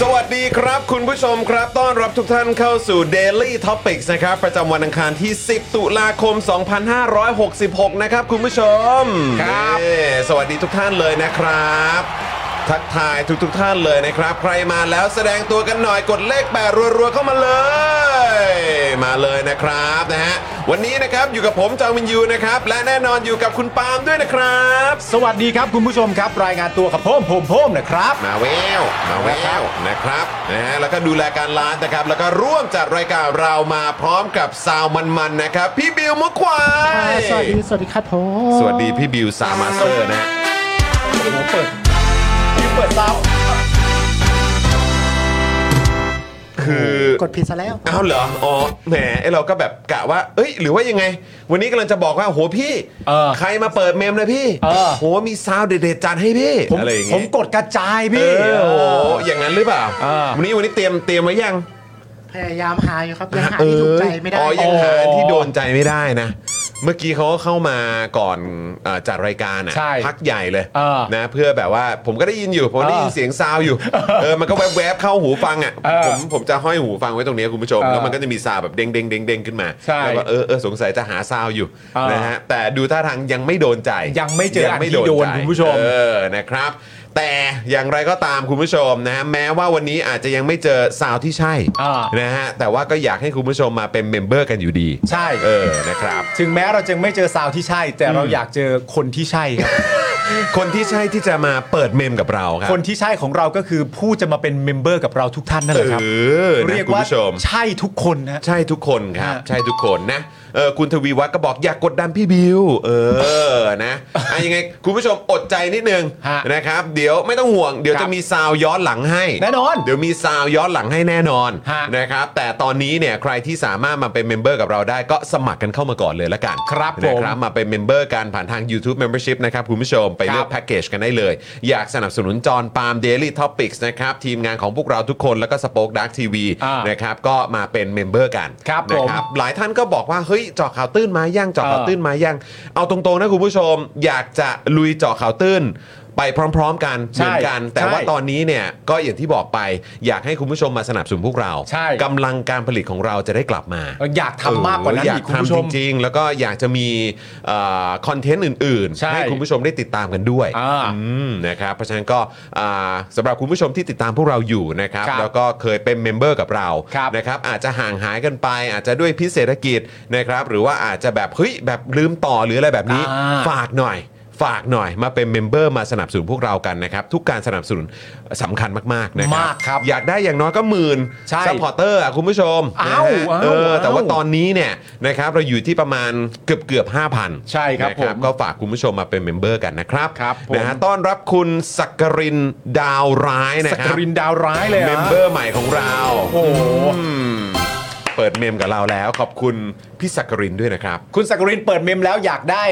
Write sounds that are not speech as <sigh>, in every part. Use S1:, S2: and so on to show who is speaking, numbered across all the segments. S1: สวัสดีครับ คุณผู้ชมครับ ต้อนรับทุกท่านเข้าสู่ Daily Topics นะครับ ประจำวันอังคารที่ 10 ตุลาคม 2566 นะครับ คุณผู้ชมครับสวัสดีทุกท่านเลยนะครับ ทักทายทุกทท่านเลยนะครับ ใครมาแล้วแสดงตัวกันหน่อยกดเลขแปดรัวๆเข้ามาเลย มาเลยนะครับนะฮะวันนี้นะครับอยู่กับผมจางวินยูนะครับ และแน่นอนอยู่กับคุณปาล์มด้วยนะครับ
S2: สวัสดีครับคุณผู้ชมครับ รายงานตัวกับผมผมผมนะครับ
S1: มาแววมาแววนะครับนะฮะแล้วก็ดูแลการร้านนะครับ แล้วก็ร่วมจัดรายการเรามาพร้อมกับซาวมันๆนะครับ พี่บิวมะควาย
S3: สวัสดี สวัสดีครับผม
S1: สวัสดีพี่บิวสามมาสเตอร์นะฮะ
S2: เปิดเตา
S1: คือ
S3: ดผิดซะแล้ว
S1: อ้าวเหรออ๋อแหมไอเราก็แบบกะว่า เอ้ย หรือว่ายังไง วันนี้กำลังจะบอกว่าโหพี่
S2: เออ
S1: ใครมาเปิดเมมนะพี่
S2: เออ
S1: โหมีซาวเด็ดๆจัดให้พี่
S2: ผม
S1: อะไรอย่าง
S2: ผ
S1: เงี้
S2: ม
S1: ย
S2: กดกระจาย
S1: เอ
S2: พี่
S1: อโอ้โหอย่างนั้นหรือเปล่า
S2: เออ
S1: วันนี้วันนี้เตรียมเตรียมไว้ยัง
S3: พยายามหาอยู่ครับ ยังหาที่ถูกใจไม่ได้
S1: อ๋อ ยังหา
S2: อ๋อ
S1: ที่โดนใจไม่ได้นะ เมื่อกี้เขาก็เข้ามาก่อนเอ่อจัดรายการอ่ะ
S2: ใช่
S1: พักใหญ่เลย
S2: เออ
S1: นะเพื่อแบบว่าผมก็ได้ยินอยู่ ผมได้ยิน
S2: เออ
S1: เสียงซาวอยู่ เออมันก็แวบๆเข้าหูฟังอ่ะ
S2: เออ
S1: ผมผมจะห้อยหูฟังไว้ตรงนี้คุณผู้ชม
S2: เออ
S1: แล้วมันก็จะมีซาวแบบเด้งเด้งเด้งเด้งขึ้นมา
S2: ใช่
S1: แล้วก็เออเออสงสัยจะหาซาวอยู่
S2: เออ
S1: นะฮะแต่ดูท่าทางยังไม่โดนใจ
S2: ยังไม่เจออันที่โดน
S1: ใจ
S2: คุณผู้ชม
S1: เออนะครับ แต่อย่างไรก็ตามคุณผู้ชมนะฮะแม้ว่าวันนี้อาจจะยังไม่เจอซาวที่ใช่
S2: อ่าน
S1: นะฮะแต่ว่าก็อยากให้คุณผู้ชมมาเป็นเมมเบอร์กันอยู่ดี
S2: ใช่
S1: เออนะครับ
S2: ถึงแม้เราจะไม่เจอสาวที่ใช่ แต่เราอยากเจอคนที่ใช่ครับ
S1: คนที่ใช่ที่จะมาเปิดเมมกับเราครับ
S2: คนที่ใช่ของเราก็คือผู้จะมาเป็นเมมเบอร์กับเราทุกท่านนั่นแหละครับ
S1: เออนะ
S2: เรียก
S1: คุณ
S2: ว่า
S1: ผู้ชม
S2: ใช่ทุกคนนะ
S1: ใช่ทุกคนครับ
S2: ฮะ
S1: ใช่ทุกคนนะเออคุณทวีวัฒน์ก็บอกอยากกดดันพี่บิว เออนะอ่ะยังไงคุณผู้ชมอดใจนิดนึง
S2: ฮะ
S1: นะครับ เดี๋ยวไม่ต้องห่วง เดี๋ยวจะมีซาวย้อนหลังให้
S2: แน่นอน
S1: เดี๋ยวมีซาวย้อนหลังให้แน่นอน
S2: ฮะ
S1: นะครับ แต่ตอนนี้เนี่ยใครที่สามารถมาเป็นเมมเบอร์กับเราได้ก็สมัครกันเข้ามาก่อนเลยละกัน
S2: ครับผม
S1: นะครับมาเป็นเมมเบอร์กันผ่านทาง YouTube Membership นะครับคุณผู้ชมไปเลือก
S2: ครับ
S1: แพ็กเกจกันได้เลย อยากสนับสนุนจอห์นปาล์ม Daily Topics นะครับทีมงานของพวกเราทุกคนแล้วก็สป็อคดักทีวี
S2: อ่าน
S1: นะครับก็มาเป็นเมมเบอร์กัน
S2: ครับ
S1: นะ
S2: ผม
S1: ครับหลายท่านก็บอกว่า เฮ้ยเจาะข่าวตื้นมายังเจาะข่าว
S2: เออ
S1: ตื้นมายัง เอาตรงๆนะคุณผู้ชม อยากจะลุยเจาะข่าวตื้น ไปพร้อมๆกัน
S2: ใช่
S1: เหมือนกัน แต่
S2: ใช่
S1: ว่าตอนนี้เนี่ยก็อย่างที่บอกไป อยากให้คุณผู้ชมมาสนับสนุนพวกเรา
S2: ใช่
S1: กำลังการผลิตของเราจะได้กลับมา
S2: อยากทำมากกว่านั้น
S1: เย
S2: อีกคุณผู้ชม
S1: ทำจริง ๆ แล้วก็อยากจะมีคอนเทนต์อื่น
S2: ใช่
S1: ๆ ให้คุณผู้ชมได้ติดตามกันด้วย
S2: อ่า
S1: อืมนะครับเพราะฉะนั้นก็อ่าสำหรับคุณผู้ชมที่ติดตามพวกเราอยู่นะครับ
S2: ครับ
S1: แล้วก็เคยเป็นเมมเบอร์กับเรา
S2: ครับ
S1: นะครับอาจจะห่างหายกันไป อาจจะด้วยพิษเศรษฐกิจนะครับหรือว่าอาจจะแบบเฮ้ยแบบลืมต่อหรืออะไรแบบนี้
S2: อ่า
S1: ฝากหน่อย ฝากหน่อยมาเป็นเมมเบอร์มาสนับสนุนพวกเรากันนะครับ ทุกการสนับสนุนสำคัญมากๆนะครั
S2: มากครับ
S1: อยากได้อย่างน้อยก็หมื่น
S2: ใช่
S1: ซัพพอร์เตอร์อ่ะคุณผู้ชม
S2: อ้าว
S1: นะฮะ
S2: อ้าว
S1: เออแต่ว่า
S2: อ้าว
S1: ตอน ตอนนี้เนี่ยนะครับเราอยู่ที่ประมาณเกือบเกือบ5,000
S2: ใช่ครับ
S1: นะ
S2: ผม
S1: ก็ฝากคุณผู้ชมมาเป็นเมมเบอร์กันนะครับ
S2: ครับผม
S1: นะฮะต้อนรับคุณสักกรินดาวร้ายนะ
S2: ส
S1: ค
S2: ก
S1: รับ
S2: รินดาวร้ายเลย
S1: เม
S2: ฮะ
S1: มเบอร์ใหม่ของเรา
S2: โอ้โห
S1: อืมเปิดเมมกับเราแล้วขอบคุณพี่สักกรินด้วยนะครับ
S2: คุณสกรินเปิดเมมแล้วอยากได้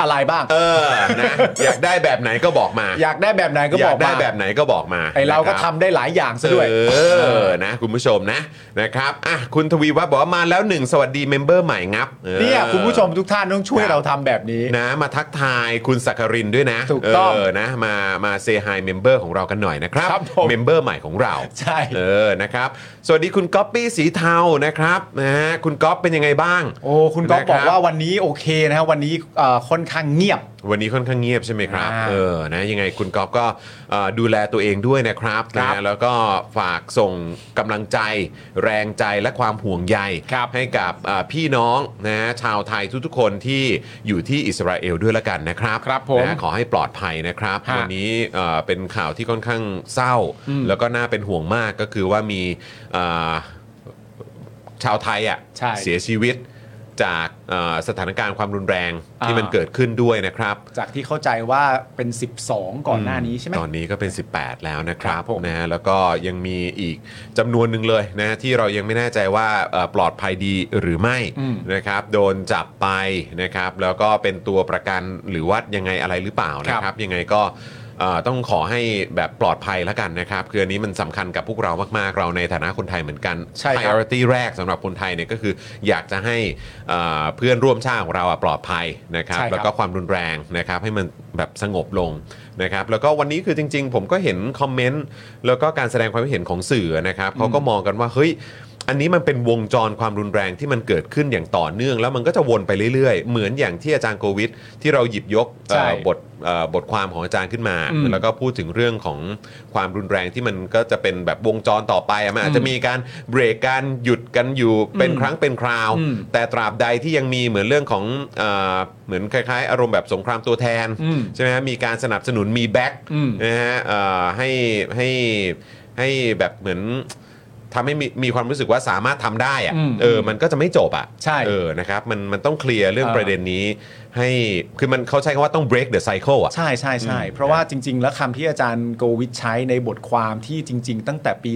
S2: อะไรบ้าง
S1: เออนะอยากได้แบบไหนก็บอกมา
S2: อยากได้แบบไหนก็
S1: อบยา
S2: อก ก
S1: ได้
S2: มา
S1: แบบไหนก็บอกมา
S2: ไอเราก็
S1: นะค
S2: ทำ
S1: บ
S2: ได้หลายอย่างซะด้วย
S1: เออ นะ คุณผู้ชมนะ นะครับ อ่ะ คุณทวีวัฒน์บอกว่ามาแล้วหนึ่งสวัสดีเมมเบอร์ใหม่งับออ
S2: เนี่ยคุณผู้ชมทุกท่านต้องช่วย
S1: ครับ
S2: เราทำแบบนี้
S1: นะ มาทักทายคุณสักกรินด้วยนะ
S2: ถูกต้อง
S1: เนะ มา มาเซฮายเมมเบอร์ของเรากันหน่อยนะครับ
S2: ครับผม
S1: เมมเบอร์ใหม่ของเรา
S2: ใช่
S1: เออ นะครับ สวัสดีคุณก๊อปปี้สีเทา นะครับ นะฮะ คุณก๊อปเป็นยังไงบ้าง
S2: โอ้คุณก็
S1: นะครับ
S2: บอกว่าวันนี้โอเคนะฮะวันนี้เอ่อค่อนข้างเงียบ
S1: วันนี้ค่อนข้างเงียบใช่ไหมครับ
S2: อ่า
S1: เออ นะ ยังไงคุณก๊อฟก็เอ่อดูแลตัวเองด้วยนะครับ
S2: ครั
S1: นะ
S2: บ
S1: แล้วก็ฝากส่งกำลังใจ แรงใจและความห่วงใย
S2: ครับ
S1: ให้กับเอ่อพี่น้องนะชาวไทยทุกๆคนที่อยู่ที่อิสราเอลด้วยละกันนะครับ
S2: ครับผม
S1: นะขอให้ปลอดภัยนะครับ
S2: ฮะ
S1: วันนี้เอ่อเป็นข่าวที่ค่อนข้างเศร้า
S2: อืม
S1: แล้วก็น่าเป็นห่วงมากก็คือว่ามีเอ่อชาวไทยอ่ะ
S2: ใช่
S1: เสียชีวิตจากเอ่อสถานการณ์ความรุนแรงที่
S2: อ่ามั
S1: มันเกิดขึ้นด้วยนะครับ
S2: จากที่เข้าใจว่าเป็น 12 ก่อนหน้านี้ใช่ไหม
S1: ตอนนี้ก็เป็น 18 แล้วนะครั
S2: ครับ บผม
S1: นะฮะแล้วก็ยังมีอีกจำนวนหนึ่งเลยนะที่เรายังไม่แน่ใจว่าเอ่อปลอดภัยดีหรือไม่
S2: อืม
S1: นะครับ โดนจับไปนะครับ แล้วก็เป็นตัวประกันหรือว่ายังไงอะไรหรือเปล่านะค
S2: ครั
S1: รับ
S2: บ
S1: ยังไงก็เอ่อต้องขอให้แบบปลอดภัยแล้วกันนะครับคืออันนี้มันสำคัญกับพวกเรามากๆเราในฐานะคนไทยเหมือนกัน
S2: ใช่ครับ
S1: priority แรกสำหรับคนไทยเนี่ยก็คืออยากจะให้เอ่อเพื่อนร่วมชาติของเราอะปลอดภัยนะครับ
S2: ใช่ครับ
S1: แล้วก็ ความรุนแรงนะครับให้มันแบบสงบลงนะครับแล้วก็วันนี้คือจริง ๆ ผมก็เห็นคอมเมนต์แล้วก็การแสดงความคิดเห็นของสื่อนะครับเขาก็มองกันว่าเฮ้ยอันนี้มันเป็นวงจรความรุนแรงที่มันเกิดขึ้นอย่างต่อเนื่อง แล้วมันก็จะวนไปเรื่อยๆ เหมือนอย่างที่อาจารย์โควิดที่เราหยิบยกเอ่อ
S2: ใช่
S1: บทเอ่อบทความของอาจารย์ขึ้นมา
S2: อืม
S1: แล้วก็พูดถึงเรื่องของความรุนแรงที่มันก็จะเป็นแบบวงจรต่อไปอะมันอาจจะมีการเบรกการหยุดกันอยู่เป็น
S2: อืม
S1: ครั้งเป็นคราว
S2: อืม
S1: แต่ตราบใดที่ยังมีเหมือนเรื่องของเออเหมือนคล้ายๆ อารมณ์แบบสงครามตัวแทน
S2: อืม
S1: ใช่ไหมฮะมีการสนับสนุนมีแบ็ก
S2: อืม
S1: นะฮะเอ่อให้ให้ให้แบบเหมือนทำให้มีมีความรู้สึกว่าสามารถทำได้อะ
S2: อืม
S1: เออมันก็จะไม่จบอ่ะ
S2: ใช่
S1: เออนะครับมันมันต้องเคลียร์เรื่อง
S2: เออ
S1: ประเด็นนี้ให้คือมันเขาใช้คำว่าต้อง break the cycle อ่ะ
S2: ใช่ใช่ใช่
S1: อืม
S2: เพราะว่าจริง ๆ แล้วคำที่อาจารย์โกวิทใช้ในบทความที่จริง ๆ ตั้งแต่ปี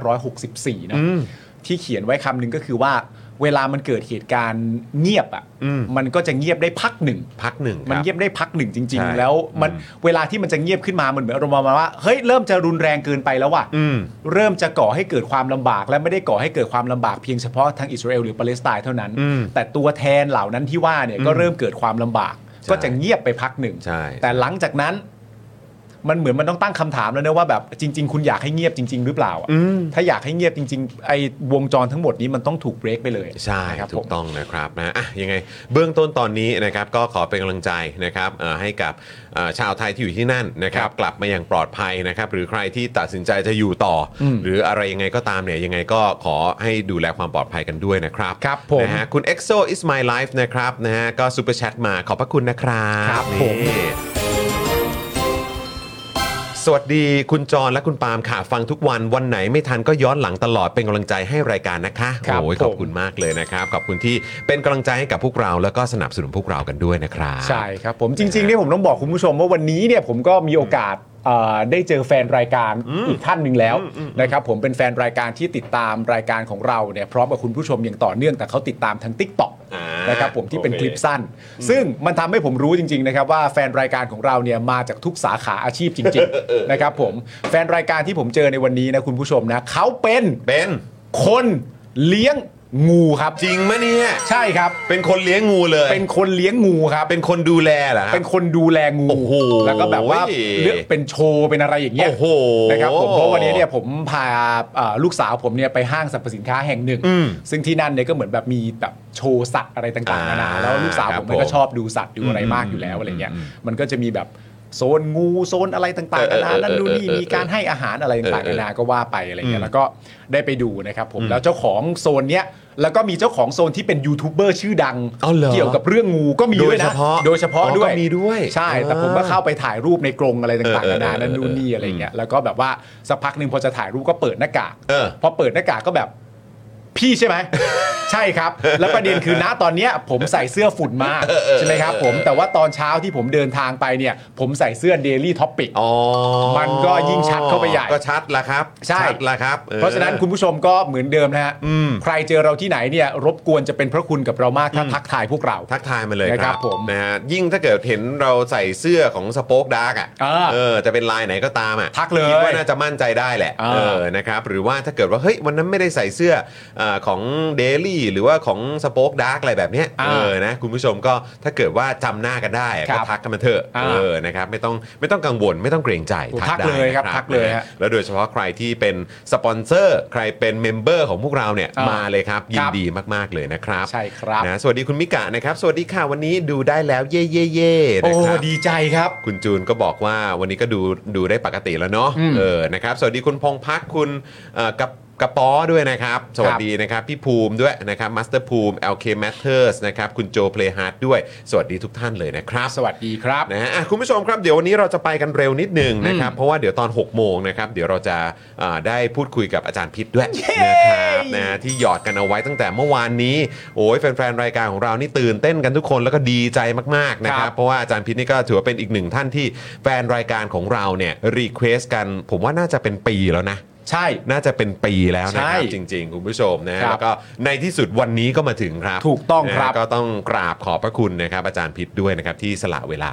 S2: 2564 นะ
S1: อืม
S2: ที่เขียนไว้คำหนึ่งก็คือว่า เวลามันเกิดเหตุการณ์เงียบอ่ะ
S1: อืม
S2: มันก็จะเงียบได้พักหนึ่ง
S1: พักหนึ่งครับ
S2: มันเงียบได้พักหนึ่งจริง
S1: ใช่
S2: ๆ แล้วมันเวลาที่มันจะเงียบขึ้นมามันเหมือนอารมณ์ประมาณว่าเฮ้ยเริ่มจะรุนแรงเกินไปแล้วว่ะ
S1: อืม
S2: เริ่มจะก่อให้เกิดความลำบาก และไม่ได้ก่อให้เกิดความลำบากเพียงเฉพาะทางอิสราเอลหรือปาเลสไตน์เท่านั้น
S1: อืม
S2: แต่ตัวแทนเหล่านั้นที่ว่าเนี่ยก็เริ่มเกิดความลำบาก
S1: ใช่
S2: ก็จะเงียบไปพักหนึ่ง
S1: ใช่
S2: แต่หลังจากนั้น มันเหมือนมันต้องตั้งคำถามแล้วนะว่าแบบจริง ๆ คุณอยากให้เงียบจริง ๆ หรือเปล่าอะ
S1: อืม
S2: ถ้าอยากให้เงียบจริง ๆ ไอ้วงจรทั้งหมดนี้มันต้องถูกเบรกไปเลย
S1: ใช่
S2: นะครับ
S1: ถู
S2: ผ
S1: ก
S2: ม
S1: ต้องนะครับนะอ่ะยังไงเบื้องต้นตอนนี้นะครับก็ขอเป็นกำลังใจนะครับเอ่อให้กับเอ่อชาวไทยที่อยู่ที่นั่นนะครับกลับมาอย่างปลอดภัยนะครับหรือใครที่ตัดสินใจจะอยู่ต่ออหรืออะไรยังไงก็ตามเนี่ยยังไงก็ขอให้ดูแลความปลอดภัยกันด้วยนะครับ
S2: ครับผม
S1: นะฮะคุณ EXO is my life นะครับนะฮะก็ซูเปอร์แชทมาขอบพระคุณนะครับ
S2: ครับผม
S1: นี่ สวัสดีคุณจรและคุณปาล์มค่ะ ฟังทุกวันวันไหนไม่ทันก็ย้อนหลังตลอดเป็นกำลังใจให้รายการนะคะ
S2: ครับ
S1: โอ้ย
S2: ผม
S1: ขอบคุณมากเลยนะครับ ขอบคุณที่เป็นกำลังใจให้กับพวกเรา แล้วก็สนับสนุนพวกเรากันด้วยนะครับ
S2: ใช่ครับผมจริงๆเนี่ยผมต้องบอกคุณผู้ชมว่าวันนี้เนี่ยผมก็มีโอกาสเอ่อได้เจอแฟนรายการอีกท่านหนึ่งแล้วนะครับผมเป็นแฟนรายการที่ติดตามรายการของเราเนี่ยพร้อมกับคุณผู้ชมอย่างต่อเนื่องแต่เขาติดตามทาง t ิ k t o k
S1: อ่า
S2: นะครับผมที่เป็น
S1: โอเค
S2: คลิปสั้น ซึ่งมันทำให้ผมรู้จริงๆนะครับว่าแฟนรายการของเราเนี่ยมาจากทุกสาขาอาชีพจริงๆ นะครับผมแฟนรายการที่ผมเจอในวันนี้นะคุณผู้ชมนะเขาเป็น
S1: เป็น
S2: คนเลี้ยงงูครับ
S1: จริงมะเนี่ย
S2: ใช่ครับ
S1: เป็นคนเลี้ยงงูเลย
S2: เป็นคนเลี้ยงงูครับ
S1: เป็นคนดูแลเหรอครับ
S2: เป็นคนดูแลงู
S1: โอ้โห
S2: แล้วก็แบบว่าเลือกเป็นโชว์ เป็นอะไรอย่างเงี้ย
S1: โอ้โห
S2: นะครับผมเพราะวันนี้เนี่ยผมพาเอ่อลูกสาวผมเนี่ยไปห้างสรรพสินค้าแห่งหนึ่ง
S1: อืม
S2: ซึ่งที่นั่นเนี่ยก็เหมือนแบบมีแบบโชว์สัตว์อะไรต่างๆนานา
S1: อ่า
S2: แล้วลูกสาว
S1: ครั
S2: ผ
S1: บ
S2: มมันก็
S1: ผม
S2: ชอบดูสัตว์ดูอะไร
S1: อืม
S2: มากอยู่แล้วอะไรเงี้ย
S1: อืม
S2: มันก็จะมีแบบโซนงูโซนอะไรต่างๆนานา
S1: เออเออเออ
S2: นั่นนู่นนี่
S1: เออเออ
S2: มีการให้อาหารอะไรต่างๆ
S1: เออเออ
S2: นานาก็ว่าไปอะไร
S1: อื
S2: เงี้
S1: ม
S2: ยแล้วก็ได้ไปดูนะครับผมแล้วเจ้าของโซนเนี้ยแล้วก็มีเจ้าของโซนที่เป็นยูทูบเบอร์ชื่อดัง
S1: เอาเหรอ
S2: เกี่ยวกับเรื่องงูก็มีด้วยนะ
S1: โดยเฉพาะ
S2: โด
S1: อ๋
S2: ยเฉพาะ
S1: อ
S2: ด้วย
S1: ก็มีด้วย
S2: ใช่ แต่ผมก็เข้าไปถ่ายรูปในกรงอะไรต่าง
S1: เอ
S2: ๆ
S1: อ
S2: นา
S1: เออ
S2: นานั่นนู่นนี่อะไรเงี้ย แล้วก็แบบว่าสักพักหนึ่งพอจะถ่ายรูปก็เปิดหน้ากาก
S1: เออ
S2: พอเปิดหน้ากากก็แบบ พี่ใช่ไหม ใช่ครับ แล้วประเด็นคือณตอนเนี้ยผมใส่เสื้อฝุ่นมากใช่ไหมครับผมแต่ว่าตอนเช้าที่ผมเดินทางไปเนี่ย ผมใส่เสื้อ Daily Topic
S1: อ๋อ
S2: มันก็ยิ่งชัดเข้าไปใหญ่
S1: ก็ชัดละครับ
S2: ใช่
S1: ชัดละครับออ
S2: เพราะฉะนั้นคุณผู้ชมก็เหมือนเดิมนะฮะ
S1: อืม
S2: ใครเจอเราที่ไหนเนี่ยรบกวนจะเป็นพระคุณกับเรามากถ้าทักทายพวกเรา
S1: ทักทายมาเลย
S2: นะ
S1: ค
S2: ครั
S1: รับบ
S2: ผม
S1: นะฮะยิ่งถ้าเกิดเห็นเราใส่เสื้อของสป็อคดาร์กอ่ะ
S2: เออ
S1: เออจะเป็นลายไหนก็ตามอ่ะ
S2: ทักเลย
S1: คิดว่าน่าจะมั่นใจได้แหละ
S2: เออ
S1: เออนะครับหรือว่าถ้าเกิดว่าเฮ้ยวันนั้นไม่ได้ใส่เสื้อเอ่อของเดลี่หรือว่าของสป็อคดาร์กอะไรแบบเนี้ย
S2: อ่า
S1: เออนะคุณผู้ชมก็ถ้าเกิดว่าจำหน้ากันได้อะ
S2: ครั
S1: ก็
S2: บ
S1: ทักกันมาเถอะ
S2: อ่า
S1: เออนะครับไม่ต้องไม่ต้องกังวลไม่ต้องเกรงใจ
S2: โอ้ทัก
S1: ได้
S2: เลยครับ
S1: นะ
S2: ทักเลยฮะ
S1: แล้วโดยเฉพาะใครที่เป็นสปอนเซอร์ใครเป็นเมมเบอร์ของพวกเราเนี่ย
S2: อ่าม
S1: มาเลยครับยิ
S2: คน รับ
S1: ดีมากๆเลยนะครับ
S2: ใช่ครับ
S1: นะสวัสดีคุณมิกะนะครับ สวัสดีค่ะวันนี้ดูได้แล้วเย่เย่เย่
S2: โอ้
S1: นะครั
S2: ดีใจครับ
S1: คุณจูนก็บอกว่าวันนี้ก็ดูดูได้ปกติแล้วเนาะ
S2: อืม
S1: เออนะครับ สวัสดีคุณพงพักคุณเอ่อกับกระป๋อด้วยนะครับ สวัสดีนะครับ พี่ภูมิด้วยนะครับมาสเตอร์ภูมิ LK Matters นะครับ คุณโจเพลฮาร์ดด้วย สวัสดีทุกท่านเลยนะครับ
S2: สวัสดีครับ
S1: นะฮะอ่ะคุณผู้ชมครับเดี๋ยววันนี้เราจะไปกันเร็วนิดหนึ่งนะครับ เพราะว่าเดี๋ยวตอน 6 โมงนะครับ เดี๋ยวเราจะอ่าได้พูดคุยกับอาจารย์พิษด้วยนะครับนะฮะที่หยอดกันเอาไว้ตั้งแต่เมื่อวานนี้ โอ้ยแฟนๆ รายการของเรานี่ตื่นเต้นกันทุกคนแล้วก็ดีใจมากๆนะครั
S2: ครับ บ
S1: เพราะว่าอาจารย์พิษนี่ก็ถือว่าเป็นอีกหนึ่งท่านที่แฟนรายการของเราเนี่ยรีเควสกัน ผมว่าน่าจะเป็นปีแล้วนะ
S2: ใช่
S1: น่าจะเป็นปีแล้วนะค
S2: ใช่
S1: รับจริง ๆ คุณผู้ชมนะฮะ
S2: ครับ
S1: แล้วก็ในที่สุดวันนี้ก็มาถึงครับ
S2: ถูกต้อง
S1: นะฮะ
S2: ครับ
S1: ก็ต้องกราบขอบพระคุณนะครับ อาจารย์พิษด้วยนะครับ ที่สละเวลา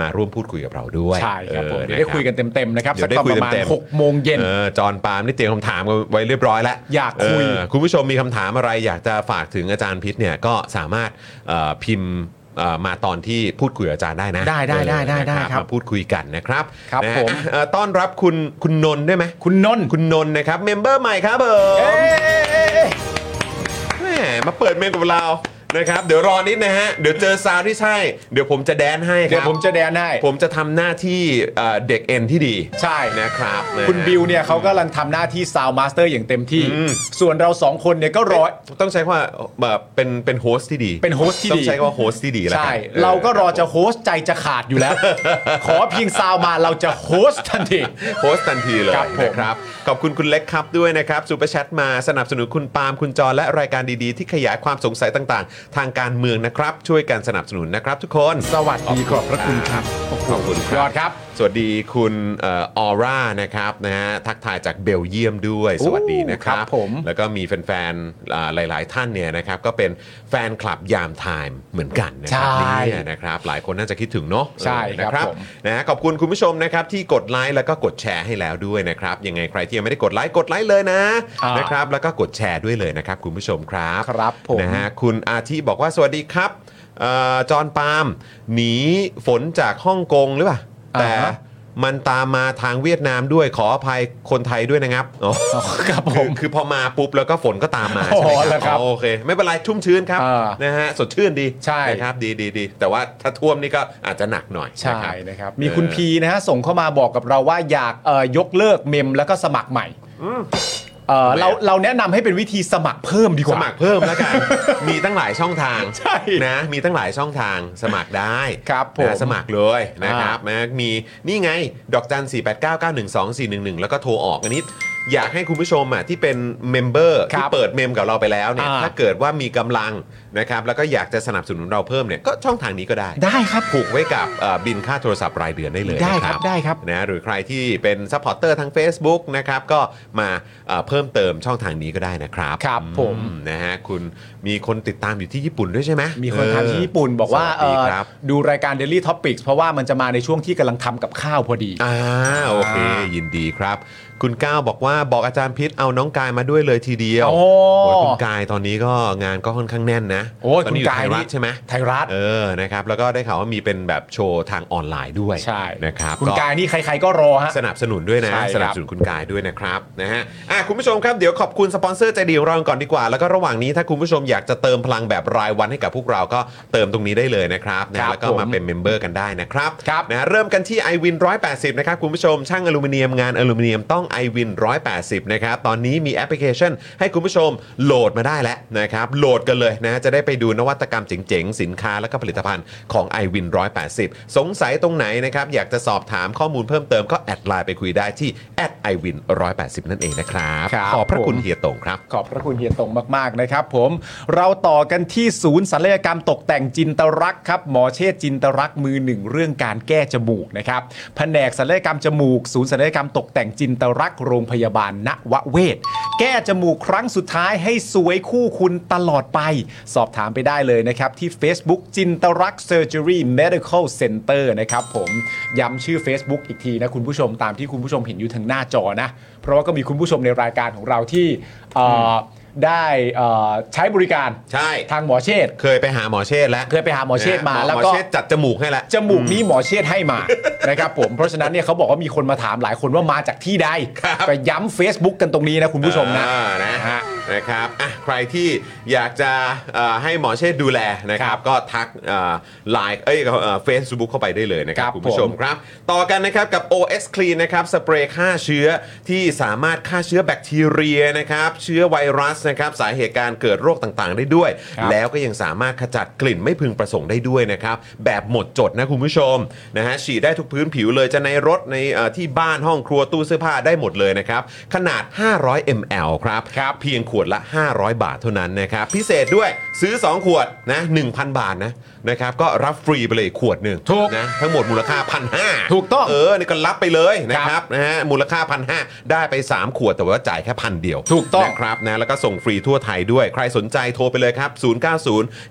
S1: มาร่วมพูดคุยกับเราด้วย
S2: ใช่ครับผ
S1: เอ
S2: ม
S1: อ
S2: เดี๋ยวได้
S1: รับ
S2: คุยกันเต็มๆนะครับ
S1: เดี๋
S2: สั
S1: ยว
S2: ก
S1: ได้
S2: ตอน
S1: คุย
S2: ประมาณ
S1: เต็มๆ
S2: 6โมงเย็น
S1: เออจอห์นปาล์มนี่เตรียมคำถามกันไว้เรียบร้อยแล้ว
S2: อยากคุย
S1: เออคุณผู้ชมมีคำถามอะไรอยากจะฝากถึงอาจารย์พิษเนี่ยก็สามารถเอ่อพิมพ์เอ่อมาตอนที่พูดคุยกับอาจารย์ได้นะ
S2: ได้ได้ได้ได้ได้
S1: เออนะครับ มาพูดคุยกันนะครับ
S2: ครับ
S1: นะฮะ
S2: ผม
S1: เอ่อต้อนรับคุณคุณนนท์ด้วยไหม
S2: คุณนนท์
S1: คุณนนท์นะครับ เมมเบอร์ใหม่ครับเบอร์แหมมาเปิดเมมกับเรานะครับ เดี๋ยวรอนิดนะฮะ เดี๋ยวเจอซาวด์ที่ใช่ เดี๋ยวผมจะแดนให้ครับ
S2: เดี๋ยวผมจะแดนให้
S1: ผมจะทำหน้าที่เอ่อเด็กเอ็นที่ดี
S2: ใช่
S1: นะครับนะฮะ
S2: คุณบิวเนี่ยเขากำลังทำหน้าที่ซาวมาสเตอร์อย่างเต็มที่
S1: อืม
S2: ส่วนเราสองคนเนี่ยก็รอ
S1: ต้องใช้คำว่าแบบเป็นเป็นโฮสที่ดี
S2: เป็นโฮสที่ดี
S1: ต้องใช้คำว่าโฮสที่ดีแล้วกัน
S2: ใช่
S1: ออ
S2: เราก็รอจะโฮสใจจะขาดอยู่
S1: <laughs>
S2: แล้ว ขอเพียงซาวมาเราจะโฮสทันที
S1: โฮสทันทีเลย
S2: ครับผม
S1: นะครับขอบคุณคุณเล็กครับด้วยนะครับซูเปอร์แชทมาสนับสนุนคุณปาล์มคุณจอและรายการดีๆ ที่ขยายความสงสัยต่างๆ ทางการเมืองนะครับ ช่วยกันสนับสนุนนะครับทุกคน
S2: สวัสดีขอบพระคุณครับ
S1: ขอบคุณค
S2: ย
S1: รั
S2: อบ ดครับ
S1: สวัสดีคุณเออร่านะครับนะฮะทักทายจากเบลเยียมด้วย
S2: โอ้
S1: สวัสดีนะครับ
S2: ครับผม
S1: แล้วก็มีแฟนๆอ่าหลาย ๆ ท่านเนี่ยนะครับก็เป็นแฟนคลับยามไทม์เหมือนกันนะครับ
S2: ใช่
S1: เนี่ยนะครับ หลายคนน่าจะคิดถึงเนาะ
S2: ใช่
S1: เออ
S2: ครับ
S1: นะ
S2: ผม
S1: นะฮะขอบคุณคุณผู้ชมนะครับที่กดไลค์แล้วก็กดแชร์ให้แล้วด้วยนะครับยังไงใครที่ยังไม่ได้กดไลค์กดไลค์เลยนะ
S2: อ่าน
S1: นะครับแล้วก็กดแชร์ด้วยเลยนะครับคุณผู้ชมครับ
S2: ครับผม
S1: นะฮะคุณอาทิบอกว่าสวัสดีครับเอ่อจอห์นปาล์มหนีฝนจากฮ่องกงหรือเปล่า แต่
S2: อ่าฮะ
S1: มันตามมาทางเวียดนามด้วยขออภัยคนไทยด้วยนะครับอ๋อ
S2: ครับผ
S1: คือ
S2: ม
S1: คือพอมาปุ๊บแล้วก็ฝนก็ตามมาใช่ไหม
S2: อ๋อเหรอ
S1: ค
S2: ครั
S1: รับบ อ๋อโอเค ไม่เป็นไรชุ่มชื้นครับ
S2: อ่า
S1: นะฮะสดชื่นดี
S2: ใช่
S1: นะครับดีดีดีแต่ว่าถ้าท่วมนี่ก็อาจจะหนักหน่อยนะค
S2: ใช่
S1: รับ
S2: นะครับ มีคุณพีนะฮะส่งเข้ามาบอกกับเราว่าอยากเอ่อยกเลิกเมมแล้วก็สมัครใหม่เอ่อ
S1: ทำไมอะ
S2: เราเราแนะนำให้เป็นวิธีสมัครเพิ่มดีก
S1: ส
S2: ว่า
S1: มัครเพิ่มแล้วกัน มีตั้งหลายช่องทาง
S2: ใช่
S1: นะมีตั้งหลายช่องทางสมัครได้
S2: ครับผม
S1: นะสมัครเลยนะครับนะมีนี่ไงดอกจัน 4 8 9 9 1 2 4 1 1 แล้วก็โทรออกอันนี้อยากให้คุณผู้ชมอ่ะที่เป็นเมมเบอร์
S2: ครั
S1: ที่
S2: บ
S1: เปิดเมมกับเราไปแล้วเนี่ย
S2: อ่า
S1: ถ้าเกิดว่ามีกำลังนะครับแล้วก็อยากจะสนับสนุนเราเพิ่มเนี่ยก็ช่องทางนี้ก็ได้
S2: ได้ครับ
S1: ผูกไว้กับเอ่อบินค่าโทรศัพท์รายเดือนได้เลย
S2: ได้
S1: นะครับ
S2: ได้ครับ
S1: นะหรือใครที่เป็นซัพพอร์ตเตอร์ทาง Facebook นะครับก็มาเอ่อเพิ่มเติมช่องทางนี้ก็ได้นะครับ
S2: ครับผม
S1: อืนะฮะคุณมีคนติดตามอยู่ที่ญี่ปุ่นด้วยใช่ไหม
S2: มีคนทำที่ญี่ปุ่นบอกว่า
S1: สสดีครับ
S2: เอ่อดูรายการ Daily Topics เพราะว่ามันจะมาในช่วงที่กำลังทำกับข้าวพอดี
S1: อ่าโอเค ยินดีครับ คุณก้าวบอกว่าบอกอาจารย์พิษเอาน้องกายมาด้วยเลยทีเดียว
S2: โอ้
S1: โอ้ยคุณกายตอนนี้ก็งานก็ค่อนข้างแน่นนะ
S2: โอ้ย
S1: ตอน
S2: คุณ
S1: นี้อยู่
S2: กาย
S1: ไทยรั
S2: นี่
S1: ฐใช่ไหม
S2: ไทยรัฐ
S1: เออนะครับแล้วก็ได้ข่าวว่ามีเป็นแบบโชว์ทางออนไลน์ด้วย
S2: ใช่
S1: นะครับ
S2: คุณ
S1: ก็
S2: กายนี่ใครๆก็รอฮะ
S1: สนับสนุนด้วยนะ
S2: ใช่ครับ
S1: สนับสนุนคุณกายด้วยนะครับนะฮะอ่ะคุณผู้ชมครับเดี๋ยวขอบคุณสปอนเซอร์ใจดีของเราก่อนดีกว่า แล้วก็ระหว่างนี้ถ้าคุณผู้ชมอยากจะเติมพลังแบบรายวันให้กับพวกเราก็เติมตรงนี้ได้เลยนะครับนะครับ แล้วก็มา
S2: ผม
S1: เป็นเมมเบอร์กันได้นะครับ
S2: ครับ
S1: นะฮะเริ่มกันที่ i w วิน180 นะครับคุณผู้ชมช่างอลูมิเนียมงานอลูมิเนียมต้อง i w วิน 180 นะครับ ตอนนี้มีแอปพลิเคชัน ให้คุณผู้ชมโหลดมาได้แล้วนะครับ โหลดกันเลยนะจะได้ไปดูนวัตกรรมเจ๋งๆ สินค้าและก็ผลิตภัณฑ์ของ i w วิน180 สงสัยตรงไหนนะครับ อยากจะสอบถามข้อมูลเพิ่มเติมก็แอดไลน์ไปคุยได้ที่แอด i w วิน180 นั่นเองนะครับ
S2: ครับ
S1: ขอบพระ
S2: ผม
S1: คุณเฮียตงครับ
S2: ขอบพระคุณเฮียตงมาก ๆ นะครับผมเราต่อกันที่ศูนย์ศัลยกรรมตกแต่งจินตรักษ์ครับ หมอเชษจินตรักษ์มือหนึ่งเรื่องการแก้จมูกนะครับแผนกศัลยกรรมจมูก ศูนย์ศัลยกรรมตกแต่งจินตรักษ์โรงพยาบาลณวเวศแก้จมูกครั้งสุดท้ายให้สวยคู่คุณตลอดไป สอบถามไปได้เลยนะครับ ที่ Facebook จินตรักษ์ Surgery Medical Center นะครับผมย้ำชื่อ Facebook อีกทีนะคุณผู้ชมตามที่คุณผู้ชมเห็นอยู่ทางหน้าจอนะ เพราะว่าก็มีคุณผู้ชมในรายการของเราที่เอ่ออได้เอ่อใช้บริการ
S1: ใช่
S2: ทางหมอเชษฐ์
S1: เคยไปหาหมอเชษฐ์แล้ว
S2: เคยไปหาหมอเชษฐ์มา
S1: นะ
S2: แล้ว
S1: หมอ
S2: ก็
S1: เชษฐ์จัดจมูกให้แล้ว
S2: จมูกนี้หมอเชษฐ์ให้มา <laughs> นะครับผมเพราะฉะนั้นเนี่ยเขาบอกว่ามีคนมาถามหลายคนว่ามาจากที่ใด
S1: ครับ
S2: ก็ย้ำ Facebook กันตรงนี้นะคุณผู้ชมนะ
S1: อ่านะฮะนะครับอ่ะใครที่อยากจะเอ่อให้หมอเชษฐ์ดูแลนะครับ ก็ทักไลน์เอ้ยเฟซบุ๊กเข้าไปได้เลยนะครับ
S2: ครับ
S1: คุณผู้ชม
S2: ผม
S1: ครับ ต่อกันนะครับกับ OS Clean นะครับสเปรย์ฆ่าเชื้อที่สามารถฆ่าเชื้อแบคทีเรียนะครับ เชื้อไวรัสนะครับ สาเหตุการเกิดโรคต่างๆ ได้ด้วย
S2: ครับ
S1: แล้วก็ยังสามารถขจัดกลิ่นไม่พึงประสงค์ได้ด้วยนะครับ แบบหมดจดนะคุณผู้ชมนะฮะฉีดได้ทุกพื้นผิวเลยจะในรถในเอ่อที่บ้านห้องครัวตู้เสื้อผ้าได้หมดเลยนะครับ ขนาด 500 ml ครับ
S2: ครับ
S1: เพียงขวดละ 500 บาทเท่านั้นนะครับ พิเศษด้วยซื้อ 2 ขวดนะ1,000 บาทนะนะครับ ก็รับฟรีไปเลยขวดหนึ่ง
S2: ถูก
S1: นะทั้งหมดมูลค่าพันห้า
S2: ถูกต้อง
S1: เออนี่ก็รับไปเลยนะค
S2: ครั
S1: รับบนะฮะมูลค่าพันห้าได้ไป 3 ขวดแต่ว่าจ่ายแค่พันเดียว
S2: ถูกต้อง
S1: นะ ครับนะแล้วก็ส่งฟรีทั่วไทยด้วย ใครสนใจโทรไปเลยครับ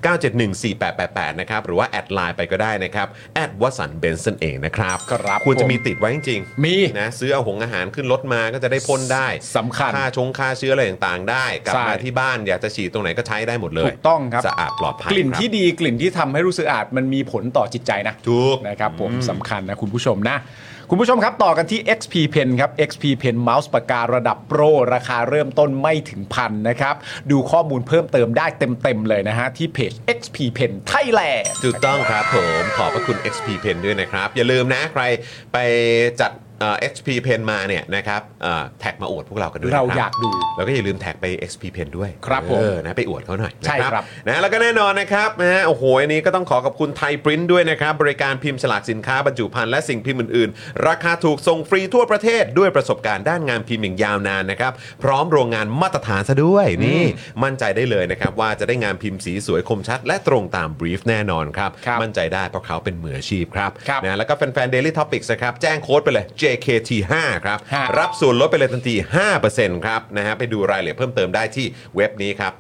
S1: 0909714888 นะครับ หรือว่า แอดไลน์ไปก็ได้นะครับ แอดวัสันเบนซ์เองนะครับ
S2: ครับ
S1: ควรจะ
S2: ผม
S1: มีติดไว้จริง
S2: มี
S1: นะซื้อเอาหงอาหารขึ้นรถมาก็จะได้พ่นได้
S2: สำคัญ
S1: ค่าชงค่าเชื้ออะไรต่างๆ ได้ กลับ
S2: ใช่
S1: มาที่บ้านอยากจะฉีดตรงไหนก็ใช้ได้หมดเลย
S2: ถูกต้องครับ
S1: สะอาดปลอดภัย
S2: กลิ่น
S1: ครับ
S2: ที่ดีกลิ่นที่ทำให้รู้สึกอาดมันมีผลต่อจิตใจนะ
S1: ถูก
S2: นะครับผมสำคัญนะคุณผู้ชมนะ คุณผู้ชมครับต่อกันที่ XP Pen ครับ XP Pen เมาส์ปากการะดับโปร ราคาเริ่มต้นไม่ถึงพันนะครับ ดูข้อมูลเพิ่มเติมได้เต็ม ๆ เลยนะฮะ ที่เพจ XP Pen Thailand
S1: ถูกต้องครับผมขอบพระคุณ XP Pen ด้วยนะครับ อย่าลืมนะใครไปจัดเอ่อ XP Pen มาเนี่ยนะครับเอ่อแท็กมาอวดพวกเรากันด้วยนะคบ
S2: เราอยากดู
S1: แล้วก็อย่าลืมแท็กไป XP Pen ด้วย
S2: ครับผม
S1: เออนะไปอวดเขาหน่อยนะ
S2: ใช่ครับ
S1: นะแล้วก็แน่นอนนะครับนะฮะโอ้โหอันนี้ก็ต้องขอขอบคุณไทยปริ้นด้วยนะครับ บริการพิมพ์ฉลากสินค้าบรรจุภัณฑ์และสิ่งพิมพ์อื่นๆ ราคาถูกส่งฟรีทั่วประเทศด้วยประสบการณ์ด้านงานพิมพ์อย่างยาวนานนะครับพร้อมโรงงานมาตรฐานซะด้วยนี่ มั่นใจได้เลยนะครับว่าจะได้งานพิมพ์สีสวยคมชัด และตรงตามบรีฟแน่นอนครับ
S2: ครับ
S1: มั่นใจได้เพราะเขาเป็นมืออาชีพครับ
S2: ครับ
S1: นะแล้วก็แฟนๆ Daily Topics นะครับแจ้งโค้ดไปเลย JKT5 ครับ
S2: ฮะ
S1: รับส่วนลดไปเลยทันที 5%ครับนะฮะไปดูรายละเอียดเพิ่มเติมได้ที่เว็บนี้ครับ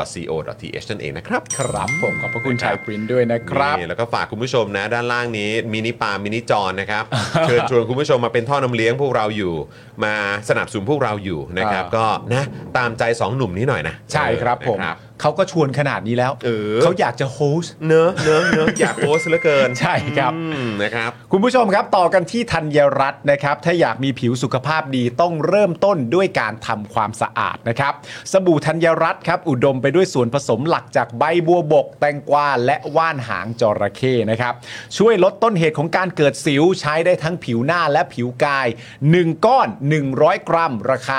S1: thaiprint.co.th นั่นเองนะครับ
S2: ครับผมขอบพระคุณชายปริ้นด้วยนะครับ
S1: นี่แล้วก็ฝากคุณผู้ชมนะด้านล่างนี้มินิปามินิจอนนะครับ <laughs> เชิญชวนคุณผู้ชมมาเป็นท่อนำเลี้ยงพวกเราอยู่ มาสนับสนุนพวกเราอยู่นะครับ
S2: อ่า
S1: ก็นะตามใจสองหนุ่มนี้หน่อยนะ
S2: ใช่ครับผม
S1: นะ
S2: เขาก็ชวนขนาดนี้แล้ว
S1: เออ
S2: เขาอยากจะโฮสต์
S1: เนอะเนอะเนอะอยากโพสต์เหลือเกิน
S2: ใช่ครับ
S1: อืมนะครับ
S2: คุณผู้ชมครับต่อกันที่ธัญรัตน์นะครับ ถ้าอยากมีผิวสุขภาพดีต้องเริ่มต้นด้วยการทำความสะอาดนะครับ สบู่ธัญรัตน์ครับ อุดมไปด้วยส่วนผสมหลักจากใบบัวบก แตงกวาและว่านหางจระเข้นะครับ ช่วยลดต้นเหตุของการเกิดสิวใช้ได้ทั้งผิวหน้าและผิวกาย 1 ก้อน 100 กรัม ราคา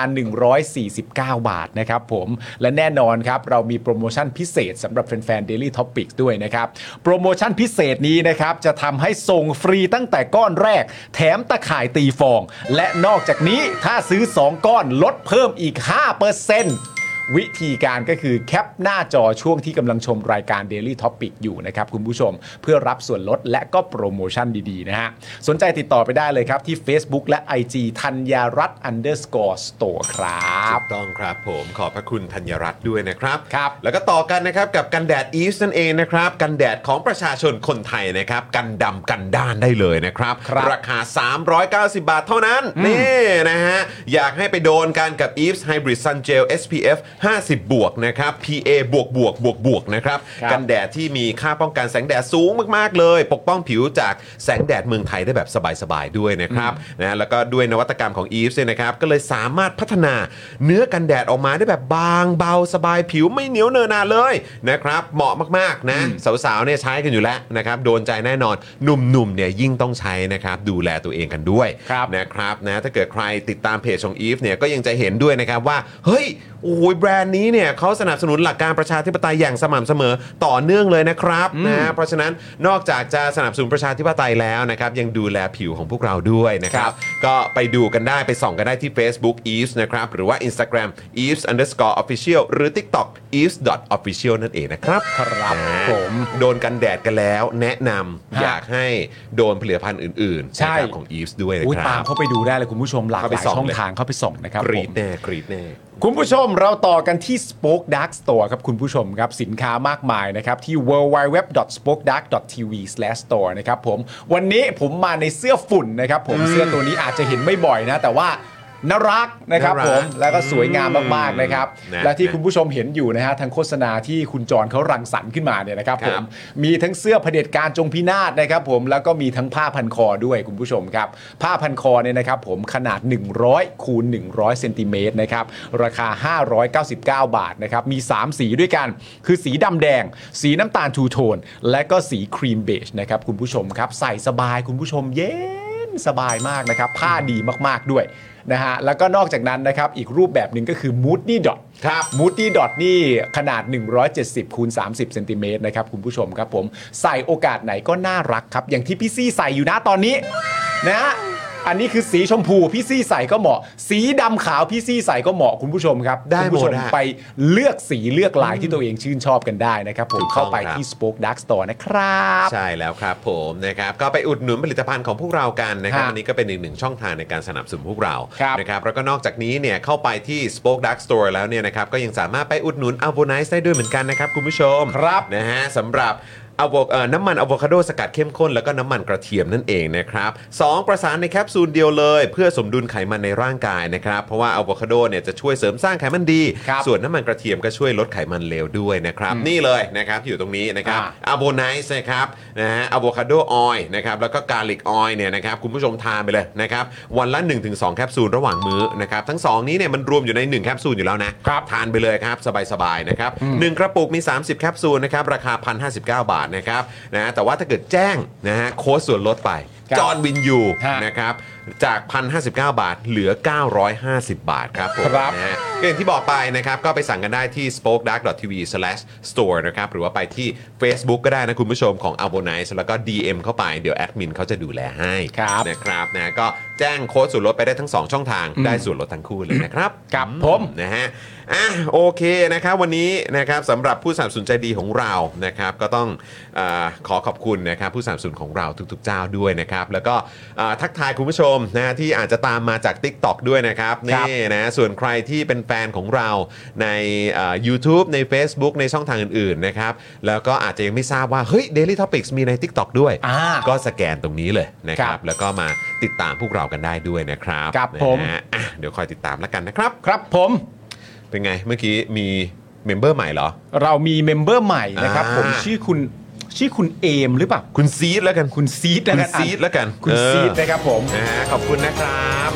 S2: 149 บาทนะครับผมและแน่นอนครับ เรามีโปรโมชั่นพิเศษสำหรับแฟนๆ Daily Topics ด้วยนะครับ โปรโมชั่นพิเศษนี้นะครับ จะทำให้ส่งฟรีตั้งแต่ก้อนแรก แถมตะข่ายตีฟอง และนอกจากนี้ถ้าซื้อ 2 ก้อนลดเพิ่มอีก 5%วิธีการก็คือแคปหน้าจอช่วงที่กำลังชมรายการ Daily Topic อยู่นะครับคุณผู้ชมเพื่อรับส่วนลดและก็โปรโมชั่นดีๆนะฮะสนใจติดต่อไปได้เลยครับที่ Facebook และ IG ธัญญารัตน์ underscore store ครั
S1: ถู
S2: บ
S1: กต้องครับผมขอบพระคุณธัญรัตน์ด้วยนะครับ
S2: ครับ
S1: แล้วก็ต่อกันนะครับกับกันแดดอีฟนั่นเองนะครับ กันแดดของประชาชนคนไทยนะครับ กันดำกันด้านได้เลยนะครับ
S2: ครับ
S1: คา 390 บาทเท่านั้น นี่นะฮะ อยากให้ไปโดนกันกับ e v e s Hybrid Sun Gel SPF 50 บวกนะครับ PA บวกบวกบวกบวกนะครับ
S2: ครับ
S1: กันแดดที่มีค่าป้องกันแสงแดดสูงมาก ๆ เลย ปกป้องผิวจากแสงแดดเมืองไทยได้แบบสบาย ๆ ด้วยนะครับนะแล้วก็ด้วยนวัตกรรมของ e v e s เนี่ยนะครับ ก็เลยสามารถพัฒนาเนื้อกันแดดออกมาได้แบบบางเบาสบายผิวไม่เหนียวเนอะหนาเลยนะครับ เหมาะมาก ๆ นะ สาว ๆ เนี่ยใช้กันอยู่แล้วนะครับ โดนใจแน่นอนหนุ่ม ๆ เนี่ยยิ่งต้องใช้นะครับ ดูแลตัวเองกันด้วย
S2: ครับ
S1: นะครับนะถ้าเกิดใครติดตามเพจของ Eve เนี่ยก็ยังจะเห็นด้วยนะครับว่า เฮ้ยโอ้ยแบรนด์นี้เนี่ยเขาสนับสนุนหลักการประชาธิปไตยอย่างสม่ำเสมอต่อเนื่องเลยนะครับนะเพราะฉะนั้นนอกจากจะสนับสนุนประชาธิปไตยแล้วนะครับยังดูแลผิวของพวกเราด้วยนะครับ ก็ไปดูกันได้ไปส่องกันได้ที่ Facebook Eves นะครับ หรือว่า Instagram Eves underscore official หรือ TikTok Eves dot official นั่นเองนะครับ
S2: ครับ
S1: นะ
S2: ผม
S1: โดนกันแดดกันแล้วแนะนำ
S2: ฮะ
S1: อยากให้โดนผลิตภัณฑ์อื่นๆ
S2: ใช่
S1: นะครับของ Eves ด้วยนะ
S2: อุ๊ย
S1: ค
S2: ตา
S1: รั
S2: ม
S1: บ
S2: เข้าไปดูได้เลยคุณผู้ชมหลากห
S1: เข้าไป
S2: ลาย
S1: ส่อง
S2: ช่อง
S1: เลย
S2: ทางเข้าไปส่องนะครับ
S1: กรี
S2: ผ
S1: ด
S2: ม
S1: แน่กรีดแน่
S2: คุณผู้ชมเราต่อกันที่ Spoke Dark Store ครับคุณผู้ชมครับ สินค้ามากมายนะครับ ที่ www.spokedark.tv/store นะครับผมวันนี้ผมมาในเสื้อฝุ่นนะครับผมเสื้อตัวนี้อาจจะเห็นไม่บ่อยนะ แต่ว่าน่ารักนะครับ
S1: น่ารัก
S2: ผมแล้วก็สวยงามมากๆนะครับ
S1: นะ
S2: และที่คุณผู้ชมเห็นอยู่นะฮะทางโฆษณาที่คุณจรเขารังสรรค์ขึ้นมาเนี่ยนะครับ
S1: ค
S2: ผ
S1: รับ
S2: ม มีทั้งเสื้อเผด็จการจงพินาศนะครับผมแล้วก็มีทั้งผ้าพันคอด้วยคุณผู้ชมครับ ผ้าพันคอเนี่ยนะครับผมขนาด 100คูณ100เซนติเมตรนะครับราคา 599 บาทนะครับมี 3 สีด้วยกัน คือสีดำแดง สีน้ำตาลทูโทน และก็สีครีมเบจนะครับคุณผู้ชมครับ ใส่สบายคุณผู้ชมเย็นสบายมากนะครับ ผ้าดีมากๆด้วยนะฮะแล้วก็นอกจากนั้นนะครับอีกรูปแบบหนึ่งก็คือ Moody Dot
S1: ครับ
S2: มูตี้ดอทนี่ขนาด 170คูณ30เซนติเมตรนะครับคุณผู้ชมครับผมใส่โอกาสไหนก็น่ารักครับ อย่างที่พี่ซี่ใส่อยู่นะตอนนี้นะฮะอันนี้คือสีชมพูพี่ซี่ใส่ก็เหมาะ สีดำขาวพี่ซี่ใส่ก็เหมาะคุณผู้ชมครับ
S1: ได้
S2: คุณผู้ชม
S1: หมดฮะ
S2: ไปเลือกสีเลือกลายที่ตัวเองชื่นชอบกันได้นะครับผ
S1: ถูก
S2: ม
S1: ต้อง
S2: เข้าไป
S1: ครับ
S2: ที่ Spoke Dark Store นะครับ
S1: ใช่แล้วครับผมนะครับก็ไปอุดหนุนผลิตภัณฑ์ของพวกเรากันนะครับ
S2: ฮะ
S1: อันนี้ก็เป็นอีกหนึ่งช่องทางในการสนับสนุนพวกเรา
S2: ครับ
S1: นะครับแล้วก็นอกจากนี้เนี่ยเข้าไปที่ Spoke Dark Store แล้วเนี่ยนะครับก็ยังสามารถไปอุดหนุน a v o n i c e ได้ด้วยเหมือนกันนะครับคุณผู้ชม
S2: ครับ
S1: นะฮะสำหรับอะโวเอ่อน้ำมันอะโวคาโดสกัดเข้มข้นแล้วก็น้ำมันกระเทียมนั่นเองนะครับสองประสานในแคปซูลเดียวเลย เพื่อสมดุลไขมันในร่างกายนะครับเพราะว่าอะโวคาโดเนี่ยจะช่วยเสริมสร้างไขมันดี
S2: ครับ
S1: ส่วนน้ำมันกระเทียมก็ช่วยลดไขมันเลวด้วยนะครับนี่เลยนะครับที่อยู่ตรงนี้นะครับ
S2: อ่า
S1: อะโวไนซ์นะครับนะฮะอะโวคาโดออยนะครับแล้วก็กาลิกออยเนี่ยนะครับคุณผู้ชมทานไปเลยนะครับวันละ 1-2 แคปซูลระหว่างมื้อนะครับทั้ง 2 นี้เนี่ยมันรวมอยู่ใน 1 แคปซูลอยู่แล้วนะครับทานไปเลยครับ สบาย ๆ นะครับ 1 กระปุกมี 30 แคปซูลนะครับราคา 1,059 บาทนะครับนะแต่ว่าถ้าเกิดแจ้งนะฮะโค้ดส่วนลดไป
S2: ครับ
S1: จอห์นวินยู
S2: ฮะ
S1: นะครับจาก 1,059 บาทเหลือ 950 บาทครับผม
S2: ครับ
S1: นะฮะ ก็อย่างที่บอกไปนะครับ ก็ไปสั่งกันได้ที่ spokedark.tv/store นะครับ หรือว่าไปที่ Facebook ก็ได้นะคุณผู้ชมของ a b o n i c e แล้วก็ DM เข้าไปเดี๋ยวแอดมินเขาจะดูแลให้
S2: ครับ
S1: นะครับนะก็แจ้งโค้ดส่วนลดไปได้ทั้ง 2 ช่องทางได้ส่วนลดทั้งคู่เลยนะครับ
S2: ครับผม
S1: นะฮะ อ่ะโอเคนะครับวันนี้นะครับสำหรับผู้สนับสนุนใจดีของเรานะครับก็ต้องเออขอขอบคุณนะครับผู้สนับสนุนของเราทุกๆเจ้าด้วยนะครับแล้วก็เอ่อทักทายคุณผู้ชมนะฮะที่อาจจะตามมาจาก Tik t o อกด้วยนะครับนี่นะส่วนใครที่เป็นแฟนของเราในเอ่อ YouTube ใน Facebook ในช่องทางอื่นๆนะครับแล้วก็อาจจะยังไม่ทราบว่าเฮ้ย Daily Topics มีใน Tik t o อกด้วย
S2: อ่า
S1: ก็สแกนตรงนี้เลยนะค
S2: ค
S1: รั
S2: รั
S1: บบ แล้วก็มาติดตามพวกเรากันได้ด้วยนะครับ
S2: ครับ
S1: นะฮะ
S2: ผม
S1: อ่ะเดี๋ยวคอยติดตามแล้วกันนะครับ
S2: ครับผม
S1: เป็นไงเมื่อกี้มีเมมเบอร์ใหม่เหรอ
S2: เรามีเมมเบอร์ใหม่นะครับ
S1: อ่า
S2: ผมชื่อคุณชื่อคุณเอมหรือเปล่า
S1: คุณซีดแล้วกัน
S2: คุณซีด
S1: คุ
S2: นะ
S1: ณ
S2: ครับ
S1: ซีดแล้วกัน
S2: คุณ
S1: เออ
S2: ซีดนะครับผม
S1: นะฮะขอบคุณนะครับ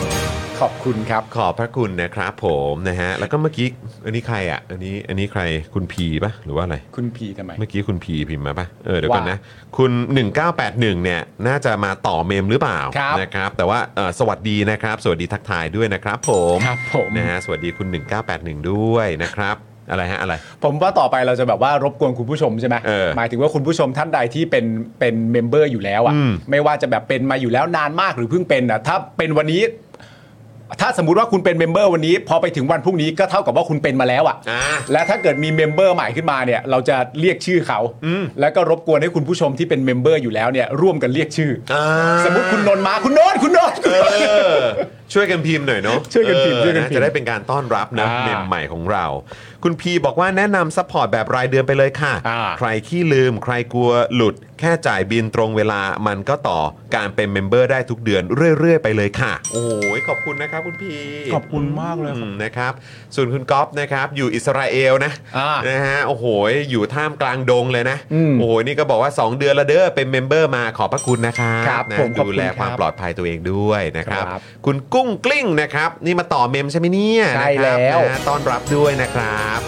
S2: ขอบคุณครับ
S1: ขอบพระคุณนะครับผมนะฮะแล้วก็เมื่อกี้อันนี้ใครอ่ะอันนี้อันนี้ใครคุณพีปะหรือว่าอะไร
S2: คุณพีทำไม
S1: เมื่อกี้คุณพีพิมพ์มาปะเออเดี๋ยวก่อน
S2: ว่า
S1: นะ คุณ 1981 เนี่ย น่าจะมาต่อเมมหรือเปล่า
S2: ครับ
S1: นะครับ แต่ว่าเอ่อสวัสดีนะครับ สวัสดีทักทายด้วยนะครับผม
S2: ครับผม
S1: นะฮะสวัสดีคุณ 1981 ด้วยนะครับ อะไรฮะอะไร
S2: ผมว่าต่อไปเราจะแบบว่ารบกวนคุณผู้ชมใช่ไหม
S1: เออ
S2: หมายถึงว่าคุณผู้ชมท่านใดที่เป็นเป็นเมมเบอร์อยู่แล้ว
S1: อืม
S2: อะ่ะไม่ว่าจะแบบเป็นมาอยู่แล้วนานมากหรือเพิ่งเป็นอ่ะถ้าเป็นวันนี้ ถ้าสมมติว่าคุณเป็นเมมเบอร์วันนี้ พอไปถึงวันพรุ่งนี้ก็เท่ากับว่าคุณเป็นมาแล้วอะ
S1: อ่า
S2: ่ะและถ้าเกิดมีเมมเบอร์ใหม่ขึ้นมาเนี่ย เราจะเรียกชื่อเขา
S1: อืม
S2: แล้วก็รบกวนให้คุณผู้ชมที่เป็นเมมเบอร์อยู่แล้วเนี่ยร่วมกันเรียกชื่อ
S1: อ่า
S2: สมมติคุณนนท์มาคุณนนท์คุณนนท์คุณ
S1: เอน
S2: นท์
S1: อ ช่วยกันพิมพ์หน่อยเนาะ
S2: ช่วยกันพิมพ์
S1: เออ
S2: ช่วยกันพิมพ์
S1: จะได้เป็นการต้อนรับนะ
S2: อ่า
S1: เมมใหม่ของเรา คุณพีบอกว่าแนะนำซัพพอร์ตแบบรายเดือนไปเลยค่ะ
S2: อ่า
S1: ใครขี้ลืม ใครกลัวหลุด แค่จ่ายบินตรงเวลามันก็ต่อการเป็นเมมเบอร์ได้ทุกเดือนเรื่อย ๆ ไปเลยค่ะ โอ้ยขอบคุณนะครับคุณพี
S2: ขอบคุณมากเลย
S1: อืมนะครับส่วนคุณก๊อฟนะครับอยู่อิสราเอลนะ
S2: อ่า
S1: นะฮะโอ้โหอยู่ท่ามกลางดงเลยนะ
S2: อืม
S1: โอ้โหนี่ก็บอกว่า 2 เดือนละเด้อเป็นเมมเบอร์มาขอบพระคุณนะครับ
S2: ครับ
S1: นะ
S2: ผมขอบ
S1: ดู
S2: คุณ
S1: แล
S2: ครับ
S1: ความปลอดภัยตัวเองด้วยนะครับ
S2: ครับ
S1: คุณกุ้งกลิ้งนะครับ นี่มาต่อเมมใช่ไหมเนี่ย
S2: ใช่
S1: นะครับ
S2: แล้ว
S1: นะต้อนรับด้วยนะครับ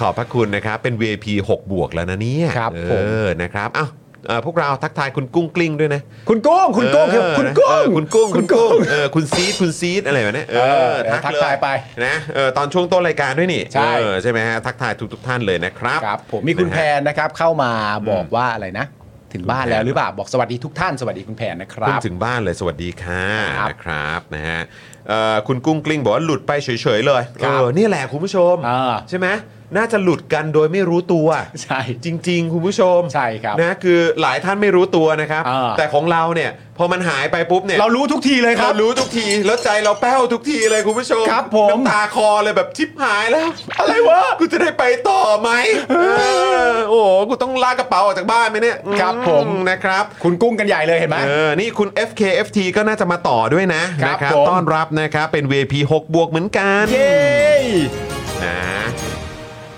S1: ขอบพระคุณนะครับ เป็น VIP 6 บวกแล้วนะเนี่ย
S2: ครับ
S1: เอ
S2: ผม
S1: อนะครับอ้าวเอ่อพวกเราทักทายคุณกุ้งกลิ้งด้วยนะ
S2: คุณกุ้งคุณกุ้งครับ
S1: เออ
S2: คุณกุ้
S1: เอง อคุณกุ้งคุณกุ้งเออคุณซีดคุณซีดอะไรแบบเนี้ยเอ
S2: เอ
S1: อ
S2: อทักทายไป
S1: นะเออตอนช่วงต้นรายการด้วยนี่
S2: ใช่
S1: เออใช่ไหมฮะทักทายทุกทุกๆท่านเลยนะครับ
S2: ครับผมมีคุณ
S1: นะ
S2: แพ
S1: ฮะ
S2: นนะครับเข้ามาบอกว่าอะไรนะ ถึงบ้าน
S1: คุณแพน
S2: แล้วหรือเปล่าบอกสวัสดีทุกท่านสวัสดีคุณแพนนะครั
S1: เพิ่ง
S2: บ
S1: ถึงบ้านเลยสวัสดีค่ะ
S2: ครับ
S1: นะครับนะฮะเอ่อคุณกุ้งกลิ้งบอกว่าหลุดไปเฉยๆเลย
S2: ค
S1: เอ
S2: รับ
S1: อนี่แหละคุณผู้ชม
S2: เออ
S1: ใช่ไหมน่าจะหลุดกันโดยไม่รู้ตัว
S2: ใช่
S1: จริง ๆ คุณผู้ชม
S2: ใช่ครับ
S1: นะคือหลายท่านไม่รู้ตัวนะครับ
S2: เออ
S1: แต่ของเราเนี่ยพอมันหายไปปุ๊บเนี่ย
S2: เรารู้ทุกทีเลยค
S1: เรา
S2: รับ
S1: รู้ทุกทีแล้วใจเราแป้วทุกทีเลยคุณผู้ชม
S2: ครับผม
S1: น้ำตาคอเลยแบบชิบหายแล้ว อะไรวะกูจะได้ไปต่อไหมเออโอ้โหกูต้องลากกระเป๋าออกจากบ้านไหมเนี่ย
S2: ครับผม
S1: อืนะครับ
S2: คุณกุ้งกันใหญ่เลยเห็นไหม
S1: เออ นี่คุณ FKFT ก็น่าจะมาต่อด้วยนะครับ นะ
S2: ผม
S1: ต้อนรับนะครับ เป็น VP 6 บวกเหมือนกัน
S2: เย้
S1: นะ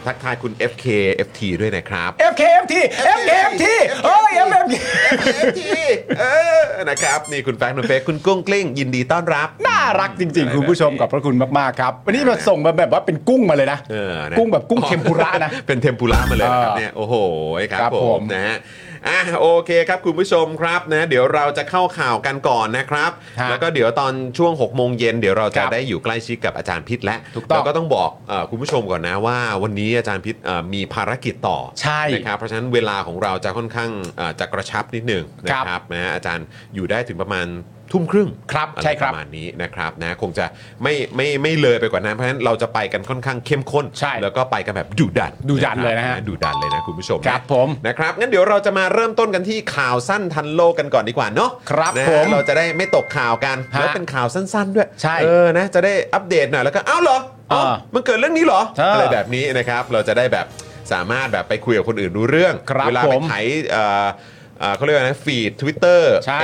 S1: ทักทายคุณ FKFT ด้วยนะครับ
S2: FKMT FKMT เอ้ย FKMT
S1: FKFT เออนะครับ นี่คุณแฟงคุณเฟกคุณกุ้งกลิ้ง ยินดีต้อนรับ
S2: น่ารักจริง ๆ คุณผู้ชมขอบพระคุณมากๆครับวันนี้มาส่งมาแบบว่าเป็นกุ้งมาเลยนะ
S1: เออนะ
S2: กุ้งแบบกุ้งเทมปุระนะ
S1: <laughs> เป็นเทมปุระมาเลยนะครับ
S2: เออ
S1: เนี่ยโอ้โหครับ
S2: ครับ
S1: ผ
S2: ผม ม
S1: นะฮะอ่ะโอเคครับคุณผู้ชมครับนะเดี๋ยวเราจะเข้าข่าวกันก่อนนะครับ
S2: ฮะ
S1: แล้วก็เดี๋ยวตอนช่วง6โมงเย็นเดี๋ยวเราจะ
S2: ครับ
S1: ได้อยู่ใกล้ชิดกับอาจารย์พิษและ
S2: ถูกต้อง
S1: แล้วก็ต้องบอกเอ่อคุณผู้ชมก่อนนะว่า วันนี้อาจารย์พิษเอ่อมีภารกิจต่อ
S2: ใช่
S1: นะครับเพราะฉะนั้นเวลาของเราจะค่อนข้างเอ่อจะกระชับนิดหนึงนะค
S2: ครั
S1: รับบ นะฮะอาจารย์อยู่ได้ถึงประมาณทุ่มครึ่ง
S2: ครับ
S1: อะไ
S2: ใช่ครับ
S1: ประมาณนี้นะครับนะคงจะไม่ไม่ไม่เลยไปกว่านั้นเพราะฉะนั้นเราจะไปกันค่อนข้างเข้มข้น
S2: ใช่
S1: แล้วก็ไปกันแบบดุดัน
S2: ดุดันเลยนะฮะ
S1: ดุดันเลยนะคุณผู้ชมนะครับ
S2: ผม
S1: นะครับ งั้นเดี๋ยวเราจะมาเริ่มต้นกันที่ข่าวสั้นทันโลกกันก่อนดีกว่าเนาะ
S2: ครับ
S1: นะฮะ
S2: ผม
S1: เราจะได้ไม่ตกข่าวกัน
S2: ฮะ
S1: แล้วเป็นข่าวสั้น ๆ ด้วย
S2: ใช่
S1: เออนะจะได้อัปเดตหน่อยแล้วก็อ้าวเหรออ๋อ
S2: เออ
S1: มันเกิดเรื่องนี้เหรอ
S2: เอออ
S1: อะไรแบบนี้นะครับเราจะได้แบบสามารถแบบไปคุยกับคนอื่นรู้เรื่อง
S2: ครับ
S1: เวลาไป
S2: ผม
S1: ไถเอ่อเอ่อเขาเรียกว่านะฟีดทวิตเตอร์
S2: ใช่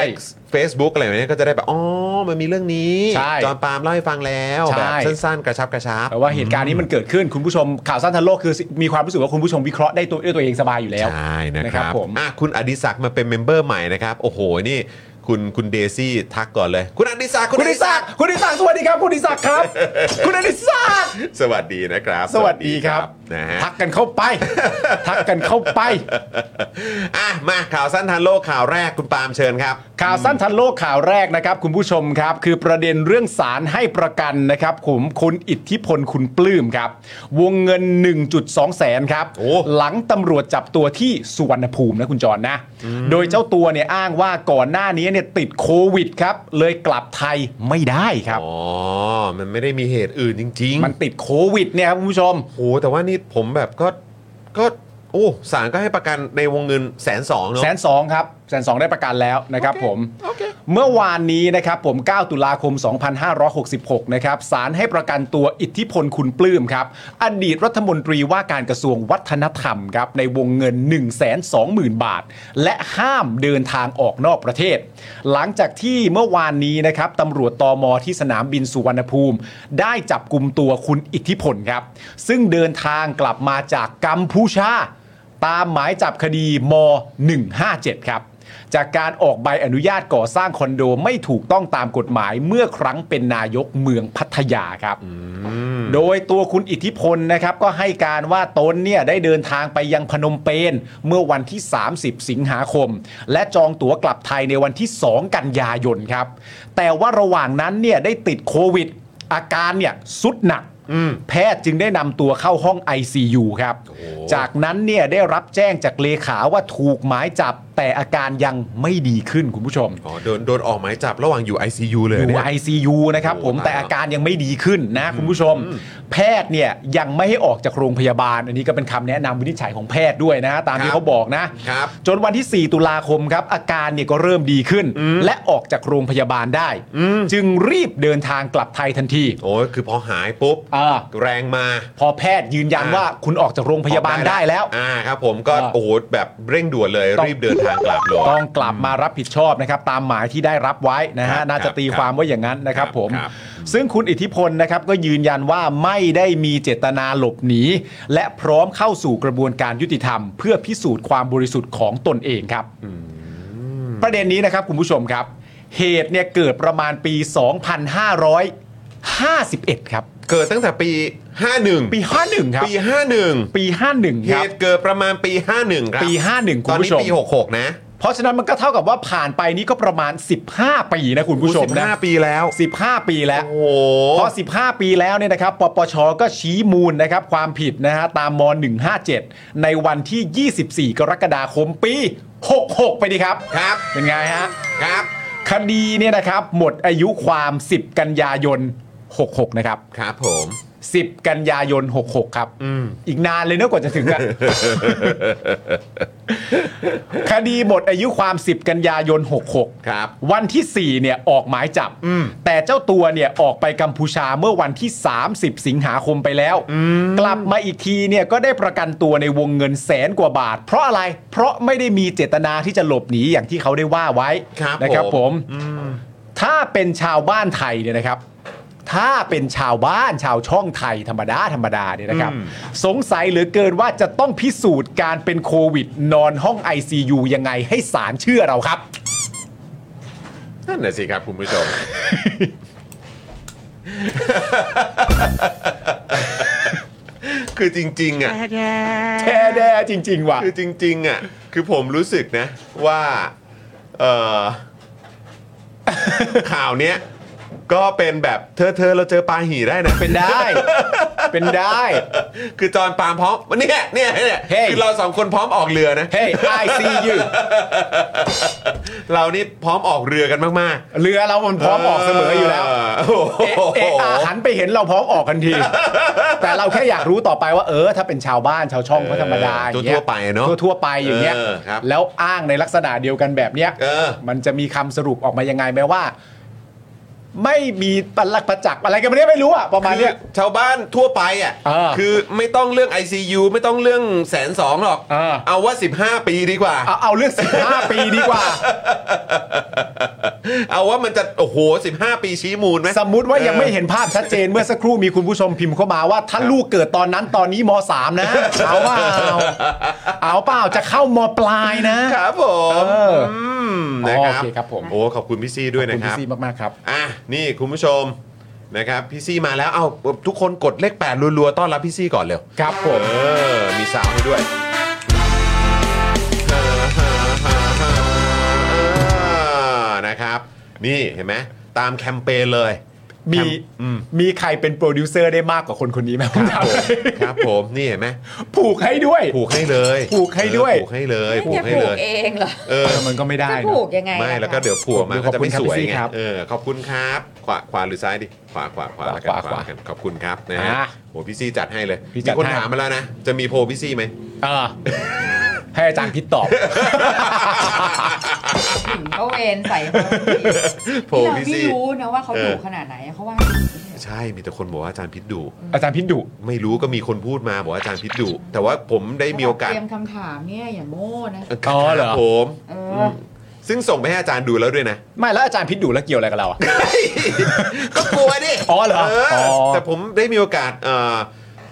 S1: เฟซบุ๊กอะไรแบบนี้ก็จะได้แบบอ๋อมันมีเรื่องนี้
S2: ใช่
S1: จอห์นปาล์มเล่าให้ฟังแล้ว
S2: ใช่
S1: แบบสั้นๆ กระชับกระชับ
S2: แต่ว่าเหตุการณ์นี้มันเกิดขึ้นคุณผู้ชมข่าวสั้นทันโลกคือมีความรู้สึกว่าคุณผู้ชมวิเคราะห์ได้ตัวด้วยตัวเองสบายอยู่แล้ว
S1: ใช่นะค
S2: นะครั
S1: รับบ
S2: ผม
S1: อ่ะคุณอดิศักดิ์มาเป็นเมมเบอร์ใหม่นะครับ โอ้โห นี่คุณคุณเดซี่ทักก่อนเลย คุณอดิศักดิ์
S2: คุณอดิศักดิ์คุณอดิศักดิ์สวัสดีครับ คุณอดิศักดิ์
S1: <laughs>
S2: ครับ คุณอดิศักดิ์
S1: สวัสดีนะครับ
S2: สวัสดีครับ
S1: นะฮะ
S2: ทักกันเข้า <laughs> ไป ทักกันเข้าไป
S1: อ่ะ มาข่าวสั้นทันโลกข่าวแรกคุณปาล์มเชิญครับ
S2: ข่าวสั้นทันโลกข่าวแรกนะครับ คุณผู้ชมครับ คือประเด็นเรื่องสารให้ประกันนะครับผมคุณอิทธิพลคุณปลื้มครับ วงเงิน 1.2 แสนครับ
S1: โอ้
S2: หลังตำรวจจับตัวที่สุวรรณภูมินะคุณจรนะ โดยเจ้าตัวเนี่ยอ้างว่าก่อนหน้านี้เนี่ยติดโควิดครับ เลยกลับไทยไม่ได้ครับ
S1: อ๋อ มันไม่ได้มีเหตุอื่นจริง
S2: มันติดโควิดเนี่ยครับคุณผู้ชม
S1: โอ้โหแต่ว่านี่ผมแบบก็ก็โอ้ศาลก็ให้ประกันในวงเงินแสนสองเนาะ
S2: แสนสองครับแสนสองได้ประกันแล้วนะครับผม เมื่อวานนี้นะครับผม 9 ตุลาคม 2566 นะครับศาลให้ประกันตัวอิทธิพลคุณปลื้มครับ อดีตรัฐมนตรีว่าการกระทรวงวัฒนธรรมครับ ในวงเงิน 120,000 บาท และห้ามเดินทางออกนอกประเทศ หลังจากที่เมื่อวานนี้นะครับตำรวจตมที่สนามบินสุวรรณภูมิ ได้จับกลุ่มตัวคุณอิทธิพลครับ ซึ่งเดินทางกลับมาจากกัมพูชา ตามหมายจับคดีม 157 ครับ จากการออกใบอนุญาตก่อสร้างคอนโดไม่ถูกต้องตามกฎหมายเมื่อครั้งเป็นนายกเมืองพัทยาครับ โดยตัวคุณอิทธิพลนะครับก็ให้การว่าตนเนี่ยได้เดินทางไปยังพนมเปญเมื่อวันที่ 30 สิงหาคม และจองตั๋วกลับไทยในวันที่ 2 กันยายนครับ แต่ว่าระหว่างนั้นเนี่ยได้ติดโควิด อาการเนี่ยสุดหนัก
S1: อืม
S2: แพทย์จึงได้นำตัวเข้าห้อง ICU ครับ จากนั้นเนี่ยได้รับแจ้งจากเลขาว่าถูกหมายจับแต่อาการยังไม่ดีขึ้นคุณผู้ชม
S1: อ๋อโดนโดนออกหมายจับระหว่างอยู่ ICU เลย
S2: อ
S1: เหรอยู่ เนี่ย
S2: ICU นะครับผม
S1: โอ้ตาย
S2: แต่อาการยังไม่ดีขึ้นนะคุณผู้ชม แพทย์เนี่ยยังไม่ให้ออกจากโรงพยาบาล อันนี้ก็เป็นคำแนะนำวินิจฉัยของแพทย์ด้วยนะฮะตามที่เขาบอกนะ
S1: ครับ
S2: จนวันที่ 4 ตุลาคมครับ อาการเนี่ยก็เริ่มดีขึ้น และออกจากโรงพยาบาลได้ จึงรีบเดินทางกลับไทยทันที
S1: โอ้ยคือพอหายปุ๊บ
S2: อ่า
S1: แรงมา
S2: พอแพทย์ยืนยันว่าคุณออกจากโรงพยาบาลได้แล้ว
S1: อ่าครับผมก็
S2: อ่า
S1: โอ้โหแบบเร่งด่วนเลย รีบเดินทางกลับเลย
S2: ต้องกลับมารับผิดชอบนะครับตามหมายที่ได้รับไว้นะ
S1: ครั
S2: ฮะ
S1: บ
S2: น่า
S1: ครั
S2: จะ
S1: บ
S2: ตี
S1: ครับ
S2: ความว่าอย่างนั้นนะครับ
S1: ครับ
S2: ผม
S1: ครับ
S2: ซึ่งคุณอิทธิพลนะครับก็ยืนยันว่าไม่ได้มีเจตนาหลบหนี และพร้อมเข้าสู่กระบวนการยุติธรรม เพื่อพิสูจน์ความบริสุทธิ์ของตนเองครับ ประเด็นนี้นะครับคุณผู้ชมครับ เหตุเนี่ยเกิดประมาณปี 2551 ครับ
S1: เกิดตั้งแต่ปี 51
S2: ปี 51 ครับ
S1: ปี 51
S2: ปี 51
S1: เห
S2: ครับ
S1: ตุเกิดประมาณปี 51 ครับ
S2: ปี 51 คุ
S1: ต
S2: ณ
S1: อนนี้
S2: ผู้ชม
S1: ปี 66 นะ
S2: เพราะฉะนั้นมันก็เท่ากับว่าผ่านไปนี่ก็ประมาณ 15 ปีนะคุณผู้ชมนะ
S1: 15 ปีแล้ว
S2: 15 ปีแล้ว
S1: โอ้โห
S2: พอ 15 ปีแล้วเนี่ยนะครับ ปปช ก็ชี้มูลนะครับความผิดนะฮะตามม 157 ในวันที่ 24 กรกฎาคมปี 66 ไปดีครับ
S1: ครับ
S2: เป็นไงฮะ
S1: ครับ
S2: คดีเนี่ยนะครับ หมดอายุความ 10 กันยายน 66 นะครับ
S1: ครับผม
S2: 10 กันยายน 66 ครับ อีกนานเลยเนอะกว่าจะถึงอะ คดีหมดอายุความ 10 กันยายน 66
S1: ครับ
S2: วันที่ 4 เนี่ยออกหมายจับ แต่เจ้าตัวเนี่ยออกไปกัมพูชาเมื่อวันที่ 30 สิงหาคมไปแล้ว กลับมาอีกทีเนี่ยก็ได้ประกันตัวในวงเงินแสนกว่าบาท เพราะอะไร เพราะไม่ได้มีเจตนาที่จะหลบหนีอย่างที่เขาได้ว่าไว้
S1: ครับ
S2: นะครับ
S1: ผ
S2: ผม ม ถ้าเป็นชาวบ้านไทยเนี่ยนะครับ ถ้าเป็นชาวบ้านชาวช่องไทยธรรมดาธรรมดาเนี่ยนะครับ สงสัยเหลือเกินว่าจะต้องพิสูจน์การเป็นโควิดนอนห้อง ICU ยังไงให้ศาลเชื่อเราครับ
S1: นั่นน่ะสิครับคุณผู้ชม คือจริงๆอ่ะ
S2: แช่แด่จริง ๆ ว่ะ
S1: คือจริงๆอ่ะคือผมรู้สึกนะว่าเออข่าวเนี้ยก็เป็นแบบเธอเธอเราเจอปาหีได้นะ
S2: เป็นได้ เป็นได้ <laughs>
S1: คือจอห์นปาล์มพร้อมเนี่ยเนี่ยเนี่ย
S2: เฮ้ย
S1: คือเราสองคนพร้อมออกเรือนะ
S2: เฮ้ย I see you
S1: เรานี่พร้อมออกเรือกันมาก
S2: เรือเรามัน
S1: ๆ
S2: พร้อมออกเสมออยู่แล้ว
S1: โโห
S2: เอเอะอาหันไปเห็นเราพร้อมออกกัน
S1: <laughs>
S2: ที แต่เราแค่อยากรู้ต่อไปว่าเออ ถ้าเป็นชาวบ้านชาวช่องเขาธรรมดา
S1: เออ
S2: อย่างงี้ย
S1: ทั่วๆไปเนอะ
S2: ทั่วๆไปอย่างเงี้ย
S1: เออครับ
S2: แล้วอ้างในลักษณะเดียวกันแบบเนี้ย
S1: เออ
S2: มันจะมีคำสรุปออกมายังไงไหมว่า ไม่มีปลักประจักษ์อะไรกันไม่ได้ไม่รู้อะประมาณ
S1: คือ
S2: เนี้ย
S1: ชาวบ้านทั่วไปอ่ะ
S2: เออ
S1: คือไม่ต้องเรื่อง ICU ไม่ต้องเรื่องแสนสองหรอก
S2: เออ
S1: เอาว่า 15 ปีดีกว่า
S2: เอาเอาเรื่องสิบห้าปีดีกว่า
S1: เอาว่ามันจะ โอ้โห 15 ปีชี้มูลไหม
S2: สมมุติว่ายังไม่เห็นภาพชัดเจนเมื่อสักครู่มีคุณผู้ชมพิมพ์เข้ามาว่า ถ้าลูกเกิดตอนนั้นตอนนี้มสามนะ เอาเปล่าเอาเปล่าจะเข้ามปลายนะ
S1: ครับผม
S2: เอออื
S1: มนะครับ
S2: โอเคครับผม
S1: โอ้ขอบคุณพี่ซี่ด้วย
S2: ขอบ
S1: นะ
S2: คุณ
S1: ค
S2: พี่
S1: รับ
S2: ซีมากๆครับ
S1: อ่ะ นี่คุณผู้ชมนะครับพี่ซี่มาแล้วเอาทุกคนกดเลขแปดรัวๆ ต้อนรับพี่ซี่ก่อนเร็ว
S2: ครับผม
S1: เออ มีสาวให้ด้วย นะครับ นี่เห็นไหมตามแคมเปญเลย
S2: มี
S1: อืม
S2: มีใครเป็นโปรดิวเซอร์ได้มากกว่าคนคนนี้ไหมผม
S1: ค
S2: ถา
S1: รับ
S2: ม
S1: ผม
S2: เลย
S1: ครับผม นี่เห็นไหม
S2: <laughs> ผูกให้ด้วย
S1: ผูกให้เลย
S2: ผูกให้ด้วย
S1: เออผูกให้เลย
S4: ไม่
S1: ผูก
S4: จะ
S1: ให้
S4: ผู
S1: เล
S4: ก
S1: ย
S4: เองเหรอ
S1: เออ
S2: มันก็ไม่ได้
S4: จะ
S2: เน
S4: ผู
S2: อะ
S4: กยังไง
S1: ไม่แล้วก็เดี๋ยวผัวมา
S2: ขอบ
S1: ก็
S2: คุณ
S1: จะไม่สวยไง
S2: ครับ
S1: เออขอบคุณครับขวาขวาหรือซ้ายดิขวาขวาขวาแล้วกัน
S2: ขวาขวา
S1: ขวาแล้วกันขอบคุณครับนะฮะ
S2: อ่ะ
S1: โหพี่ซี่จัดให้เลย
S2: พี่จั
S1: มี
S2: ด
S1: คน
S2: ให้
S1: ถามมาแล้วนะ จะมีโพลพี่ซี่
S2: <laughs>
S1: ไหม
S2: เออให้อาจารย์พิษตอบ
S1: <laughs>
S4: หญิงก็เวนใส่เขา
S1: โผล่
S4: เรา
S1: พี่ซี่
S4: ไม่รู้นะว่าเขาดุขนาดไหนเขาว่า
S1: ใช่มีแต่คนบอกว่าอาจารย์พิษดุ
S2: อาจารย์พิษดุ
S1: ไม่รู้ก็มีคนพูดมาบอกว่าอาจารย์พิษดุแต่ว่าผมได้มีโอกาส
S4: เตรียมคำถามเนี่ยอย่าโง่นะ
S2: อ๋อเหรอ
S1: ผม
S4: เอ
S1: อื
S4: อ
S1: มซึ่งส่งไปให้อาจารย์ดูแล้วด้วยนะ
S2: ไม่แล้วอาจารย์พิษดุแล้วเกี่ยวอะไรกับเราอะ
S1: ก็กลัวดิ
S2: อ๋อเหรออ๋อ
S1: แต่ผมได้มีโอกาสเอ่อ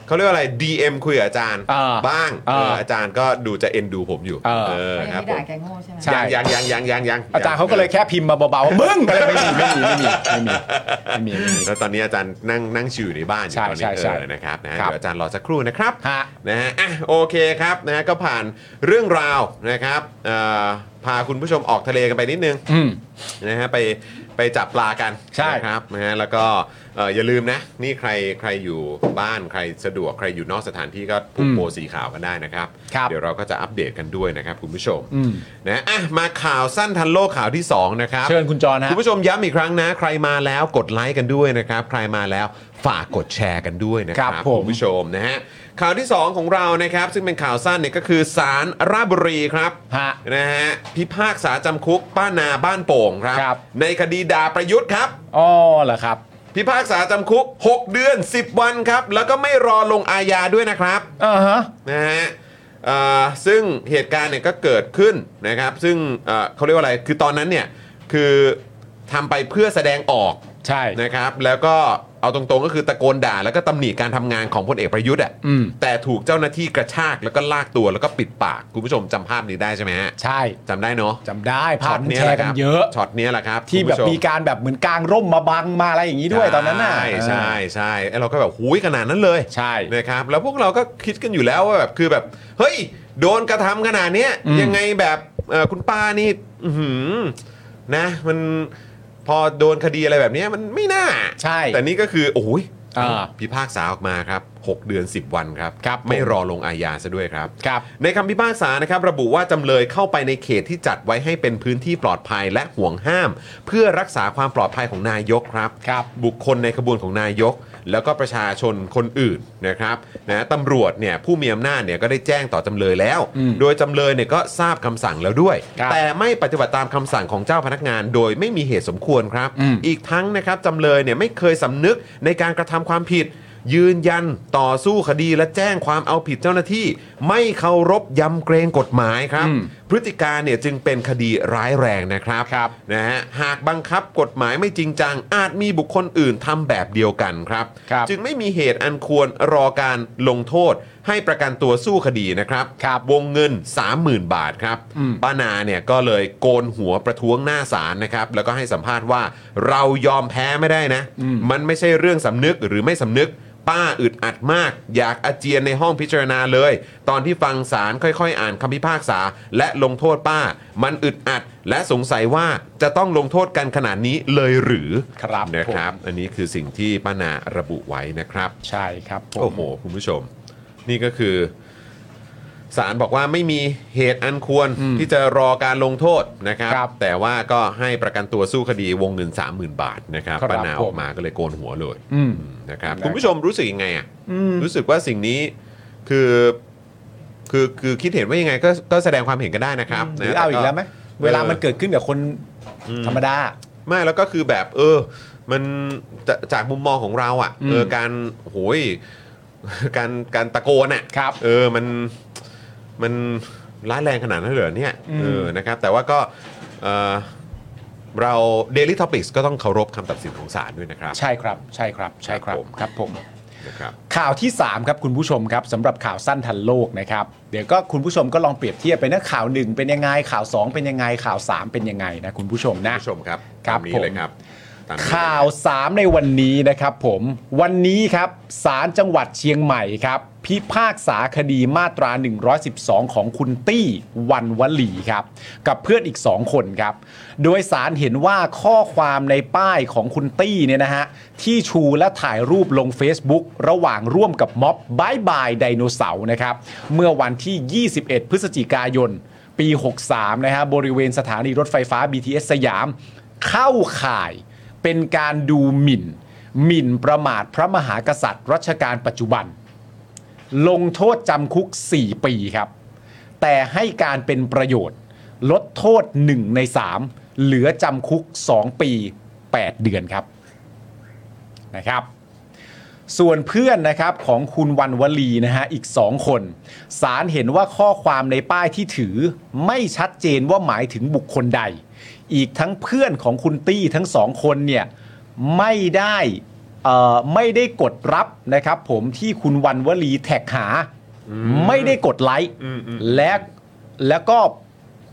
S1: เขาเรียกว่าอะไร DM คุยกับอาจารย์
S2: อ่า
S1: บ้างเออ
S2: เออ
S1: อาจารย์ก็ดูจะเอ็นดูผมอยู่
S2: เออ
S1: เออ
S4: เขายัง
S1: ครับ
S4: ไม่
S1: ผ
S4: ด่าม แกโง่ใช่ไหม
S2: ใช่
S1: ยังยังยังยังยัง
S2: อาจารย์เขาก็เลยแค่พิมพ์มาเบาๆว่ามึงอะไรไม่มีไม่มีไม่มีไม่มีไม่มีไม่มี
S1: แล้วตอนนี้อาจารย์นั่งนั่งชิวอยู่ในบ้านอยู่
S2: ใช่
S1: ตอนนี้
S2: ใช่ใช่
S1: เออนะครับนะฮะ
S2: ครับ
S1: เดี๋ยวอาจารย์รอสักครู่นะครับ
S2: ฮะ
S1: นะฮะอ่ะโอเคครับนะฮะก็ผ่านเรื่องราวนะครับเอ่อพาคุณผู้ชมออกทะเลกันไปนิดนึง
S2: อืม
S1: นะฮะไป ไปจับปลากัน
S2: ใช่
S1: นะครับนะฮะแล้วก็เอ่ออย่าลืมนะ นี่ใครใครอยู่บ้านใครสะดวกใครอยู่นอกสถานที่ก็ผูกโบสีขาวกันได้นะครับ
S2: ครับ
S1: เดี๋ยวเราก็จะอัปเดตกันด้วยนะครับคุณผู้ชม
S2: อืม
S1: นะอ่ะมาข่าวสั้นทันโลกข่าวที่สองนะครับ
S2: เชิญคุณจอนะฮะ
S1: คุณผู้ชมย้ำอีกครั้งนะ ใครมาแล้วกดไลค์กันด้วยนะครับ ใครมาแล้วฝากกดแชร์กันด้วยนะครั
S2: ครับ บผม
S1: ณผู้ชมนะฮะข่าวที่ 2 ของเรานะครับ ซึ่งเป็นข่าวสั้นเนี่ยก็คือสารราชบุรีครับ
S2: ฮะ
S1: นะฮะพิพากษาจำคุกป้านาบ้านโป่งครับ
S2: ครับ
S1: ในคดีด่าประยุทธ์ครับ
S2: อ๋อเหรอครับ
S1: พิพากษาจำคุก 6 เดือน 10 วันครับ แล้วก็ไม่รอลงอาญาด้วยนะครับ
S2: อ่าฮะ
S1: นะฮะเอ่อซึ่งเหตุการณ์เนี่ยก็เกิดขึ้นนะครับ ซึ่งเอ่อเขาเรียกว่าอะไร คือตอนนั้นเนี่ยคือทำไปเพื่อแสดงออก
S2: ใช่
S1: นะครับ แล้วก็เอาตรงๆก็คือตะโกนด่า แล้วก็ตำหนิการทำงานของพลเอกประยุทธ์อ่ะ
S2: อืม
S1: แต่ถูกเจ้าหน้าที่กระชากแล้วก็ลากตัวแล้วก็ปิดปาก คุณผู้ชมจำภาพนี้ได้ใช่ไหมฮะ
S2: ใช่
S1: จำได้เนาะ
S2: จำได้ภาพนี้
S1: เย
S2: แช
S1: แห
S2: ร์
S1: ละ
S2: กั
S1: คน รับ
S2: เยอะ
S1: ช็อตเนี้ยแหละครับ
S2: ที่แบบ
S1: คุณผู้ช
S2: มีการแบบเหมือนกางร่มมาบังมาอะไรอย่างนี้ด้วยตอนนั้นน่ะ
S1: ใช่
S2: เออ
S1: ใช่ใช่แล้วเราก็แบบหูยขนาดนั้นเลย
S2: ใช่
S1: นะครับ แล้วพวกเราก็คิดกันอยู่แล้วว่าแบบคือแบบ เฮ้ย โดนกระทำขนาดเนี้ย
S2: อืม
S1: ยังไงแบบเอ่อคุณป้านี่อื้อหือนะมันพอโดนคดีอะไรแบบเนี้ยมันไม่น่า
S2: ใช่
S1: แต่นี่ก็คือโอ้ย
S2: อ่า
S1: พิพากษาออกมาครับ 6 เดือน 10 วันครับ
S2: ครับผม
S1: ไม่รอลงอาญาซะด้วยครับ
S2: ครับ
S1: ในคำพิพากษานะครับระบุว่าจำเลยเข้าไปในเขตที่จัดไว้ให้เป็นพื้นที่ปลอดภัยและห่วงห้าม เพื่อรักษาความปลอดภัยของนายกครับ
S2: ครับ
S1: บุคคลในขบวนของนายก แล้วก็ประชาชนคนอื่นนะครับนะตำรวจเนี่ยผู้มีอำนาจเนี่ยก็ได้แจ้งต่อจำเลยแล้ว
S2: อืม
S1: โดยจำเลยเนี่ยก็ทราบคำสั่งแล้วด้วย
S2: ครับ
S1: แต่ไม่ปฏิบัติตามคำสั่งของเจ้าพนักงาน โดยไม่มีเหตุสมควรครับ
S2: อืม
S1: อีกทั้งนะครับจำเลยเนี่ยไม่เคยสำนึกในการกระทำความผิด ยืนยันต่อสู้คดีและแจ้งความเอาผิดเจ้าหน้าที่ ไม่เคารพยำเกรงกฎหมายครับ
S2: อืม
S1: พฤติการเนี่ยจึงเป็นคดีร้ายแรงนะครับ
S2: ครับ
S1: นะฮะหากบังคับกฎหมายไม่จริงจัง อาจมีบุคคลอื่นทำแบบเดียวกันครับ
S2: ครับ
S1: จึงไม่มีเหตุอันควรรอการลงโทษ ให้ประกันตัวสู้คดีนะครับ
S2: ครับ
S1: วงเงิน 30,000 บาทครับ
S2: อืม
S1: ป้านาเนี่ยก็เลยโกนหัวประท้วงหน้าศาลนะครับ แล้วก็ให้สัมภาษณ์ว่าเรายอมแพ้ไม่ได้นะ มันไม่ใช่เรื่องสำนึกหรือไม่สำนึก ป้าอึดอัดมาก อยากอาเจียนในห้องพิจารณาเลย ตอนที่ฟังศาลค่อยๆ อ่านคำพิพากษา และลงโทษป้า มันอึดอัด และสงสัยว่าจะต้องลงโทษกันขนาดนี้เลยหรือ
S2: ครับ
S1: นะครับ
S2: ผม
S1: อันนี้คือสิ่งที่ป้านาระบุไว้นะครับ
S2: ใช่ครับผม
S1: โอ้โห คุณผู้ชม นี่ก็คือศาลบอกว่าไม่มีเหตุอันควร
S2: อืม
S1: ที่จะรอการลงโทษนะครับ
S2: ครับ
S1: แต่ว่าก็ให้ประกันตัวสู้คดีวงเงิน 30,000 บาทนะครับ
S2: ครับ
S1: ปัญหา
S2: ผม
S1: ออกมาก็เลยโกนหัวเลย
S2: อืม
S1: นะครับ
S2: ได้
S1: คุณผู้ชมรู้สึกยังไงอ่ะรู้สึกว่าสิ่งนี้คือคือคือคิดเห็นว่ายังไงก็ก็แสดงความเห็นกันได้นะครับ
S2: ห
S1: นะ
S2: รือเอาอีกแล้วไหมเวลามันเกิดขึ้นกับคนธรรมดา
S1: ไม่แล้วก็คือแบบ เออ มันจะจากมุมมองของเราอ่ะ
S2: อืม
S1: เออการโหย <laughs> การการตะโกนอ่ะ
S2: ครับ
S1: เออ มัน มันร้ายแรงขนาดนั้นเลยเหรอเนี่ย
S2: อืม
S1: เออ นะครับ แต่ว่าก็เอ่อเรา Daily Topics ก็ต้องเคารพคำตัดสินของศาลด้วยนะครับ
S2: ใช่ครับ ใช่ครับ ใช่ครับ ครับผม
S1: นะครับ
S2: ข่าวที่ 3 ครับคุณผู้ชมครับสำหรับข่าวสั้นทันโลกนะครับ เดี๋ยวก็คุณผู้ชมก็ลองเปรียบเทียบไปนะข่าว 1 เป็นยังไง ข่าว 2 เป็นยังไง ข่าว 3 เป็นยังไงนะคุณผู้ชมนะ
S1: ผู้ชมครับ
S2: ครั
S1: ตา
S2: บ
S1: มนี้
S2: ผม
S1: เลยครับตมนี้เลย
S2: ข่าว 3 ในวันนี้นะครับผมวันนี้ครับศาลจังหวัดเชียงใหม่ครับ พิพากษาคดีมาตรา 112 ของคุณตี้วันวลีครับ กับเพื่อนอีก 2 คนครับ โดยสารเห็นว่าข้อความในป้ายของคุณตี้เนี่ยนะฮะ ที่ชูและถ่ายรูปลง Facebook ระหว่างร่วมกับม็อบบายบายไดโนเสาร์นะครับ เมื่อวันที่ 21 พฤศจิกายน ปี 63 นะฮะบริเวณสถานีรถไฟฟ้า BTS สยาม เข้าข่าย เป็นการดูหมิ่น หมิ่นประมาทพระมหากษัตริย์ รัชกาลปัจจุบัน ลงโทษจำคุก 4 ปีครับ แต่ให้การเป็นประโยชน์ ลดโทษ 1 ใน 3 เหลือจำคุก 2 ปี 8 เดือนครับนะครับ ส่วนเพื่อนนะครับของคุณวันวลีนะฮะอีก 2 คนสารเห็นว่าข้อความในป้ายที่ถือไม่ชัดเจนว่าหมายถึงบุคคลใด อีกทั้งเพื่อนของคุณตี้ทั้งสองคนเนี่ยไม่ได้เอ่อไม่ได้กดรับนะครับผมที่คุณวันวลีแท็กหา ไม่ได้กดไลค์
S1: อืมอืม
S2: และแล้วก็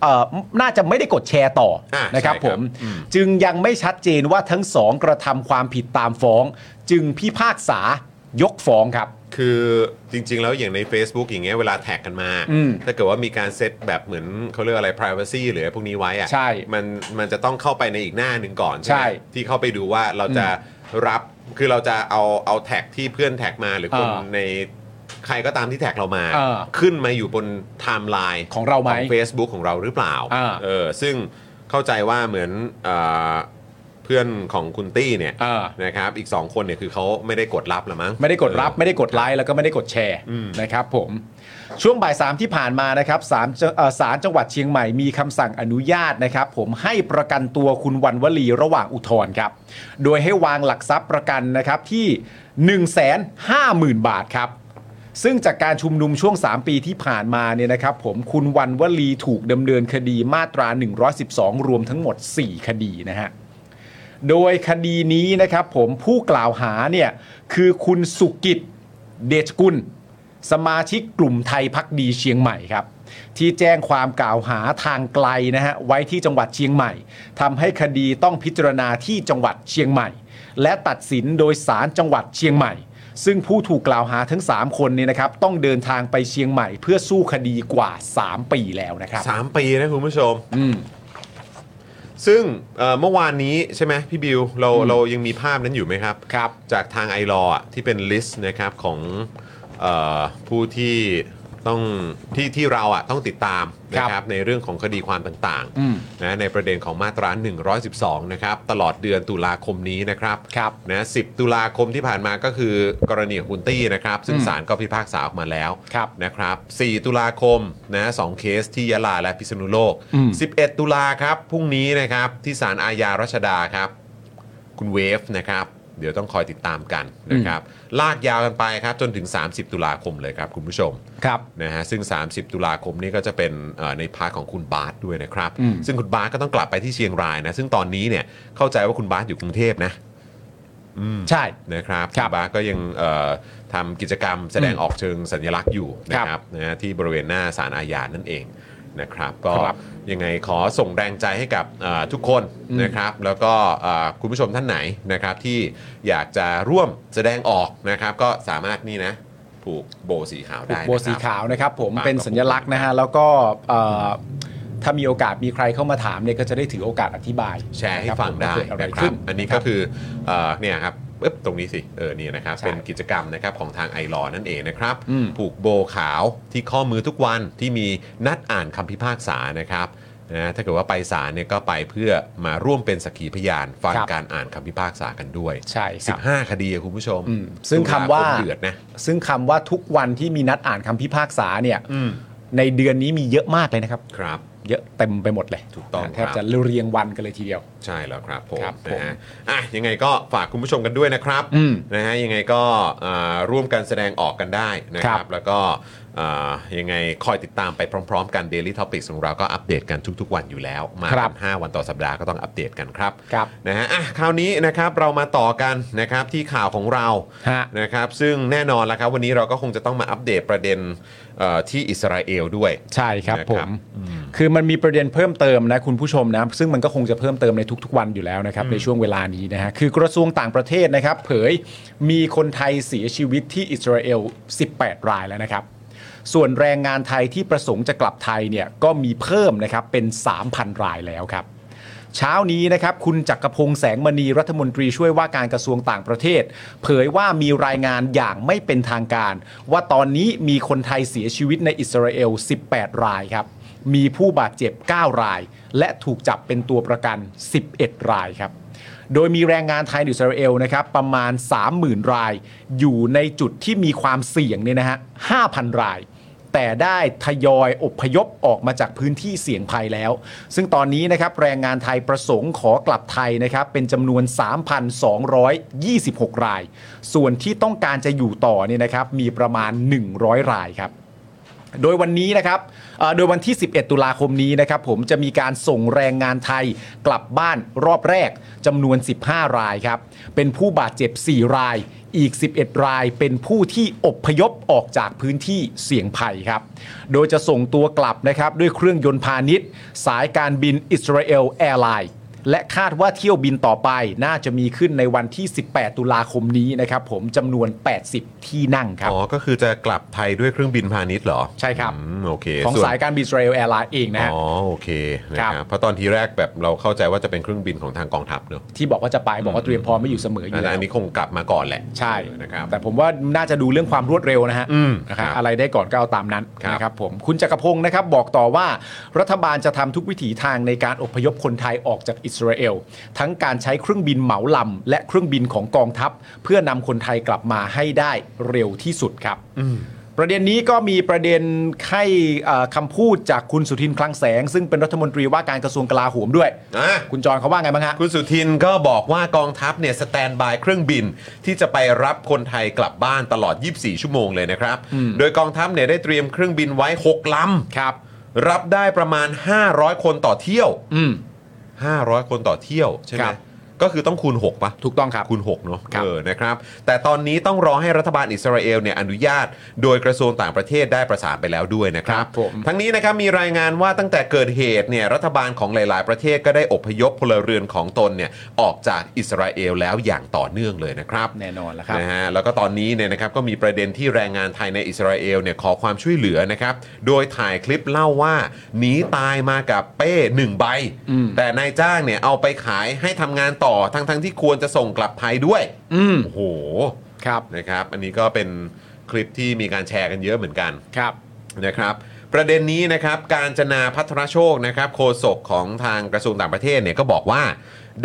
S2: เอ่อน่าจะไม่ได้กดแชร์ต่อ
S1: อ่ะ
S2: นะครับ
S1: ใช่ค
S2: ผ
S1: รับ
S2: ม
S1: อืม
S2: จึงยังไม่ชัดเจนว่าทั้งสองกระทำความผิดตามฟ้อง จึงพิพากษา ยกฟ้องครับ
S1: คือจริง ๆ แล้วอย่างใน Facebook อย่างเงี้ยเวลาแท็กกันมา
S2: อืม
S1: ถ้าเกิดว่ามีการเซตแบบเหมือนเขาเรียกอะไร Privacy หรืออะไรพวกนี้ไว้อะ
S2: ใช่
S1: มันมันจะต้องเข้าไปในอีกหน้าหนึ่งก่อนไหม
S2: ใช่
S1: ที่เข้าไปดูว่าเราจะรับคือเราจะเอาเอาแท็กที่เพื่อนแท็กมาหรือคน
S2: เออ
S1: ในใครก็ตามที่แท็กเรามา
S2: เออ
S1: ขึ้นมาอยู่บนไทม์ไลน์
S2: ของเราไหม
S1: ของ Facebook ของเราหรือเปล่า
S2: อ่า
S1: เออซึ่งเข้าใจว่าเหมือนเอ่อเพื่อนของคุณตี้เนี่ย
S2: เออ
S1: นะครับอีกสองคนเนี่ยคือเขาไม่ได้กดรับละมั้ง
S2: ไม่ได้กดรับไม่ได้กดไลค์แล้วก็ไม่ได้กดแชร์
S1: อืม
S2: นะครับผมช่วงบ่ายสามที่ผ่านมานะครับสามเอ่อศาลจังหวัดเชียงใหม่มีคำสั่งอนุญาตนะครับ ผมให้ประกันตัวคุณวันวลีระหว่างอุทธรณ์ครับ โดยให้วางหลักทรัพย์ประกันนะครับที่ 1 5 0 0 0 0 บาทครับ ซึ่งจากการชุมนุมช่วง 3 ปีที่ผ่านมาเนี่ยนะครับผมคุณวันวลีถูกดำเนินคดีมาตรา 112 รวมทั้งหมด 4 คดีนะฮะ โดยคดีนี้นะครับผมผู้กล่าวหาเนี่ยคือคุณสุกิจเดชกุล สมาชิกกลุ่มไทยพักดีเชียงใหม่ครับ ที่แจ้งความกล่าวหาทางไกลนะฮะไว้ที่จังหวัดเชียงใหม่ทำให้คดีต้องพิจารณาที่จังหวัดเชียงใหม่ และตัดสินโดยศาลจังหวัดเชียงใหม่ ซึ่งผู้ถูกกล่าวหาทั้ง 3 คนเนี่ยนะครับ ต้องเดินทางไปเชียงใหม่ เพื่อสู้คดีกว่า 3 ปีแล้วนะครับ
S1: สามปีนะคุณผู้ชม
S2: อืม
S1: ซึ่งเอ่อเมื่อวานนี้ใช่ไหมพี่บิวเราเรายังมีภาพนั้นอยู่ไหมครับ
S2: ครับ
S1: จากทางไอรอที่เป็นลิสต์นะครับของเออผู้ที่ต้องที่ที่เราอ่ะต้องติดตามนะค
S2: ครั
S1: รับบ ในเรื่องของคดีความต่าง
S2: อืม
S1: ๆนะในประเด็นของมาตรา 112 นะครับ ตลอดเดือนตุลาคมนี้นะครับ
S2: ครับ
S1: นะ10 ตุลาคมที่ผ่านมาก็คือกรณีของคุณตี้นะครับ ซึ่ง
S2: อืม
S1: ศาลก็พิพากษาออกมาแล้ว
S2: ครับ
S1: นะครับ 4 ตุลาคมนะสองเคสที่ยะลาและพิษณุโลก
S2: อืม
S1: 11 ตุลาครับพรุ่งนี้นะครับที่ศาลอาญารัชดาครับ คุณเวฟนะครับ เดี๋ยวต้องคอยติดตามกันนะครับ ลากยาวกันไปครับ จนถึง 30 ตุลาคมเลยครับคุณผู้ชม
S2: ครับ
S1: นะฮะซึ่ง 30 ตุลาคมนี่ก็จะเป็นเอ่อในพาร์ทของคุณบาสด้วยนะครับ
S2: อืม
S1: ซึ่งคุณบาสก็ต้องกลับไปที่เชียงรายนะ ซึ่งตอนนี้เนี่ยเข้าใจว่าคุณบาสอยู่กรุงเทพนะ อืม
S2: ใช่
S1: นะครับ
S2: ครับ
S1: ณบาสก็ยังเอ่อทำกิจกรรมแสดงออกเชิงสัญลักษณ์อยู่นะค
S2: ครั
S1: รับบ นะฮะที่บริเวณหน้าศาลอาญานั่นเองนะครับ ก็
S2: ครับ
S1: ยังไงขอส่งแรงใจให้กับเอ่อทุกคน
S2: อืม
S1: นะครับ แล้วก็เอ่อคุณผู้ชมท่านไหนนะครับที่อยากจะร่วมแสดงออกนะครับ ก็สามารถนี่นะผูกโบสีขาวได้นะค
S2: โบ
S1: รับ
S2: สีขาวนะครับผม
S1: ปาก
S2: เป็นสัญลักษณ์นะฮะแล้วก็เอ่อถ้ามีโอกาสมีใครเข้ามาถามเนี่ยก็จะได้ถือโอกาสอธิบาย
S1: แชร์ให้ฟังได้
S2: ว่าเกิอะไร
S1: นะครับ
S2: ขึ้น
S1: อันนี้ก็คือเอ่อเนี่ยครับเอ๊บตรงนี้สิเออนี่นะครับ
S2: ใช่
S1: เป็นกิจกรรมนะครับของทางไอรอนั่นเองนะครับ
S2: อืม
S1: ผูกโบขาวที่ข้อมือทุกวันที่มีนัดอ่านคำพิพากษานะครับนะถ้าเกิดว่าไปศาลเนี่ยก็ไปเพื่อมาร่วมเป็นสักขีพยาน ฟัง
S2: ครับ
S1: การอ่านคำพิพากษากันด้วย
S2: ใช่ครับ
S1: 15 คดีอะคุณผู้ชม
S2: อืมซึ่งคำว่า
S1: ตุลมเดือดนะ
S2: ซึ่งคำว่าทุกวันที่มีนัดอ่านคำพิพากษาเนี่ยในเดือนนี้มีเยอะมากเลยนะครับ
S1: ครับ
S2: เยอะเต็มไปหมดเลย
S1: ถูกต้อง
S2: นะแทบ
S1: ครับ
S2: จะเรียงวันกันเลยทีเดียว
S1: ใช่แล้วครับผม
S2: ครับผม
S1: นะฮะอ่ะยังไงก็ฝากคุณผู้ชมกันด้วยนะครับ
S2: อืม
S1: นะฮะยังไงก็อ่าร่วมกันแสดงออกกันได้นะค
S2: ค
S1: รั
S2: รับ บ
S1: แล้วก็อ่ายังไงคอยติดตามไปพร้อมๆกัน Daily Topics ของเราก็อัปเดตกันทุกๆวันอยู่แล้ว มา
S2: ครับ
S1: กันห้าวันต่อสัปดาห์ก็ต้องอัปเดตกันครับ
S2: ครับ
S1: นะฮะอ่ะคราวนี้นะครับเรามาต่อกันนะครับที่ข่าวของเรา
S2: ฮะ
S1: นะครับซึ่งแน่นอนแล้วครับวันนี้เราก็คงจะต้องมาอัปเดตประเด็นเอ่อที่อิสราเอลด้วย
S2: ใช่ครับ
S1: นะครับ
S2: ผม คือมันมีประเด็นเพิ่มเติมนะคุณผู้ชมนะ ซึ่งมันก็คงจะเพิ่มเติมในทุกๆวันอยู่แล้วนะครับ ในช่วงเวลานี้นะฮะ คือกระทรวงต่างประเทศนะครับ เผยมีคนไทยเสียชีวิตที่อิสราเอล 18 รายแล้วนะครับ ส่วนแรงงานไทยที่ประสงค์จะกลับไทยเนี่ยก็มีเพิ่มนะครับเป็น 3,000 รายแล้วครับ เช้านี้นะครับคุณจักรพงษ์แสงมณีรัฐมนตรีช่วยว่าการกระทรวงต่างประเทศ เผยว่ามีรายงานอย่างไม่เป็นทางการ ว่าตอนนี้มีคนไทยเสียชีวิตในอิสราเอล 18 รายครับ มีผู้บาดเจ็บ 9 ราย และถูกจับเป็นตัวประกัน 11 รายครับ โดยมีแรงงานไทยในอิสราเอลนะครับประมาณ 30,000 ราย อยู่ในจุดที่มีความเสี่ยงเนี่ยนะฮะ 5,000 ราย แต่ได้ทยอยอพยพออกมาจากพื้นที่เสี่ยงภัยแล้ว ซึ่งตอนนี้นะครับแรงงานไทยประสงค์ขอกลับไทยนะครับเป็นจำนวน 3,226 ราย ส่วนที่ต้องการจะอยู่ต่อเนี่ยนะครับมีประมาณ 100 รายครับ โดยวันนี้นะครับเอ่อโดยวันที่ 11 ตุลาคมนี้นะครับ ผมจะมีการส่งแรงงานไทยกลับบ้านรอบแรกจำนวน 15 รายครับ เป็นผู้บาดเจ็บ 4 ราย อีก 11 รายเป็นผู้ที่อพยพออกจากพื้นที่เสี่ยงภัยครับ โดยจะส่งตัวกลับนะครับด้วยเครื่องยนต์พาณิชย์ สายการบินอิสราเอลแอร์ไลน์ และคาดว่าเที่ยวบินต่อไปน่าจะมีขึ้นในวันที่ 18 ตุลาคมนี้นะครับผมจำนวน 80 ที่นั่งครับ
S1: อ๋อ ก็คือจะกลับไทยด้วยเครื่องบินพาณิชย์เหรอ
S2: ใช่ครับ
S1: อืมโอเค
S2: ของ
S1: ส่วน
S2: สายการบินอิสราเอลแอร์ไลน์เองนะฮะ
S1: อ๋อโอเคนะค
S2: ครั
S1: รับบ เพราะตอนทีแรกแบบเราเข้าใจว่าจะเป็นเครื่องบินของทางกองทัพเนอะ
S2: ที่บอกว่าจะไปบอกว่าเตรียมพร้อมไม่อยู่เสมออ
S1: อั
S2: ยู่
S1: น
S2: แล้ว
S1: อันนี้คงกลับมาก่อนแหละ
S2: ใช่
S1: นะครับ
S2: แต่ผมว่าน่าจะดูเรื่องความรวดเร็วนะฮะ
S1: อืม
S2: นะครับ
S1: ครับ
S2: อะไรได้ก่อนก็เอาตามนั้น
S1: ครับ
S2: นะครับผมคุณจักรพงศ์นะครับบอกต่อว่ารัฐบาลจะทำทุกวิถีทางในการอพยพคนไทยออกจากอิสราเอล ทั้งการใช้เครื่องบินเหมาลำและเครื่องบินของกองทัพ เพื่อนำคนไทยกลับมาให้ได้เร็วที่สุดครับ ประเด็นนี้ก็มีประเด็นให้เอ่อคำพูดจากคุณสุทินคลังแสง ซึ่งเป็นรัฐมนตรีว่าการกระทรวงกลาโหมด้วย
S1: อ่ะ
S2: คุณจรเขาว่าไงบ้างฮะ
S1: คุณสุทินก็บอกว่ากองทัพเนี่ยสแตนบายเครื่องบินที่จะไปรับคนไทยกลับบ้านตลอด 24 ชั่วโมงเลยนะครับ โดยกองทัพเนี่ยได้เตรียมเครื่องบินไว้ 6 ลำ
S2: ครับ
S1: รับได้ประมาณ 500 คนต่อเที่ยว
S2: อืม
S1: 500 คนต่อเที่ยวใช่ไหม
S2: ครับ
S1: ก็คือต้องคูณ 6ปะ
S2: ถูกต้องครับ
S1: คูณ6เนอะ
S2: ครับ
S1: เออนะครับ แต่ตอนนี้ต้องรอให้รัฐบาลอิสราเอลเนี่ยอนุญาต โดยกระทรวงต่างประเทศได้ประสานไปแล้วด้วยนะครับ
S2: ครับผม
S1: ทั้งนี้นะครับมีรายงานว่าตั้งแต่เกิดเหตุเนี่ยรัฐบาลของหลาย ๆ ประเทศก็ได้อพยพพลเรือนของตนเนี่ยออกจากอิสราเอลแล้วอย่างต่อเนื่องเลยนะครับ
S2: แน่นอนแล้วครับ
S1: นะฮะแล้วก็ตอนนี้เนี่ยนะครับก็มีประเด็นที่แรงงานไทยในอิสราเอลเนี่ยขอความช่วยเหลือนะครับโดยถ่ายคลิปเล่าว่าหนีตายมากับเป้หนึ่งใบ
S2: อืม
S1: แต่นายจ้างเนี่ยเอาไปขายให้ทำงานต่อทั้งๆทที่ควรจะส่งกลับไทยด้วย
S2: อืม
S1: โอ้โห
S2: ครับ
S1: นะครับอันนี้ก็เป็นคลิปที่มีการแชร์กันเยอะเหมือนกัน
S2: ครับ
S1: นะครับประเด็นนี้นะครับการจนาพัทรโชคนะครับโฆษกของทางกระทรวงต่างประเทศเนี่ยก็บอกว่า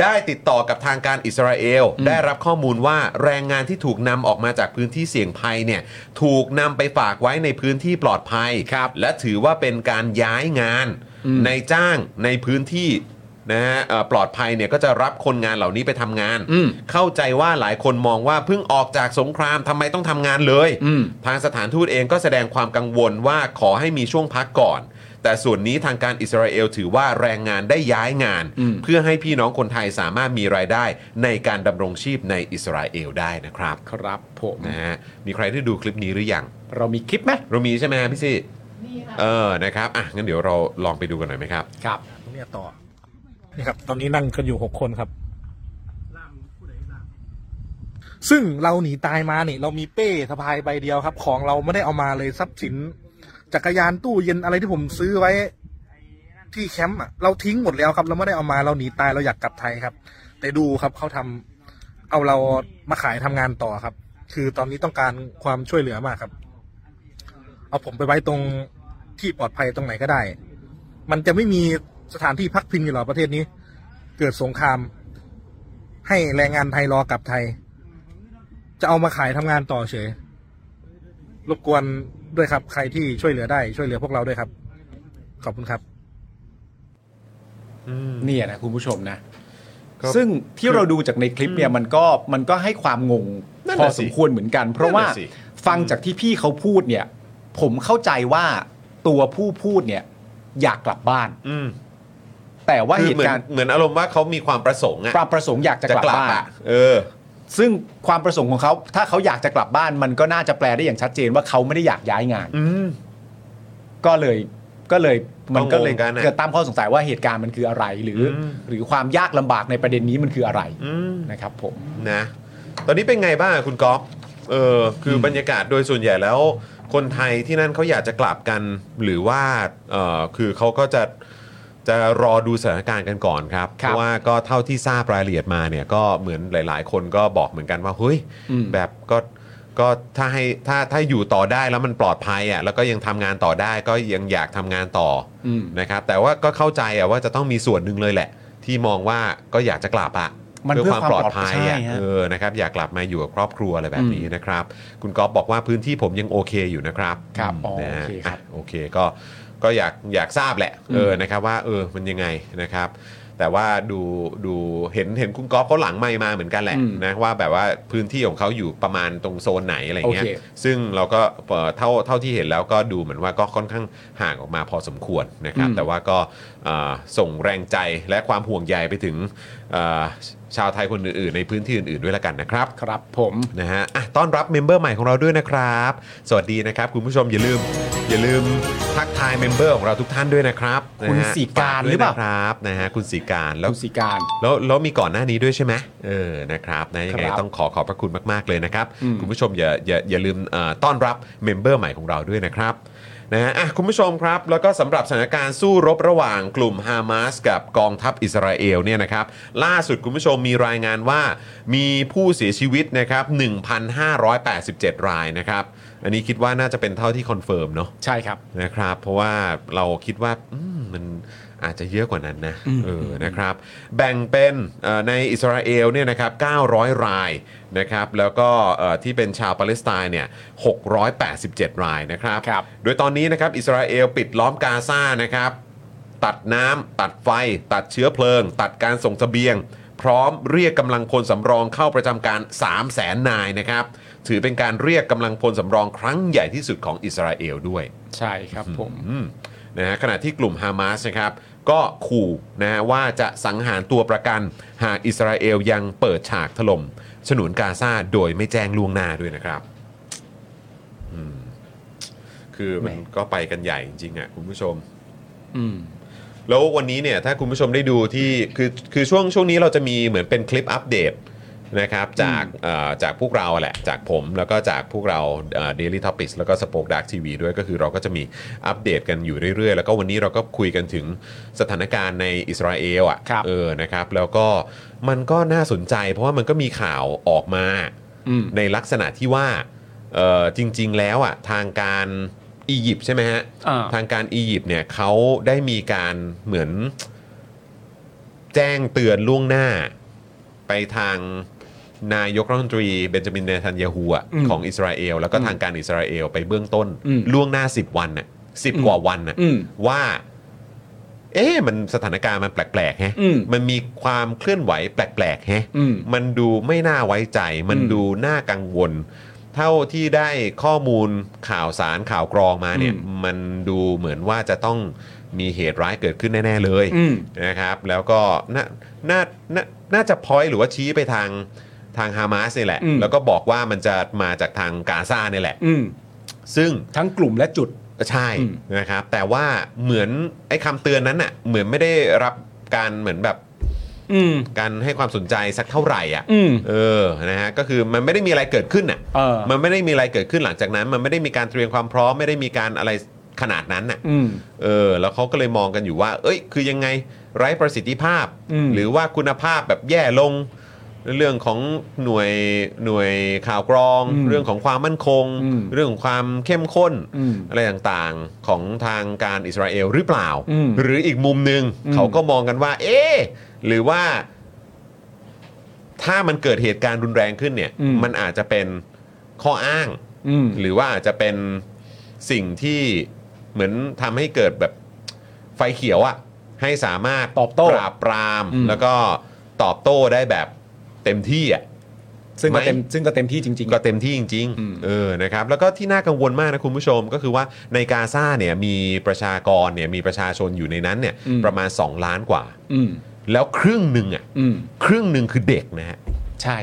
S1: ได้ติดต่อกับทางการอิสราเอล ได้รับข้อมูลว่าแรงงานที่ถูกนำออกมาจากพื้นที่เสี่ยงภัยเนี่ยถูกนำไปฝากไว้ในพื้นที่ปลอดภัย
S2: ครับ
S1: และถือว่าเป็นการย้ายงาน
S2: อืม
S1: ในจ้างในพื้นที่นะฮะเอ่อปลอดภัยเนี่ยก็จะรับคนงานเหล่านี้ไปทำงาน
S2: อืม
S1: เข้าใจว่าหลายคนมองว่าเพิ่งออกจากสงครามทำไมต้องทำงานเลย
S2: อืม
S1: ทางสถานทูตเองก็แสดงความกังวลว่าขอให้มีช่วงพักก่อน แต่ส่วนนี้ทางการอิสราเอลถือว่าแรงงานได้ย้ายงาน
S2: อืม
S1: เพื่อให้พี่น้องคนไทยสามารถมีรายได้ในการดำรงชีพในอิสราเอลได้นะครับ
S2: ครับผม
S1: นะฮะมีใครได้ดูคลิปนี้หรือยัง
S2: เรามีคลิปไหม
S1: เรามีใช่ไหมฮะพี่ซี่
S4: นี่ค่ะ
S1: เออนะครับอ่ะงั้นเดี๋ยวเราลองไปดูกันหน่อยไหมครับ
S2: ครับ
S5: เนี่ยต่อ นี่ครับ ตอนนี้นั่งกันอยู่หกคนครับ ซึ่งเราหนีตายมานี่ เรามีเป้สะพายใบเดียวครับ ของเราไม่ได้เอามาเลยทรัพย์สิน จักรยานตู้เย็นอะไรที่ผมซื้อไว้ ที่แคมป์อะเราทิ้งหมดแล้วครับ เราไม่ได้เอามาเราหนีตายเราอยากกลับไทยครับ แต่ดูครับเขาทำเอาเรามาขายทำงานต่อครับ คือตอนนี้ต้องการความช่วยเหลือมากครับ เอาผมไปไว้ตรงที่ปลอดภัยตรงไหนก็ได้ มันจะไม่มีสถานที่พักพิงอยู่หรอประเทศนี้ เกิดสงคราม ให้แรงงานไทยรอกลับไทย จะเอามาขายทำงานต่อเฉย รบกวนด้วยครับ ใครที่ช่วยเหลือได้ช่วยเหลือพวกเราด้วยครับ ขอบคุณครับ
S2: เนี่ยนะคุณผู้ชมนะ
S1: ก็
S2: ซึ่งที่เราดูจากในคลิปเนี่ยมันก็มันก็ให้ความงง
S1: นั่น
S2: พอ
S1: น่ะสิ
S2: สมควรเหมือนกัน เพราะ
S1: นั่น
S2: ว่า
S1: น่ะสิ
S2: ฟังจากที่พี่เขาพูดเนี่ย ผมเข้าใจว่าตัวผู้พูดเนี่ย อยากกลับบ้าน
S1: อืม
S2: แต่ว่า
S1: คือ
S2: เห
S1: เหมือ
S2: ตุ
S1: น
S2: การณ์
S1: เหมือนอารมณ์ว่าเขามีความประสงค์อะ
S2: ความประสงค์อยากจะกลับบ้าน
S1: อะเออ
S2: ซึ่งความประสงค์ของเขาถ้าเขาอยากจะกลับบ้าน มันก็น่าจะแปลได้อย่างชัดเจนว่าเขาไม่ได้อยากย้ายงาน
S1: อืม
S2: ก็เลยก็เลยมันก็เลย
S1: ก็งงกันอะ
S2: เกิดตามข้อสงสัยว่าเหตุการณ์มันคืออะไร หรืออ
S1: ม
S2: หรือความยากลำบากในประเด็นนี้มันคืออะไร
S1: อืม
S2: นะครับผม
S1: นะตอนนี้เป็นไงบ้างคุณก๊อฟเออคืออบรรยากาศโดยส่วนใหญ่แล้ว คนไทยที่นั่นเขาอยากจะกลับกัน หรือว่าเออคือเขาก็จะจะรอดูสถานการณ์กันก่อนครับ
S2: ค
S1: เพ
S2: รับ
S1: ราะว่าก็เท่าที่ทราบรายละเอียดมาเนี่ยก็เหมือนหลาย ๆ คนก็บอกเหมือนกันว่าเฮ้ย
S2: อืม
S1: แบบก็ก็ถ้าให้ถ้าถ้าอยู่ต่อได้แล้วมันปลอดภัยอ่ะแล้วก็ยังทำงานต่อได้ก็ยังอยากทำงานต่อ
S2: อืม
S1: นะครับแต่ว่าก็เข้าใจอ่ะว่าจะต้องมีส่วนหนึ่งเลยแหละ ที่มองว่าก็อยากจะกลับอ่ะ
S2: มันเพื่อความปลอดภัย
S1: เพื่อความปลอดภัย
S2: อะ
S1: อะ
S2: ฮะ
S1: เออนะครับอยากกลับมาอยู่กับครอบครัวอะไรแบบนี้นะครับ คุณก๊อฟบอกว่าพื้นที่ผมยังโอเคอยู่นะครับ
S2: ครับอ๋อ
S1: นะฮะ
S2: โอเคครับ
S1: อ่ะโอเคก็ก็อยากอยากทราบแหละ
S2: อืม
S1: เออนะครับว่าเออมันยังไงนะครับ แต่ว่าดูดูเห็นเห็นคุณก๊อฟเขาหลังไม่มาเหมือนกันแหละ
S2: อืม
S1: นะว่าแบบว่าพื้นที่ของเขาอยู่ประมาณตรงโซนไหนอะไรเงี้ย
S2: โอเค
S1: ซึ่งเราก็เอ่อเท่าเท่าที่เห็นแล้วก็ดูเหมือนว่าก็ค่อนข้างห่างออกมาพอสมควรนะครับ แต่ว่าก็เอ่อส่งแรงใจและความห่วงใยไปถึงเอ่อชาวไทยคนอื่นๆ ในพื้นที่อื่นๆด้วยละกันนะครับ
S2: ครับผม
S1: นะฮะอ่ะต้อนรับเมมเบอร์ใหม่ของเราด้วยนะครับ สวัสดีนะครับ คุณผู้ชมอย่าลืม อย่าลืมทักทายเมมเบอร์ของเราทุกท่านด้วยนะครับ
S2: คุณ
S1: นะฮะ
S2: สีการหรือเปล่า
S1: ฝกด้วยนะครับนะฮะคุณสีการแล้ว
S2: คุณสีการ
S1: แล้วแล้วมีก่อนหน้านี้ด้วยใช่ไหมเออนะครับนะยังไง
S2: ครับ
S1: ต้องขอขอบพระคุณมาก ๆ เลยนะครับ
S2: อืม
S1: คุณผู้ชมอย่าอย่าอย่าลืมเอ่อต้อนรับเมมเบอร์ใหม่ของเราด้วยนะครับนะฮะอ่ะคุณผู้ชมครับ แล้วก็สำหรับสถานการณ์สู้รบระหว่างกลุ่มฮามาสกับกองทัพอิสราเอลเนี่ยนะครับล่าสุดคุณผู้ชมมีรายงานว่ามีผู้เสียชีวิตนะครับ 1,587 รายนะครับ อันนี้คิดว่าน่าจะเป็นเท่าที่คอนเฟิร์มเนาะ
S2: ใช่ครับ
S1: นะครับเพราะว่าเราคิดว่าอืมมันอาจจะเยอะกว่านั้นนะเออนะครับแบ่งเป็นเอ่อในอิสราเอลเนี่ยนะครับ900 รายนะครับแล้วก็เอ่อที่เป็นชาวปาเลสไตน์เนี่ย687 รายนะครับ
S2: ครับ
S1: โดยตอนนี้นะครับอิสราเอลปิดล้อมกาซานะครับตัดน้ำตัดไฟ ตัดเชื้อเพลิง ตัดการส่งเสบียง พร้อมเรียกกำลังพลสำรองเข้าประจำการ 3 0 0แสนนายนะครับถือเป็นการเรียกกำลังพลสำรองครั้งใหญ่ที่สุดของอิสราเอลด้วย
S2: ใช่ครับผม
S1: อืมนะฮะขณะที่กลุ่มฮามาสนะครับก็ขู่นะฮะว่าจะสังหารตัวประกัน หากอิสราเอลยังเปิดฉากถล่มฉนวนกาซาโดยไม่แจ้งล่วงหน้าด้วยนะครับอืมคือมันก็ไปกันใหญ่จริงๆอ่ะคุณผู้ชม
S2: อืม
S1: แล้ววันนี้เนี่ยถ้าคุณผู้ชมได้ดูที่คือคือช่วงช่วงนี้เราจะมีเหมือนเป็นคลิปอัปเดตนะครับจากเอ่อจากพวกเราแหละ จากผมแล้วก็จากพวกเราเดลิทอพิสแล้วก็สป o อ e ดักทีวีด้วยก็คือเราก็จะมีอัปเดตกันอยู่เรื่อยๆ แล้วก็วันนี้เราก็คุยกันถึงสถานการณ์ในอิสราเอลอ่ะ
S2: ครับ
S1: เออนะครับแล้วก็มันก็น่าสนใจ เพราะว่ามันก็มีข่าวออกมา
S2: อืม
S1: ในลักษณะที่ว่าเอ่อจริง ๆ แล้วอ่ะทางการอียิปต์ใช่ไหมฮะ
S2: อ่า
S1: ทางการอียิปต์เนี่ยเขาได้มีการเหมือนแจ้งเตือนล่วงหน้า ไปทางนายกรัฐมนตรีเบนจามินเนทันยาฮูอะ
S2: อืม
S1: ของอิสราเอลแล้วก็ทางการอิสราเอลไปเบื้องต้น
S2: อืม
S1: ล่วงหน้า 10 วันน่ะสิ
S2: อืม
S1: กว่าวันน่ะ
S2: อืม
S1: ว่า เอ๊ะมันสถานการณ์มันแปลกๆแฮะ
S2: อืม
S1: มันมีความเคลื่อนไหวแปลกๆแฮะ
S2: อืม
S1: มันดูไม่น่าไว้ใจ มัน
S2: อืม
S1: ดูน่ากังวล เท่าที่ได้ข้อมูลข่าวสารข่าวกรองมาเนี่ย
S2: อืม
S1: มันดูเหมือนว่าจะต้องมีเหตุร้ายเกิดขึ้นแน่ ๆ เลย
S2: อืม
S1: นะครับ แล้วก็น่าน่าน่าน่าจะพอยหรือว่าชี้ไปทางทางฮามาสนี่แหละ
S2: อืม
S1: แล้วก็บอกว่ามันจะมาจากทางกาซาเนี่ยแหละ
S2: อืม
S1: ซึ่ง
S2: ทั้งกลุ่มและจุด
S1: ใช่
S2: อืม
S1: นะครับ แต่ว่าเหมือนไอ้คำเตือนนั้นน่ะเหมือนไม่ได้รับการเหมือนแบบ
S2: อืม
S1: การให้ความสนใจสักเท่าไหร่อ่ะ
S2: อืม
S1: เออนะฮะก็คือมันไม่ได้มีอะไรเกิดขึ้นอ่ะ
S2: เออ
S1: มันไม่ได้มีอะไรเกิดขึ้นหลังจากนั้น มันไม่ได้มีการเตรียมความพร้อมไม่ได้มีการอะไรขนาดนั้นน่ะ
S2: อืม
S1: เออ แล้วเขาก็เลยมองกันอยู่ว่า เอ้ย คือยังไงไร้ประสิทธิภาพ
S2: อืม
S1: หรือว่าคุณภาพแบบแย่ลง เรื่องของหน่วยหน่วยข่าวกรอง
S2: อืม
S1: เรื่องของความมั่นคง
S2: อืม
S1: เรื่องของความเข้มข้น
S2: อืม
S1: อะไรต่างๆของทางการอิสราเอลหรือเปล่า
S2: อืม
S1: หรืออีกมุมหนึ่ง
S2: อืม
S1: เขาก็มองกันว่า เอ๊ะหรือว่า ถ้ามันเกิดเหตุการณ์รุนแรงขึ้นเนี่ย
S2: อืม
S1: มันอาจจะเป็นข้ออ้าง
S2: อืม
S1: หรือว่าอาจจะเป็นสิ่งที่เหมือนทำให้เกิดแบบไฟเขียวอะให้สามารถ
S2: ตอบโต้
S1: ปราบปราม
S2: อืม
S1: แล้วก็ตอบโต้ได้แบบเต็มที่อะ
S2: ซึ่งก็เต็ม
S1: ไหม
S2: ซึ่งก็เต็มที่จริง
S1: ก็เต็มที่จริง
S2: อืม
S1: เออนะครับแล้วก็ที่น่ากังวลมากนะคุณผู้ชมก็คือว่าในกาซาเนี่ยมีประชากรเนี่ยมีประชาชนอยู่ในนั้นเนี่ย
S2: อืม
S1: ประมาณ 2 ล้านกว่า
S2: ๆ อืม
S1: แล้วครึ่งหนึ่งอะ
S2: อืม
S1: ครึ่งหนึ่งคือเด็กนะฮะ
S2: ใช่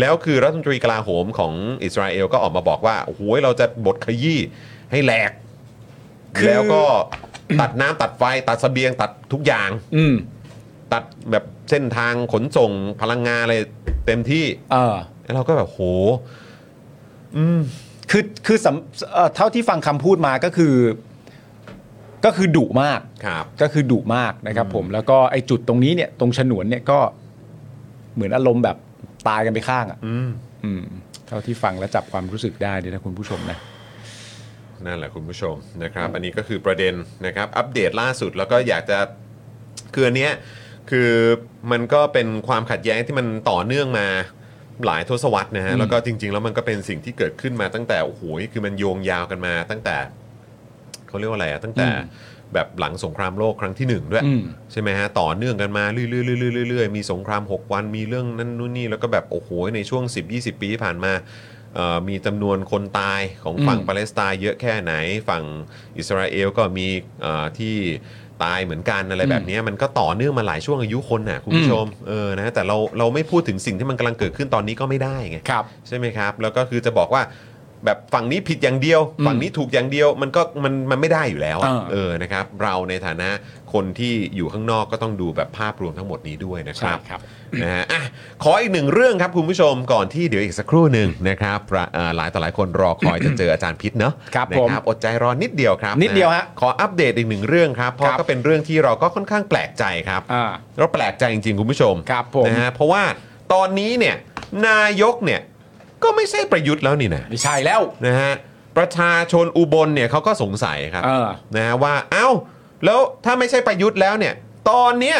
S1: แล้วคือรัฐมนตรีกลาโหมของอิสราเอลก็ออกมาบอกว่าโอ้โหเราจะบดขยี้ให้แหลก
S2: คือ
S1: แล้วก็ ตัดน้ำตัดไฟ ตัดเสบียง ตัดทุกอย่าง
S2: อืม
S1: ตัดแบบเส้นทางขนส่งพลังงานอะไรเต็มที่
S2: เออ
S1: แล้วเราก็แบบโห อืม
S2: คือคือสำเอ่อเท่าที่ฟังคำพูดมาก็คือ ก็คือดุมาก
S1: ครับ
S2: ก็คือดุมากนะครับผมแล้วก็ไอ้จุดตรงนี้เนี่ย ตรงฉนวนเนี่ยก็เหมือนอารมณ์แบบตายกันไปข้างอ่ะ
S1: อืม
S2: อืม เท่าที่ฟังและจับความรู้สึกได้เนี่ยนะคุณผู้ชมนะ
S1: นั่นแหละคุณผู้ชมนะครับ อันนี้ก็คือประเด็นนะครับอัปเดตล่าสุดแล้วก็อยากจะคืออันเนี้ยคือมันก็เป็นความขัดแย้งที่มันต่อเนื่องมาหลายทศวรรษนะฮะแล้วก็จริง ๆ แล้วมันก็เป็นสิ่งที่เกิดขึ้นมาตั้งแต่โอ้โหคือมันโยงยาวกันมา ตั้งแต่เขาเรียกว่าอะไรอะตั้งแต่
S2: อืม
S1: แบบหลังสงครามโลกครั้งที่หนึ่งด้วย
S2: อืม
S1: ใช่ไหมฮะต่อเนื่องกันมาเรื่อยๆเรื่อยๆมีสงคราม 6 วันมีเรื่องนั่นนู่นนี่แล้วก็แบบโอ้โหในช่วง 10-20 ปีที่ผ่านมา เอ่อมีจำนวนคนตายของฝั่ง
S2: อืม
S1: ปาเลสไตน์เยอะแค่ไหน ฝั่งอิสราเอลก็มีเอ่อที่ตายเหมือนกันอะไรแบบเนี้ยมันก็ต่อเนื่องมาหลายช่วงอายุคนน่ะคุณผู้ชมเออนะแต่เราเราไม่พูดถึงสิ่งที่มันกำลังเกิดขึ้นตอนนี้ก็ไม่ได้ไง
S2: ครับ
S1: ใช่ไหมครับ แล้วก็คือจะบอกว่า แบบฝั่งนี้ผิดอย่างเดียว
S2: อืม
S1: ฝั่งนี้ถูกอย่างเดียวมันก็มันมันไม่ได้อยู่แล้วอะ
S2: อ่า
S1: เออนะครับ เราในฐานะคนที่อยู่ข้างนอกก็ต้องดูแบบภาพรวมทั้งหมดนี้ด้วยนะค
S2: ใช่
S1: รับ
S2: ครับ
S1: นะฮะอ่ะขออีกหนึ่งเรื่องครับคุณผู้ชมก่อนที่เดี๋ยวอีกสักครู่หนึ่งนะครับระเอ่อหลายต่อหลายคนรอคอย จะเจออาจารย์พิษเนาะ
S2: ครับ
S1: นะอดใจรอนิดเดียวครับ
S2: นิดเดียวฮะ
S1: ขออัปเดตอีกหนึ่งเรื่องครับเพราะ
S2: ครับ
S1: ก็เป็นเรื่องที่เราก็ค่อนข้างแปลกใจครับ
S2: อ่า
S1: เราแปลกใจจริงๆ คุณผู้ชม
S2: ครับผม
S1: นะฮะเพราะว่าตอนนี้เนี่ยนายกเนี่ยก็ไม่ใช่ประยุทธ์แล้วนี่นะ
S2: ไม่ใช่แล้ว
S1: นะฮะประชาชนอุบลเนี่ยเขาก็สงสัยครับ
S2: เออ
S1: นะฮะว่าเอ้าแล้วถ้าไม่ใช่ประยุทธ์แล้วเนี่ยตอนเนี้ย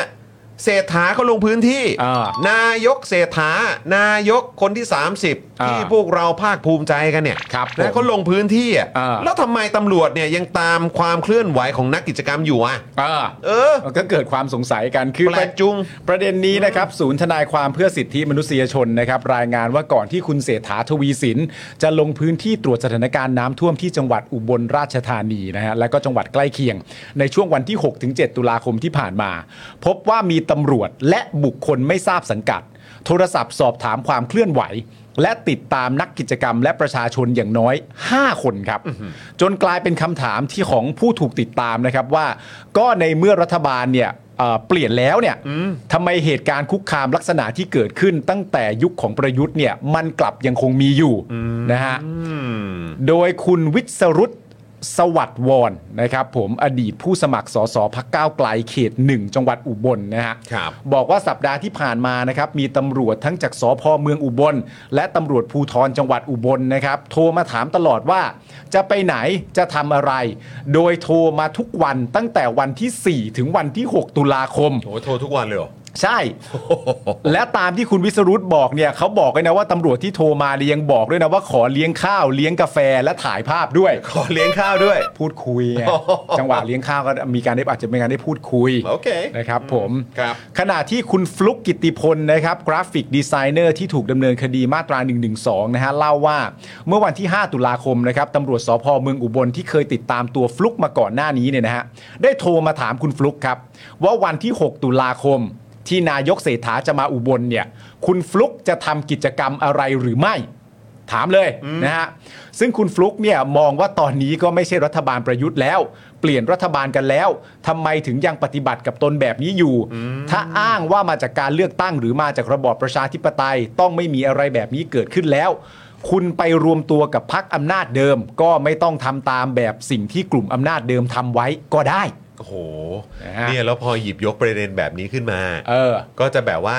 S1: เศรษฐาเขาลงพื้นที่
S2: อ่า
S1: นายกเศรษฐานายกคนที่ 30
S2: อ่า
S1: ที่พวกเราภาคภูมิใจกันเนี่ย
S2: ครับ
S1: นะ
S2: ผม
S1: เขาลงพื้นที่อ่ะ
S2: อ่า
S1: แล้วทำไมตำรวจเนี่ยยังตามความเคลื่อนไหวของนักกิจกรรมอยู่อ่ะ
S2: อ่า
S1: เออ
S2: มันก็เกิดความสงสัยกันคือ
S1: แปลกจุง
S2: ประเด็นนี้นะครับศูนย์ทนายความเพื่อสิทธิมนุษยชนนะครับ รายงานว่าก่อนที่คุณเศรษฐาทวีสิน จะลงพื้นที่ตรวจสถานการณ์น้ำท่วมที่จังหวัดอุบลราชธานีนะฮะและก็จังหวัดใกล้เคียง ในช่วงวันที่ 6-7 ตุลาคมที่ผ่านมา พบว่ามีตำรวจและบุคคลไม่ทราบสังกัด โทรศัพท์สอบถามความเคลื่อนไหว และติดตามนักกิจกรรมและประชาชนอย่างน้อย 5 คนครับ จนกลายเป็นคำถามที่ของผู้ถูกติดตามนะครับว่า ก็ในเมื่อรัฐบาลเนี่ยเอ่อเปลี่ยนแล้วเนี่ยทำไมเหตุการณ์คุกคามลักษณะที่เกิดขึ้นตั้งแต่ยุคของประยุทธ์เนี่ยมันกลับยังคงมีอยู่นะฮะ
S1: อืม
S2: โดยคุณวิศรุตสวัสดวรนะครับผมอดีตผู้สมัครสสพักก้าวไกลเขตหนึ่งจังหวัดอุบลนะฮะ
S1: ครับ
S2: บอกว่าสัปดาห์ที่ผ่านมานะครับมีตำรวจทั้งจากสพเมืองอุบล และตำรวจภูทรจังหวัดอุบลนะครับโทรมาถามตลอดว่า จะไปไหนจะทำอะไร โดยโทรมาทุกวันตั้งแต่วันที่ 4 ถึงวันที่ 6 ตุลาคม
S1: โหโทรทุกวันเลยเหรอ
S2: ใช่ และตามที่คุณวิสรุตบอกเนี่ยเขาบอกเลยนะว่าตำรวจที่โทรมาเนี่ยยังบอกด้วยนะว่าขอเลี้ยงข้าวเลี้ยงกาแฟและถ่ายภาพด้วย
S1: ขอเลี้ยงข้าวด้วย
S2: พูดคุยไง
S1: โอ้โห
S2: จังหวะเลี้ยงข้าวก็มีการได้อาจจะมีการได้พูดคุย
S1: โอเค
S2: นะครับผม
S1: ครับ
S2: ขณะที่คุณฟลุกกิติพลนะครับกราฟิกดีไซเนอร์ที่ถูกดำเนินคดีมาตรา 112 นะฮะเล่าว่าเมื่อวันที่ 5 ตุลาคมนะครับตำรวจสพเมืองอุบลที่เคยติดตามตัวฟลุกมาก่อนหน้านี้เนี่ยนะฮะได้โทรมาถามคุณฟลุกครับว่าวันที่ 6 ตุลาคม ที่นายกเศรษฐาจะมาอุบลเนี่ยคุณฟลุกจะทำกิจกรรมอะไรหรือไม่ ถามเลยนะฮะ ซึ่งคุณฟลุกเนี่ยมองว่าตอนนี้ก็ไม่ใช่รัฐบาลประยุทธ์แล้ว เปลี่ยนรัฐบาลกันแล้วทำไมถึงยังปฏิบัติกับตนแบบนี้อยู่ ถ้าอ้างว่ามาจากการเลือกตั้งหรือมาจากระบอบประชาธิปไตย ต้องไม่มีอะไรแบบนี้เกิดขึ้นแล้ว คุณไปรวมตัวกับพักอำนาจเดิม ก็ไม่ต้องทำตามแบบสิ่งที่กลุ่มอำนาจเดิมทำไว้ก็ได้
S1: โอ้โห
S2: นะฮะ
S1: เนี่ยแล้วพอหยิบยกประเด็นแบบนี้ขึ้นมา
S2: เออ
S1: ก็จะแบบว่า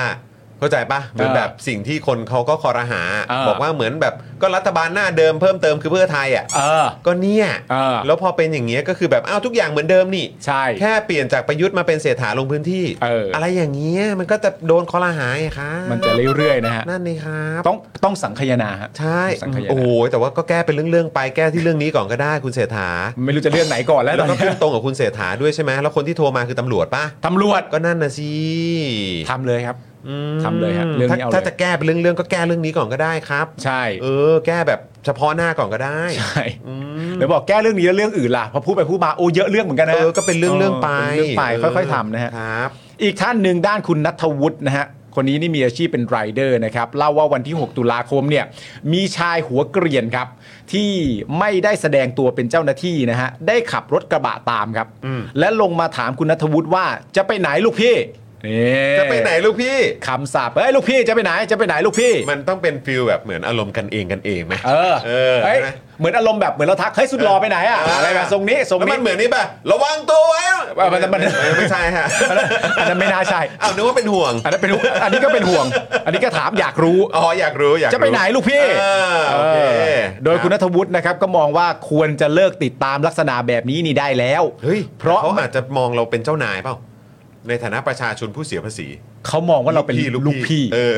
S1: เข้าใจปะเหมือน
S2: เออ
S1: แบบสิ่งที่คนเขาก็คอรหา
S2: เออ
S1: บอกว่าเหมือนแบบก็รัฐบาลหน้าเดิมเพิ่มเติมคือเพื่อไทยอ่ะ
S2: เออ
S1: ก็เนี่ย
S2: เออ
S1: แล้วพอเป็นอย่างเงี้ยก็คือแบบอ้าวทุกอย่างเหมือนเดิมนี่
S2: ใช่
S1: แค่เปลี่ยนจากประยุทธ์มาเป็นเสถาลงพื้นที่
S2: เอออ
S1: อะไรอย่างเงี้ยมันก็จะโดนคอรหาไงครับ
S2: มันจะเรื่อยๆนะฮะ
S1: นั่นเลยครับ
S2: ต้องต้องสังคายนาฮะ
S1: ใช่
S2: สังคาย
S1: โอ้โห
S2: นา
S1: แต่ว่าก็แก้เป็นเรื่องๆไปแก้ที่เรื่องนี้ก่อนก็ได้คุณเสถา
S2: ไม่รู้จะเรื่องไหนก่อนแล้วต
S1: แล้
S2: อ
S1: วน ก็
S2: นี้
S1: ขึ้นตรงกับคุณเศรษฐาด้วยใช่ไหมแล้วคนที่โทรมาคือตำรวจป่ะ
S2: ตำรวจ
S1: ก็นั่นนะสิ
S2: ทำเลยครับ
S1: อืม
S2: ทำเลยฮะเรื่อง
S1: ถ้า
S2: นี้เอาเลย
S1: ถ้าจะแก้เป็นเรื่องๆก็แก้เรื่องนี้ก่อนก็ได้ครับ
S2: ใช่
S1: เออ แก้แบบเฉพาะหน้าก่อนก็ได้
S2: ใช่
S1: อืม
S2: เดี๋ยวบอกแก้เรื่องนี้แล้วเรื่องอื่นล่ะพอพูดไปพูดมาโอ้เยอะเรื่องเหมือนกันนะ
S1: เออก็เป็นเรื่องๆไป
S2: เป็นเรื่องไป
S1: เ
S2: ค่อย ๆทำนะฮะ
S1: ครับ
S2: อีกท่านหนึ่งด้านคุณนัทวุฒินะฮะ คนนี้นี่มีอาชีพเป็นไรเดอร์นะครับ เล่าว่าวันที่ 6 ตุลาคมเนี่ยมีชายหัวเกรียนครับ ที่ไม่ได้แสดงตัวเป็นเจ้าหน้าที่นะฮะ ได้ขับรถกระบะตามครับ
S1: อืม
S2: และลงมาถามคุณนัทวุฒิว่าจะไปไหนลูกพี่นี่
S1: จะไปไหนลูกพี่
S2: คำสาปเอ้ยลูกพี่จะไปไหนจะไปไหนลูกพี่
S1: มันต้องเป็นฟิลแบบเหมือนอารมณ์กันเองกันเองไหม
S2: เออ
S1: เออ
S2: เฮ้ย
S1: ใช่ไหม
S2: เหมือนอารมณ์แบบเหมือนเราทักเฮ้ยสุดรอไปไหนอะอะไรแบบทรงนี้ทรง
S1: แล้ว
S2: นี้
S1: มันเหมือนนี่ป่ะ ระวังตัวไว้
S2: ว่ามันมัน
S1: เออไม่ใช่ฮะ
S2: อันนั้นไม่น่าใช่
S1: อ้าวนึกว่าเป็นห่วง
S2: อันนั้นเป็นอันนี้ก็เป็นห่วง อันนี้ก็ถามอยากรู้
S1: อ๋ออยากรู้อยากรู้
S2: จะไปไหนลูกพี่
S1: เออโอเค
S2: เออโดยคุณ
S1: รั
S2: นั
S1: บ
S2: ทวุฒินะครับก็มองว่าควรจะเลิกติดตามลักษณะแบบนี้นี่ได้แล้ว
S1: เฮ้ย
S2: เพราะ
S1: เขาอาจจะมองเราเป็นเจ้านายเปล่า ในฐานะประชาชนผู้เสียภาษี
S2: เขามองว่าเราเป็นลูกพี่
S1: เออ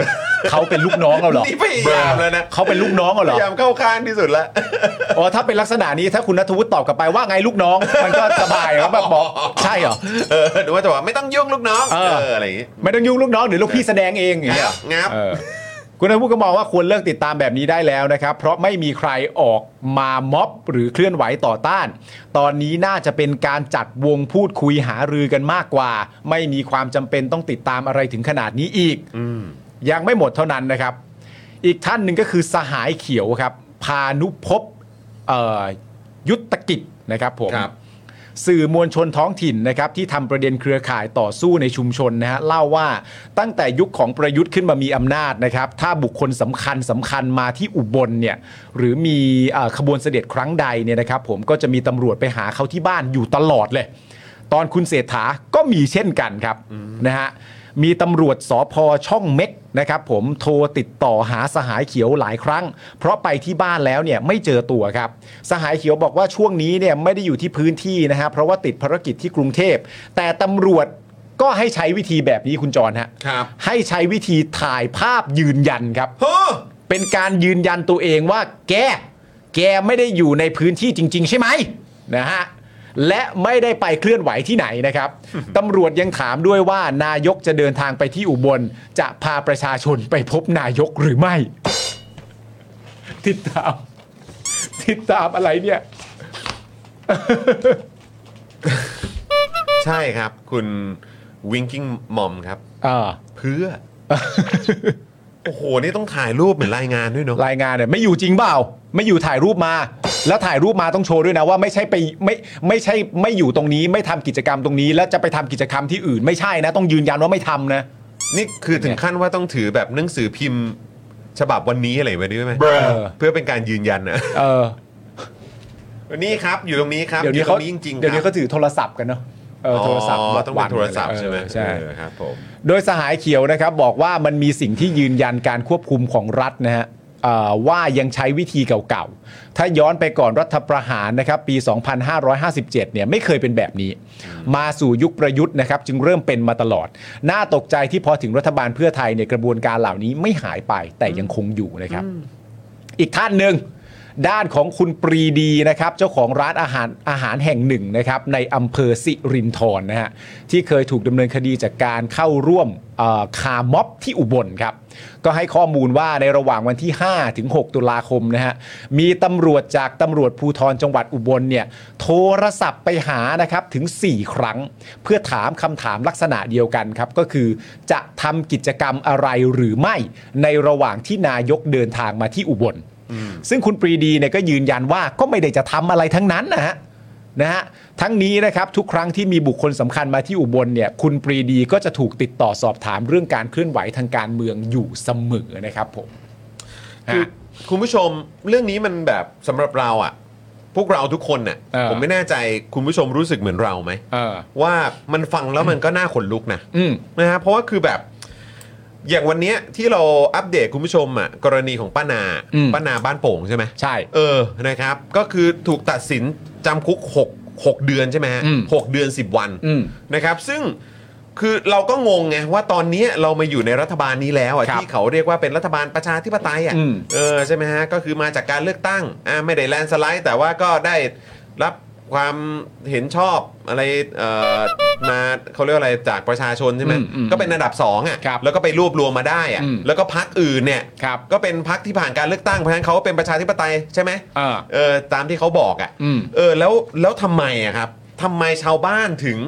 S2: เขาเป็นลูกน้องเราเหรอ
S1: นี่พยายามแล้วนะ
S2: เขาเป็นลูกน้องเราเหร <laughs> อย
S1: พายามเข้าข้างที่สุดละ
S2: อ๋อถ้าเป็นลักษณะนี้ถ้าคุณนัทวุฒิตอบกลับไปว่าไงลูกน้อง มันก็สบายครับแบบบอกใช่เหรอ
S1: เออหรือว่าจะบอกไม่ต้องยุ่งลูกน้อง
S2: เออ
S1: ไรอย่างงี้
S2: ไม่ต้องยุ่งลูกน้องหรือลูกพี่แสดงเองอย่างเงี้ย
S1: งับงับ
S2: เออคุณนายพูดก็มองว่าควรเลิกติดตามแบบนี้ได้แล้วนะครับ เพราะไม่มีใครออกมาม็อบหรือเคลื่อนไหวต่อต้าน ตอนนี้น่าจะเป็นการจัดวงพูดคุยหารือกันมากกว่า ไม่มีความจำเป็นต้องติดตามอะไรถึงขนาดนี้อีก ยังไม่หมดเท่านั้นนะครับ อีกท่านหนึ่งก็คือสหายเขียวครับ พานุพบเอ่อยุทธกิจนะครับผม
S1: ครับ
S2: สื่อมวลชนท้องถิ่นนะครับที่ทำประเด็นเครือข่ายต่อสู้ในชุมชนนะฮะเล่าว่าตั้งแต่ยุคของประยุทธ์ขึ้นมามีอำนาจนะครับ ถ้าบุคคลสำคัญสำคัญมาที่อุบลเนี่ยหรือมีเอ่อขบวนเสด็จครั้งใดเนี่ยนะครับผมก็จะมีตำรวจไปหาเขาที่บ้านอยู่ตลอดเลย ตอนคุณเศรษฐาก็มีเช่นกันครับนะฮะมีตำรวจสอพอช่องเม็กนะครับผมโทรติดต่อหาสหายเขียวหลายครั้ง เพราะไปที่บ้านแล้วเนี่ยไม่เจอตัวครับ สหายเขียวบอกว่าช่วงนี้เนี่ยไม่ได้อยู่ที่พื้นที่นะฮะเพราะว่าติดภารกิจที่กรุงเทพ แต่ตำรวจก็ให้ใช้วิธีแบบนี้คุณจรฮะ
S1: ครับ
S2: ให้ใช้วิธีถ่ายภาพยืนยันครับ
S1: เฮ้อ
S2: เป็นการยืนยันตัวเองว่าแก แกไม่ได้อยู่ในพื้นที่จริง ๆ ใช่ไหมนะฮะ และไม่ได้ไปเคลื่อนไหวที่ไหนนะครับ ตำรวจยังถามด้วยว่านายกจะเดินทางไปที่อุบล จะพาประชาชนไปพบนายกหรือไม่ ติดตาม ติดตามอะไรเนี่ย
S1: ใช่ครับคุณวิงกิ้งมอมครับ
S2: อ่า
S1: เพื่อ โอ้โห นี่ต้องถ่ายรูปเหมือนรายงานด้วยเนาะ
S2: รายงานเนี่ยไม่อยู่จริงเปล่า ไม่อยู่ถ่ายรูปมา แล้วถ่ายรูปมาต้องโชว์ด้วยนะว่าไม่ใช่ไปไม่ไม่ใช่ไม่อยู่ตรงนี้ ไม่ทำกิจกรรมตรงนี้ แล้วจะไปทำกิจกรรมที่อื่นไม่ใช่นะ ต้องยืนยันว่าไม่ทำนะ
S1: นี่คือถึงขั้นว่าต้องถือแบบหนังสือพิมพ์ ฉบับวันนี้อะไรไปด้วยไหมเพื่อเป็นการยืนยันนะ
S2: เออ
S1: วันนี้ครับ อยู่ตรงนี้ครับ
S2: เดี๋ยว
S1: อ
S2: นี้
S1: ยู่ตร
S2: เขา
S1: งนี้จริงๆ
S2: เดี๋ยว
S1: ค
S2: นี้
S1: รั
S2: เขาถือโทรศัพท์กันเนาะเออบ โทรศัพท์
S1: อ๋อต้องเป็
S2: วัน
S1: โทรศัพท์ใช่ไหม
S2: เออใช่
S1: เออครับผม
S2: โดยสหายเขียวนะครับบอกว่ามันมีสิ่งที่ยืนยันการควบคุมของรัฐนะฮะเอ่อว่ายังใช้วิธีเก่าๆ ถ้าย้อนไปก่อนรัฐประหารนะครับปี 2557 เนี่ยไม่เคยเป็นแบบนี้ มาสู่ยุคประยุทธ์นะครับจึงเริ่มเป็นมาตลอด น่าตกใจที่พอถึงรัฐบาลเพื่อไทยเนี่ยกระบวนการเหล่านี้ไม่หายไปแต่ยังคงอยู่นะครับ อีกท่านหนึ่งด้านของคุณปรีดีนะครับเจ้าของร้านอาหารอาหารแห่งหนึ่งนะครับในอำเภอสิรินธรนะฮะที่เคยถูกดำเนินคดีจากการเข้าร่วมเอ่อคาร์ม็อบที่อุบลครับก็ให้ข้อมูลว่าในระหว่างวันที่ 5 ถึง 6 ตุลาคมนะฮะมีตำรวจจากตำรวจภูธรจังหวัดอุบลเนี่ยโทรศัพท์ไปหานะครับถึง 4 ครั้ง เพื่อถามคำถามลักษณะเดียวกันครับก็คือจะทำกิจกรรมอะไรหรือไม่ ในระหว่างที่นายกเดินทางมาที่อุบล ซึ่งคุณปรีดีเนี่ยก็ยืนยันว่าก็ไม่ได้จะทำอะไรทั้งนั้นนะฮะนะฮะทั้งนี้นะครับทุกครั้งที่มีบุคคลสำคัญมาที่อุบลเนี่ยคุณปรีดีก็จะถูกติดต่อสอบถามเรื่องการเคลื่อนไหวทางการเมืองอยู่เสมอนะครับผม
S1: คือ
S2: ฮะ
S1: คุณผู้ชมเรื่องนี้มันแบบสำหรับเราอะพวกเราทุกคนน่ะ
S2: เออ
S1: ผมไม่แน่ใจคุณผู้ชมรู้สึกเหมือนเราไหม
S2: เออ
S1: ว่ามันฟังแล้วมันก็น่าขนลุกนะ
S2: อืม
S1: นะฮะเพราะว่าคือแบบ อย่างวันเนี้ยที่เราอัปเดตคุณผู้ชมอะกรณีของป้านา
S2: อืม
S1: ป้านาบ้านโป่งใช่ไหม
S2: ใช่
S1: เออ นะครับ ก็คือถูกตัดสินจำคุก 6 6 เดือนใช่ไหมฮะ
S2: อืม
S1: หกเดือน 10 วัน
S2: อืม
S1: นะครับ ซึ่งคือเราก็งงไงว่าตอนนี้เรามาอยู่ในรัฐบาลนี้แล้วอ่ะ
S2: ครับ
S1: ที่เขาเรียกว่าเป็นรัฐบาลประชาธิปไตยอ่ะ
S2: อืม
S1: เออ ใช่ไหมฮะ ก็คือมาจากการเลือกตั้ง อ่า ไม่ได้แลนด์สไลด์ แต่ว่าก็ได้รับความเห็นชอบอะไร เอ่อ มาเขาเรียกว่าอะไรจากประชาชนใช่ไหม
S2: อืมอืม
S1: ก็เป็นอันดับสองอ่ะ
S2: ครับ
S1: แล้วก็ไปรวบรวมมาได้อ่ะ
S2: อืม
S1: แล้วก็พักอื่นเนี่ย
S2: ครับ
S1: ก็เป็นพักที่ผ่านการเลือกตั้ง เพราะฉะนั้นเขาก็เป็นประชาธิปไตยใช่ไหม
S2: เออ
S1: เออตามที่เขาบอกอะ่ะ
S2: อืม
S1: เออแล้วแล้วทำไมอะครับทำไมชาวบ้านถึง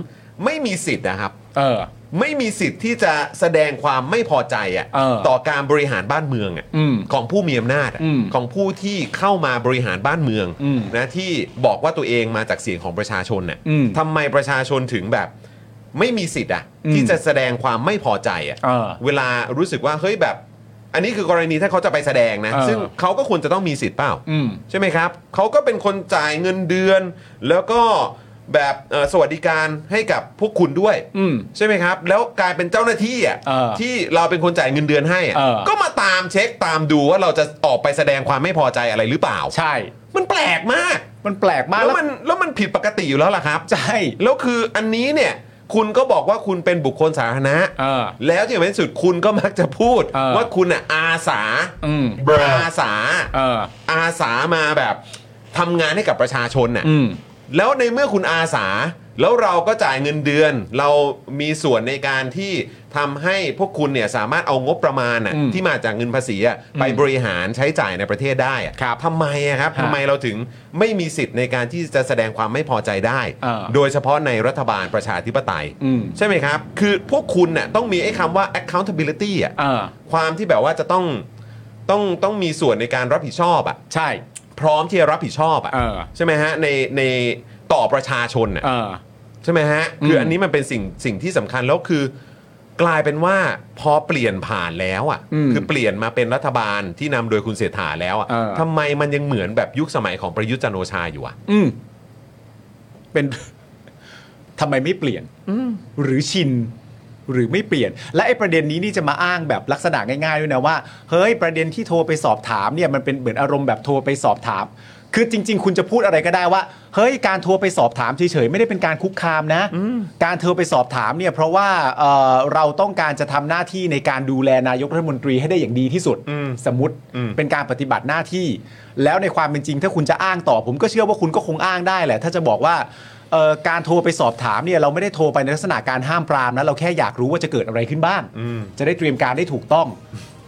S1: ไม่มีสิทธิ์นะครับ
S2: เออ
S1: ไม่มีสิทธิ์ที่จะแสดงความไม่พอใจอะ
S2: เออ
S1: ต่อการบริหารบ้านเมืองอะ
S2: อืม
S1: ของผู้มีอำนาจอะ
S2: อืม
S1: ของผู้ที่เข้ามาบริหารบ้านเมือง
S2: อืม
S1: นะที่บอกว่าตัวเองมาจากเสียงของประชาชนน่ะ
S2: อืม
S1: ทำไมประชาชนถึงแบบไม่มีสิทธิ์อะ
S2: อืม
S1: ที่จะแสดงความไม่พอใจอะ
S2: เออ
S1: เวลารู้สึกว่าเฮ้ยแบบ อันนี้คือกรณีถ้าเขาจะไปแสดงนะ
S2: เออ
S1: ซึ่งเขาก็ควรจะต้องมีสิทธิ์เปล่า
S2: อืม
S1: ใช่ไหมครับ เขาก็เป็นคนจ่ายเงินเดือน แล้วก็แบบเอ่อสวัสดิการให้กับพวกคุณด้วย
S2: อืม
S1: ใช่ไหมครับ แล้วกลายเป็นเจ้าหน้าที่อ่ะ
S2: เออ
S1: ที่เราเป็นคนจ่ายเงินเดือนให้อ่ะ
S2: เออ
S1: ก็มาตามเช็คตามดูว่าเราจะออกไปแสดงความไม่พอใจอะไรหรือเปล่า
S2: ใช่
S1: มันแปลกมาก
S2: มันแปลกมาก
S1: แล้วมันแล้วมันผิดปกติอยู่แล้วล่ะครับ
S2: ใช่
S1: แล้วคืออันนี้เนี่ยคุณก็บอกว่าคุณเป็นบุคคลสาธารณะ
S2: เออ
S1: แล้วที่สำคัญที่สุดคุณก็มักจะพูด
S2: เออ
S1: ว่าคุณอ่ะอาสา
S2: อืม
S1: อาสา
S2: เออ
S1: อาสามาแบบทำงานให้กับประชาชนน่ะ
S2: อืม
S1: แล้วในเมื่อคุณอาสา แล้วเราก็จ่ายเงินเดือน เรามีส่วนในการที่ทำให้พวกคุณเนี่ยสามารถเอางบประมาณน่ะ
S2: อืม
S1: ที่มาจากเงินภาษีอะไปบริหารใช้จ่ายในประเทศได้อะ
S2: ครับ
S1: ทำไมอะครับ
S2: ฮะ
S1: ทำไมเราถึงไม่มีสิทธิ์ในการที่จะแสดงความไม่พอใจได้
S2: เออ
S1: โดยเฉพาะในรัฐบาลประชาธิปไตย
S2: อืม
S1: ใช่ไหมครับ คือพวกคุณน่ะต้องมีไอ้คำว่า accountability อะ
S2: เออ
S1: ความที่แบบว่าจะต้อง ต้องต้องมีส่วนในการรับผิดชอบอ่ะ
S2: ใช่
S1: พร้อมที่จะรับผิดชอบอ่ะ
S2: เออ
S1: ใช่ไหมฮะในในต่อประชาชนอ่ะ
S2: เออ
S1: ใช่ไหมฮะ
S2: อืม
S1: คืออันนี้มันเป็นสิ่งสิ่งที่สำคัญแล้วคือ กลายเป็นว่าพอเปลี่ยนผ่านแล้วอ่ะคือเปลี่ยนมาเป็นรัฐบาลที่นำโดยคุณเศรษฐาแล้วอ่ะทำไมมันยังเหมือนแบบยุคสมัยของประยุทธ์จันทร์โอชาอยู่อ่ะ
S2: อืมเป็น <laughs> ทำไมไม่เปลี่ยนหรือชิน หรือไม่เปลี่ยน และไอ้ประเด็นนี้นี่จะมาอ้างแบบลักษณะง่ายๆด้วยนะว่า เฮ้ยประเด็นที่โทรไปสอบถามเนี่ยมันเป็นเหมือนอารมณ์แบบโทรไปสอบถาม คือจริง ๆ คุณจะพูดอะไรก็ได้ว่า เฮ้ยการโทรไปสอบถามเฉยๆไม่ได้เป็นการคุกคามนะ การโทรไปสอบถามเนี่ยเพราะว่าเอ่อเราต้องการจะทำหน้าที่ในการดูแลนายกรัฐมนตรีให้ได้อย่างดีที่สุด สมมติ
S1: อืม
S2: เป็นการปฏิบัติหน้าที่ แล้วในความเป็นจริงถ้าคุณจะอ้างต่อ ผมก็เชื่อว่าคุณก็คงอ้างได้แหละ ถ้าจะบอกว่า เอ่อการโทรไปสอบถามเนี่ยเราไม่ได้โทรไปในลักษณะการห้ามปรามนะเราแค่อยากรู้ว่าจะเกิดอะไรขึ้นบ้าง จะได้เตรียมการได้ถูกต้อง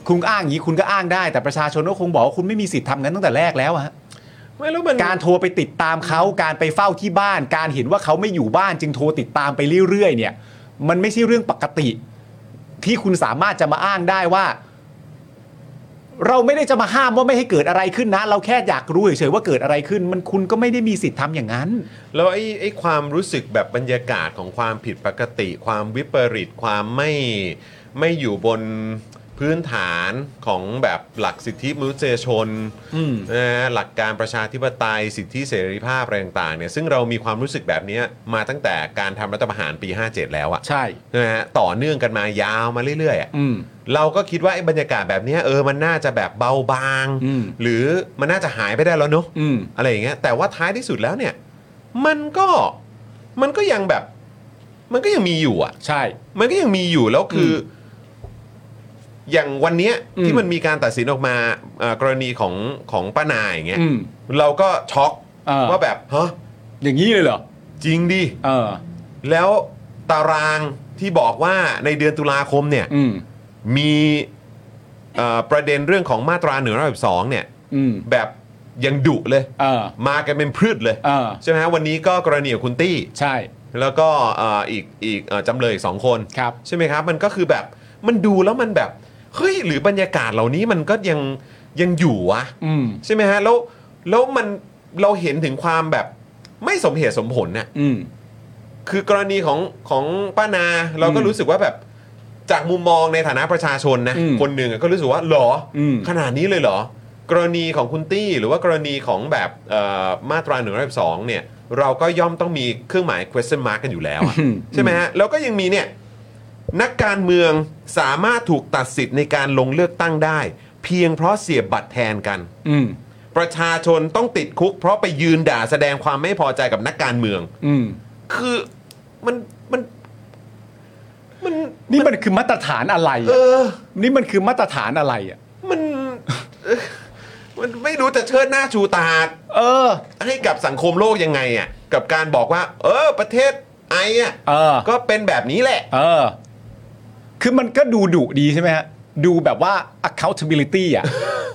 S2: คุณอ้างอย่างนี้คุณก็อ้างได้ แต่ประชาชนก็คงบอกว่าคุณไม่มีสิทธิ์ทำงั้นตั้งแต่แรกแล้วอะฮะ
S1: ไม่รู้มัน
S2: การโทรไปติดตามเขาการไปเฝ้าที่บ้าน การเห็นว่าเขาไม่อยู่บ้านจึงโทรติดตามไปเรื่อยๆเนี่ย มันไม่ใช่เรื่องปกติ ที่คุณสามารถจะมาอ้างได้ว่า เราไม่ได้จะมาห้ามว่าไม่ให้เกิดอะไรขึ้นนะ เราแค่อยากรู้เฉยๆว่าเกิดอะไรขึ้น มันคุณก็ไม่ได้มีสิทธิ์ทำอย่างนั้น
S1: แล้วไอ้ไอ้ความรู้สึกแบบบรรยากาศของความผิดปกติ ความวิปริตความไม่ไม่อยู่บนพื้นฐานของแบบหลักสิทธิมนุษยชน
S2: อืม
S1: นะฮะหลักการประชาธิปไตยสิทธิเสรีภาพอะไรต่างๆเนี่ยซึ่งเรามีความรู้สึกแบบเนี้ยมาตั้งแต่การทำรัฐประหารปี 57 แล้วอะ
S2: ใช่
S1: นะฮะต่อเนื่องกันมายาวมาเรื่อยๆอะ
S2: อืม
S1: เราก็คิดว่าไอ้บรรยากาศแบบเนี้ยเออมันน่าจะแบบเบาบาง
S2: อืม
S1: หรือมันน่าจะหายไปได้แล้วเนอะ
S2: อืม
S1: อะไรอย่างเงี้ยแต่ว่าท้ายที่สุดแล้วเนี่ย มันก็มันก็ยังแบบ มันก็ยังมีอยู่อ่ะ
S2: ใช่
S1: มันก็ยังมีอยู่แล้วคือออย่างวันเนี้ย
S2: อืม
S1: ที่มันมีการตัดสินออกมาเอ่อกรณีของของป้านายอย่างเงี้ย
S2: อืม
S1: เราก็ช็อก
S2: เออ
S1: ว่าแบบฮะ
S2: อย่างนี้เลยเหรอ
S1: จริงดิ
S2: เออ
S1: แล้วตารางที่บอกว่าในเดือนตุลาคมเนี่ย
S2: อืม
S1: มีเอ่อประเด็นเรื่องของมาตราหนึ่งร้อยสองเนี่ย
S2: อืม
S1: แบบยังดุเลย
S2: เออ
S1: มากันเป็นพืชเลย
S2: เออ
S1: ใช่ไหมฮะวันนี้ก็กรณีของคุณตี้
S2: ใช่
S1: แล้วก็เอ่ออีกอีกเอ่อจำเลยอีกสองคน
S2: ครับ
S1: ใช่ไหมครับ มันก็คือแบบมันดูแล้วมันแบบเฮ้ยหรือบรรยากาศเหล่านี้มันก็ยังยังอยู่วะ
S2: อืม
S1: ใช่ไหมฮะแล้วแล้วมันเราเห็นถึงความแบบไม่สมเหตุสมผลน่ะ
S2: อืม
S1: คือกรณีของของป้านาเราก็
S2: อืม
S1: รู้สึกว่าแบบจากมุมมองในฐานะประชาชนนะ
S2: อืม
S1: คนหนึ่งอะก็รู้สึกว่าหรออ
S2: ม
S1: ขนาดนี้เลยเหรอ กรณีของคุณตี้ หรือว่ากรณีของแบบเอ่อมาตราหนึ่งร้อยสองเนี่ย เราก็ย่อมต้องมีเครื่องหมาย question mark กันอยู่แล้วอะใช่ไหมฮะแล้วก็ยังมีเนี่ย นักการเมืองสามารถถูกตัดสิทธิ์ในการลงเลือกตั้งได้ เพียงเพราะเสียบบัตรแทนกัน
S2: อืม
S1: ประชาชนต้องติดคุก เพราะไปยืนด่าแสดงความไม่พอใจกับนักการเมือง
S2: อืม
S1: คือมันมันมัน
S2: นี่มันคือมาตรฐานอะไร
S1: เอ
S2: อะ
S1: อ
S2: นี่มันคือมาตรฐานอะไรอ่ะ
S1: มันเอ่อมันไม่รู้จะเชิดหน้าชูตา
S2: เออ
S1: ให้กับสังคมโลกยังไงอ่ะกับการบอกว่า เออ ประเทศไออ่ะ
S2: เออ
S1: ก็เป็นแบบนี้แหละ
S2: เออ คือมันก็ดูดุดีใช่ไหมฮะ ดูแบบว่า accountability <laughs> อ่ะ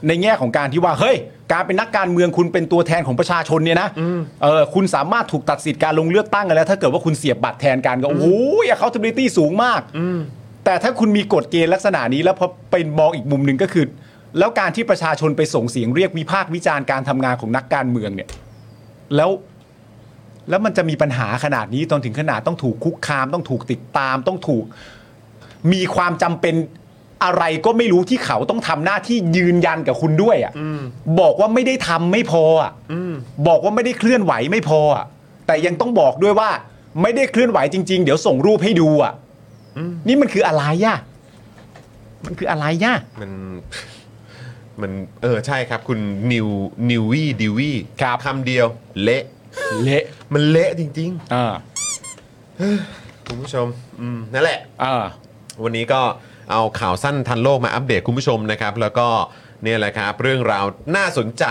S2: ในแง่ของการที่ว่า เฮ้ย การเป็นนักการเมืองคุณเป็นตัวแทนของประชาชนเนี่ยนะ เออ คุณสามารถถูกตัดสิทธิ์การลงเลือกตั้งกันแล้ว ถ้าเกิดว่าคุณเสียบบัตรแทนกันก็ โอ้โห accountability สูงมาก แต่ถ้าคุณมีกฎเกณฑ์ลักษณะนี้แล้วพอเป็นมองอีกมุมหนึ่งก็คือ แล้วการที่ประชาชนไปส่งเสียงเรียกวิพากษ์วิจารณ์การทำงานของนักการเมืองเนี่ย แล้ว แล้วมันจะมีปัญหาขนาดนี้ตอนถึงขนาดต้องถูกคุกคาม ต้องถูกติดตาม ต้องถูก มีความจำเป็นอะไรก็ไม่รู้ที่เขาต้องทำหน้าที่ยืนยันกับคุณด้วยอะ่ะบอกว่าไม่ได้ทำไม่พออะ่ะบอกว่าไม่ได้เคลื่อนไหวไม่พออะ่ะแต่ยังต้องบอกด้วยว่า ไม่ได้เคลื่อนไหวจริง ๆ เดี๋ยวส่งรูปให้ดูอะ่ะนี่มันคืออะไรย่ะมันคืออะไรย่ะ
S1: มันมันเออใช่ครับ คุณนิวนิววี่ดิวี่
S2: ครับ
S1: คำเดียว เละ
S2: เละ
S1: มันเละจริง
S2: อ่า
S1: ๆ คุณผู้ชม อืมนั่นแหละ
S2: อ่า
S1: วันนี้ก็เอาข่าวสั้นทันโลกมาอัปเดตคุณผู้ชมนะครับ แล้วก็เนี่ยแหละครับ เรื่องราวน่าสนใจ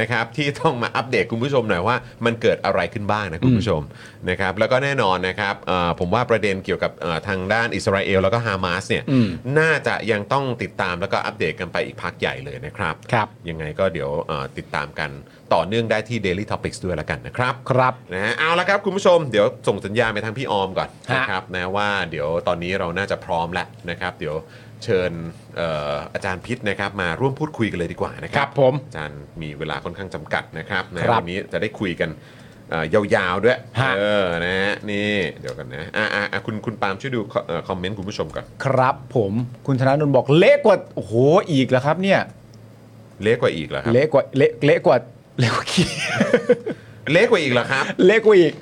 S1: นะครับ ที่ต้องมาอัปเดตคุณผู้ชมหน่อยว่ามันเกิดอะไรขึ้นบ้างนะคุณผู้ชมนะครับแล้วก็แน่นอนนะครับเอ่อผมว่าประเด็นเกี่ยวกับเอ่อทางด้านอิสราเอลแล้วก็ฮามาสเนี่ย
S2: อืม
S1: น่าจะยังต้องติดตามแล้วก็อัปเดตกันไปอีกพักใหญ่เลยนะครับ
S2: ครับ
S1: ยังไงก็เดี๋ยวเอ่อติดตามกันต่อเนื่องได้ที่ Daily Topics ด้วยแล้วกันนะครับ
S2: ครับ
S1: นะฮะเอาละครับคุณผู้ชมเดี๋ยวส่งสัญญาณไปทางพี่ออมก่อน
S2: ฮะ
S1: นะครับนะว่าเดี๋ยวตอนนี้เราน่าจะพร้อมแล้วนะครับ เดี๋ยว เชิญเอ่ออาจารย์พิษนะครับมาร่วมพูดคุยกันเลยดีกว่านะค
S2: ค
S1: รั
S2: รั
S1: บบ
S2: ผม
S1: อาจารย์มีเวลาค่อนข้างจำกัดนะครับนะครับ วันนี้จะได้คุยกันเอ่อยาวๆด้วย
S2: ฮะ
S1: เออนะฮะนี่เดี๋ยวกันนะอ่ะอ่ะอ่ะคุณคุณปาล์มช่วยดูเอ่อคอมเมนต์คุณผู้ชมก่อน
S2: ครับผมคุณธนาโนนบอกเละกว่าโอ้โหอีกแล้วครับเนี่ย
S1: เละกว่าอีกเหรอครับ
S2: เละกว่าเละเละกว่าเละกว่าขี้ <laughs>
S1: เละกว่าอีกเหรอครับ
S2: เละกว่าอีก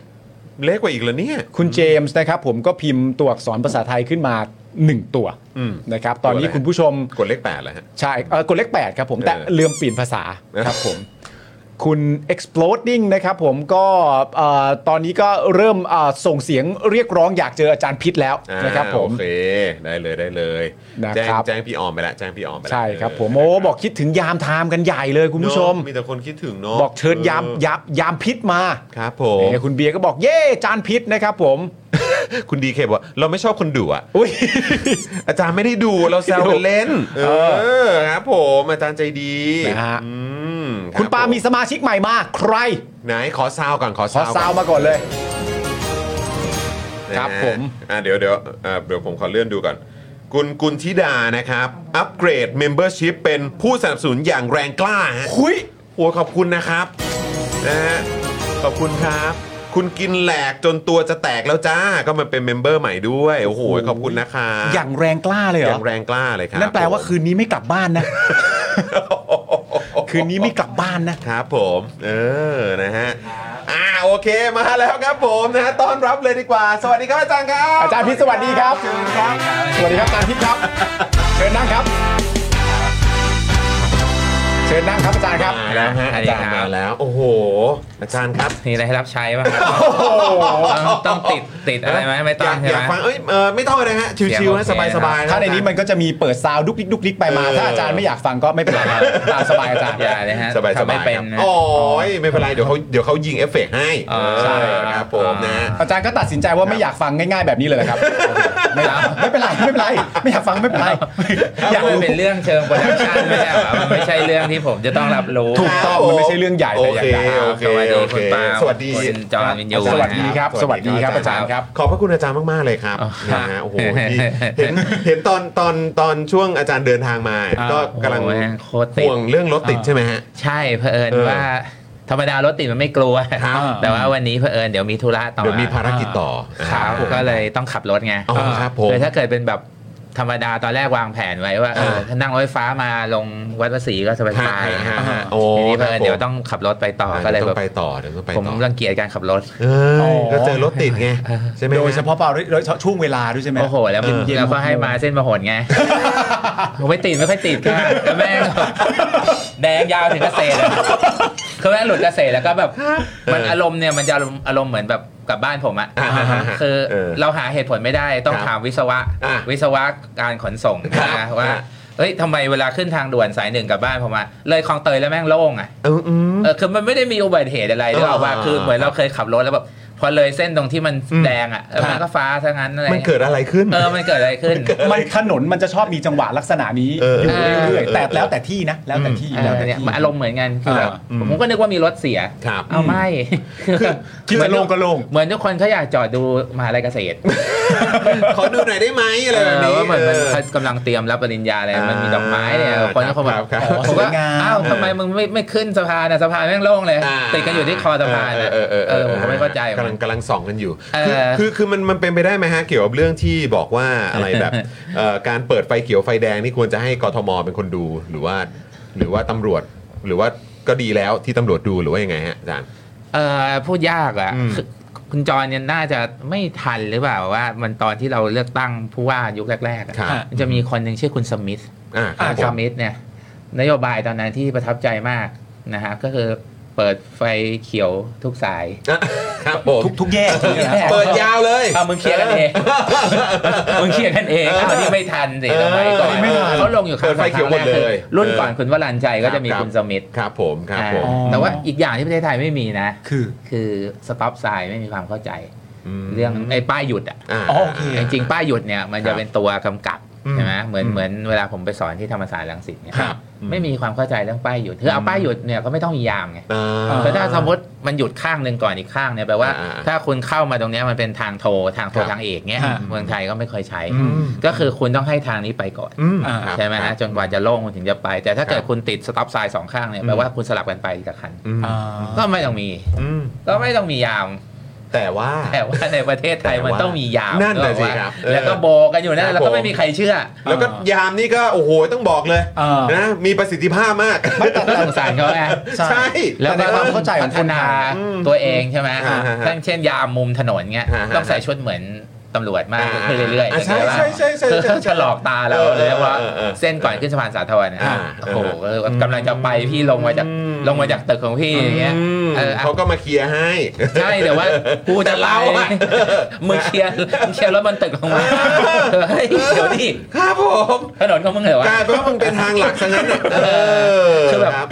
S1: เละกว่าอีกเหรอเนี่ย
S2: คุณเจมส์นะครับผมก็พิมพ์ตัวอักษรภาษาไทยขึ้นมา 1 ตัว
S1: อืม
S2: นะครับตอนนี้
S1: ตัวอะไร
S2: คุณผู้ชม
S1: กดเลขแปดแล้วฮะ
S2: ใช่เออกดเลข8ครับผมแต่
S1: เออ
S2: เลืมเปลี่ยนภาษา
S1: เออ
S2: ครับผม คุณ exploding นะครับผมก็เอ่อตอนนี้ก็เริ่มเอ่อส่งเสียงเรียกร้องอยากเจออาจารย์พิษแล้ว
S1: อ่า
S2: นะครับผม
S1: โอเคได้เลยได้เลย
S2: นะครับ
S1: แจ้งแจ้งพี่ออมไปแล้วแจ้งพี่ออมไปแล้ว
S2: ใช่ครับผม
S1: เ
S2: โอ้บอกคิดถึงยามไทม์กันใหญ่เลยคุณผู้ชม
S1: เนอะมีแต่คนคิดถึงเนาะ
S2: บอกเชิญยาม
S1: ออย
S2: ามยามพิษมา
S1: ครับผม
S2: เนี่ยคุณเบียร์ก็บอกเย่จานพิษนะครับผม
S1: คุณดีเคบอกว่าเราไม่ชอบคนดุอ่ะ <laughs>
S2: อุ้ย
S1: อาจารย์ไม่ได้ดูเราแซวกันเล่น เออครับผมอาจารย์ใจดี
S2: นะฮะ
S1: อืม
S2: คุณปา
S1: รับผ
S2: มีสมาชิกใหม่มาใคร
S1: ไหนขอซาวก่อนขอ
S2: ขอ
S1: ซาว
S2: ซาวมาก่อนเลย
S1: นะฮะ
S2: ครับผม
S1: อ่ะเดี๋ยวเดี๋ยวเอ่อเดี๋ยวผมขอเลื่อนดูก่อน กุลกุลธิดานะครับ อัปเกรดเมมเบอร์ชิพเป็นผู้สนับสนุนอย่างแรงกล้าฮะ
S2: ุย
S1: โอ้ขอบคุณนะครับนะฮะขอบคุณครับ คุณกินแหลกจนตัวจะแตกแล้วจ้า ก็มาเป็นเมมเบอร์ใหม่ด้วย โอ้โห
S2: โอ้โห
S1: ขอบคุณนะครับ
S2: อย่างแรงกล้าเลยเหร
S1: อ
S2: อย่าง
S1: แรงกล้าเลยครับ
S2: นั่นแปลว่า
S1: ผม
S2: คืนนี้ไม่กลับบ้านนะ คืนนี้ไม่กลับบ้านนะ
S1: ครับผม เออ นะฮะ อ่า โอเค มาแล้วครับผมนะฮะ ต้อนรับเลยดีกว่า สวัสดีครับอาจารย์ครับ
S2: อาจารย์พิษสวัสดีครับ สวัสดีครับอาจารย์พิษ <laughs> ครับ เชิญนั่งครับ เชิญนั่งครับอาจารย์ครับ
S1: มาแล้วฮะ อาจารย์มาแล้ว โอ้โห อาจารย์ครับ
S6: มีอะไรให้รับใช้ป่ะครับต้องต้องติดติดอะไรไหมไม่ต้
S1: อ
S6: อง
S1: ยาก
S6: ใช่
S1: อยาก
S6: ไหม
S1: ฟัง เอ้ยเออไม่ต้องเลยฮะ ชิวๆฮะ
S6: เสียงโอเค
S1: สบายๆะ
S2: ถ้าในนี้มันก็จะมีเปิดซาวดุกดิกดุกดิกไปมา ถ้าอาจารย์ไม่อยากฟังก็ไม่เป็นไรครับตามสบายอาจารย์
S6: อย่าเลยฮะ
S1: สบายๆ
S6: ทำไม่เป็น
S1: ครับ
S6: นะ
S1: โอ้ยไม่เป็นไร เดี๋ยวเขาเดี๋ยวเขายิงเอฟเฟกต์ให้
S6: อ๋อ
S1: ใช่ครับผมนะ
S2: อาจารย์ก็ตัดสินใจว่าไม่อยากฟังง่ายๆแบบนี้เลยเหรอครับ ไม่รับไม่เป็นไรไม่เป็นไร ไม่อยากฟังไม่เป็นไร
S6: ถ้า
S2: อยาก
S6: มัน
S2: รู้
S6: เป็นเรื่องเชิงโปรดักชันไม่ใช่เหรอมันไม่ใช่เรื่องที่ผมจะต้องรับรู้
S2: ถูกต้องมันไม่ใช่เรื่องใหญ่
S1: โอ
S2: แต่อย่า
S1: เค
S2: งใด
S1: โอเค
S6: สวัสดี
S1: โอ
S6: คุ
S1: เคสวัสดี
S6: ณปาล์มคุณจอห์นวินยู
S2: สวัสดีครับ สวัสดีครับอาจารย์ครับ
S1: ขอบพระคุณอาจารย์มาก ๆ เลยครับ
S6: อ๋อ
S1: นะฮะโอ้โหนี่เห็นเห็นตอนตอนตอนช่วงอาจารย์เดินทางมา
S6: อ่า
S1: ก็กำลัง
S6: โอ้โหโคตรติด
S1: ห่วงเรื่องรถติดใช่ไหมฮะ
S6: ใช่เผอิญ
S1: เออ
S6: ว่า ธรรมดารถติดมันไม่กลัว
S1: ครับ
S6: แต่ว่าวันนี้เผอิญเดี๋ยวมีธุระต่อ
S1: เดี๋ยวมีภารกิจต่อ
S6: ครับ
S1: อ่า
S6: ก็เลยต้องขับรถไง
S1: อ๋อครับผม
S6: เลยถ้าเกิดเป็นแบบธรรมดาตอนแรกวางแผนไว้ว่าเออ
S1: ฮะ
S6: ถ้านั่งรถไฟฟ้ามาลงวัดภาษีก็สบายๆ
S1: ฮะ
S6: นะ
S1: ฮะโอ้
S6: ทีนี้เผอิญเดี๋ย
S1: ค
S6: ว
S1: รับ
S6: ต้องขับรถไปต่อ
S1: ผม
S6: ก็เลย
S1: ต้
S6: แบ
S1: อบ งไปต่อเดี๋ยวต้องไป
S6: ผม
S1: ต่อ
S6: รังเกียจการขับรถ
S1: เอ้
S2: อ๋
S1: ย
S2: อ
S1: ก็เจอรถติดไงใช่ไหมฮ
S2: โดยเฉพาะเปล่าโดยเฉพาะช่วงเวลาด้วยใช่ไหม
S6: โอ้โห แล้วมัน
S2: เย็นๆ
S6: แล้วก็ให้มาเส้นมหนไง ผมไม่ติดไม่ค่อยติ
S1: <laughs>
S6: ดค่ะแล้วแม่งแดงยาวถึงเกษตรอะคือแม่งหลุดเกษตรแล้วก็แบบ มันอารมณ์เนี่ยมันจะอารมณ์อารมณ์เหมือนแบบกลับบ้านผมอะ
S1: อ่าฮะฮะฮะ
S6: คือ
S1: เออ
S6: เราหาเหตุผลไม่ได้ต้อ
S1: ค
S6: ง
S1: รับ
S6: ถามวิศวะ
S1: อ่ะ
S6: วิศวะการขนส่ง
S1: ครับ
S6: นะว่า
S1: อ่ะ
S6: เฮ้ยทำไมเวลาขึ้นทางด่วนสายหนึ่งกลับบ้านผมอะเลยคลองเตยแล้วแม่งโล่งอะ
S1: เอออืม
S6: เออคือมันไม่ได้มีอุบัติเหตุอะไรหรือเปล่าว่า
S1: อ่า
S6: คือเหมือนเราเคยขับรถแล้วแบบพอเลยเส้นตรงที่มัน
S1: อืม
S6: แดงอ่ะเออ
S1: ครับ
S6: มันก็ฟ้าซะงั้นอะไร
S1: มันเกิดอะไรขึ้น
S6: เออมันเกิดอะไรขึ้น
S2: มันถนนมันจะชอบมีจังหวะลักษณะนี้
S1: เออ
S2: อยู่เรื่อย
S1: เออ
S2: ๆแต่แล้วแต่ที่นะ แล้วแต่ที่
S6: เอ
S2: แล้ว
S6: อ
S2: แต่
S6: เนี่ย
S2: ที่
S6: มันอารมณ์เหมือนกันคือแบบ
S2: อ่า
S1: อืม
S6: ผมก็นึกว่ามีรถเสีย
S1: ครับ
S6: เอาไม่
S2: คิดจะลงก็ลง
S6: เหมือนทุกคนเขาอยากจอดดูมหาลัยเกษตร
S1: ขอดูหน่อยได้ไหมอะไรแบบ
S6: เอ
S1: นี้
S6: อว่าเหมือนมัน
S1: เออ
S6: เขากำลังเตรียมรับปริญญาอะไรมันมีดอกไม้เนี่ย
S1: อ่า
S6: คนก็คงแบบ
S1: ครับ
S6: ผม
S2: สว
S6: ก็
S2: ยงาม
S6: อ้าวทำไมมึงไม่ไม่ขึ้นสะพานอะสะพานแม่งโล่งเลย
S1: า
S6: ติดกันอยู่ที่คอสะพานอะ
S1: เออเออ
S6: เออผมก็ไม่เข้าใจ
S1: กำลังกำลังส่องกันอยู่
S6: เอ
S1: คือ
S6: อ
S1: คือคือมันมันเป็นไปได้ไหมฮะ เกี่ยวกับเรื่องที่บอกว่าอะไร
S6: <laughs>
S1: แบบเอ่อการเปิดไฟเขียวไฟแดงนี่ควรจะให้กทมเป็นคนดูหรือว่า หรือว่าตำรวจหรือว่าก็ดีแล้วที่ตำรวจดูหรือว่ายังไงฮะอาจารย์
S6: เออพูดยากอะ
S1: อืม
S6: คือคุณจรเนี่ยน่าจะไม่ทันหรือเปล่าว่า มันตอนที่เราเลือกตั้งผู้ว่ายุคแรกๆอะ
S1: ครับ
S6: มันจะมีคนหนึ่งชื่อคุณสมิธ
S1: อ่าครั
S6: อา
S1: บผ
S6: คาม มิดเนี่ยนโยบายตอนนั้นที่ประทับใจมากนะฮะก็คือเปิดไฟเขียวทุกสาย
S1: ครับผม
S2: ทุกทุกแยกที่นะ
S1: เปิดยาวเลย
S6: เอามึงเคลียร์กันเอง มึงเคลียร์กันเองเอาที่ไม่ทันสิทำไมก่อน
S1: เออไม่ทัน
S6: เขาลงอยู่ครั้ง
S1: เปิดไฟเขียวหมดเลย
S6: คือรุ่นก่อน
S1: เออ
S6: คุณวรันชัยก็จะมี
S1: ครับ
S6: คุณสมิธ
S1: ครับผมครับผม
S6: อ่าแต่ว่าอีกอย่างที่ประเทศไทยไม่มีนะ
S2: คือ
S6: คือสต็อปไซน์ไม่มีความเข้าใจ
S1: ม
S6: เรื่องไอ้ป้ายหยุดอ่ะ
S1: อ่า
S2: อ๋อโอเค
S6: จริงๆป้ายหยุดเนี่ยมัน
S1: ครั
S6: จะ
S1: บ
S6: เป็นตัวกำกับ
S1: อืม
S6: ใช่ไหมเหมือน
S1: อืม
S6: เหมือนเวลาผมไปสอนที่ธรรมศาสตร์รังสิตเนี่ย
S2: ครับ
S6: ไม่มีความเข้าใจเรื่องป้ายหยุดคือเอาป้ายหยุดเนี่ยก็ไม่ต้องมียามไง
S1: อ่า
S6: แต่ถ้าสมมติมันหยุดข้างหนึ่งก่อนอีกข้างเนี่ยแปลว่า
S1: อ่า
S6: ถ้าคุณเข้ามาตรงเนี้ยมันเป็นทางโทรทางโทร
S1: ครับ
S6: ทางเอกเนี่ย
S2: อ่า
S6: เมืองไทยก็ไม่เคยใช้
S1: อืม
S6: ก็คือคุณต้องให้ทางนี้ไปก่อน
S1: อืม
S2: อ่า
S1: ครับ
S6: ใช่ไหมฮะจนกว่าจะโล่งคุณถึงจะไป แต่ถ้าเกิดคุณติดสต็อปไซน์สองข้างเนี่ยแปลว่าคุณสลับกันไปกับคัน
S1: อืม
S2: อ่า
S6: ก็ไม่ต้องมี
S1: อืม
S6: ก็ไม่ต้องมียาม
S1: แต่ว่า
S6: แต่ว่าในประเทศไทย
S1: แต่ว่ามั
S6: มันต้องมียาม
S1: นั่นน่ะสิ
S6: กออกปะ
S1: ครับเออ
S6: แล้วก็โบกันอยู่นั่
S1: ครับ
S6: นแล้วก็
S1: ผม
S6: ไม่มีใครเชื่อ
S1: แล้วก็ยามนี่ก็โอ้โหต้องบอกเลย
S2: เออ
S1: นะมีประสิทธิภาพมาก
S6: ก็สงสารเขาไง
S1: ใช่
S2: แต่ในความเข้าใจของคนไทย
S6: พัฒนาตัวเองใช่ไหม
S1: อ่าฮะ
S6: ทั้งเช่นยามมุมถนนเงี้ย
S1: อ่าฮะ
S6: ต้องใส่ชุดเหมือนตำรวจมาก
S1: อ่า
S6: ขึ้นเรื่อย
S1: อ่า
S6: ๆ
S1: ใช่ใช่ใช่ใช่
S6: คือ
S1: ใช่
S6: เขาจะหลอกตาเรา
S1: เออเออ
S6: เลยว่า
S1: เออเออ
S6: เส้นก่อนขึ้นสะพานสาทรนะ
S1: อ่า
S6: โอ้โหกำลังจะไปพี่ลงมาจาก
S1: อืม
S6: ลงมาจากตึกของพี่อย่างเงี้ย
S1: อืม
S6: เอออ่ะ
S1: เขาก็มาเคลียร์ให้
S6: ใช่แต่ว่ากูจะ
S1: แต่
S6: เล่า
S1: เราอะ
S6: มึงเคลียร์มึงเคลียร์รถบนตึกลงมาเฮ้ยเดี๋ยวดิ
S1: ครับผม
S6: ถนนของมึงเหรอวะ
S1: กลายเป็นว่ามึงเป็นทางหลักซะงั้นน่ะเออ
S6: คือแบบ
S1: รับ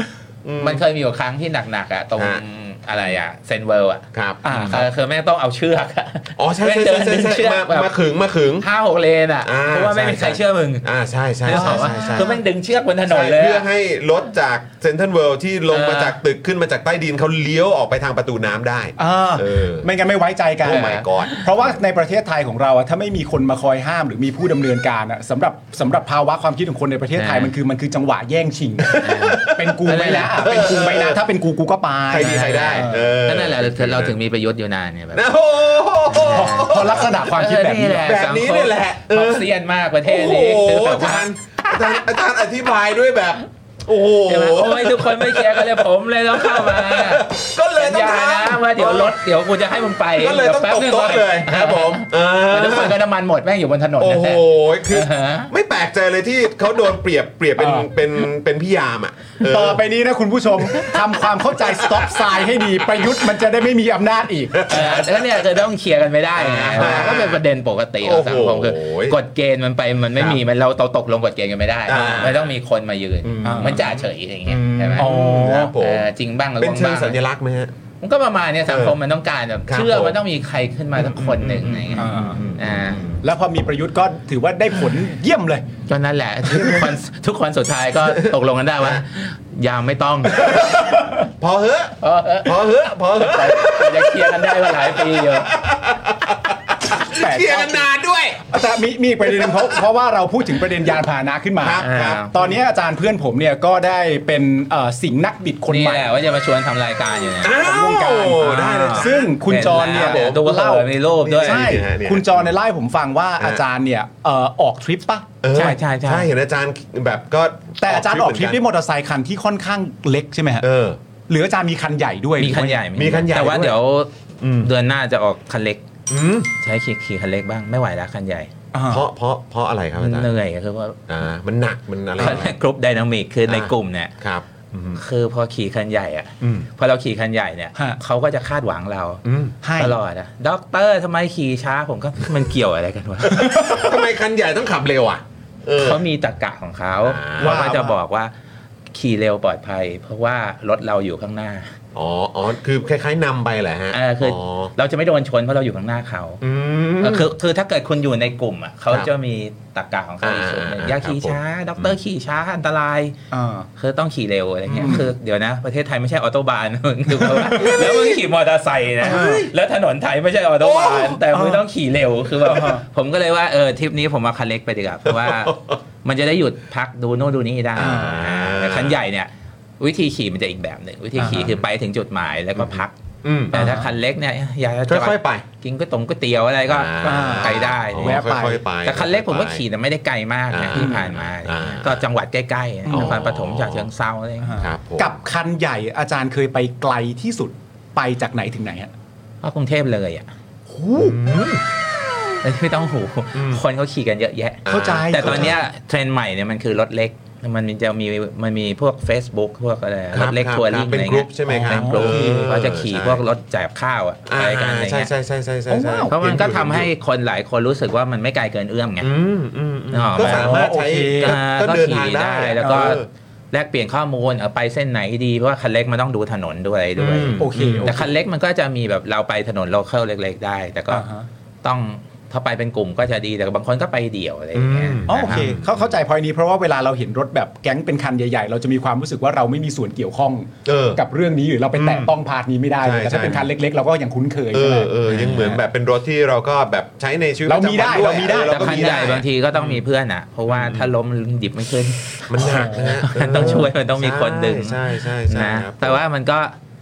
S1: อื
S6: มันเคยมีอยู่ครั้งที่หนักๆอ่ะตรง
S1: ฮะ
S6: อะไรอ่ะเซนเวิลด์อ่ะ
S1: ครับ
S2: อ่า
S6: เออคือแม่งต้องเอาเชือกอะ
S1: อ๋อใช่
S6: แม่ง
S1: ใช่
S6: เดิน
S1: ใช่
S6: ดึง
S1: ใช่
S6: เชือก
S1: มา
S6: แบบ
S1: มาขึงมาขึง
S6: ห้าหกเลนอ่ะ
S1: อ่า
S6: เพราะว่าไม่มี
S1: ใช่
S6: ใครเชื่อมึง
S1: อ่าใช่ใช่
S6: นึกอ
S1: ใช่
S6: อกว่า
S1: ใช่ใช่
S6: คือแม่งดึงเชือกบนถนน
S1: ใช่
S6: เลย
S1: เพื่อ
S6: อะ
S1: ให้รถจากเซนทรัลเวิลด์ที่ลงมา
S6: เออ
S1: จากตึกขึ้นมาจากใต้ดินเขาเลี้ยวออกไปทางประตูน้ำได้
S2: เออ
S1: เออ
S2: ไม่งั้นไม่ไว้ใจกัน
S1: โอ้ my god
S2: เพราะว่าในประเทศไทยของเราอะถ้าไม่มีคนมาคอยห้ามหรือมีผู้ดำเนินการอะสำหรับสำหรับภาวะความคิดของคนในประเทศไทย
S6: อ่ามั
S2: มันคือมันคือจังหวะแย่งชิง เป็นกูไม่ละอะเป็นกูไม่ละถ้าเป็นกูกูก็ไป
S1: ใครดีใครได้เออ
S6: ก็นั่นแหละเราถึงมีประยุทธ์อยู่นานเนี่ยแบบ
S1: นะโอ้โห
S2: เพราะลักษณะความคิดแบบนี้แหละ
S1: แบบนี้เนี่ยแหละเอ
S6: ท็อป
S1: อ
S6: เซียนมากประเทศ
S1: โอ้โห
S6: นี้คือแบ
S1: อา
S6: บว่า
S1: จารย์อาจารย์อาจารย์อธิบายด้วยแบบ โอ้โห
S6: ใช่ไหมโอ้ยทุกคนไม่เคลียร์กันเลยผมเลยต้องเข้ามา
S1: ก็เลย
S6: สั
S1: ต้
S6: ญ
S1: อง
S6: ญานะ
S1: ทำ
S6: ว่าเดี๋ยวรถเดี๋ยวกูจะให้มึงไป
S1: ก็เลยต้อง
S6: ดี๋ว
S1: ตก
S6: แป๊บนึ
S1: โต๊ะเลยครับผมเออ
S6: แล้วทุกคนก็น้ำมันหมดแม่งอยู่บนถนน
S1: โอ้
S6: นั่น
S1: โห
S6: แหละ
S1: คือ
S6: เออ
S1: ไม่แปลกใจเลยที่เขาโดนเปรียบเปรียบเป็น
S2: เออ
S1: เป็นเป็นพี่ยามอ่ะเออ
S2: ต่อไปนี้นะคุณผู้ชมทำความเข้าใจสต็อปไซน์ให้ดีประยุทธ์มันจะได้ไม่มีอำนาจอีก
S6: เออแล้วเนี่ยคือต้องเคลียร์กันไม่ได้ไง
S1: อ่า
S6: ก็เป็นประเด็นปกติของสังคม
S1: โอ้โห
S6: คือกฎเกณฑ์มันไปมันไม่มีมันเราเราตกลงกฎเกณฑ์กันไม่ได้
S1: อ่ามั
S6: มันต้องมีคนมายืน
S1: อืม
S6: มันจ่าเฉยอย่างเงี้ยใช่ไหม
S2: อ๋อ
S1: ครับผม
S6: เออจริงบ้างหรือ
S1: เป็นเชิง
S6: บ้าง
S1: สัญลักษณ์ไหมฮะ
S6: มันก็ประมาณเนี้ยสังคมมันต้องการแบบ
S1: ครับ
S6: เชื่อ
S1: ผม
S6: มันต้องมีใครขึ้นมาสักคนหนึ่งอะไรเงี้ย อ่า
S2: แล้วพอมีประยุทธ์ก็ถือว่าได้ผลเยี่ยมเลย
S6: ก็นั่นแหละ ทุกคนทุกคนสุดท้ายก็ตกลงกันได้ว่า ยามไม่ต้อง
S1: พอเหอะ
S6: เออเออ
S1: พอเหอะพอเหอะ
S6: แต่จะเคลียร์กันได้มาหลายปีอยู่
S2: แต่
S1: เคลียร์กันนานด้วย
S2: แต่มีมีอีกประเด็นหนึงเพราะเพราะว่าเราพูดถึงประเด็นยานพาหนะขึ้นมา
S1: ครับ
S6: อ่า
S2: ตอนนี้อาจารย์เพื่อนผมเนี่ยก็ได้เป็นเอ่อสิงห์นักบิดคน
S6: นี่
S2: ใหม่
S6: แหละว่าจะมาชวนทำรายการอยู่เนี่ย
S1: อ้าวได้เลย
S2: ซึ่งคุณจรเนี่ย
S6: ห็แล้วดูเล่ามีรูปด้วย
S2: ใช่
S1: นี่ฮะเนี่ย
S2: คุณจรในยเล่าให้ผมฟังว่าอาจารย์เนี่ยเอ่อออกทริปปะ
S1: เออ
S6: ใช่ใช่ใช่
S1: ใช่เห็นอาจารย์แบบก็
S2: แต่อาจารย์ออกทริปด้วย
S1: หมด
S2: มอเตอร์ไซค์คันที่ค่อนข้างเล็กใช่ไหมฮะ
S1: เออ
S2: หรืออาจารย์มีคันใหญ่ด้วย
S6: มีคันใหญ่
S1: มีคันใหญ่
S6: แต่ว่า
S1: ด้วย
S6: เดี๋ยว
S1: อืม
S6: เดือนหน้าจะออกคันเล็ก
S1: อืม
S6: ใช้ขี่ขี่คันเล็กบ้างไม่ไหวแล้วคันใหญ่
S2: อ่า
S1: เพราะเพราะเพราะอะไรครับอาจารย์
S6: เหนื่อยคือว่า
S1: อ่ามันหนักมันอะไรนะ
S6: กรุ๊ปไดนามิกคือในกลุ่มเนี่ย
S1: ครับอืม
S6: คือพอขี่คันใหญ่อะ
S1: อืม
S6: พอเราขี่คันใหญ่เนี่ย
S2: ฮะ
S6: เขาก็จะคาดหวังเรา
S1: อืม
S2: ให้
S6: ตลอดอะด็อกเตอร์ทำไมขี่ช้าผมก็ <laughs> มันเกี่ยวอะไรกันวะ
S1: ทำไมคันใหญ่ต้องขับเร็วอ่ะ เออ
S6: เขามีตรรกะของเขา
S1: อ่า
S6: ว่าเขาจะบอกว่าขี่เร็วปลอดภัย เพราะว่ารถเราอยู่ข้างหน้า
S1: อ๋ออ๋อคือคล้ายๆนำไปแหละฮะ
S6: เออคืออ
S1: อ
S6: เราจะไม่โดนชนเพราะเราอยู่ข้างหน้าเขา
S1: อืม
S6: เออคือคือถ้าเกิดคุณอยู่ในกลุ่มอะเขา
S1: ครับ
S6: จะมีตรรกะของเขาอีกส่วนหนึ่ง
S1: อ่า
S6: อย่าขี่
S1: ครับผม
S6: ช้าด็อกเตอร์ขี่ช้าอันตราย
S2: อ่า
S6: คือต้องขี่เร็วอะไรเงี้ย
S2: อืม
S6: คือเดี๋ยวนะ ประเทศไทยไม่ใช่ออโตบาน <laughs> มึงคือว่าแล้วมึงขี่มอเตอร์ไซค์นะแล้วถนนไทยไม่ใช่ออโตบานแต่มึงต้องขี่เร็วคือแบบผมก็เลยว่าเออทริปนี้ผมมาคันเล็กไปดีกว่าเพราะ <laughs> ว่ามันจะได้หยุดพักดูโน่นดูนี่ได้แต่คันใหญ่เนี่ย วิธีขี่มันจะอีกแบบหนึ่งวิธีขี่คือไปถึงจุดหมายแล้วก็พัก
S1: อืม
S6: แต่ถ้าคันเล็กเนี่ยอยากจะจอด
S1: ค่อยๆไป
S6: กินก๋วยตงก๋วยเตี๋ยวอะไรก็
S1: อ่า
S6: ไปได้
S1: อ๋อ
S6: เนี่ย
S1: ค่อยๆไป
S6: แต่คันเล็กผมก็ขี่แต่ไม่ได้ไกลมากนะ
S1: อ่า
S6: ที่ผ่านมาเนี่ย
S1: อ่า
S6: ก็จังหวัดใกล้ๆนะ
S1: อ๋อ
S6: นครปฐมจากเชิงเซาอะไรอย่างเงี้ย
S1: ครับผม
S2: กับคันใหญ่อาจารย์เคยไปไกลที่สุดไปจากไหนถึงไหนฮะ
S6: ก็กรุงเทพเลยอ่ะ
S1: อืม
S6: ไม่ต้องหู
S1: อืม
S6: คนเขาขี่กันเยอะแยะ
S2: เข้าใจ
S6: แต่ตอนเนี้ยเทรนด์ใหม่เนี่ยมันคือรถเล็ก มันจะมีมันมีพวก Facebook พวกอะไร
S1: ค
S6: ร
S1: รับ
S6: ถเล็ก
S1: ครับ
S6: ทัวริ
S1: ครั
S6: ง
S1: บเป็
S6: อะ
S1: น
S6: ไร
S1: กรุ๊
S6: เงี้
S1: ป
S6: ย
S1: ใช่ไหมครับ
S6: เป็นกลุ่ม
S1: เออ
S6: เขาจะขี่
S1: ใช่
S6: พวกรถแจกข้าวอะ
S1: อ่า
S6: ไปกันอะไร
S1: ใช่
S6: เงี้ย
S1: ใช่ใช่ใช่ใช่ใช่
S6: เพราะมันก็ทำให้คนหลายคนรู้สึกว่ามันไม่ไกลเกินเอื้อมไง
S1: อืมอืมอืม
S6: อ๋อ
S1: ก็สามารถใช้ก็
S6: อ่า
S1: ก็เดินทางได้
S6: แล้วก็
S1: เออ
S6: แลกเปลี่ยนข้อมูลเอาไปเส้นไหนดีเพราะว่าคันเล็กมันต้องดูถนนด้วยด้วย
S1: อืม
S2: โอเคโอ
S6: แต่
S2: เค
S6: คันเล็กมันก็จะมีแบบเราไปถนนโลเคอลเล็ก ๆ ได้ แต่ก็
S2: อ่าฮะ
S6: ต้อง ถ้าไปเป็นกลุ่มก็จะดีแต่บางคนก็ไปเดี่ยวอะไรอย่างเงี้ย
S1: อืม
S2: อ๋อโอเค
S6: นะรั
S2: เขา
S6: บ
S2: เข้าใจพอยนี้เพราะว่าเวลาเราเห็นรถแบบแก๊งเป็นคันใหญ่ๆ เราจะมีความรู้สึกว่าเราไม่มีส่วนเกี่ยวข้อง
S1: เออ
S2: กับเรื่องนี้หรือเราไปแตะต้องพาร์ทนี้ไม่ได้
S1: ใช่
S2: แต่ถ้า
S1: ใช่
S2: เป็นคันเล็ก ๆ เราก็ยังคุ้นเคย
S1: เอ
S2: ใช่ไหม
S1: อเออยังเหมือนแบบเป็นรถที่เราก็แบบใช้ในชีวิต
S2: เรามีได้
S1: ประจำวัน
S2: เรามีได้
S1: ออ
S6: แต่
S1: ก็
S6: คัน
S1: มี
S6: ให
S1: ได้
S6: ญ่บางทีก็ต้องมีเพื่อนอ่ะ เพราะว่าถ้าล้มดิบไม่ขึ้น
S1: มันหนักนะฮะ
S6: มันต้องช่วยมันต้องมีคนดึง
S1: ใช่ใช่ใช่
S6: นะ
S1: ครับ
S6: แต่ว่ามันก็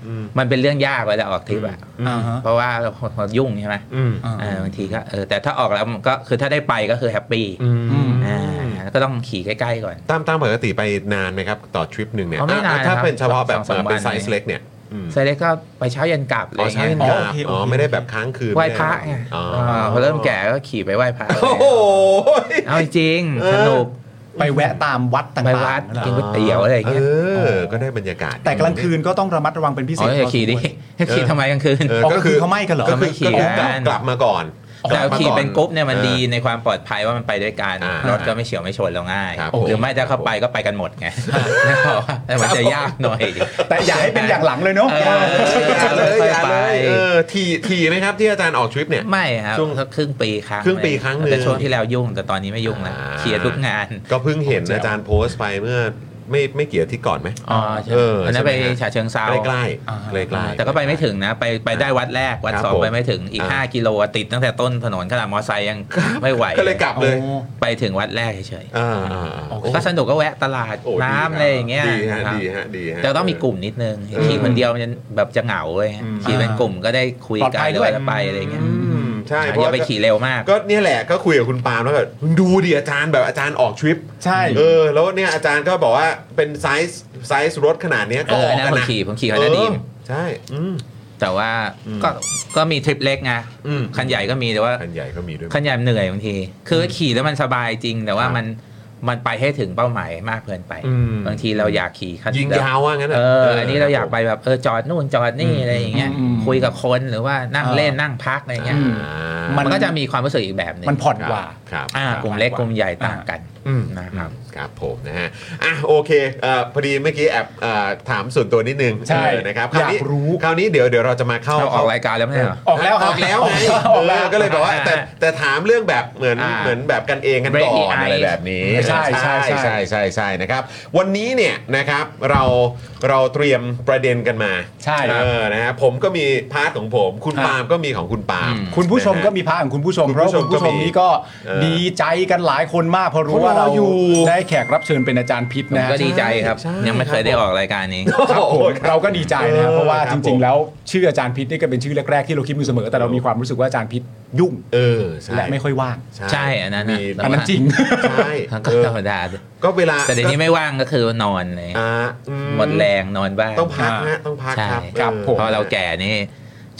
S1: อืม
S6: มันเป็นเรื่องยากเวลาออกทริปอ่ะ
S1: อืม
S6: เพราะว่าเราเรายุ่งใช่ไหม
S1: อืม
S6: เออบางทีก็เออแต่ถ้าออกแล้วมันก็คือถ้าได้ไปก็คือแฮปปี้
S1: อืม
S6: อ่าก็ต้องขี่ใกล้ๆก่อน
S1: ตามตามปกติไปนานไหมครับ ต่อทริปหนึ่งเนี่ย
S6: อ๋อไม่นาน
S1: อ่ะถ้า
S6: ครับ
S1: เป็นเฉพาะแบบ
S6: สองสาม
S1: เป็น
S6: วัน
S1: ไซส์เล็กเนี่ยอืม
S6: ไซเล็กก็ไปเช้าเย็นกลับอะไร
S1: อ๋อ
S6: อย่าง
S1: ใช่
S6: เงี้ย
S1: ครับอ๋อไม่ได้แบบค้างคืน
S6: ไหว้พระไง
S1: ม่ด้อ๋อ
S6: เออพอเริ่มแก่ก็ขี่ไปไหว้พระ
S1: โอ้โห
S6: เอาจริง
S1: เออ
S6: สนุก
S2: ไปแวะตามวัดต่าง
S6: ไป
S2: ๆ
S6: วัด
S2: นั่นแหละ
S6: กินก๋วยเตี๋ยวอะไรอย่างเงี้ย
S1: เออ ก็ได้บรรยากาศ
S2: แต่กลางคืนก็ต้องระมัดระวังเป็นพิเศ
S6: อ๋
S2: ษ
S6: ออย่าขี่ดิ <laughs> จะขี่ทำไมกลางคืน
S1: เออ
S2: อ๋อ
S1: ก็
S2: ก็
S1: คื
S2: คือ อเขาไม่กันเหรอ
S1: ก็
S6: ไม่
S1: คือ
S6: ขี่
S1: ก็คือกลับ
S6: กัน
S1: กลับมาก่อน
S6: แต่
S1: ลับม
S6: ขี่เป็น
S1: อก
S6: รุ๊ปเนี่ยมัน
S1: ออ
S6: ดีในความปลอดภัยว่ามันไปด้วยกัน
S1: อ่าร
S6: ถก็ไม่เฉียวไม่ชนเราง่าย
S1: ครับ
S6: หรือไม่ถ้าเข้าไปก็ไปกันหมดไงนะครับแต่มันจะยากหน่อย
S2: แต่อย่าให้เป็นอย่างหลังเลยเนาะ
S6: เอออย่าเลยอย่า
S1: ไป
S6: เลย
S1: เออทีทีไหมครับที่อาจารย์ออกทริปเนี่ย
S6: ไม่ครับ
S1: ช่วง
S6: ครึ่งปีครั้ง
S1: ครึ่งปีครั้งหนึ่ง
S6: แต่ช่วงที่แล้วยุ่งแต่ตอนนี้ไม่ยุ่งแล้วเคลียร์ทุกงาน
S1: ก็เพิ่งเห็นอาจารย์โพสต์ไปเมื่อไม่ไม่กี่อาทิตย์ก่อนไหม
S6: อ๋อใช่
S1: เออ
S6: อันนั้นไป
S1: ใช่ไหมฮะ
S6: ฉะเชิงเซา
S1: ใกล้ใกล้ใกล้ใกล้
S6: แต่ก็ไปไม่ถึงนะ ไปไปได้วัดแรกวัด
S1: ครับ
S6: สอง
S1: ผม
S6: ไปไม่ถึงอีก
S1: อ่า
S6: 5 กิโลติดตั้งแต่ต้นถนนขนาดมอไซค์ยังไม่ไหว
S1: ก็เลยกลับเลย
S6: ไปถึงวัดแรกเฉย
S1: อ่าอ่าอ่า
S6: ๆก็สนุกก็แวะตลาด
S1: โอ้ดี
S6: น้ำอะไรอย่างเงี้ย
S1: ดีฮะ
S6: ครับ
S1: ดีฮะดีฮะ
S6: แต่ต้องมีกลุ่มนิดนึง
S1: เออ
S6: ขี่คนเดียวมันจะแบบจะเหงาเลย
S2: อืม
S6: ขี่เป็นกลุ่มก็ได้คุย
S2: ปลอด
S6: กั
S2: ภั
S6: น
S2: ย
S6: หรือ
S2: ด้วย
S6: ว่าจะไปอะไรเงี้ย
S1: อืมใช่เพ
S6: อ
S1: ราะ
S6: ย่าไปขี่เร็วมาก
S1: ก็เนี่ยแหละก็คุยกับคุณปาล์มแล้วแบบดูดิอาจารย์แบบอาจารย์ออกทริป
S2: ใช่
S1: เออแล้วเนี่ยอาจารย์ก็บอกว่าเป็นไซส์ไซส์รถขนาดเนี้ย
S6: เอ
S1: ก็
S6: อ
S1: ออ
S6: อั
S1: น ก
S6: นั้น
S1: กัน
S6: ผม
S1: นะ
S6: ขี่ผมขี่คอนเดอร์ดีม
S1: เออใช่อืม
S6: แต่ว่า
S1: อืม
S6: ก็ก็มีทริปเล็กไง
S1: อืม
S6: คันใหญ่ก็มีแต่ว่า
S1: คันใหญ่ก็มีด้วย
S6: คันใหญ่มันเหนื่อยบางที คือขี่แล้วมันสบายจริง แต่
S1: ค
S6: ว่า
S1: รับ
S6: มันมันไปให้ถึงเป้าหมายมากเกินไป บางทีเราอยากขี่คัน
S1: ยิงยาวว่างั้น
S6: เอ
S1: น่ะ
S6: ออันนี้เราอยากไปแบบเออจอดนู่นจอดนี่อะไรอย่างเงี้ย
S2: อืม
S6: คุยกับคนหรือว่านั่ง
S2: เออ
S6: เล่นนั่งพักอะไรเงี้ย
S1: อ่า
S6: มันก็จะมีความรู้สึกอีกแบบหนึง
S2: มันผ่อน
S1: ครับ
S2: กว่า
S1: ครับ
S6: อ่ากลุ่มเล็กกลุ่มใหญ่ต่างกัน
S1: อืม
S6: นะครับ
S1: ครับผมนะฮะอ่ะโอเคเอ่อพอดีเมื่อกี้แอบเอ่อถามส่วนตัวนิดนึง
S2: ใช่
S1: เออนะครับควนี้
S2: อยากรู้
S1: คราวนี้เดี๋ยวเดี๋ยวเราจะมาเข้า
S6: เราออกรายการแล้วไม่ใช่เหรอ
S2: ออกแล้วค
S1: อ
S2: รับ
S1: อกแล้วไง
S2: ออกแล้ว
S1: เออก็เลยแบบว่าแต่แต่ถามเรื่องแบบเหมือน
S6: อ่า
S1: เหมือนแบบกันเองกันก่อน
S6: Break the ice
S1: อะไรแบบนี้
S2: ใช่ใช่ใช่
S1: ใช่ใช่ใช่นะครับ วันนี้เนี่ยนะครับเราเราเตรียมประเด็นกันมา
S2: ใช่ครับ
S1: เออนะฮะผมก็มีพาร์ทของผม คุณ
S2: ครับ
S1: ปาล์มก็มีของคุณปาล์ม
S6: อืม
S2: คุณผู้ชมก็มีภาพของคุณผู้ชม
S1: คุณ
S2: เพ
S1: ผู้
S2: ราะว่า
S1: ชม
S2: คุณผู้ชม
S1: ก็มี
S2: นี้ก็
S1: เออ
S2: ดีใจกันหลายคนมากเพราะรู้ว่า
S1: เขารอ
S2: เรา
S1: อยู่
S2: ได้แขกรับเชิญเป็นอาจารย์พิษ
S6: ผม
S2: นะ
S6: ก็ดีใจครับ
S1: ใช่
S6: ยังไม่เคยได้ออกรายการนี้
S2: ครับผม
S1: โอ้ยครับ
S2: เราก็ดีใจนะครับเพราะว่า
S1: เออครั
S2: จ
S1: บ
S2: ริ
S1: ผ
S2: ง
S1: ม
S2: ๆ แล้วชื่ออาจารย์พิษนี่ก็เป็นชื่อแรกๆที่เราคิดอยู่เสมอแต่เรามีความรู้สึกว่าอาจารย์พิษยุ่ง
S1: เออใช่
S2: และไม่ค่อยว่าง
S6: ใช่อันนั้นน่ะ
S1: มี
S2: อันนั้นจริง
S1: ใช่
S6: ก็
S1: เออ
S6: ธรรมดา
S1: ก็เวลา
S6: แต่เดี๋ยวนี้ไม่ว่างก็คือนอนเลย
S1: อ่าอื
S6: หมดแรงนอนบ้าง
S1: ต้องพักฮะต้องพัก
S6: ใช่
S1: ครับ
S2: ครับ
S1: ออ
S2: ผม
S6: พอเราแก่นี่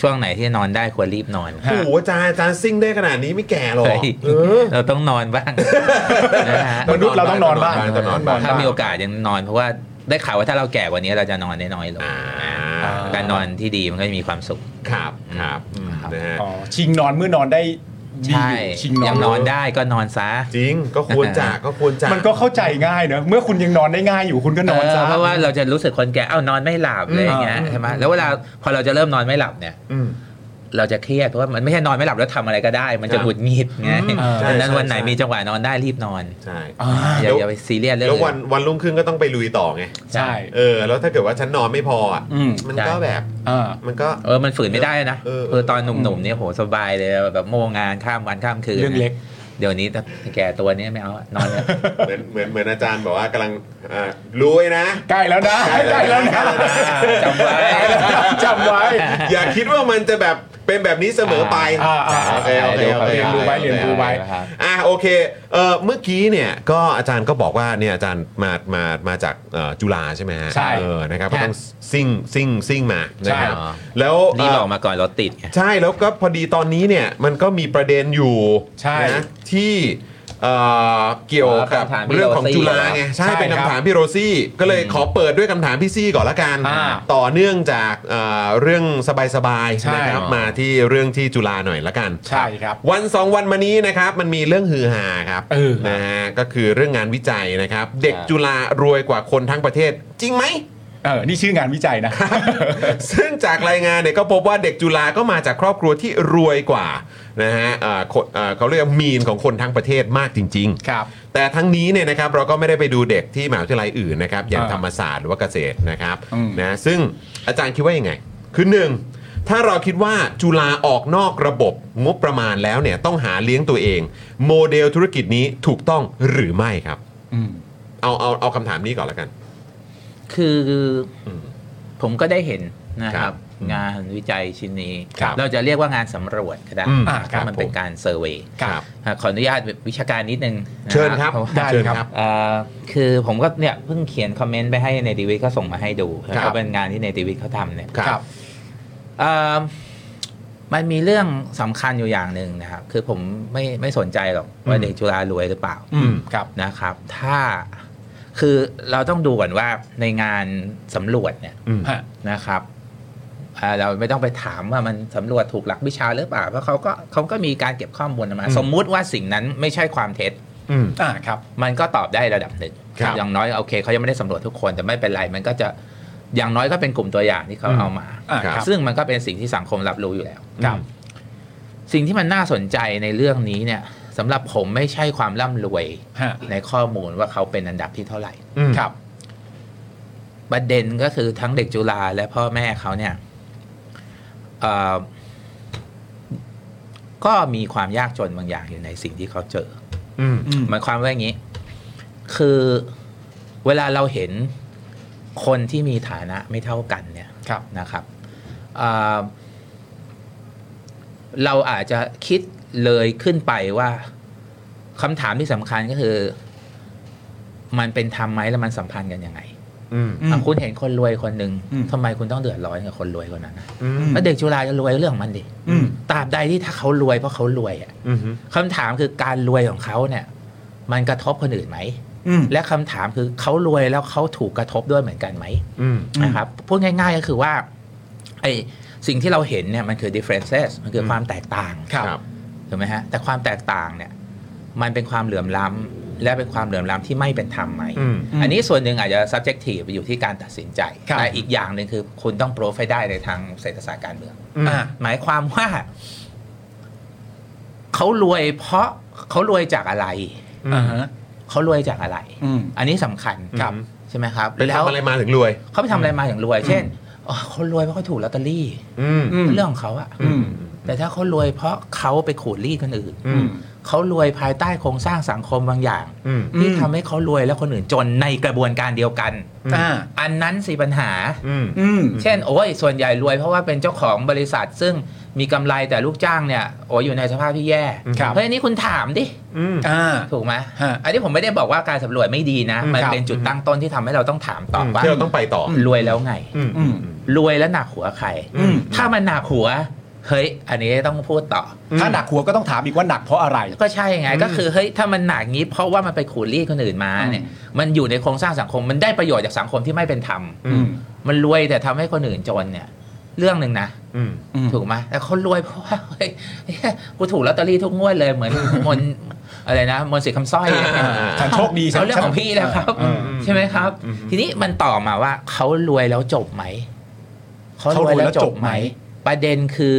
S6: ช่วงไหนที่นอนได้ควรรีบนอน
S1: โอ้โหอาจารย์อาจารย์ซิ่งได้ขนาดนี้ไม่แก่หรอก
S6: เฮ้ย
S1: เออ
S6: เราต้องนอนบ้างนะฮะ
S2: มนุษย์เราต้องนอนบ้าง
S1: ต้องนอนบ้าง
S6: ถ้ามีโอกาสยังนอนเพราะว่าได้ข่าวว่าถ้าเราแก่กว่านี้เราจะนอนได้น้อยลง
S1: อ่า
S6: การนอนที่ดีมันก็จะมีความสุข
S1: ครับครับอืม
S6: ครับ
S1: นะฮะ
S2: อ๋อชิงนอนเมื่อนอนได้ดี
S6: ใช่
S2: อยู่ชิงนอ
S6: ยั
S2: น
S6: งนอนได้ก็นอนซะ
S1: จริงก็ควรจะก็ควรจะ
S2: มันก็เข้าใจง่ายเนอะเมื่อคุณยังนอนได้ง่ายอยู่คุณก็นอนซะ
S6: เเพราะว่าเราจะรู้สึกคนแก่เอ้านอนไม่หลับอะไรอย่างเงี้ย
S2: อืม
S6: ใช่ไหมแล้วเวลาพอเราจะเริ่มนอนไม่หลับเนี่ย
S1: อืม
S6: เราจะเครียดเพราะว่ามันไม่ใช่นอนไม่หลับแล้วทำอะไรก็ได้ มันจะหงุดหงิดไง
S1: อืมใช่
S6: ดังนั้น
S1: ใช่
S6: วันไหน
S1: ใช่
S6: มีจังหวะนอนได้รีบนอน
S1: ใช่
S2: อ่า
S6: อย่า
S1: แล้ว
S6: อย่าไปซีเรียสเรื่อง
S1: แล้ว
S6: อื่
S1: วันวันรุ่งขึ้นก็ต้องไปลุยต่อไง
S2: ใช่
S1: เออแล้วถ้าเกิดว่าฉันนอนไม่พออ่ะ
S2: อืม
S1: มันก็แบบ
S2: อ่า
S1: มันก็
S6: เออมันฝืนไม่ได้นะ
S1: เออเออ
S6: เออตอนหนุ่มๆเนี่ยโหสบายเลยแบบโมงานข้ามวันข้ามคืน
S2: เรื่องเล็ก
S6: เดี๋ยวนี้ถ้าแก่ตัวเนี้ไม่เอานอนเถอะ
S1: เหมือนเหมือนเหมือนอาจารย์บอกว่ากำลังอ่ารู้ไว้นะ
S2: ใกล้แล้วนะ
S1: ใก
S2: ใก
S1: ล้
S2: ล้
S1: แล้
S2: แล้ว ว
S1: นะ
S2: นะ
S6: จำไว้
S2: จำไว้
S1: อย่าคิดว่ามันจะแบบเป็นแบบนี้เสมอไป
S2: อ่าอ่า
S1: โอเคโอเคโอค
S2: เรียนรู้ไว้เรียนรู้ไว้
S1: อ่ะโอเคเออเมื่อกี้เนี่ยก็อาจารย์ก็บอกว่าเนี่ยอาจารย์มามามาจากเอ่อจุฬาใช่ไหมฮะ
S2: ใช่
S1: เออนะครับ
S6: ใช่
S1: ก็ต้องซิ่งซิ่งซิ่งมานะครับ
S2: ใช่
S1: แล้ว
S6: รีบ
S1: เอ่
S6: อ
S1: อ
S6: อกมาก่อนรถติดไง
S1: ใช่แล้วก็พอดีตอนนี้เนี่ยมันก็มีประเด็นอยู่
S2: ใช่
S1: นะที่เอ่อเกี่ยวกับ
S6: คำถามพี่
S1: เรื่องของ
S6: โรซี่
S1: จุฬาไงใช่
S2: ใช่
S1: เป็น
S2: ครับ
S1: คำถามพี่โรซี่ ก็เลยขอเปิดด้วยคำถามพี่ซี่ก่อนละกัน
S2: อ่า
S1: ต่อเนื่องจากเอ่อเรื่องสบาย
S2: ใช่
S1: ๆนะครับมาที่เรื่องที่จุฬาหน่อยละกัน
S2: ใช่ครับ
S1: วันสองวันมานี้นะครับมันมีเรื่องฮือฮาครับ
S2: เออ
S1: นะฮะก็คือเรื่องงานวิจัยนะครับ เด็กจุฬารวยกว่าคนทั้งประเทศจริงไหม
S2: เออนี่ชื่องานวิจัยนะ
S1: ซึ่งจากรายงานเนี่ยก็พบว่าเด็กจุฬาก็มาจากครอบครัวที่รวยกว่านะฮะอ่าคนอ่าเขาเรียกมีนของคนทั้งประเทศมากจริงๆ
S2: ครับ
S1: แต่ทั้งนี้เนี่ยนะครับเราก็ไม่ได้ไปดูเด็กที่มหาวิทยาลัยอื่นนะครับอย่าง
S2: อ่า
S1: ธรรมศาสตร์หรือว่าเกษตรนะครับ
S2: อืม
S1: นะซึ่งอาจารย์คิดว่ายังไง คือหนึ่งถ้าเราคิดว่าจุฬาออกนอกระบบงบประมาณแล้วเนี่ยต้องหาเลี้ยงตัวเอง โมเดลธุรกิจนี้ถูกต้องหรือไม่ครับ
S2: อืม
S1: เอาเอาเอาคำถามนี้ก่อนแล้วกัน
S6: คืออ
S1: ม
S6: ผมก็ได้เห็นนะค
S1: ครั
S6: รับ
S1: บ
S6: งานวิจัยชิ้นนี้
S2: ครับ
S6: เราจะเรียกว่างานสำรวจก็ได้
S1: อืม
S6: อ่า
S2: ครับ
S6: มันเป็
S2: ผ
S6: น
S2: ม
S6: การเซอร์เวย
S1: ครับ
S6: ขออนุญาตวิชาการนิดนึงนะ
S1: เชิญครับ
S6: พาะว่า
S2: ได้
S1: เชิญ
S2: ครับ
S6: เอ่อคือผมก็เนี่ยเพิ่งเขียนคอมเมนต์ไปให้ในดีวิทเขาส่งมาให้ดู
S1: ครับ
S6: เขาเป็นงานที่ในดีวิทเขาทำเนี่ย
S1: ครับ
S6: เอ่อมันมีเรื่องสำคัญอยู่อย่างหนึ่งนะครับ คือผมไม่ไม่สนใจหรอกว่าเด็กจุฬารวยหรือเปล่า
S1: อืม
S2: ครับ
S6: นะครับ ถ้าคือเราต้องดูก่อนว่าในงานสำรวจเนี่ย
S1: อืม
S2: ฮะ
S6: นะครับเอ่อเราไม่ต้องไปถามว่ามันสำรวจถูกหลักวิชาหรือเปล่าเพราะเขาก็เขาก็มีการเก็บข้อมูลมา
S2: อืม
S6: สมมุติว่าสิ่งนั้นไม่ใช่ความเท็จ
S1: อืม
S2: อ่าครับ
S6: มันก็ตอบได้ระดับหนึ่ง
S1: ครับ
S6: อย่างน้อยโอเคเขายังไม่ได้สำรวจทุกคนแต่ไม่เป็นไร มันก็จะอย่างน้อยก็เป็นกลุ่มตัวอย่างที่เขาเอามา
S2: อ่า
S1: ค
S2: ค
S1: รั
S2: รับ บ
S6: ซึ่งมันก็เป็นสิ่งที่สังคมรับรู้อยู่แล้ว
S2: ครับ
S6: สิ่งที่มันน่าสนใจในเรื่องนี้เนี่ยสำหรับผมไม่ใช่ความร่ำรวย
S2: ฮะ
S6: ในข้อมูลว่าเขาเป็นอันดับที่เท่าไหร่
S1: อืม
S2: ครับ
S6: ประเด็นก็คือทั้งเด็กจุฬาและพ่อแม่เขาเนี่ยเอ่อก็มีความยากจนบางอย่างอยู่ในสิ่งที่เขาเจอ
S1: อืม
S2: อืม
S6: หมายความว่าอย่างนี้ คือเวลาเราเห็นคนที่มีฐานะไม่เท่ากันเนี่ย
S2: ครับ
S6: นะครับเอ่อเราอาจจะคิดเลยขึ้นไปว่าคำถามที่สำคัญก็คือ มันเป็นธรรมไหมแล้วมันสัมพันธ์กันยังไง
S1: อืม
S6: อ่ะคุณเห็นคนรวยคนหนึ่ง
S2: อืม
S6: ทำไมคุณต้องเดือดร้อนกับคนรวยคนนั้นนะ
S1: อืม
S6: แล้วเด็กจุฬาจะรวยเรื่องของมันดิ
S2: อืม
S6: ตราบใดที่ถ้าเขารวยเพราะเขารวยอ่ะ
S1: อืม
S6: คำถามคือการรวยของเขาเนี่ย มันกระทบคนอื่นไหม
S2: อืม
S6: และคำถามคือเขารวยแล้วเขาถูกกระทบด้วยเหมือนกันไหม
S1: อืม
S2: อืม
S6: นะครับพูดง่ายๆก็คือว่าไอสิ่งที่เราเห็นเนี่ยมันคือ differences มันคือ
S1: ม
S6: ความแตกต่าง
S2: ครับ
S6: ถูกไหมฮะแต่ความแตกต่างเนี่ย มันเป็นความเหลื่อมล้ำและเป็นความเหลื่อมล้ำที่ไม่เป็นธรรมไหม
S1: อืม
S6: อันนี้ส่วนหนึ่งอาจจะ subjective อยู่ที่การตัดสินใจ
S2: ครับ
S6: แต่อีกอย่างหนึ่งคือคุณต้อง p r o v e ได้ในทางเศรษฐศาสตร์การเมือง
S1: อืม
S2: อ่า
S6: หมายความว่าเขารวยเพราะเขารวยจากอะไร
S2: อ่าฮะ
S6: เขารวยจากอะไร
S2: อืม
S6: อันนี้สำคัญ
S1: ครับ
S6: ใช่ไหมครับ
S1: ไปทำอะไรมาถึงรวย
S6: เขาไปทำอะไรมาอย่างรวย เช่นอ๋อเขารวยเพราะเขาถูกลอตเตอรี่
S1: อืม
S2: อืม
S6: เรื่องของเขาอะ
S2: อืม
S6: แต่ถ้าเขารวยเพราะเขาไปขูดรีดคนอื่น
S1: อืม
S6: เขารวยภายใต้โครงสร้างสังคมบางอย่าง
S1: อืม
S6: ที่
S2: อืม
S6: ทำให้เขารวยและคนอื่นจนในกระบวนการเดียวกัน
S2: อ่า
S6: อันนั้นสิปัญหา
S1: อืม
S2: อืม
S6: เช่นโอ้ยส่วนใหญ่รวยเพราะว่าเป็นเจ้าของบริษัท ซึ่งมีกำไรแต่ลูกจ้างเนี่ยโอ้ยอยู่ในสภาพที่แย่
S2: ครับ
S6: เฮ้ยอันนี้คุณถามดิ
S1: อืม
S2: อ่า
S6: ถูกไหม
S2: ฮะ
S6: อันนี้ผมไม่ได้บอกว่าการสำรวจไม่ดีนะ
S1: อืม
S6: มัน
S1: ครับ
S6: เป็นจุดตั้งต้นที่ทำให้เราต้องถามต่อว่า
S1: ที่เราต้องไปต่อ
S6: รวยแล้วไง
S1: อืม
S2: อืม
S6: รวยแล้วหนักหัวใคร
S2: อืม
S6: ถ้ามันหนักหัว เฮ้ย อันนี้ต้องพูดต่อ
S2: ถ้าหนักหัวก็ต้องถามอีกว่าหนักเพราะอะไร
S6: ก็ใช่ไง
S1: อืม
S6: ก็คือเฮ้ย ถ้ามันหนักงี้ เพราะว่ามันไปขูดรีดคนอื่นมาเนี่ย มันอยู่ในโครงสร้างสังคม มันได้ประโยชน์จากสังคมที่ไม่เป็นธรรม
S1: อืม
S6: มันรวยแต่ทำให้คนอื่นจนเนี่ย เรื่องหนึ่งนะ
S1: อืม
S2: อืม
S6: ถูกไหมแต่เขารวยเพราะว่าเฮ้ยกูถูกลอตเตอรี่ทุกงวดเลยเหมือนมนต์อะไรนะ มนต์สิทธิ์คำสร้อยเนี่ย
S1: อ่า
S2: <laughs> ฉันโชคดีฉัน
S6: เอาเรื่องของพี่แล้วครับ
S2: อืม
S6: ใช่ไหมครับ
S1: อืม
S6: ทีนี้มันต่อมาว่าเขารวยแล้วจบไหมเขาร
S2: เขา
S6: ว
S2: ร
S6: ย
S2: วย
S6: แล้
S2: แล้ว ว
S6: จ
S2: จ
S6: บบ ไห
S2: ไห
S6: ม
S2: ม
S6: ประเด็นคือ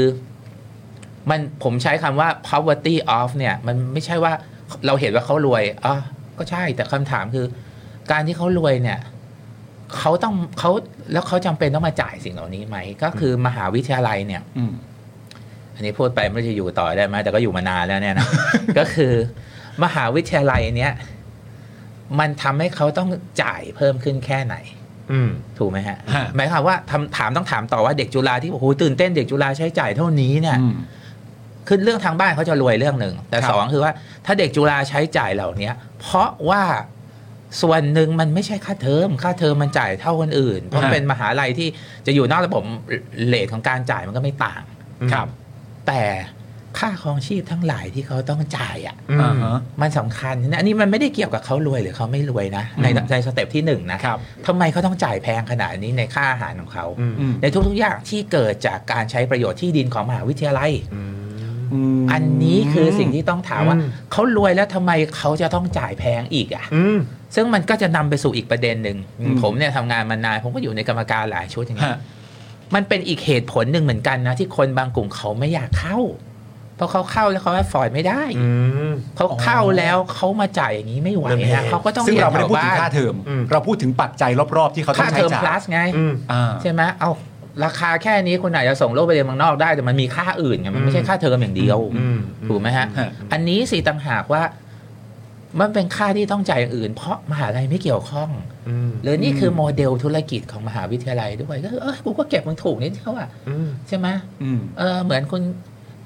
S6: มันผมใช้คำว่า poverty of เนี่ย มันไม่ใช่ว่าเราเห็นว่าเขารวยอ๋อก็ใช่แต่คำถามคือ การที่เขารวยเนี่ยเขาต้องเขาแล้วเขาจำเป็นต้องมาจ่ายสิ่งเหล่านี้ไหม ก็คือมหาวิทยาลัยเนี่ย
S2: อืม
S6: อันนี้พูดไปไม่รู้จะอยู่ต่อได้ไหมแต่ก็อยู่มานานแล้วเนี่ยนะ <laughs> ก็คือ มหาวิทยาลัยเนี้ยมันทำให้เขาต้องจ่ายเพิ่มขึ้นแค่ไหน
S1: อืม
S6: ถูกไหมฮะ
S2: ฮะ
S6: หมายความว่าทำถามต้องถามต่อว่าเด็กจุฬาที่บอกโอ้โหตื่นเต้นเด็กจุฬาใช้จ่ายเท่านี้เนี่ย
S2: อืม
S6: คือเรื่องทางบ้านเขาจะรวยเรื่องหนึ่งแต่
S2: ครับ
S6: สองคือว่า ถ้าเด็กจุฬาใช้จ่ายเหล่านี้เพราะว่าส่วนหนึ่งมันไม่ใช่ค่าเทอมค่าเทอมมันจ่ายเท่าคนอื่นเพราะมันเป็นมหาลัยที่จะอยู่นอกระบบเลทของการจ่ายมันก็ไม่ต่าง
S2: ครับ
S6: แต่ค่าครองชีพทั้งหลายที่เขาต้องจ่ายอะ่ะ
S1: อืม
S2: อ่าฮะ
S6: มันสำคัญนะอันนี้มันไม่ได้เกี่ยวกับเขารวยหรือเขาไม่รวยนะ ใน
S2: อืม
S6: ในสเต็ปที่หนึ่งนะครับ ทำไมเขาต้องจ่ายแพงขนาดนี้ในค่าอาหารของเขา
S1: อืม
S2: อืม
S6: ในทุกๆอย่างที่เกิดจากการใช้ประโยชน์ที่ดินของมหาวิทยาลัย อันนี้คือสิ่งที่ต้องถามว่า
S1: อืม
S6: เขารวยแล้วทำไมเขาจะต้องจ่ายแพงอีกอะ่ะ
S1: อืม
S6: ซึ่งมันก็จะนำไปสู่อีกประเด็นหนึ่ง
S2: อืม
S6: ผมเนี่ยทำงานมานานผมก็อยู่ในกรรมการหลายชุดอย่างเงี้
S2: ฮะ
S6: ยมันเป็นอีกเหตุผลหนึ่งเหมือนกันนะ ที่คนบางกลุ่มเขาไม่อยากเข้า เพราะเขาเข้าแล้วเขาแอฟฟอร์ดไม่ได้
S1: อืม
S6: เขาเข้าแล้วเขามาจ่ายอย่างนี้ไม่ไหว
S1: มันแพง
S6: นะเขาก็ต้อง
S2: ซึ่ง
S6: เรีย
S2: เรา
S6: น
S2: ไม่ได้
S6: แถว
S2: พูดถึง
S6: บ้าน
S2: ค่าเทอม
S1: อืม
S2: เราพูดถึงปัจจัยรอบๆ ที่เขาต้อ
S6: ค่าง
S2: ใช้
S6: เทอม
S2: จ่าย
S6: plus ไง
S1: อืม
S2: อ่า
S6: ใช่ไหมเอาราคาแค่นี้คุณอาจจะส่งลูกไปเรียนเมืองนอกได้ แต่มันมีค่าอื่นไง มันไม่ใช่
S1: อืม
S6: ค่าเทอมอย่างเดียว
S1: อืม
S6: ถูกไหมฮะ
S2: อืม
S6: อันนี้สิต่างหากว่า มันเป็นค่าที่ต้องจ่ายอย่างอื่น เพราะมหาลัยไม่เกี่ยวข้อง
S1: อืม
S6: หรือนี่คือโมเดลธุรกิจของมหาวิทยาลัยด้วย ก็คือ เออกูก็เก็บมึงถูกนิดเดียวอ่ะ
S1: อืม
S6: ใช่ไหม
S2: อืม
S6: เออเหมือนคุณ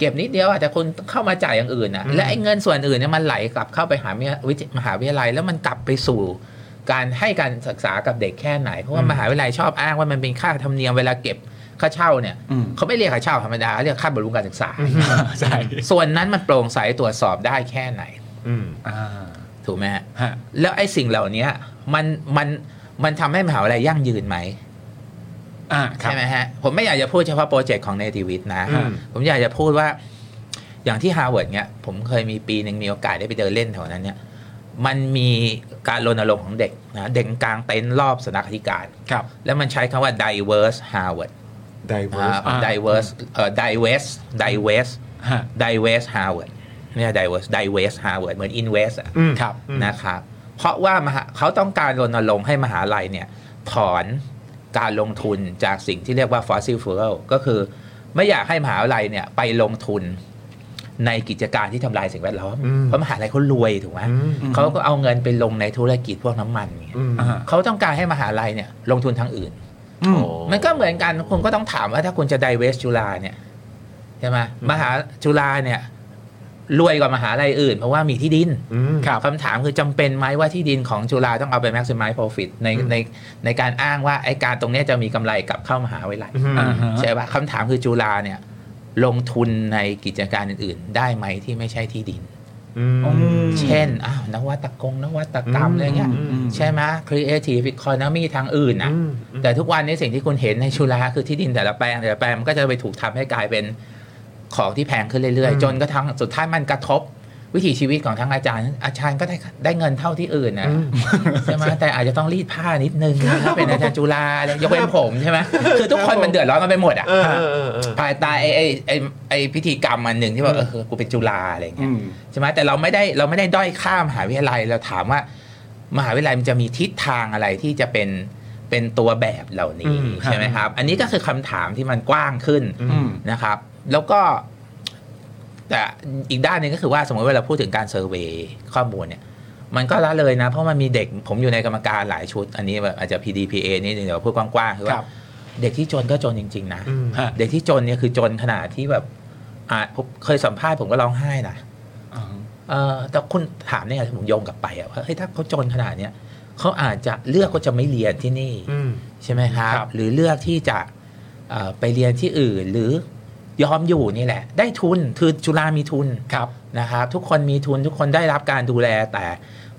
S6: เก็บนิดเดียวอะแต่คุณเข้ามาจ่ายอย่างอื่นอ่ะ
S1: อืม
S6: และไอ้เงินส่วนอื่นเนี่ยมันไหลกลับเข้าไปหาวิทยมหาวิทยาลัย แล้วมันกลับไปสู่ การให้การศึกษากับเด็กแค่ไหน เพราะว่ามหาวิทยาลัยชอบอ้างว่ามันเป็นค่าธรรมเนียมเวลาเก็บค่าเช่าเนี่ย
S2: อืม
S6: เขาไม่เรียกค่าเช่าธรรมดาเรียกค่าบำรุงการศึกษา
S2: ใช่
S6: ส่วนนั้นมันโปร่งใสตรวจสอบได้แค่ไหน
S1: อืม
S2: อ่า
S6: ถูกไหมฮะ
S2: ฮะ
S6: แล้วไอ้สิ่งเหล่านี้มันมันมันทำให้มหาวิทยาลัยยั่งยืนไหม
S2: อ่าครับ
S6: ใช่ไหมฮะ ผมไม่อยากจะพูดเฉพาะโปรเจกต์ของเนติวิทย์นะ
S1: อืม
S6: ผมอยากจะพูดว่า อย่างที่ฮาร์วาร์ดเนี่ยผมเคยมีปีหนึ่งมีโอกาสได้ไปเดินเล่นแถวนั้นเนี่ย มันมีการรณรงค์ของเด็กนะเด็กกลางเต็นท์รอบสำนักอธิการ
S2: ครับ
S6: แล้วมันใช้คำว่า diverse Harvard อ่า
S1: diverse
S2: อ่า
S6: diverse เอ่อ diverse diverse
S2: ฮะ
S6: diverse Harvard ไม่ใช่ diverse diverse Harvard เหมือน invest อะ
S1: อืม
S2: ครับ
S1: อืม
S6: นะครับเพราะว่ามหาเขาต้องการรณรงค์ให้มหาลัยเนี่ยถอนการลงทุนจากสิ่งที่เรียกว่า fossil fuel ก็คือไม่อยากให้มหาลัยเนี่ยไปลงทุนในกิจการที่ทำลายสิ่งแวดล้อม
S1: อืม
S6: เพราะมหาลัยเขารวยถูกไหม
S1: อืม
S6: เขาก็เอาเงินไปลงในธุรกิจพวกน้ำมันเนี่ย
S1: อืม
S2: อ่า
S6: เขาต้องการให้มหาลัยเนี่ยลงทุนทางอื่น
S2: อืม
S6: มันก็เหมือนกันคุณก็ต้องถามว่าถ้าคุณจะไดเวสจุฬาเนี่ยใช่ไหมมหาจุฬาเนี่ยรวยกว่ามหาลัยอื่น เพราะว่ามีที่ดิน
S1: อืม
S2: ครับ
S6: คำถามคือจำเป็นไหมว่าที่ดินของจุฬาต้องเอาไป maximize profit ใน
S1: อืม
S6: ในในการอ้างว่าไอการตรงเนี้ยจะมีกำไรกลับเข้ามหาวิทยาลัย
S1: อืม
S2: อ่าฮะ
S6: ใช่ปะคำถามคือจุฬาเนี่ย ลงทุนในกิจการอื่น ๆ ได้ไหมที่ไม่ใช่ที่ดิน
S1: อืม
S6: เช่นอ้าวนวัตกรรมนวัตกรรม
S1: อืม
S6: อะไรเงี้ย
S2: อืม
S6: ใช่ไหม creative economy ทางอื่นนะ
S1: อืม
S6: แต่ทุกวันนี้สิ่งที่คุณเห็นในจุฬาคือที่ดินแต่ละแปลงแต่ละแปลงมันก็จะไปถูกทำให้กลายเป็นของที่แพงขึ้นเรื่อย
S1: อืม
S6: ๆ จนกระทั่งสุดท้ายมันกระทบ วิถีชีวิตของทั้งอาจารย์ อาจารย์ก็ได้ได้เงินเท่าที่อื่นนะ
S1: อืม
S6: ใช่ไหมแต่อาจจะต้องรีดผ้านิดนึงนะถ้าเป็นอาจารย์จุฬาอะไรยกเว้นผมใช่ไหมคือทุกคนมันเดือดร้อนกันไปหมดอ่ะ
S1: เออเออเออเออ
S6: ภายใต้ไอ้ไอ้ไอ้ไอ้พิธีกรรมอันหนึ่งที่ว่าเออกูเป็นจุฬาอะไรอย่างเงี้ยใช่ไหมแต่เราไม่ได้เราไม่ได้ด้อยค่ามหาวิทยาลัยเราถามว่า มหาวิทยาลัยมันจะมีทิศทางอะไรที่จะเป็นเป็นตัวแบบเหล่านี้
S1: อืม
S6: ใช่ไหมครับ อันนี้ก็คือคำถามที่มันกว้างขึ้น
S1: อื
S2: อื
S1: ม
S2: ม
S6: นะครับ แล้วก็แต่อีกด้านหนึ่งก็คือว่าสมมติเวลาพูดถึงการเซอร์เวยข้อมูลเนี่ย มันก็ละเลยนะ เพราะมันมีเด็กผมอยู่ในกรรมการหลายชุด อันนี้แบบอาจจะ PDPA นี่เดี๋ยวพูดกว้างๆคือ
S2: ครั
S6: ว่า
S2: บ
S6: เด็กที่จนก็จนจริง ๆ นะ
S1: อืม
S2: ฮะ
S6: เด็กที่จนเนี่ยคือจนขนาดที่แบบอ่ะผมเคยสัมภาษณ์ผมก็ร้องไห้นะ
S2: อ่า
S6: เออแต่คุณถามเนี่ยผมโยงกลับไปอะว่าเฮ้ยถ้าเขาจนขนาดเนี้ยเขาอาจจะเลือกก็จะไม่เรียนที่นี่
S1: อืม
S6: ใช่ไหมครับ
S2: ครับ
S6: หรือเลือกที่จะเอ่อไปเรียนที่อื่นหรือยอมอยู่นี่แหละ ได้ทุนคือจุฬามีทุน
S2: ครับ
S6: นะครับ ทุกคนมีทุนทุกคนได้รับการดูแล แต่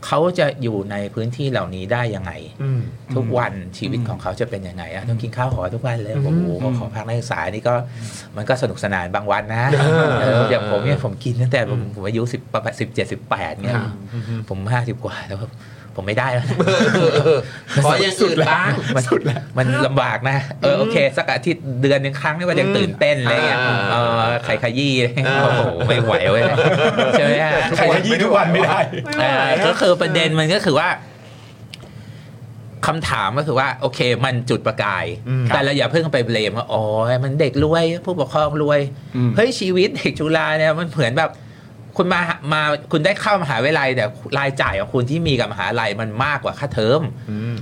S6: เขาจะอยู่ในพื้นที่เหล่านี้ได้ยังไง
S1: อืม
S6: ทุกวันชีวิตของเขาจะเป็นยังไงอะต้องกินข้าวหอทุกวันเลย
S1: อืม
S6: โอ้โหขอพักนักศึกษานี่ก็มันก็สนุกสนานบางวันนะ
S1: เออ
S6: เอออย่างผมเนี่ยผมกินตั้งแต่ผม
S1: อืม
S6: ผมอายุสิบประมาณสิบเจ็ดสิบแปดเนี่ย
S2: ครับ
S6: ผมห้าสิบกว่าแล้วผมไม่ได้แล้วนะ
S7: ขออย่างอื่นบ้าง
S6: มันมันลำบากนะ เออโอเค สักอาทิตย์เดือนหนึ่งครั้งนี่ว่ายังตื่นเต้นอะไรเงี้ย
S7: อ่า
S6: เออไข่ขยี้อะไรเงี้ยโอ้โหไม่ไหวเว้ยใช่ไหมฮะ
S2: ใครจะยี่ทุกวันไม่ได้
S6: เออก็คือประเด็นมันก็คือว่าคำถามก็คือว่า โอเค มันจุดประกาย
S1: อืม
S6: แต่เราอย่าเพิ่งไปเบลมว่าอ๋อมันเด็กรวยผู้ปกครองรวย เฮ้ยชีวิตเด็กจุฬาเนี่ยมันเหมือนแบบ คุณมามาคุณได้เข้ามหาวิทยาลัยแต่รายจ่ายของคุณที่มีกับมหาลัยมันมากกว่าค่าเทอม
S1: อืม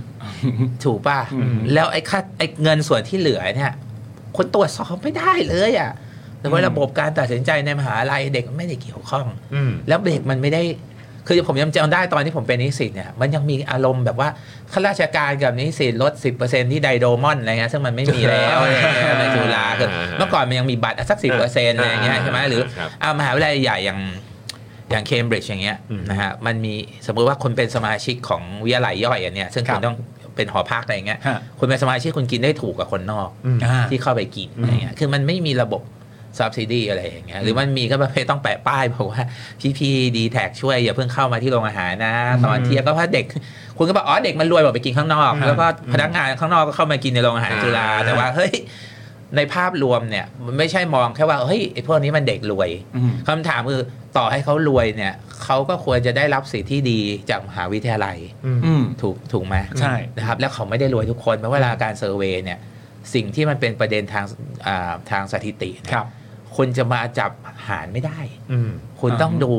S6: ถูกป่ะ
S2: อืม
S6: แล้วไอ้ค่าไอ้เงินส่วนที่เหลือเนี่ยคนตรวจสอบไม่ได้เลยอะ่ะแต่ว่า
S2: อืม
S6: ระบบการตัดสินใจในมหาลัยเด็กไม่ได้เกี่ยวข้อง
S1: อืม
S6: แล้วเด็กมันไม่ได้ คือผมยังจำได้ตอนที่ผมเป็นนิสิตเนี่ยมันยังมีอารมณ์แบบว่าข้าราชการกับนิสิตลด 10%ที่ไดโดมอนอะไรเงี้ยซึ่งมันไม่มีแล้ว <laughs> อะไรเงี้ยในจุฬาคือเมื่อก่อนมันยังมีบัตรอ่ะสัก 10%อะไรเงี้ยใช่ไหมหรือ
S1: ครับ
S6: เอามหาวิทยาลัยใหญ่อย่างอย่างเคมบริดจ์อย่างเงี้ย
S1: อืม
S6: นะฮะมันมีสมมติว่าคนเป็นสมาชิกของวิทยาลัยย่อยอันเนี้ยซึ่งคุณต้องเป็นหอพักอะไรเงี้ย
S2: ฮะ
S6: คุณเป็นสมาชิกคุณกินได้ถูกกว่าคนนอก
S1: อืม
S2: อ่า
S6: ที่เข้าไปกินอะไรเงี้ย คือมันไม่มีระบบ ซับซิดีอะไรอย่างเงี้ยหรือมันมีก็ประเภทต้องแปะป้ายบอกว่าพี่ๆดีแท็กช่วยอย่าเพิ่งเข้ามาที่โรงอาหารนะ ตอนเที่ยงก็เพราะเด็กคุณก็บอกอ๋อเด็กมันรวยบอกไปกินข้างนอก แล้วก็พนักงานข้างนอกก็เข้ามากินในโรงอาหารจุฬาแต่ว่าเฮ้ยในภาพรวมเนี่ยมันไม่ใช่มองแค่ว่าเฮ้ยไอ้พวกนี้มันเด็กรวย คำถามคือต่อให้เขารวยเนี่ยเขาก็ควรจะได้รับสิทธิที่ดีจากมหาวิทยาลัย
S2: อืม
S6: ถูกถูกไหม
S2: ใช่
S6: นะครับแล้วเขาไม่ได้รวยทุกคนเพราะเวลาการเซอร์เวย์เนี่ยสิ่งที่มันเป็นประเด็นทางอ่าทางสถิติเนี่ย
S2: ครับ
S6: คุณจะมาจับหารไม่ได้ คุณ
S2: อ่า
S6: ต้องดู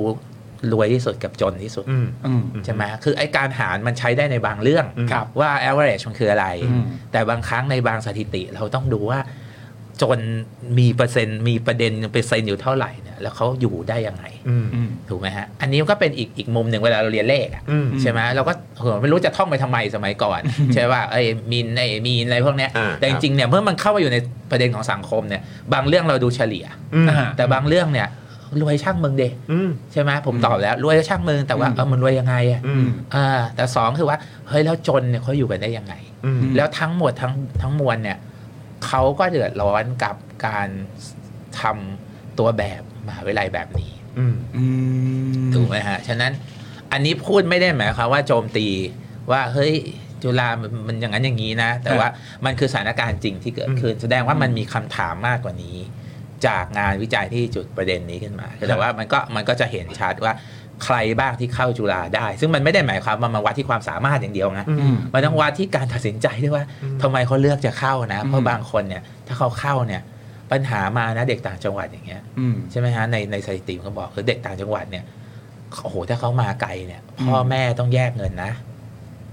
S6: รวยที่สุดกับจนที่สุด
S2: อืม
S6: ใช่ไหมคือไอ้การหารมันใช้ได้ในบางเรื่อง
S2: ครับ
S6: ว่า average มันคืออะไร
S2: อืม
S6: แต่บางครั้งในบางสถิติเราต้องดูว่า จนมีเปอร์เซ็นต์มีประเด็นเปอร์เซ็นต์อยู่เท่าไหร่เนี่ยแล้วเขาอยู่ได้ยังไง
S2: อืม
S6: ถูกไหมฮะ อันนี้ก็เป็นอีกอีกมุมหนึ่งเวลาเราเรียนเลขอะใช่ไหมเราก็โหไม่รู้จะท่องไปทำไมสมัยก่อน ใช่ว่าไอ้มินไอ้มีนอะไรพวกเนี้ย
S1: อ่า
S6: แต่จริงๆเนี่ยเมื่อมันเข้ามาอยู่ในประเด็นของสังคมเนี่ย บางเรื่องเราดูเฉลี่ย แต่บางเรื่องเนี่ยรวยช่างมึงเดใช่ไหมผมตอบแล้วรวยช่างมึงแต่ว่า
S2: อืม
S6: เออมันรวยยังไงอะ
S2: อืม
S6: อ่าแต่สองคือว่าเฮ้ยแล้วจนเนี่ยเขาอยู่กันได้ยังไง
S2: อืม
S6: แล้วทั้งหมดทั้งทั้งมวลเนี่ยเขาก็เดือดร้อนกับการทำตัวแบบมหาวิทยาลัยแบบนี้
S2: อืม
S6: ถูกไหมฮะ ฉะนั้นอันนี้พูดไม่ได้หมายความว่าโจมตีว่าเฮ้ยจุฬามันมันอย่างนั้นอย่างนี้นะ แต่ว่ามันคือสถานการณ์จริงที่เกิดขึ้น แสดงว่ามันมีคำถามมากกว่านี้ จากงานวิจัยที่จุดประเด็นนี้ขึ้นมา แต่ว่ามันก็มันก็จะเห็นชัดว่าใครบ้างที่เข้าจุฬาได้ ซึ่งมันไม่ได้หมายความว่ามันวัดที่ความสามารถอย่างเดียวนะ มันต้องวัดที่การตัดสินใจด้วยว่าทำไมเขาเลือกจะเข้านะ เพ
S2: อื
S6: ราะ
S2: ม
S6: บางคนเนี่ยถ้าเขาเข้าเนี่ยปัญหามานะเด็กต่างจังหวัดอย่างเงี้ย
S2: อืม
S6: ใช่ไหมฮะในในสถิติมันก็บอกคือเด็กต่างจังหวัดเนี่ยโอ้โหถ้าเขามาไกลเนี่ย พ่อแม่ต้องแยกเงินนะ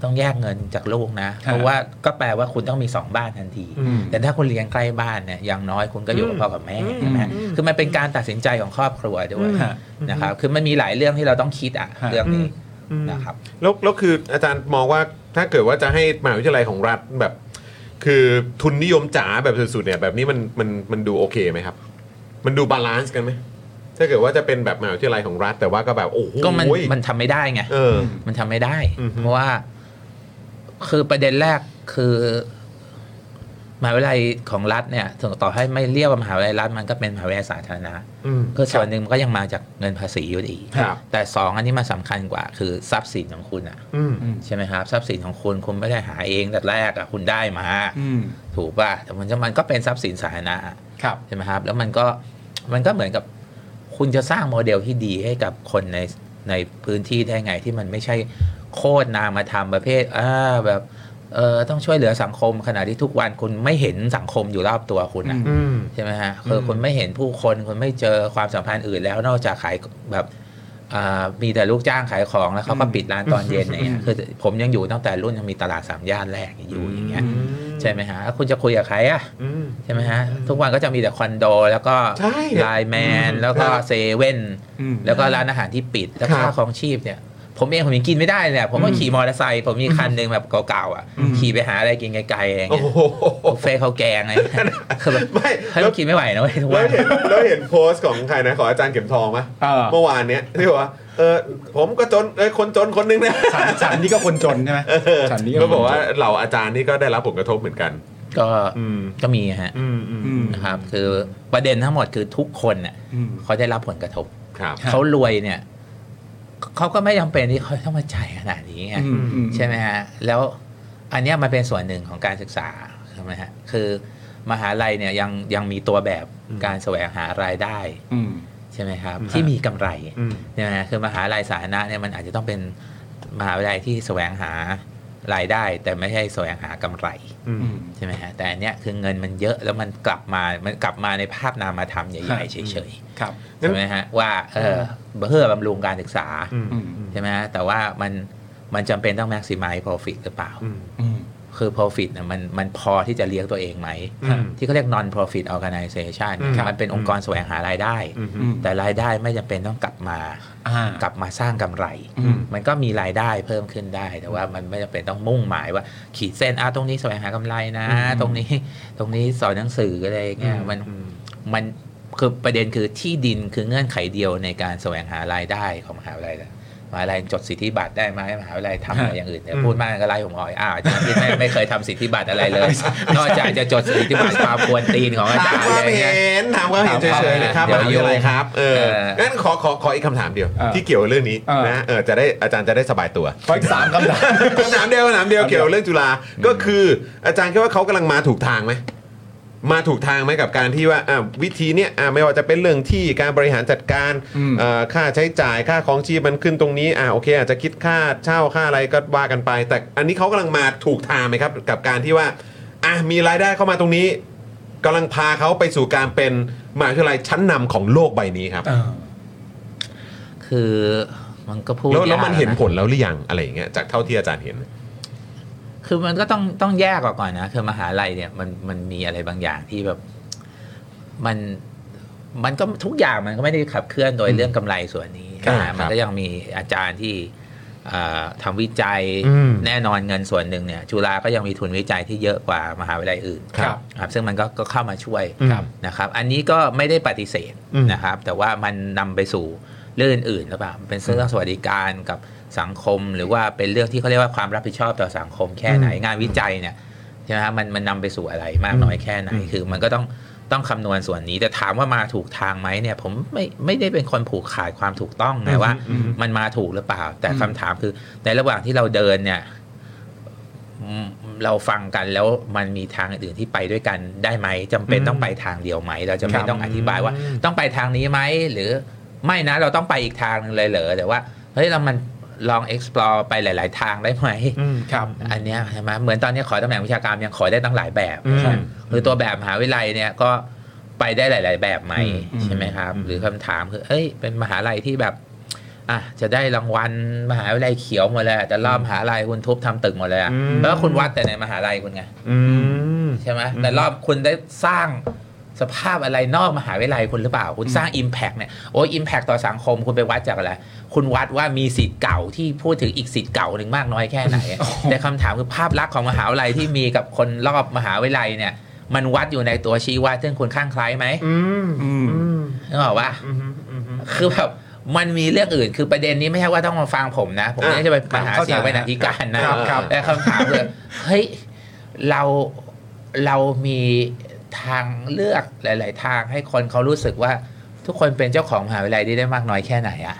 S6: ต้องแยกเงินจากลูกนะ เพราะว่าก็แปลว่าคุณต้องมีสองบ้านทันที
S2: อืม
S6: แต่ถ้าคุณเลี้ยงใกล้บ้านเนี่ยอย่างน้อยคุณก็อยู่กับพ่อกับแม่ใช่ไหมฮะคือมันเป็นการตัดสินใจของครอบครัวด้วย
S2: ฮะ
S6: นะครับคือมันมีหลายเรื่องที่เราต้องคิดอ่ะ
S2: ฮะ
S6: เรื่องนี้นะครับ
S1: แล้วแล้วคืออาจารย์มองว่าถ้าเกิดว่าจะให้มหาวิทยาลัยของรัฐแบบ คือทุนนิยมจ๋าแบบสุดๆเนี่ยแบบนี้มันมันมันดูโอเคไหมครับ มันดูบาลานซ์กันไหมถ้าเกิดว่าจะเป็นแบบมหาวิทยาลัยของรัฐ แต่ว่าก็แบบโอ้โห
S6: ก็มันมันทำไม่ได้ไง
S1: เออ
S6: มันทำไม่ได้
S1: อือฮึ
S6: เพราะว่า คือประเด็นแรกคือมหาวิทยาลัยของรัฐเนี่ยถึงต่อให้ไม่เรียกว่ามหาวิทยาลัยรัฐมันก็เป็นมหาวิทยาลัยสาธารณะ
S1: อืม
S6: คือส่วนหนึ่งมันก็ยังมาจากเงินภาษีอยู่ดี
S1: ครับ
S6: แต่สองอันนี้มาสำคัญกว่า คือทรัพย์สินของคุณอะ
S1: อืม
S6: ใช่ไหมครับ ทรัพย์สินของคุณคุณไม่ได้หาเองแต่แรกอะคุณได้มา
S2: อืม
S6: ถูกป่ะแต่มันจะมันก็เป็นทรัพย์สินสาธารณะ
S2: ครับ
S6: ใช่ไหมครับ แล้วมันก็มันก็เหมือนกับคุณจะสร้างโมเดลที่ดีให้กับคนในในพื้นที่ได้ไงที่มันไม่ใช่โคตรนามาทำประเภทอ่าแบบเออต้องช่วยเหลือสังคมขณะที่ทุกวันคุณไม่เห็นสังคมอยู่รอบตัวคุณนะ
S1: อืม
S6: ใช่ไหมฮะคือคุณไม่เห็นผู้คนคุณไม่เจอความสัมพันธ์อื่นแล้วนอกจากขายแบบอ่ามีแต่ลูกจ้างขายของแล้วเขาก็ปิดร้านตอนเย็นอย่างเนี่ยคือผมยังอยู่ตั้งแต่รุ่นยังมีตลาดสามย่านแรกอยู่อย่างเงี้ย ใช่ไหมฮะแล้วคุณจะคุยกับใครอะ
S1: อืม
S6: ใช่ไหมฮะ ทุกวันก็จะมีแต่คอนโด แล้วก็
S1: ใช่
S6: ไลน์แมน แล้วก็
S1: ครับ
S6: เซเว่น
S2: อืม
S6: แล้วก็ร้านอาหารที่ปิด แล้ว
S1: ครับ
S6: ค่าของชีพเนี่ย ผมเองผมยังกินไม่ได้เลยอะผมก็ขี่มอเตอร์ไซค์ ผมมีคันหนึ่งแบบเก่าๆอ่ะ ขี่ไปหาอะไรกินไกลๆอะไร
S1: โอ้
S6: เงี้ย
S1: โห
S6: บุฟเฟ่ต์ข้าวแกงอะไรเงี้ย
S1: <laughs>
S6: คือแบบ
S1: ไม่
S6: เฮ้ย
S1: แล้ว
S6: มันกินไม่ไหวนะเว้ยทุ
S1: แล้วว
S6: กั
S1: น เห็นแล้วเห็นโพสต์ของใครนะ ของอาจารย์เข็มทองปะ
S2: เออ
S1: เมื่อวานเนี้ยที่บอกว่าเออผมก็จนเอ้ยคนจนคนหนึงนะ
S2: ฉันฉันนี่ก็คนจนใช่ไหมฉันนี่
S1: ก็บอกว่าเหล่าอาจารย์นี่ก็ได้รับผลกระทบเหมือนกัน
S6: ก็
S1: อืม
S6: ก็มีฮะ
S1: อืมอืม
S2: อืม
S6: นะครับ คือประเด็นทั้งหมดคือทุกคนน่ะ
S2: อืม
S6: เขาได้รับผลกระทบ
S1: ครับ
S6: เขารวยเนี่ยเขาก็ไม่จำเป็นที่เขาต้องมาจ่ายขนาดนี้ไง
S2: อืมอืม
S6: ใช่ไหมฮะ แล้วอันเนี้ยมันเป็นส่วนหนึ่งของการศึกษาใช่ไหมฮะ คือมหาลัยเนี่ยยังยังมีตัวแบบการแสวงหารายได้
S2: อืม
S6: ใช่ไหมครับ
S1: อืม
S6: ที่มีกำไร
S1: อืม
S6: ใช่ไหมฮะคือมหาลัยสาธารณะเนี่ยมันอาจจะต้องเป็นมหาวิทยาลัยที่แสวงหารายได้ แต่ไม่ใช่แสวงหากำไร
S1: อืม
S2: อืม
S6: ใช่ไหมฮะ แต่อันเนี้ยคือเงินมันเยอะแล้วมันกลับมามันกลับมาในภาพนามธรรมใหญ่ๆเฉยๆ
S2: ครับ
S6: ใช่ไหมฮะว่าเออเพื่อบำรุงการศึกษา
S1: อืม
S2: อืม
S6: ใช่ไหมฮะแต่ว่ามันมันจำเป็นต้อง maximize profit หรือเปล่า
S1: อืม
S2: อืม
S6: คือ profit เนี่ยมันมันพอที่จะเลี้ยงตัวเองไหม
S1: อืม
S6: ที่เขาเรียก non profit organization เนี่ย
S1: ครับ
S6: มันเป็นองค์กรแสวงหารายได้
S1: อืม
S2: อืม
S6: แต่รายได้ไม่จำเป็นต้องกลับมา
S2: อ่าก
S6: ลับมาสร้างกำไร
S2: อืม
S6: มันก็มีรายได้เพิ่มขึ้นได้ แต่ว่ามันไม่จำเป็นต้องมุ่งหมายว่า ขีดเส้นอ่ะตรงนี้แสวงหากำไรนะ
S2: อืม
S6: ตรงนี้ตรงนี้สอนหนังสืออะไรอย่างเงี้ยมัน มันคือประเด็นคือที่ดินคือเงื่อนไขเดียวในการแสวงหารายได้ของมหาวิทยาลัย มหาวิทยาลัยจดสิทธิบัตรได้ไหมมหาวิทยาลัยทำอะไรอย่างอื่นเนี่ยพูดมากก็ไล่ผมออกอ้าวอาจารย์ที่แม่งไม่เคยทำสิทธิบัตรอะไร
S1: <laughs>
S6: เลย นอกจากจะจดสิทธิบัตรความควรตีนของอาจา
S1: ถารม
S6: ย์
S1: ค
S6: อะ
S1: วาม
S6: ไรเงี้
S1: <laughs> เห็
S6: ย
S1: นถามความเห็นเฉยๆนะครับ
S6: เดี๋
S1: ม
S6: ยว
S1: หาวิทยาลัยครับเออ
S6: เออ
S1: งั้นขอขอขออีกคำถามเดียว
S2: เออ
S1: ที่เกี่ยวเรื่องนี้
S2: เออ
S1: นะเออจะได้อาจารย์จะได้สบายตัว
S2: ขออีกสามคำถาม
S1: คำถามเดียวคำถามเดียวเกี่ยวเรื่องจุฬาก็คืออาจารย์คิดว่าเขากำลังมาถูกทางไหมมาถูกทางไหมกับการที่ว่าอ่ะวิธีเนี้ยอ่ะไม่ว่าจะเป็นเรื่องที่การบริหารจัดการ
S2: อืม
S1: เอ่อค่าใช้จ่ายค่าของชีพมันขึ้นตรงนี้อ่ะโอเค อาจจะคิดค่าเช่าค่าอะไรก็ว่ากันไป แต่อันนี้เขากำลังมาถูกทางไหมครับ กับการที่ว่าอ่ะมีรายได้เข้ามาตรงนี้กำลังพาเขาไปสู่การเป็นมหาวิทยาลัยชั้นนำของโลกใบนี้ครับ
S6: คือมันก็พูด
S1: แล้วแล้ว
S6: ยาก
S1: มันเห็นะ ผลแล้วหรือยังอะไรอย่างเงี้ยจากเท่าที่อาจารย์เห็น
S6: คือมันก็ต้องต้องแยกออกก่อนนะ คือมหาลัยเนี่ยมันมันมีอะไรบางอย่างที่แบบมันมันก็ทุกอย่างมันก็ไม่ได้ขับเคลื่อนโดยเรื่องกำไรส่วนนี้
S1: ครับ
S6: อ่ามันก็ยังมีอาจารย์ที่อ่าทำาวิจัย
S1: อืม
S6: แน่นอนเงินส่วนหนึ่งเนี่ยจุฬาก็ยังมีทุนวิจัยที่เยอะกว่ามหาวิทยาลัยอื่น
S1: ครับ
S6: ครับซึ่งมันก็ก็เข้ามาช่วย
S1: ครับ
S6: นะครับ อันนี้ก็ไม่ได้ปฏิเสธ
S1: อืม
S6: นะครับ แต่ว่ามันนำไปสู่เรื่องอื่นหรือเปล่ามันเป็นเรื่องสวัสดิการกับสังคมหรือว่าเป็นเรื่องที่เขาเรียกว่าความรับผิดชอบต่อสังคมแค่ไหนงานวิจัยเนี่ย ใช่ไหมครับมันมันนำไปสู่อะไรมากน้อยแค่ไหนคือมันก็ต้องต้องคำนวณส่วนนี้ แต่ถามว่ามาถูกทางไหมเนี่ย ผมไม่ไม่ได้เป็นคนผูกขาดความถูกต้องไงว่า มันมาถูกหรือเปล่า แต่คำถามคือ ในระหว่างที่เราเดินเนี่ยอืมเราฟังกันแล้วมันมีทางอื่นที่ไปด้วยกันได้ไหมจำเป็นต้องไปทางเดียวไหม เราจะไม่ต้องอธิบายว่า ต้องไปทางนี้ไหมหรือไม่นะเราต้องไปอีกทางหนึงเลยเหรอแต่ว่าเฮ้ยเรามันลอง explore ไปหลาย ๆ ทางได้ไหม
S2: ครับ
S6: อันเนี้ยใช่ไหมเหมือนตอนเนี้ยขอตำแหน่งวิชาการยังขอได้ตั้งหลายแบบ
S1: อืม
S6: ใช่หรือตัวแบบมหาวิทยาลัยเนี่ยก็ไปได้หลาย ๆ แบบไหม
S2: อืม
S6: ใช่ไหมครับ หรือคำถามคือเอ้ยเป็นมหาลัยที่แบบอ่ะจะได้รางวัลมหาวิทยาลัยเขียวหมดเลยอะแต่รอบมหาลัยคุณทุบทำตึกหมดเลยอะ
S1: อืม
S6: แล้วคุณวัดแต่ในมหาลัยคุณไง
S1: อืม
S6: ใช่ไหมแต่รอบคุณได้สร้างสภาพอะไรนอกมหาวิทยาลัยคุณหรือเปล่า คุณสร้าง Impact เนี่ยโอ้ยอิมแพต่อสังคมคุณไปวัดจากอะไรคุณวัดว่ามีสิทธิ์เก่าที่พูดถึงอีกสิทธิ์เก่าหนึ่งมากน้อยแค่ไหน แต่คำถามคือภาพลักษณ์ของมหาวิทยาลัยที่มีกับคนรอบมหาวิทยาลัยเนี่ย มันวัดอยู่ในตัวชี้วัดซึ่งคุณข้างคล้ายไหม
S2: อืม
S6: นึกออกปะคือแบบมันมีเรื่องอื่นคือประเด็นนี้ไม่ใช่ว่าต้องมาฟังผมนะ ผมไม่ได้จะไปมาหาเสียงไปหนาธิการนะครับ
S1: ครับ
S6: แต่คำถามคือเฮ้ยเราเรามีทางเลือกหลาย ๆ ทางให้คนเขารู้สึกว่าทุกคนเป็นเจ้าของมหาวิทยาลัยได้มากน้อยแค่ไหนอะ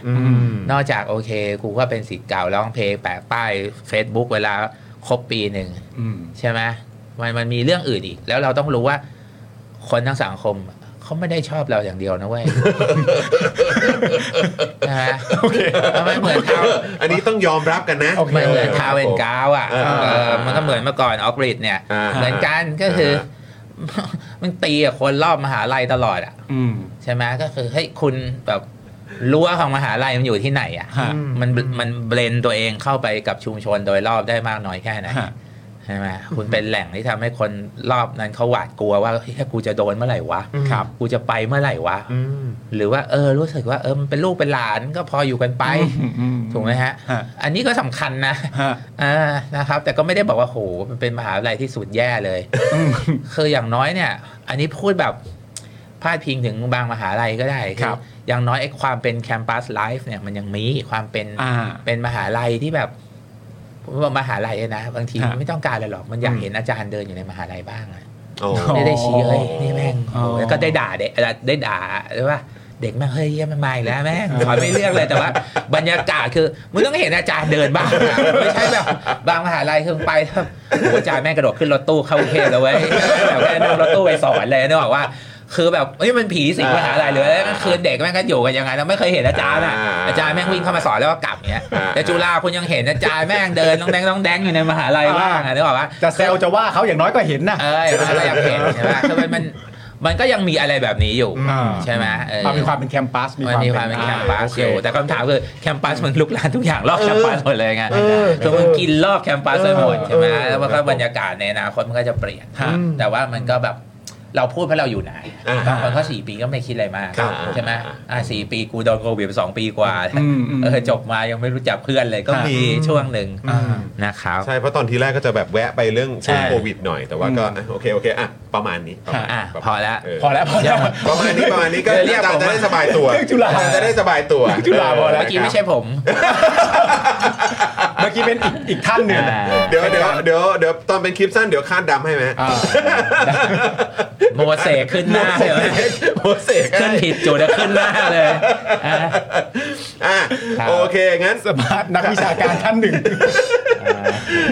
S6: นอกจากโอเคกูก็เป็นสิทธิ์เก่าร้องเพลงแปะป้าย Facebook เวลาครบปีหนึ่งใช่ไหมมันมันมีเรื่องอื่นอีก แล้วเราต้องรู้ว่า คนทั้งสังคมเขาไม่ได้ชอบเราอย่างเดียวนะเว้ย นะฮะมันเหมือนเท้า
S1: อันนี้ต้องยอมรับกันนะ
S6: มันเหมือนเท้าเวนกาวอ่ะ
S1: เออ
S6: เออมันก็เหมือนเมื่อก่อนออกฤทธิ์เนี่ย
S1: อ่า
S6: เหมือนกันก็คือ มันตีกับคนรอบมหาลัยตลอดอ่ะ
S2: อืม
S6: ใช่ไหมก็คือให้ยคุณแบบรั้วของมหาลัยมันอยู่ที่ไหนอ่ะ
S2: ฮะ
S6: มันมันเบลนตัวเองเข้าไปกับชุมชนโดยรอบได้มากน้อยแค่ไหน
S2: ฮะ
S6: ใช่ไหมคุณเป็นแหล่งที่ทำให้คนรอบนั้นเขาหวาดกลัวว่าเฮ้ยถ้ากูจะโดนเมื่อไหร่วะ
S2: ครับ
S6: กูจะไปเมื่อไหร่วะหรือว่าเออรู้สึกว่าเออมันเป็นลูกเป็นหลานก็พออยู่กันไป ถูกไหมฮะ
S2: ฮะ
S6: อันนี้ก็สำคัญนะ <laughs>
S2: ฮะ
S6: อ่านะครับ แต่ก็ไม่ได้บอกว่าโหมันเป็นมหาวิทยาลัยที่สุดแย่เลย <laughs> คืออย่างน้อยเนี่ย อันนี้พูดแบบพาดพิงถึงบางมหาลัยก็ได้อ
S2: ครับ
S6: อย่างน้อยไอ้ความเป็นแคมปัสไลฟ์เนี่ยมันยังมีความเป็น
S2: อ่า
S6: เป็นมหาลัยที่แบบผมว่ามหาลัยเนี่ยนะ บางที
S2: ฮะ
S6: ไม่ต้องการอะไรหรอกมันอยากเห็นอาจารย์เดินอยู่ในมหาลัยบ้างอะ
S1: โอ้
S6: ไม่ได้ชี้เอ้ยนี่แม่ง
S2: อ๋อ
S6: โหแล้วก็ได้ด่าเด็กเอ่อได้ด่าหรือว่าเด็กแม่งเฮ้ยเหี้ยมันมาอีกแล้วแม่งขอไม่เลือกเลยแต่ว่า บรรยากาศคือมึงต้องเห็นอาจารย์เดินบ้างอะไม่ใช่แบบบางมหาลัยเพิ่งไปแล้วโอ้โหอาจารย์แม่งกระโดดขึ้นรถตู้เข้ากรุงเทพแล้วเว้ยแบบแม่งนั่งรถตู้ไปสอนเลยนึกออกว่า คือแบบเอ้ยมันผีสิงมหาลัยเลยแล้วก็คืนเด็กแม่งก็อยู่กันยังไงแล้วไม่เคยเห็นอาจารย์อะอาจารย์แม่งวิ่งเข้ามาสอนแล้วก็กลับเงี้ยแต่จุฬาคุณยังเห็นอาจารย์แม่งเดินน้องแดงน้องแดงอยู่ในมหาลัยบ้างอะนึกออกว่า
S2: จะเซลจะว่าเขาอย่างน้อยก็เห็นนะ
S6: เอออย่างนั้นเราอยากเห็นใช่ไหมคือมันมันมันก็ยังมีอะไรแบบนี้อยู่
S2: อ่า
S6: ใช่ไหมเออ
S2: มันมีความเป็นแคมปัส
S6: มันมีความเป็นแคมปัส
S2: โเ
S6: อยู่ แต่คำถามคือแคมปัสมันลุกลามทุกอย่างรอบแคมปัสหมดเลยไงคือมันกินรอบแคมปัสไปหมดใช่ไหมแล้วมันก็บรรยากาศในอนาคตมันก็จะเปลี่ยนแต่ว่ามันก็แบบ เราพูดเพราะเราอยู่ไหน
S1: อ่า
S6: บางคนเขาสี่ปีก็ไม่คิดอะไรมาก
S1: ครับ
S6: ใช่ไหม
S1: อ่า
S6: อ่าสี่ปีกูโดนโควิดไปสองปีกว่า
S2: อืมอืม
S6: เออจบมายังไม่รู้จักเพื่อนเลยก็
S1: ครับ
S6: มีช่วงหนึ่ง
S1: อ่า
S6: นะครับ
S1: ใช่เพราะตอนทีแรกก็จะแบบแวะไปเรื่อง
S6: ใช่
S1: โควิดหน่อยแต่ว่าก็อ่ะโอเคโอเคอ่ะประมาณนี้ประมาณ
S6: อ่ะ
S1: นี้ประมาณ
S6: พอแล้ว
S1: เออ
S2: พอแล้วพอแล้ว
S1: ประมาณนี้ประมาณนี้ก็
S6: เรียกผ
S1: อา
S6: ม
S1: จารย์จะได้สบายตัว
S2: เรื่องจุฬา
S1: จะได้สบายตัว
S2: เรื่องจุฬาพอแล้ว
S6: เมื่อกี้ไม่ใช่ผม
S2: เมื่อกี้เป็นอีกอีกท่านหนึ่ง
S6: อ่า
S1: เดี๋ยวเดี๋ยวเดี๋ยวเดี๋ยวตอนเป็นคลิปสั้นเดี๋ยวคาดดำให้ไหม
S2: อ่า
S6: โมเสกขึ้นหน้าเลยไหม
S1: โมเสก
S6: ขึ้นผิดจุดแล้วขึ้นหน้าเลยอ่ะ
S1: อ่ะ
S6: ครับ
S1: โอเคงั้น
S2: สมาร์ทนักวิชาการท่านหนึ่ง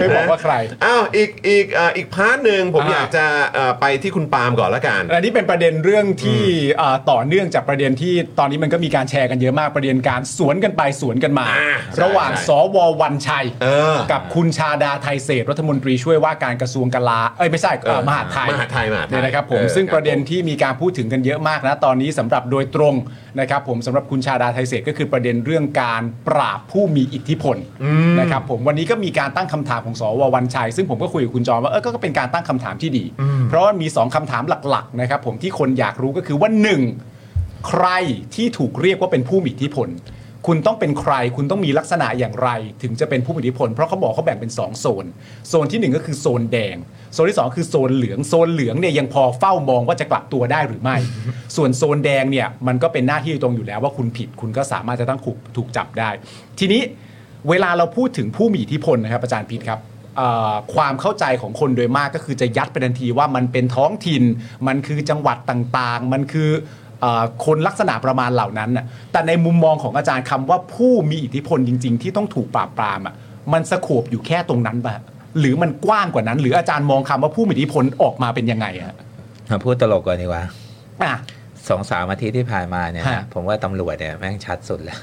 S2: ไม่บอกว่าใคร
S1: อ้าวอีกอีกเอ่ออีกพาร์ทหนึ่งผม
S2: อ่า
S1: อยากจะเอ่อไปที่คุณปาล์มก่อนละกัน
S2: อันนี้เป็นประเด็นเรื่องที่เอ่อต่อเนื่องจากประเด็นที่ตอนนี้มันก็มีการแชร์กันเยอะมากประเด็นการสวนกันไปสวนกันมา
S1: อ่าใช่
S2: ระหว่าง
S1: ใช่
S2: สววันชัย
S1: เออ
S2: กับคุณชาดาไทยเศรษฐ์รัฐมนตรีช่วยว่าการกระทรวงกลาเอ้ยไม่ใช่เอ่อ
S1: เออ
S2: มหาดไทย
S1: มหาดไทยมหาดไทย
S2: เนี่ยนะครับผม
S1: เออ
S2: ซึ่ง
S1: ครับ
S2: ประเด็นที่มีการพูดถึงกันเยอะมากนะตอนนี้สำหรับโดยตรงนะครับผมสำหรับคุณชาดาไทยเศรษฐ์ก็คือประเด็นเรื่องการปราบผู้มีอิทธิพลนะครับผมวันนี้ก็มีการตั้งคำถามของสววันชัย ซึ่งผมก็คุยกับคุณจอมว่าเออก็ก็เป็นการตั้งคำถามที่ดี เพราะว่ามีสองคำถามหลักๆนะครับผมที่คนอยากรู้ก็คือว่าหนึ่ง ใครที่ถูกเรียกว่าเป็นผู้มีอิทธิพล คุณต้องเป็นใคร คุณต้องมีลักษณะอย่างไร ถึงจะเป็นผู้มีอิทธิพล เพราะเขาบอกเขาแบ่งเป็น 2 โซน โซนทีหนึ่1 ก็คือโซนแดง โซนที่ 2 คือโซนเหลือง โซนเหลืองเนี่ยยังพอเฝ้ามองว่าจะกลับตัวได้หรือไม่ ส่วนโซนแดงเนี่ยมันก็เป็นหน้าที่ตรงอยู่แล้วว่าคุณผิด คุณก็สามารถจะต้องถูกถูกจับได้ ทีนี้เวลาเราพูดถึงผู้มีอิทธิพลนะครับอาจารย์พีทครับ เอ่อความเข้าใจของคนโดยมากก็คือจะยัดไปทันทีว่ามันเป็นท้องถิ่น มันคือจังหวัดต่างๆ มันคือเอ่อคนลักษณะประมาณเหล่านั้นน่ะแต่ในมุมมองของอาจารย์คำว่าผู้มีอิทธิพลจริง ๆ ที่ต้องถูกปราบปรามอ่ะมันสะโขบอยู่แค่ตรงนั้นปะหรือมันกว้างกว่านั้น หรืออาจารย์มองคำว่าผู้มีอิทธิพลออกมาเป็นยังไงอะ
S6: มาพูดตลกก่อนดีกว่า
S2: อ่ะ
S6: สองสามอาทิตย์ที่ผ่านมาเนี่ยนะ
S2: ฮะ
S6: ผมว่าตำรวจเนี่ยแม่งชัดสุดแล้ว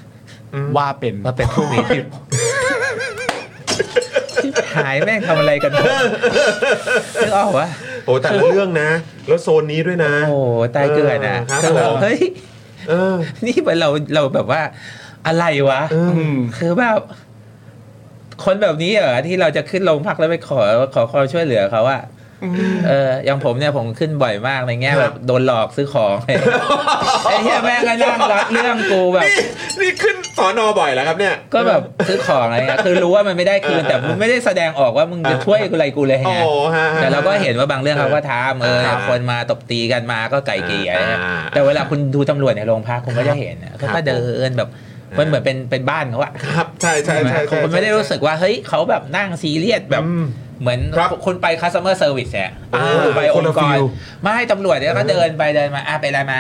S2: ว่าเป็น
S6: ว่าเป็นผู้มีอิทธิพลชิบหายแม่งทำอะไรกันผมนึกออกวะ
S1: โอ้แต่ละเรื่องนะ แล้วโซนนี้ด้วยนะ
S6: โอ้โหตายเกลือนอ่ะ
S1: เออครับ
S6: คือแบบ
S1: ผม
S6: เฮ้ย
S1: เออ
S6: นี่เราเราแบบว่าอะไรวะ
S2: อืม
S6: คือแบบคนแบบนี้เหรอที่เราจะขึ้นโรงพักแล้วไปขอขอความช่วยเหลือเขาอะเอออย่างผมเนี่ยผมขึ้นบ่อยมากในแง่แบบโดนหลอกซื้อของ <laughs> ไอ้เหี้ยแม่งก็นั่งรับเรื่องกูแบบ
S1: นี่นี่ขึ้นสอนอบ่อยแล้วครับเนี่ย
S6: ก็แบบซื้อของอะไรเงี้ยคือรู้ว่ามันไม่ได้คืนแต่มึงไม่ได้แสดงออกว่ามึงจะช่วยกูอะไรกูเลย
S1: โอ้
S6: ไง
S1: โหฮะ
S6: แต่เราก็เห็นว่าบางเรื่องเขาก็ทำเออ
S1: ครับ
S6: คนมาตบตีกันมาก็ไก่เกลี่ยนะ
S1: อ่า
S6: แต่เวลาคุณดูตำรวจในโรงพักคุณก็จะเห็นนะเขา
S1: ครั
S6: ก็
S1: บ
S6: เดินแบบมันเหมือนเป็นเป็นบ้านเขาอะ
S1: ครับใช่ใช่
S6: ใช่ไหม
S1: ใช่
S6: ค
S1: ใช่
S6: นไม่ได้รู้สึกว่าเฮ้ยเขาแบบนั่งซีเรียสแบบ
S1: อืม
S6: เหมือน
S1: ครับ
S6: คนไป customer service เนี่ย
S1: อ่า
S6: คุณไป
S1: ค
S6: อน ง
S1: ละ
S6: ค์ก
S1: ฟิ
S6: ร
S1: ล
S6: ไม่ตำรวจเนี่ยก็เดินไปเดินมาอ่ะไปอะไรมา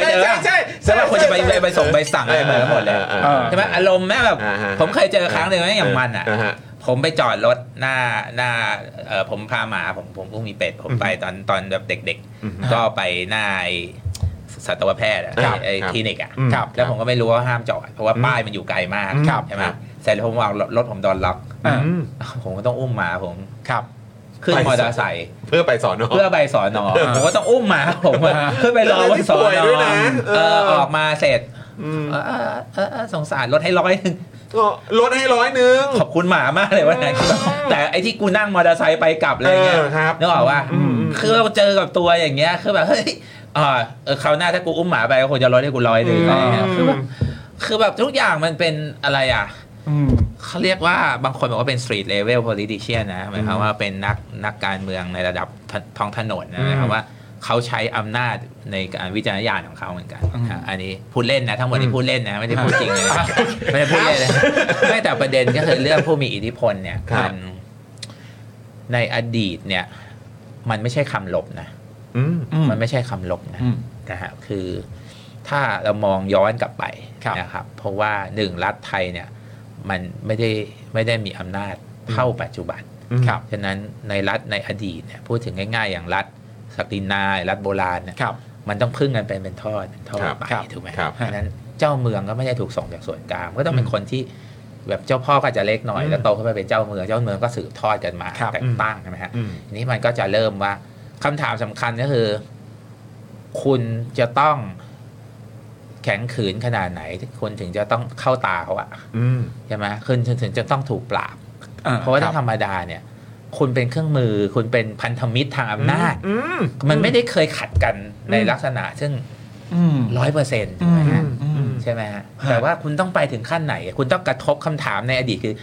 S1: ใช่ใช่ใช่ใช่
S6: ใช่ไหมคุณจะไป
S1: ใช่ใช่
S6: ไปส่งใบสั่งอะไรมาหมดเลย
S1: เออเออเออ
S6: ใช่ไหมอารมณ์แม่แบบ
S1: อ่าฮะ
S6: ผมเคยเจอครั้งหนึ่งนะอย่างมันอ่ะ
S1: ฮะ
S6: ผมไปจอดรถหน้าหน้าเอ่อผมพาหมาผมผมก็มีเป็ดผมไปตอนตอนแบบเด็ก ๆ ก็ไปหน้าไอ้สัตวแพทย์อะ
S1: ครับ
S6: ไอ้
S1: ครับ
S6: คลินิกอ่ะ
S2: ครับ
S6: แล้วผมก็ไม่รู้ว่าห้ามจอด เพราะว่าป้ายมันอยู่ไกลมาก
S2: ครับ
S6: ใช่ไหม
S1: ครับ
S6: เสร็จแล้วผมวางรถผมโดนล็อก
S2: อ่า
S1: อืม
S6: ผมก็ต้องอุ้มหมาผม
S2: ครับ
S6: ขึ้นมอเตอร์ไซค์
S1: เพื่อไปสอนอ
S6: เพื่อไปสอนอผมก็ต้องอุ้มหมาผมอะขึ้นไปรอไว้สอน
S1: ป่วย
S6: อ
S1: ด้วยนะเออ
S6: เออออกมาเสร็จ
S1: ม
S6: เออเออเออเออสงสารรถให้ร้อยหนึ่ง
S1: ก็ลดให้ร้อยหนึ่ง
S6: ขอบคุณหมามากเลยวันไหนแต่ไอ้ที่กูนั่งมอเตอร์ไซค์ไปกลับอะไรเงี้ย
S1: เออครับ
S6: นึกออกว่า
S1: อืม
S6: คือเจอกับตัวอย่างเงี้ยคือแบบเฮ้ยอ่าเออคราวหน้าถ้ากูอุ้มหมาไปก็คงจะร้อยให้กูร้อยหนึ่งอะไรเงี้ยคือแบบคือแบบทุกอย่างมันเป็นอะไรอ่ะเขาเรียกว่าบางคนบอกว่าเป็น street level politician นะหมายความว่าเป็นนักนักการเมืองในระดับทท้องถนนนะหมายความว่าเขาใช้อำนาจในการวิจารณญาณของเขาเหมือนกันอ่ะอันนี้พูดเล่นนะทั้งหมดนี่พูดเล่นนะไม่ได้พูดจริงเลยนะไม่ได้พูดเล่นเลยไม่แต่ประเด็นก็คือเรื่องผู้มีอิทธิพลเนี่ย
S1: ครับ
S6: มันในอดีตเนี่ย มันไม่ใช่คำลบนะ
S1: อืม
S6: มันไม่ใช่คำลบนะ
S2: อืม
S6: นะฮะคือถ้าเรามองย้อนกลับไป
S2: ครับ
S6: นะครับ เพราะว่าหนึ่งรัฐไทยเนี่ย มันไม่ได้ไม่ได้มีอำนาจเท่าปัจจุบัน
S2: ครับ
S6: ฉะนั้นในรัฐในอดีตเนี่ยพูดถึงง่ายๆ อย่างรัฐศักดินารัฐโบราณเนี่ย
S2: ครับ
S6: มันต้องพึ่งกันเป็นเป็นทอดเป็นทอดไป
S2: ครับ
S6: ถูกไหม
S1: ครับ
S6: ฉะนั้นเจ้าเมืองก็ไม่ได้ถูกส่งจากส่วนกลางก็ต้องเป็นคนที่แบบเจ้าพ่อก็อาจจะเล็กหน่อย
S1: อืม
S6: แล้วโตขึ้นมาเป็นเจ้าเมืองเจ้าเมืองก็สืบทอดกันมา
S2: ครับ
S6: แต่งตั้งใช่ไหมฮะ
S1: อืม
S6: ทีนี้มันก็จะเริ่มว่าคำถามสำคัญก็คือ คุณจะต้องแข็งขืนขนาดไหนคุณถึงจะต้องเข้าตาเขาอะ
S1: อืม
S6: ใช่ไหมคุณถึงจะต้องถูกปราบ
S2: อ่
S6: เพราะว่า
S2: ค
S6: ถ้า
S2: บ
S6: ธรรมดาเนี่ย คุณเป็นเครื่องมือ คุณเป็นพันธมิตรทางอำนาจ
S1: อืม
S6: มันไม่ได้เคยขัดกันในลักษณะซึ่งร้อยเปอร์เซ็นต์ใช่ไหมฮะใช่ไหมฮะแต่ว่าคุณต้องไปถึงขั้นไหน คุณต้องกระทบคำถามในอดีตคือ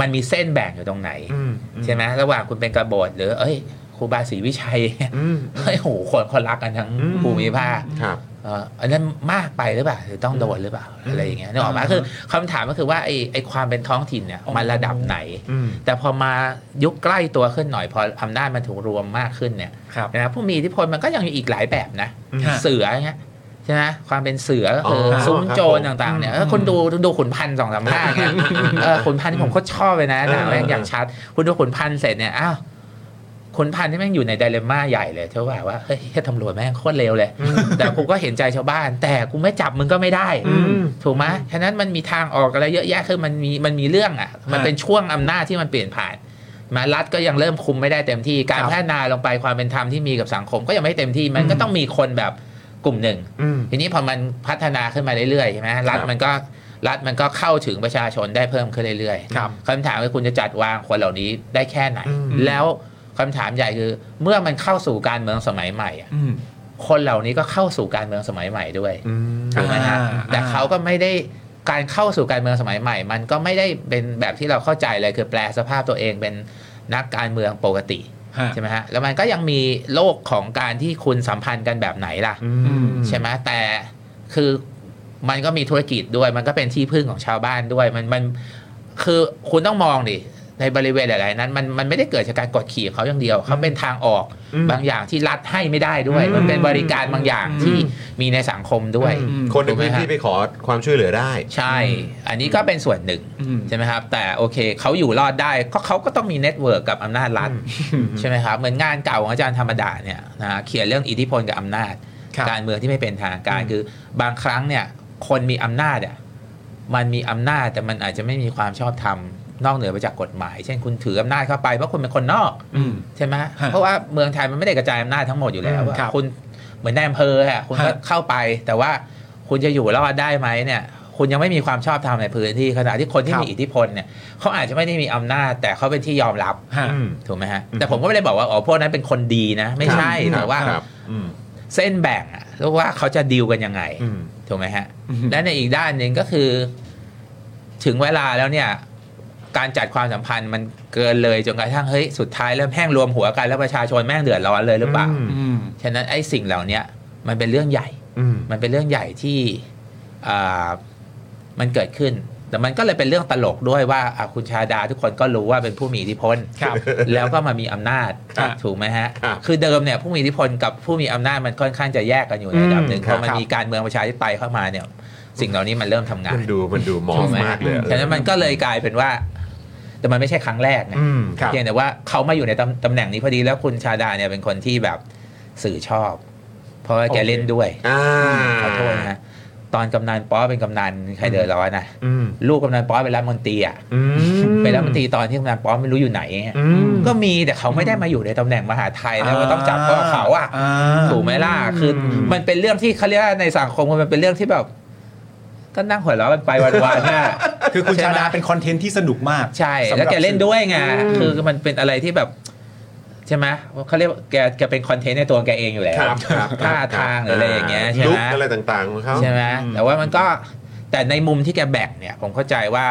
S6: มันมีเส้นแบ่งอยู่ตรงไหน ใช่ไหมระหว่างคุณเป็นกบฏหรือ เอ้ยครูบาศรีวิชัยเฮ้ย <laughs> โหคนคนรักกันทั้งภูมิภาค
S1: ครับ
S6: เอ่ออันนั้นมากไปหรือเปล่าหรือต้องโดนหรือเปล่าอะไรอย่างเงี้ยนึกออกไหมคือคำถามก็คือว่าไอ้ไอ้ความเป็นท้องถิ่นเนี่ยมันระดับไหน แต่พอมายุคใกล้ตัวขึ้นหน่อยพออำนาจมันถูกรวมมากขึ้นเนี่ย
S7: ครับ
S6: นะผู้มีอิทธิพลมันก็ยังมีอีกหลายแบบนะ
S7: ฮะ
S6: เสืออย่างเงี้ยใช่ไหมความเป็นเสือก็คือ
S1: อ
S6: ซุ้มโจร
S1: ครับผม
S6: ต่างๆเนี่ยเออคนดูดูขุนพันธ์สองสามภาคเนี่ยเออขุนพันธ์ที่ผมโคตรชอบเลยนะหนัง
S1: เออ
S6: แม่งอย่างชัด คุณดูขุนพันธ์เสร็จเนี่ยอ้าวขุนพันธ์ที่แม่งอยู่ในไดเลม่าใหญ่เลยเท่าว่าว่าเฮ้ยแค่ตำรวจแม่งโคตรเลวเลย แต่กูก็เห็นใจชาวบ้าน แต่กูไม่จับมึงก็ไม่ได้ ถูกไหมฉะนั้นมันมีทางออกอะไรเยอะแยะคือมันมีมันมีเรื่องอ่ะ มันเป็นช่วงอำนาจที่มันเปลี่ยนผ่านมารัฐก็ยังเริ่มคุมไม่ได้เต็มที่ การพัฒนาลงไปความเป็นธรรมที่มีกับสังคมก็ยังไม่เต็มที่ มันก็ต้องมีคนแบบกลุ่มหนึ่ง ทีนี้พอมันพัฒนาขึ้นมาเรื่อยๆใช่ไหมรัฐมันก็รัฐมันก็เข้าถึงประชาชนได้เพิ่มขึ้นเรื่อยๆ
S7: ครับ
S6: คำถามคือคุณจะจัดวางคนเหล่านี้ได้แค่ไหน แล้วคำถามใหญ่คือ เมื่อมันเข้าสู่การเมืองสมัยใหม่อะคนเหล่านี้ก็เข้าสู่การเมืองสมัยใหม่ด้วย ถูกไหม
S7: อ่
S6: ฮะ
S7: า
S6: แต่เขาก็ไม่ได้การเข้าสู่การเมืองสมัยใหม่ มันก็ไม่ได้เป็นแบบที่เราเข้าใจเลยคือแปลสภาพตัวเองเป็นนักการเมืองปกติ
S7: ฮะ
S6: ใช่ไหมฮะแล้วมันก็ยังมีโลกของการที่คุณสัมพันธ์กันแบบไหนล่ะ ใช่ไหมแต่คือมันก็มีธุรกิจด้วย มันก็เป็นที่พึ่งของชาวบ้านด้วย มันมันคือคุณต้องมองดิในบริเวณหลายๆนั้น มันมันไม่ได้เกิดจากการกดขี่ของเขาอย่างเดียวเขาเป็นทางออกบางอย่างที่รัฐให้ไม่ได้ด้วย มันเป็นบริการบางอย่างที่มีในสังคมด้วย
S1: คนในพื้นที่ไปขอความช่วยเหลือได้
S6: ใช่ อันนี้ก็เป็นส่วนหนึ่งใช่ไหมครับ แต่โอเคเขาอยู่รอดได้ก็เขาก็ต้องมีเน็ตเวิร์กกับอำนาจรัฐใช่ไหมครับ เหมือนงานเก่าของอาจารย์ธรรมดาเนี่ยนะเขียนเรื่องอิทธิพลกับอำนาจ
S7: ครับ
S6: การเมืองที่ไม่เป็นทางการคือบางครั้งเนี่ยคนมีอำนาจอ่ะมันมีอำนาจแต่มันอาจจะไม่มีความชอบธรรมนอกเหนือไปจากกฎหมาย เช่นคุณถืออำนาจเข้าไปเพราะคุณเป็นคนนอก
S7: อืม
S6: ใช่ไหม
S7: ฮะ
S6: เพราะว่าเมืองไทยมันไม่ได้กระจายอำนาจทั้งหมดอยู่แล้วอะ
S7: ครับ
S6: คุณเหมือนนายอำเภออะคุณก็
S7: ฮะ
S6: เข้าไปแต่ว่าคุณจะอยู่รอดได้ไหมเนี่ย คุณยังไม่มีความชอบธรรมในพื้นที่ขณะที่คนที่
S7: ครับ
S6: มีอิทธิพลเนี่ยเขาอาจจะไม่ได้มีอำนาจ แต่เขาเป็นที่ยอมรับ
S7: ฮะ
S6: ถูกไหมฮะแต่ผมก็ไม่ได้บอกว่าอ๋อพวกนั้นเป็นคนดีนะ ไม่ใช่
S1: ครับ
S6: แต่ว่า
S1: ครับอืม
S6: เส้นแบ่งอะแล้วว่าเขาจะดีลกันยังไง
S1: อืม
S6: ถูกไหมฮะ
S7: อืม
S6: <laughs> และในอีกด้านหนึ่งก็คือ ถึงเวลาแล้วเนี่ย การจัดความสัมพันธ์มันเกินเลยจนกระทั่งเฮ้ยสุดท้ายเริ่มแห้งรวมหัวกันแล้วประชาชนแม่งเดือดร้อนเลยหรือเปล่า
S7: อืม
S6: ฉะนั้นไอ้สิ่งเหล่าเนี้ยมันเป็นเรื่องใหญ่
S1: อืม
S6: มันเป็นเรื่องใหญ่ที่อ่ามันเกิดขึ้น แต่มันก็เลยเป็นเรื่องตลกด้วยว่าอ่ะคุณชาดาทุกคนก็รู้ว่าเป็นผู้มีอิทธิพล
S7: ครับ
S6: แล้วก็มามีอำนาจ
S1: ครับ
S6: ถูกไหมฮะ
S1: ครับ
S6: อเดิมเนี่ยผู้มีอิทธิพลกับผู้มีอำนาจมันค่อนข้างจะแยกกันอยู่ในระดับหนึ่ง
S1: อืม
S6: พอมัน
S1: ครับ
S6: มีการเมืองประชาธิปไตยเข้ามาเนี่ย สิ่งเหล่านี้มันเริ่มทำงา
S1: มันนดูมันดูหมอ
S6: ถู
S1: ง
S6: กไห
S1: มากเลย
S6: ฉะนั้นมันก็เลยกลายเป็นว่า แต่มันไม่ใช่ครั้งแรกนะ
S1: อืมครับ
S6: เพียงแต่ว่าเขามาอยู่ในตำตำแหน่งนี้พอดีแล้วคุณชาดาเนี่ยเป็นคนที่แบบสื่อชอบ เพราะว่าแกเล่นด้วย
S1: อ่า
S6: ขอโทษนะฮะตอนกำนันป๊อเป็นกำนันใครเดือดร้อนนะ
S1: อืม
S6: ลูกกำนันป๊อเป็นรัฐมนตรีอ่ะ
S1: อืม
S6: เป็นรัฐมนตรีตอนที่กำนันป๊อไม่รู้อยู่ไหนอะ
S1: อืม
S6: ก็มีแต่เขาไม่ได้มาอยู่ในตำแหน่งมหาไทยแล้วก็ต้องจับพ่อเขาอ่ะ
S7: อ่า
S6: ถูกไหมล่ะคือมันเป็นเรื่องที่เขาเรียกว่าในสังคมมันเป็นเรื่องที่แบบ ก็นั่งหัวเราะกันไปวันๆน่ะ
S2: คือคุณ
S6: ใช่
S2: ชา
S6: ไหม
S2: ดาเป็นคอนเทนต์ที่สนุกมาก
S6: ใช่
S2: สำหรับ
S6: แล้วแกเล่นด้วยไงคือมันเป็นอะไรที่แบบใช่ไหมเขาเรียกว่าแกแกเป็นคอนเทนต์ในตัวแกเองอยู่แล้ว
S1: ครับครับ
S6: ท่าทางหรืออะไรอย่างเงี้ยใช่
S1: ลุก
S6: ไหม
S1: อะไรต่างๆของเขา
S6: ใช่ไหมแต่ว่ามันก็แต่ในมุมที่แกแบ่งเนี่ย ผมเข้าใจว่า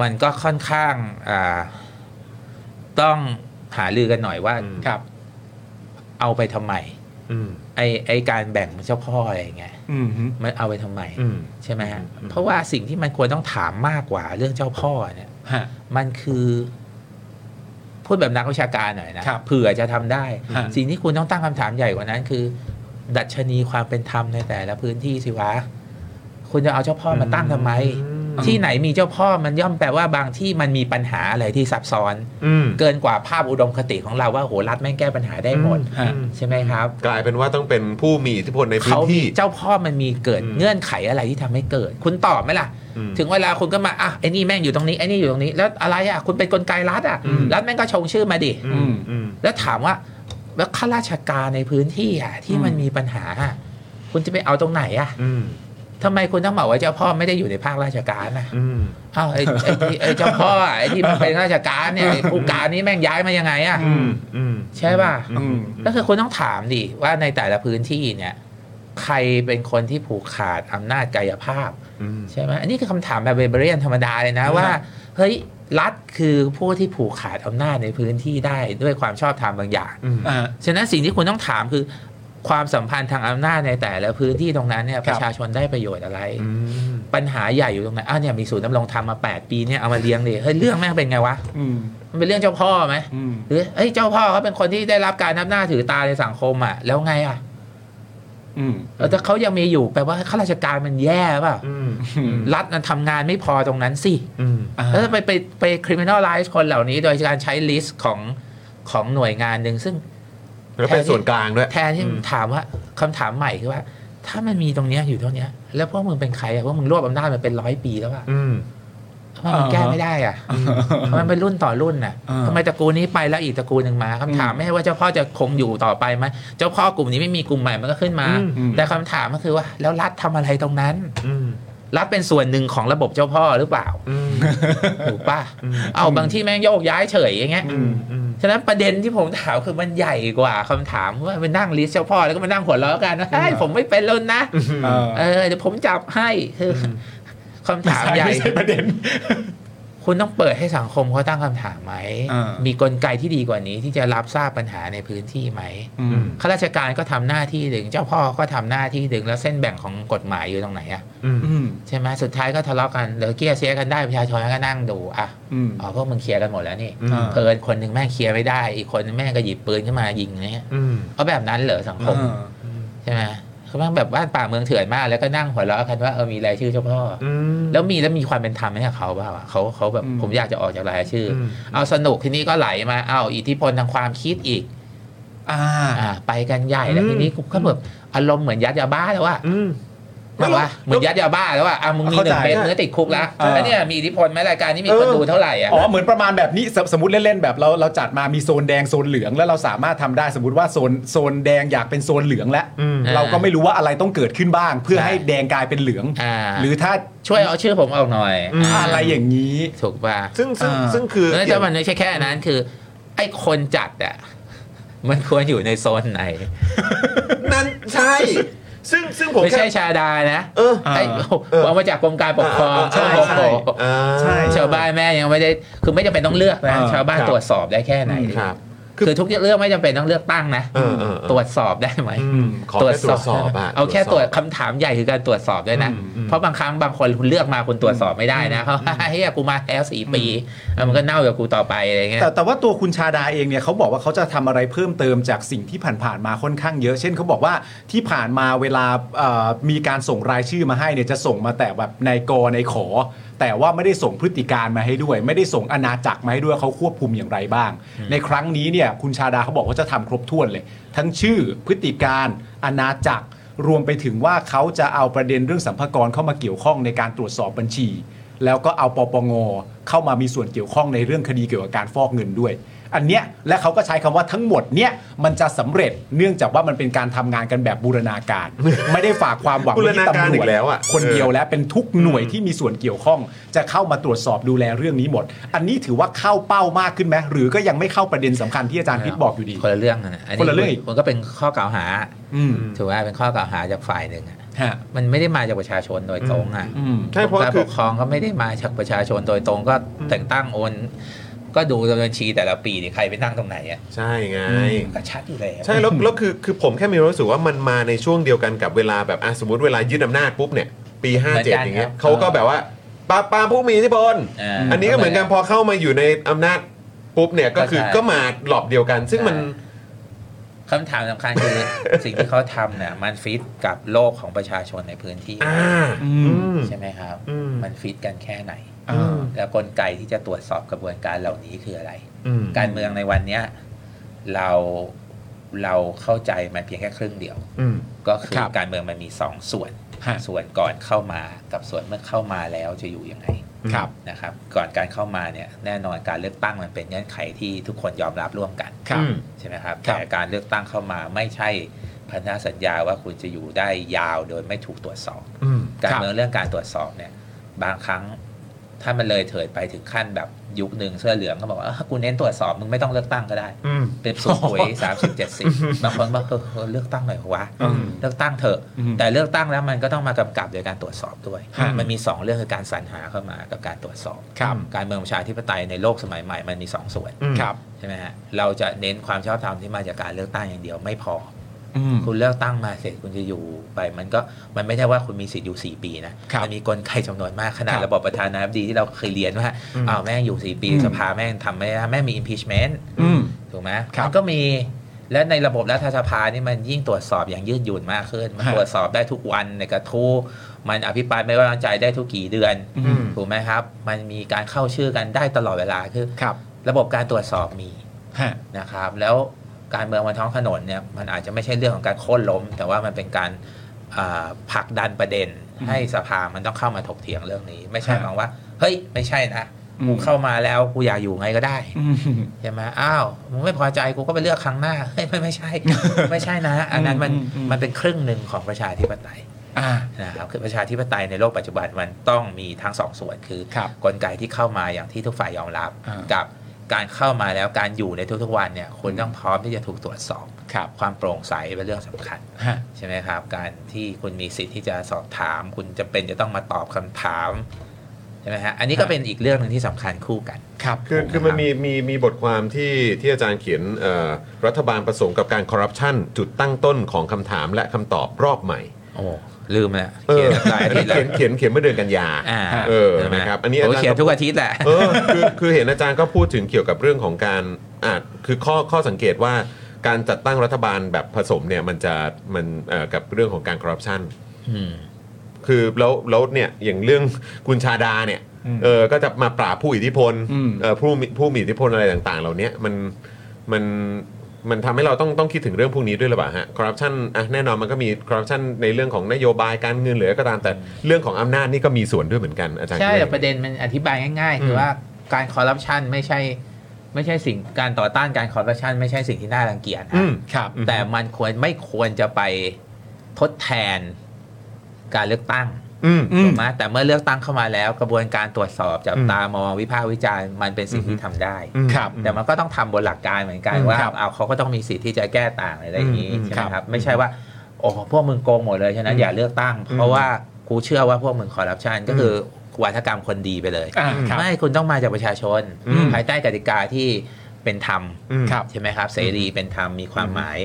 S6: มันก็ค่อนข้างอ่าต้องหาลือกันหน่อยว่า
S7: ครับ
S6: เอาไปทำไม
S1: อืม
S6: ไอไอการแบ่งเจ้าพ่ออะไรอย่างเงี้ย
S7: อืมฮึ
S6: มันเอาไปทำไม
S1: อืม
S6: ใช่ไหมฮะ
S1: อืม
S6: เพราะว่าสิ่งที่มันควรต้องถามมากกว่าเรื่องเจ้าพ่อเนี่ย
S7: ฮะ
S6: มันคือพูดแบบนักวิชาการหน่อยนะครับ เผื่อจะทำได้
S7: ฮะ
S6: สิ่งที่คุณต้องตั้งคำถามใหญ่กว่านั้น คือ ดัชนีความเป็นธรรมในแต่ละพื้นที่สิวะ คุณจะเอาเจ้าพ่อมาตั้งทำไม ที่ไหนมีเจ้าพ่อมันย่อมแปลว่าบางที่มันมีปัญหาอะไรที่ซับซ้อน
S1: อืม
S6: เกินกว่าภาพอุดมคติของเราว่าโหรัฐแม่งแก้ปัญหาได้หมด
S7: ฮะ
S6: ใช่ไหมครับ
S1: กลายเป็นว่าต้องเป็นผู้มีอิทธิพลในพื้
S6: เขา
S1: น
S6: มี
S1: ที่
S6: เจ้าพ่อมันมีเกิด
S1: อืม
S6: เงื่อนไขอะไรที่ทำให้เกิด คุณตอบไหมล่ะ
S1: อืม
S6: ถึงเวลาคุณก็มาอ่ะไอ้นี่แม่งอยู่ตรงนี้ไอ้นี่อยู่ตรงนี้ แล้วอะไรอ่ะคุณเป็นกลไกรัฐอ่ะ
S1: อืม
S6: รัฐแม่งก็ชงชื่อมาดิ
S1: อืมอืม
S6: แล้วถามว่าแล้วข้าราชการในพื้นที่อ่ะที่มันมีปัญหาอะคุณจะไปเอาตรงไหนอ่ะ ทำไมคุณต้องบอกว่าเจ้าพ่อไม่ได้อยู่ในภาคราชการนะ
S1: อืม
S6: อ้าวไอ้ไอ้ที่ไอ้เจ้าพ่ออะไอ้ที่มันเป็นราชการเนี่ยไอ้ผู้การนี้แม่งย้ายมายังไงอ่ะ
S1: อืมอืม
S6: ใช่ป่ะ
S1: อืม
S6: ก็คือคุณต้องถามดิว่าในแต่ละพื้นที่เนี่ย ใครเป็นคนที่ผูกขาดอำนาจกายภาพ
S1: อืม
S6: ใช่ไหมอันนี้คือคำถามแบบเบเบเรียนธรรมดาเลยนะว่า เฮ้ย รัฐคือผู้ที่ผูกขาดอำนาจในพื้นที่ได้ด้วยความชอบธรรมบางอย่าง
S1: อืม
S6: อ่าฉะนั้นสิ่งที่คุณต้องถามคือ ความสัมพันธ์ทางอำนาจในแต่ละพื้นที่ตรงนั้นเนี่ยประชาชนได้ประโยชน์อะไร
S1: อืม
S6: ปัญหาใหญ่อยู่ตรงไหนอ้าวเนี่ยมีศูนย์ดำรงธรรมมา 8 ปีเนี่ยเอามาเลี้ยงดิเฮ้ยเรื่องแม่งเป็นไงวะมันเป็นเรื่องเจ้าพ่อไหมหรือเฮ้ยเจ้าพ่อเขาเป็นคนที่ได้รับการนับหน้าถือตาในสังคมอ่ะแล้วไงอ่ะเออแต่เขายังมีอยู่แปลว่าข้าราชการมันแย่เปล่า
S1: อืม
S6: รัฐมันทำงานไม่พอตรงนั้นสิ
S1: อืม
S6: แล้วไปไปไป criminalize คนเหล่านี้ โดยการใช้ลิสต์ของของหน่วยงานหนึ่งซึ่ง
S1: แล้วเป็นส่วนกลางด้วย
S6: แทนที่
S1: อืม
S6: ถามว่าคำถามใหม่คือว่า ถ้ามันมีตรงเนี้ยอยู่เท่าเนี้ย แล้วพวกมึงเป็นใครอะพวกมึงรวบอำนาจมันเป็นร้อยปีแล้วอะ
S1: อืม
S6: ทำไมมันแก้ไม่ได้
S1: <laughs>
S6: อะทำไมมันเป็นรุ่นต่อรุ่นน่ะทำไมตระกูลนี้ไปแล้วอีกตระกูลหนึ่งมาคำถามไม่ใช่ว่าเจ้าพ่อจะคงอยู่ต่อไปไหมเจ้าพ่อกลุ่มนี้ไม่มีกลุ่มใหม่มันก็ขึ้นมา
S1: อืมอืม
S6: แต่คำถามก็คือว่า แล้วรัฐทำอะไรตรงนั้น
S1: อืม
S6: รัฐเป็นส่วนหนึ่งของระบบเจ้าพ่อหรือเปล่า
S1: อืม
S6: ถูกป่ะ
S1: อืม
S6: เอาบางที่แม่งโยกย้ายเฉยอย่างเงี้ย
S1: อืมอืม
S6: ฉะนั้นประเด็นที่ผมถามคือมันใหญ่กว่าคำถามว่าไปนั่งลิสต์เจ้าพ่อแล้วก็มานั่งหัวเราะกันว่าเฮ้ยผมไม่เป็นแล้วนะ เออเดี๋ยวผมจับให้คืออคำถามใหญ่
S2: ไม่ใช่ประเด็น
S6: คุณต้องเปิดให้สังคมเขาตั้งคำถามไหม
S2: อ่ามี
S6: มีกลไกที่ดีกว่านี้ที่จะรับทราบปัญหาในพื้นที่ไหมข้าราชการก็ทำหน้าที่หนึ่งเจ้าพ่อก็ทำหน้าที่หนึ่งแล้วเส้นแบ่งของกฎหมายอยู่ตรงไหนอะใช่ไหมสุดท้ายก็ทะเลาะกันเดี๋ยวเกลียเสียกันได้ประชาชนก็นั่งดูอ่ะอ๋อพวกมึงเคลียร์กันหมดแล้วนี่ เพลินคนหนึ่งแม่งเคลียร์ไม่ได้ อีกคนแม่งก็หยิบปืนขึ้นมายิงเนี่ยเอาแบบนั้นเหรอสังคมใช่ไหมเขาแม่งแบบบ้านป่าเมืองเถื่อนมาก แล้วก็นั่งหัวเราะกันว่าเออมีรายชื่อเจ้าพ่ออแล้วมีแล้วมีความเป็นธรรมให้กับเขาบ้างอะเขาเขาแบบผมอยากจะออกจากรายชื่ออเอาสนุกทีนี้ก็ไหลมาเอาอิทธิพลทางความคิดอีก
S2: อ่า
S6: อ่า ไปกันใหญ่แล้วทีนี้กูก็แบบอารมณ์เหมือนยัดยาบ้าแล้วอะแบบว่าเหมือนยัดยาบ้าแล้วอะอ่ะมึงมีหนึ่งเม็ดมึงก็ติดคุกแล้ว
S2: อ่า
S6: แล้วเนี่ยมีอิทธิพลไหมรายการนี้มีคนดูเท่าไหร่อะ
S2: อ๋อเหมือนประมาณแบบนี้สมสมมติเล่นๆแบบเราเราจัดมามีโซนแดงโซนเหลืองแล้วเราสามารถทำได้สมมติว่าโซนโซนแดงอยากเป็นโซนเหลืองแล้ว
S1: อืม
S2: เราก็ไม่รู้ว่าอะไรต้องเกิดขึ้นบ้าง เพื่อ
S6: ใช่
S2: ให้แดงกลายเป็นเหลือง
S6: อ่า
S2: หรือถ้า
S6: ช่วยเอาชื่อผมออกหน่อย
S2: อะไรอย่างนี้
S6: ถูกป่ะ
S1: ซึ่งซึ่งซึ่งคือ
S6: แล้วแต่มันไม่ใช่แค่นั้นคือ ไอ้คนจัดอ่ะ มันควรอยู่ในโซนไหน
S1: นั้นใช่ ซึ่งซึ่งผม
S6: ไม่
S1: แค่
S6: ใช่ชาดานะ
S1: เออ
S6: ไอ้เอามาจากกรมการปกครอง
S1: อ่าอ่าใช่
S6: โอ้โห
S1: อ่า
S6: ชาวบ้านแม่ยังไม่ได้ คือไม่จำเป็นต้องเลือกนะ
S2: อ่า
S6: ชาวบ้าน
S1: ครับ
S6: ตรวจสอบได้แค่ไหน
S1: ครับ
S6: คือทุกเรื่องไม่จำเป็นต้องเลือกตั้งนะ
S1: เออเออเออ
S6: ตรวจสอบได้ไหม
S1: อืมขอแค่ตรวจสอบอะ
S6: เอาแค่ตรวจคำถามใหญ่คือการตรวจสอบด้วยนะ
S1: อืมอืม
S6: เพราะบางครั้งบางคนคุณเลือกมาคุณตรวจสอบไม่ได้นะเขาเฮ้ยกูมาแล้วสี่ปีแล้วมันก็เน่ากับกูต่อไปอะไรเงี้ย
S2: แต่แต่ว่าตัวคุณชาดาเองเนี่ยเขาบอกว่าเขาจะทำอะไรเพิ่มเติมจากสิ่งที่ผ่านๆมาค่อนข้างเยอะ เช่นเขาบอกว่าที่ผ่านมาเวลาเอ่อมีการส่งรายชื่อมาให้เนี่ยจะส่งมาแต่แบบในกอในขอ แต่ว่าไม่ได้ส่งพฤติการมาให้ด้วย ไม่ได้ส่งอาณาจักรมาให้ด้วยเขาควบคุมอย่างไรบ้าง ในครั้งนี้เนี่ยคุณชาดาเขาบอกว่าจะทำครบถ้วนเลย ทั้งชื่อพฤติการอาณาจักร รวมไปถึงว่าเขาจะเอาประเด็นเรื่องสัมภากระเข้ามาเกี่ยวข้องในการตรวจสอบบัญชี แล้วก็เอาปปงเข้ามามีส่วนเกี่ยวข้องในเรื่องคดีเกี่ยวกับการฟอกเงินด้วย อันเนี้ยและเขาก็ใช้คำว่าทั้งหมดเนี้ยมันจะสำเร็จเนื่องจากว่ามันเป็นการทำงานกันแบบบูรณาการ
S1: <laughs>
S2: ไม่ได้ฝากความหวังไว้
S1: บูร
S2: ที่
S1: ณาการ
S2: ตำร
S1: อี
S2: วจ
S1: กแล้วอะ
S2: คน
S1: เออ
S2: เดียวแล้วเป็นทุกหน่วยที่มีส่วนเกี่ยวข้อง จะเข้ามาตรวจสอบดูแลเรื่องนี้หมด อันนี้ถือว่าเข้าเป้ามากขึ้นไหมหรือก็ยังไม่เข้าประเด็นสำคัญที่อาจารย์พิษบอกอยู่ดี
S6: คนละเรื่องนะอันนี้
S2: คนละเรื่องอีก
S6: มันก็เป็นข้อกล่าวหา
S2: อืม
S6: ถือว่าเป็นข้อกล่าวหาจากฝ่ายหนึ่งอะ
S2: ฮะ
S6: มันไม่ได้มาจากประชาชนโดยตรงอ่ะ
S2: อืม
S1: ใช่เพราะ
S6: การ
S1: คื
S6: ป
S1: อ
S6: กครองก็ไม่ได้มาจากประชาชนโดยตรงก็แต่งตั้งโอน ก็ดูดำเนินชีแต่ละปีดิใครไปนั่งตรงไหนอ่ะ
S1: ใช่ไง
S6: มันก็ชัดอยู่แล้ว
S1: ใช่แล้วแล้วคือคือผมแค่มีความรู้สึกว่ามันมาในช่วงเดียวกันกับเวลาแบบอ่ะสมมติเวลายึดอำนาจปุ๊บเนี่ย ปี 57 อย่างเงี้ยเขาก็แบบว่าปราบปรามผู้มีอิทธิพล
S6: า
S1: อันนี้ก็เหมือนกันพอเข้ามาอยู่ในอำนาจปุ๊บเนี่ยก็คือ
S6: ก็ใช่
S1: ก็มาหลอบเดียวกัน ซึ่งมัน
S6: คำถามสำคัญคือ สิ่งที่เขาทำเนี่ยมันฟิตกับโลกของประชาชนในพื้นที่
S1: อ่า อืม
S6: ใช่ไหมครับ
S1: อืม
S6: มันฟิตกันแค่ไหน
S1: อืม
S6: แล้วกลไกที่จะตรวจสอบกระบวนการเหล่านี้คืออะไร
S1: อืม
S6: การเมืองในวันเนี้ยเราเราเข้าใจมันเพียงแค่ครึ่งเดียว
S1: อืม
S6: ก็คือ
S2: ครับ
S6: การเมืองมันมีสองส่วน
S2: ฮะ
S6: ส่วนก่อนเข้ามากับส่วนเมื่อเข้ามาแล้วจะอยู่ยังไง
S2: ครับ
S6: นะครับ ก่อนการเข้ามาเนี่ยแน่นอนการเลือกตั้งมันเป็นเงื่อนไขที่ทุกคนยอมรับร่วมกัน
S2: ครับ
S6: ใช่ไหมครับ
S2: ครับ
S6: แต่การเลือกตั้งเข้ามาไม่ใช่พันธสัญญาว่าคุณจะอยู่ได้ยาวโดยไม่ถูกตรวจสอบ
S1: อืม
S6: การ
S2: ครับ
S6: เมืองเรื่องการตรวจสอบเนี่ย บางครั้งถ้ามันเลยเถิดไปถึงขั้นแบบยุคหนึ่งเสื้อเหลืองก็บอกว่าเอ้ากูเน้นตรวจสอบมึงไม่ต้องเลือกตั้งก็ได้
S2: อืม
S6: เป็นสูตรหวยสามสิบเจ็ดสิบบางคนบอกเออเออเลือกตั้งหน่อยเหรอวะ
S2: อืม
S6: เลือกตั้งเถอะ
S2: อืม
S6: แต่เลือกตั้งแล้วมันก็ต้องมากำกับโดยการตรวจสอบด้วย
S2: ฮะ
S6: มันมีสองเรื่องคือการสรรหาเข้ามากับการตรวจสอบ
S2: ครับ
S6: การเมืองประชาธิปไตยในโลกสมัยใหม่มันมีสองส่วน
S2: ครับ
S6: ใช่ไหมฮะ เราจะเน้นความชอบธรรมที่มาจากการเลือกตั้งอย่างเดียวไม่พอ
S2: อืม
S6: คุณเลือกตั้งมาเสร็จคุณจะอยู่ไป มันก็มันไม่ใช่ว่าคุณมีสิทธิ์อยู่ 4 ปีนะครับ มัมีกลไกจำนวนมากขนาด
S2: ครับ
S6: ระบบประธานาธิบดีที่เราเคยเรียนว่าอ้าวแม่งอยู่ 4 ปี
S2: อืม
S6: สภาแม่งทำไม่ได้แม่งมี impeachment
S2: อืม
S6: ถูกไหม
S2: ครับ
S6: มันก็มีและในระบบรัฐสภานี่มันยิ่งตรวจสอบอย่างยืดหยุ่นมากขึ้น มัน
S2: ฮะ
S6: ตรวจสอบได้ทุกวันในกระทู้มันอภิปรายไม่ไว้วางใจได้ทุกกี่เดือน
S2: อืม
S6: ถูกไหมครับ มันมีการเข้าชื่อกันได้ตลอดเวลาคือ
S2: ครับ
S6: ระบบการตรวจสอบมี
S2: ฮะ
S6: นะครับแล้วการเมืองบนท้องถนนเนี่ยมันอาจจะไม่ใช่เรื่องของการโค่นล้ม แต่ว่ามันเป็นการอ่าผลักดันประเด็น ให้สภามันต้องเข้ามาถกเถียงเรื่องนี้ ไม่ใช่
S2: ครับ
S6: มองว่า เฮ้ยไม่ใช่นะ
S2: อืม
S6: กูเข้ามาแล้วกูอยากอยู่ไงก็ได้
S2: อืม
S6: ใช่ไหมอ้าวมึงไม่พอใจกูก็ไปเลือกครั้งหน้าเฮ้ยไม่ไม่ใช่ ไม่ใช่นะ อันนั้นมัน
S2: อืมอืมอืม
S6: มันเป็นครึ่งหนึ่งของประชาธิปไตย
S2: อ่า
S6: นะครับคือประชาธิปไตยในโลกปัจจุบันมันต้องมีทั้งสองส่วนคือ
S2: ครับ
S6: กลไกที่เข้ามาอย่างที่ทุกฝ่ายยอมรับ
S2: อ่ากั
S6: กับการเข้ามาแล้วการอยู่ในทุกๆวันเนี่ยคุณต้องพร้อมที่จะถูกตรวจสอบ
S2: ครับ
S6: ความโปร่งใสเป็นเรื่องสำคัญ
S2: ฮะ
S6: ใช่ไหมครับ การที่คุณมีสิทธิ์ที่จะสอบถาม คุณจะเป็นจะต้องมาตอบคำถามใช่ไหมฮะอันนี้ก็เป็นอีกเรื่องหนึ่งที่สำคัญคู่กัน
S2: ครับ
S1: คือคือมันมีมีมีบทความที่ที่อาจารย์เขียนเอ่อรัฐบาลประสงค์กับการคอร์รัปชันจุดตั้งต้นของคำถามและคำตอบรอบใหม่
S6: โอ้ลืมแล้ว
S1: เอ
S6: เขีย
S1: อน
S6: หลายอาทิตย์แล้ว
S1: เขียนเขียนเขียนเมื่อเดือนกันยา
S6: อ่า
S1: เออ
S6: ใช่ไหม
S1: นะครับอันนี้
S6: ผม
S1: อาจารย์
S6: เขียนทุกอาทิตย์แหละ
S1: เออคือคือเห็นอาจารย์ก็พูดถึงเกี่ยวกับเรื่องของการอาจคือข้อข้อสังเกตว่าการจัดตั้งรัฐบาลแบบผสมเนี่ยมันจะมันเอ่อกับเรื่องของการคอร์รัปชัน คือแล้วแล้วเนี่ยอย่างเรื่อง <laughs> คุณชาดาเนี่ย
S2: อืม
S1: เออก็จะมาปราบผู้อิทธิพล
S2: อืม
S1: เออผู้มีผู้มีอิทธิพลอะไรต่างๆ เหล่าเนี้ยมันมันมันทำให้เราต้องต้องคิดถึงเรื่องพวกนี้ด้วยหรือเปล่าฮะคอร์รัปชันอ่ะแน่นอนมันก็มีคอร์รัปชันในเรื่องของนโยบายการเงินหรืออะไรก็ตามแต่เรื่องของอำนาจนี่ก็มีส่วนด้วยเหมือนกันอาจารย์
S6: ใช่
S1: คิด
S6: แต่
S1: ว่า
S6: ประเด็นมันอธิบายง่ายๆ คือว่าการคอร์รัปชันไม่ใช่ ไม่ใช่สิ่งการต่อต้านการคอร์รัปชันไม่ใช่สิ่งที่น่ารังเกียจนะ
S1: อืม
S2: ครับ
S6: แต่มันควรไม่ควรจะไปทดแทนการเลือกตั้ง
S1: อืม
S2: อืม
S6: ถูกไหมแต่เมื่อเลือกตั้งเข้ามาแล้ว กระบวนการตรวจสอบจับ
S1: อืม
S6: ตามองวิพากษ์วิจารณ์มันเป็นสิ่งที่ทำได้
S1: อืม
S2: ครับ
S6: แต่มันก็ต้องทำบนหลักการเหมือนกัน
S2: อืม
S6: ว่า
S2: ครับ
S6: เอาเขาก็ต้องมีสิทธิ์ที่จะแก้ต่างอะไรอย่างนี้
S1: อืม
S6: ใช่ไห
S2: ค
S6: ม
S2: รับ
S6: ครับ ไม่ใช่ว่าโอ้พวกมึงโกงหมดเลยฉะนั้
S1: อื
S6: น
S1: ม
S6: อย่าเลือกตั้ง
S1: อืม
S6: เพราะว่ากูเชื่อว่าพวกมึงคอร์รัปชันก็
S1: อืม
S6: คือวัฒกรรมคนดีไปเลย
S2: อ่าครับ
S6: ไม่คุณต้องมาจากประชาชน
S2: อืม
S6: ภายใต้กติกาที่เป็นธรรม
S1: อืม
S6: ใช่ไหมครับ เสรีเป็นธรรมมีความหมาย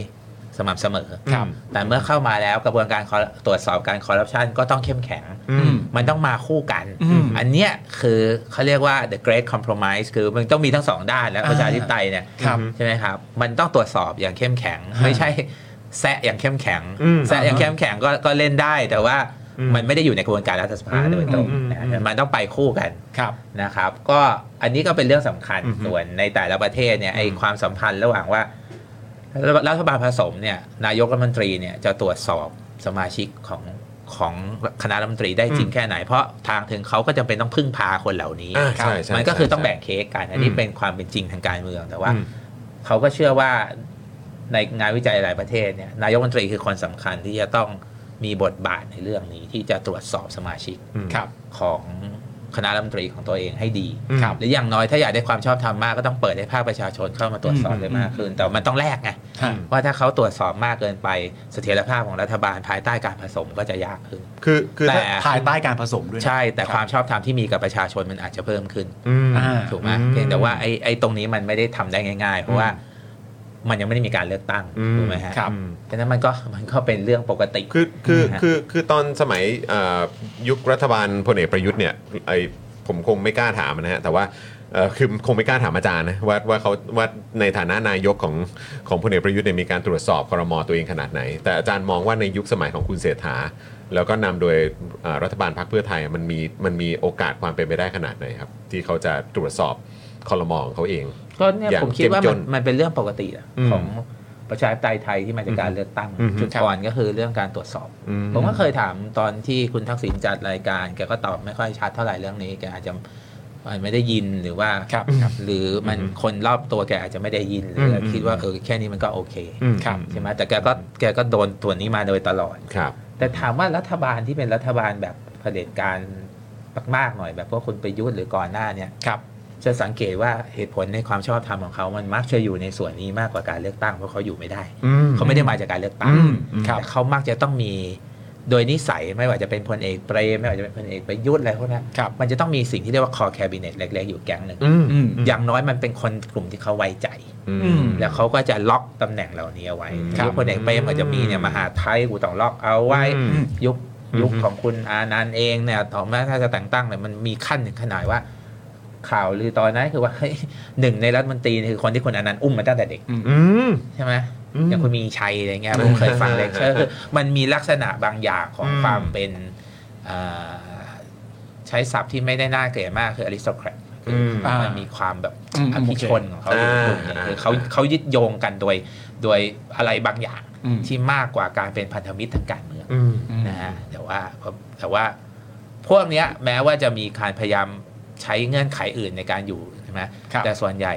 S6: สม่ำเสมอ
S1: ครับ
S6: แต่เมื่อเข้ามาแล้วกระบวนการคอร์ตรวจสอบการคอร์รัปชันก็ต้องเข้มแข็ง
S1: อืม
S6: มันต้องมาคู่กัน
S2: อืม
S6: อันเนี้ยคือเขาเรียกว่า the great compromise คือมันต้องมีทั้งสองด้านแล้ว
S2: อ่า
S6: ประชาธิปไตยเนี่ย
S2: ครับ
S6: ใช่ไหมครับ มันต้องตรวจสอบอย่างเข้มแข็ง ไม่ใช่แซะอย่างเข้มแข็ง
S1: อืม
S6: แซะอย่างเข้มแข็งก็ก็เล่นได้ แต่ว่า
S1: อืม
S6: มันไม่ได้อยู่ในกระบวนการรัฐสภา
S1: อืม
S6: โดยตรง
S1: อืม
S6: นะฮะ
S1: อืม
S6: มันต้องไปคู่กัน
S2: ครับ
S6: นะครับ ก็อันนี้ก็เป็นเรื่องสำคัญ
S1: อืม
S6: ส่วนในแต่ละประเทศเนี่ยไอความสัมพันธ์ระหว่างว่ารัฐบาลผสมเนี่ยนายกรัฐมนตรีเนี่ยจะตรวจสอบสมาชิกของของคณะรัฐมนตรีได้จริง
S1: อืม
S6: แค่ไหนเพราะทางถึงเขาก็จำเป็นต้องพึ่งพาคนเหล่านี้
S1: อ่าใช่ใช่
S6: มันก็คือต้อง
S1: ใช่
S6: แบ่งเค้กกัน อันนี้
S1: อืม
S6: เป็นความเป็นจริงทางการเมือง แต่ว่า
S1: อืม
S6: เขาก็เชื่อว่าในงานวิจัยหลายประเทศเนี่ยนายกรัฐมนตรีคือคนสำคัญที่จะต้องมีบทบาทในเรื่องนี้ที่จะตรวจสอบสมาชิก
S1: อืม
S2: ครับ
S6: ของคณะรัฐมนตรีของตัวเองให้ดี
S1: อืม
S6: หรืออย่างน้อยถ้าอยากได้ความชอบธรรมมากก็ต้องเปิดให้ภาคประชาชนเข้ามาตรวจสอบ
S2: อืม
S6: ได้มากขึ้นแต่มันต้องแลกไง
S2: ฮะ
S6: ว่าถ้าเขาตรวจสอบมากเกินไปเสถียรภาพของรัฐบาลภายใต้การผสมก็จะยากขึ้น
S1: คือคือถ้า
S6: แต่
S2: ภายใต้การผสมด้วยนะ
S6: ใช่แต่
S2: ครับ
S6: ความชอบธรรมที่มีกับประชาชนมันอาจจะเพิ่มขึ้น
S1: อืม
S2: อ่า
S6: ถูกไหม
S1: อืม
S6: เพียงแต่ว่าไอ้ไอ้ตรงนี้มันไม่ได้ทำได้ง่าย ๆ เพราะว่ามันยังไม่ได้มีการเลือกตั้ง
S1: อืม
S6: ถูกไหมฮะ
S2: ครับ
S1: อืม
S6: ดังนั้นมันก็มันก็เป็นเรื่องปกติ
S1: คือคือ
S6: นะฮะ
S1: คือคือตอนสมัยเอ่อยุครัฐบาลพลเอกประยุทธ์เนี่ยไอผมคงไม่กล้าถามนะฮะแต่ว่าเอ่อคือคงไม่กล้าถามอาจารย์นะว่าว่าเขาว่าในฐานะนายกของของพลเอกประยุทธ์เนี่ยมีการตรวจสอบครมตัวเองขนาดไหน แต่อาจารย์มองว่าในยุคสมัยของคุณเศรษฐา แล้วก็นำโดยเอ่อรัฐบาลพรรคเพื่อไทยมันมีมันมีโอกาสความเป็นไปได้ขนาดไหนครับ ที่เขาจะตรวจสอบครมของเขาเอง
S6: ก็เนี่ย
S1: อย่าง
S6: ผมคิดว่า
S1: เจ้
S6: มั
S1: ม
S6: น
S1: จน
S6: มันเป็นเรื่องปกติอะ
S1: อืม
S6: ของประชาธิปไตยไทยที่มาจากการเลือกตั้ง
S1: อืม
S6: จุดอ่อนก็คือเรื่องการตรวจสอบ
S1: อืม
S6: ผมก็เคยถามตอนที่คุณทักษิณจัดรายการแกก็ตอบไม่ค่อยชัดเท่าไหร่เรื่องนี้แกอาจจะมันไม่ได้ยินหรือว่า
S2: ครับ
S6: หรือมันคนรอบตัวแกอาจจะไม่ได้ยินหรือคิดว่าเออแค่นี้มันก็โอเค
S1: อืม
S2: ครับ
S6: ใช่ไหมแต่แกก็แกก็โดนตัวนี้มาโดยตลอด
S1: ครับ
S6: แต่ถามว่ารัฐบาลที่เป็นรัฐบาลแบบ เผด็จการมากๆหน่อยแบบพวกคุณประยุทธ์หรือก่อนหน้าเนี่ย
S2: ครับ
S6: จะสังเกตว่าเหตุผลในความชอบธรรมของเขามันมักจะอยู่ในส่วนนี้มากกว่าการเลือกตั้งเพราะเขาอยู่ไม่ได้
S2: อืม
S6: เขาไม่ได้มาจากการเลือกตั้ง
S2: อืมครับ
S6: แต่เขามักจะต้องมีโดยนิสัยไม่ว่าจะเป็นพลเอกเปรมไม่ว่าจะเป็นพลเอกประยุทธ์อะไรพวกนั้น
S2: ครับ
S6: มันจะต้องมีสิ่งที่เรียกว่าคอแคบิเนตเล็กๆอยู่แก๊งหนึ่ง
S2: อืม
S6: อย่างน้อยมันเป็นคนกลุ่มที่เขาไว้ใจ
S2: อืม
S6: แล้วเขาก็จะล็อกตำแหน่งเหล่านี้เอาไว้
S2: ครับ
S6: ยุคพลเอกเปรมอาจจะมีเนี่ยมหาไทยกูต้องล็อกเอาไว้
S1: อืม
S6: ยุค
S1: อืม
S6: ยุคของคุณอานันต์เองเนี่ยถอนแม้ถ้าจะแต่งตั้งเนี่ยมันมีขั้นถึงขนาดว่า ข่าวลือตอนนั้นคือว่าเฮ้ย <laughs> หนึ่งในรัฐมนตรีคือคนที่คุณอานันต์อุ้มมาตั้งแต่เด็ก
S1: อืม
S6: ใช่ไหม
S1: อืม
S6: อย่างคุณมีชัยอะไรเงี้ยผมเคยฟังเลคเชอร์คือมันมีลักษณะบางอย่างของ
S1: อืม
S6: ความเป็นเอ่อใช้ศัพท์ที่ไม่ได้น่าเกลียดมากคือ aristocrat
S1: อืม
S2: อ่ามั
S6: มันมีความแบบ
S2: อืม
S6: อภิชนของเขา
S1: โอเค
S6: อยู่กลุ่มหนึ่ง
S1: อ่า
S6: คือเขา
S1: อ่า
S6: เขายึดโยงกันโดยโดยอะไรบางอย่าง
S2: อืม
S6: ที่มากกว่าการเป็นพันธมิตรทางการเมือง
S1: อืม
S6: นะฮะแต่ว่าแต่ว่าพวกเนี้ยแม้ว่าจะมีการพยายามใช้เงื่อนไขอื่นในการอยู่ใช่ไหม
S2: ครับ
S6: แต่ส่วนใหญ่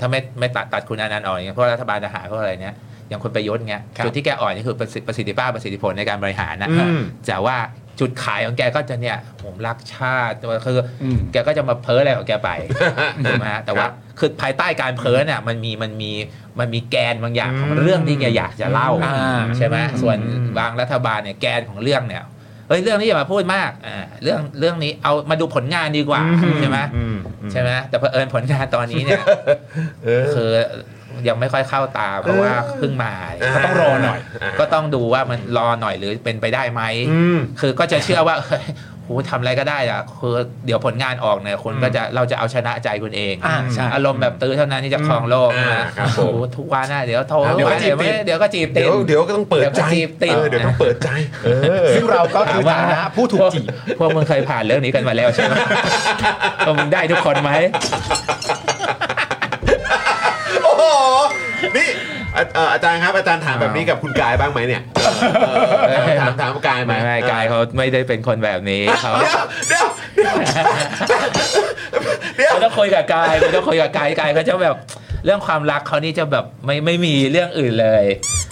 S6: ถ้าไม่ไม่ตัดตัดคุณอนันต์ออกอย่างเงี้ยเพราะรัฐบาลทหารเพราะอะไรเนี้ยอย่างคุณประยุทธ์เงี้ย
S2: ครับ
S6: จุดที่แกอ่อนนี่คือประสิทธิประสิทธิภาพประสิทธิผลในการบริหารนะ
S1: อืม
S6: แต่ว่าจุดขายของแกก็จะเนี่ยผมรักชาติคืออ
S2: ม
S6: แกก็จะมาเพ้ออะไรของแก
S1: <laughs>
S6: ไปใช่ไหมฮะแต่ว่าคือภายใต้การเพ้อเนี่ยมันมีมันมีมันมีแกนบางอย่างของเรื่องที่แกอยากจะเล่า
S2: อ่า
S6: ใช่ไหม
S1: อืม
S6: ส่วน
S1: อืม
S6: บางรัฐบาลเนี่ยแกนของเรื่องเนี่ยเฮ้ยเรื่องนี้อย่ามาพูดมากอ่าเรื่องเรื่องนี้เอามาดูผลงานดีกว่าใช่ไหม
S1: อื
S6: ใช่ไหมแต่เผอิญผลงานตอนนี้เนี่ย
S1: เออ
S6: คือยังไม่ค่อยเข้าตาเพราะว่าเพิ่งมา
S1: ก็ต้องรอหน่อย
S6: ก็ต้องดูว่ามันรอหน่อยหรือเป็นไปได้ไหม
S1: อืม
S6: คือก็จะเชื่อว่า <laughs> เฮ้ยโหทำอะไรก็ได้อะคือเดี๋ยวผลงานออกเนี่ยคนก็จะเราจะเอาชนะใจคุณเอง
S2: อ่าใช่
S6: อารมณ์แบบตื้อเท่านั้นที่จะครองโลก
S1: อ่า
S6: นะครับ
S1: ผม
S6: โอ้โหทุกวันนะเดี๋ยวโทร
S1: เดี๋ยวก็จีบติด
S6: เดี๋ยวก็จีบติด
S1: เดี๋ยวเดี๋ยวก็ต้องเปิดใจ
S6: เดี๋ยวก็จีบติด
S1: เออเดี๋ยวต้องเปิดใจเออ
S2: ซึ่งเราก็คือฐานะผู้ถูกจีบ
S6: พวกมึงเคยผ่านเรื่องนี้กันมาแล้วใช่ไหม พวกมึงได้ทุกคนไหม
S1: โอ้โห นี่อาเอ่ออาจารย์ครับอาจารย์ถามแบบนี้กับคุณกายบ้างไหมเนี่ยเออถามถามกายไหม
S6: ไม่ไม่กายเขาไม่ได้เป็นคนแบบนี้เขา
S1: เดี๋ยวเดี๋ยวเดี๋ยว
S6: เขาต้องคุยกับกายเขาต้องคุยกับกายกายเขาจะแบบเรื่องความรักเขานี่จะแบบไม่ไม่มีเรื่องอื่นเลย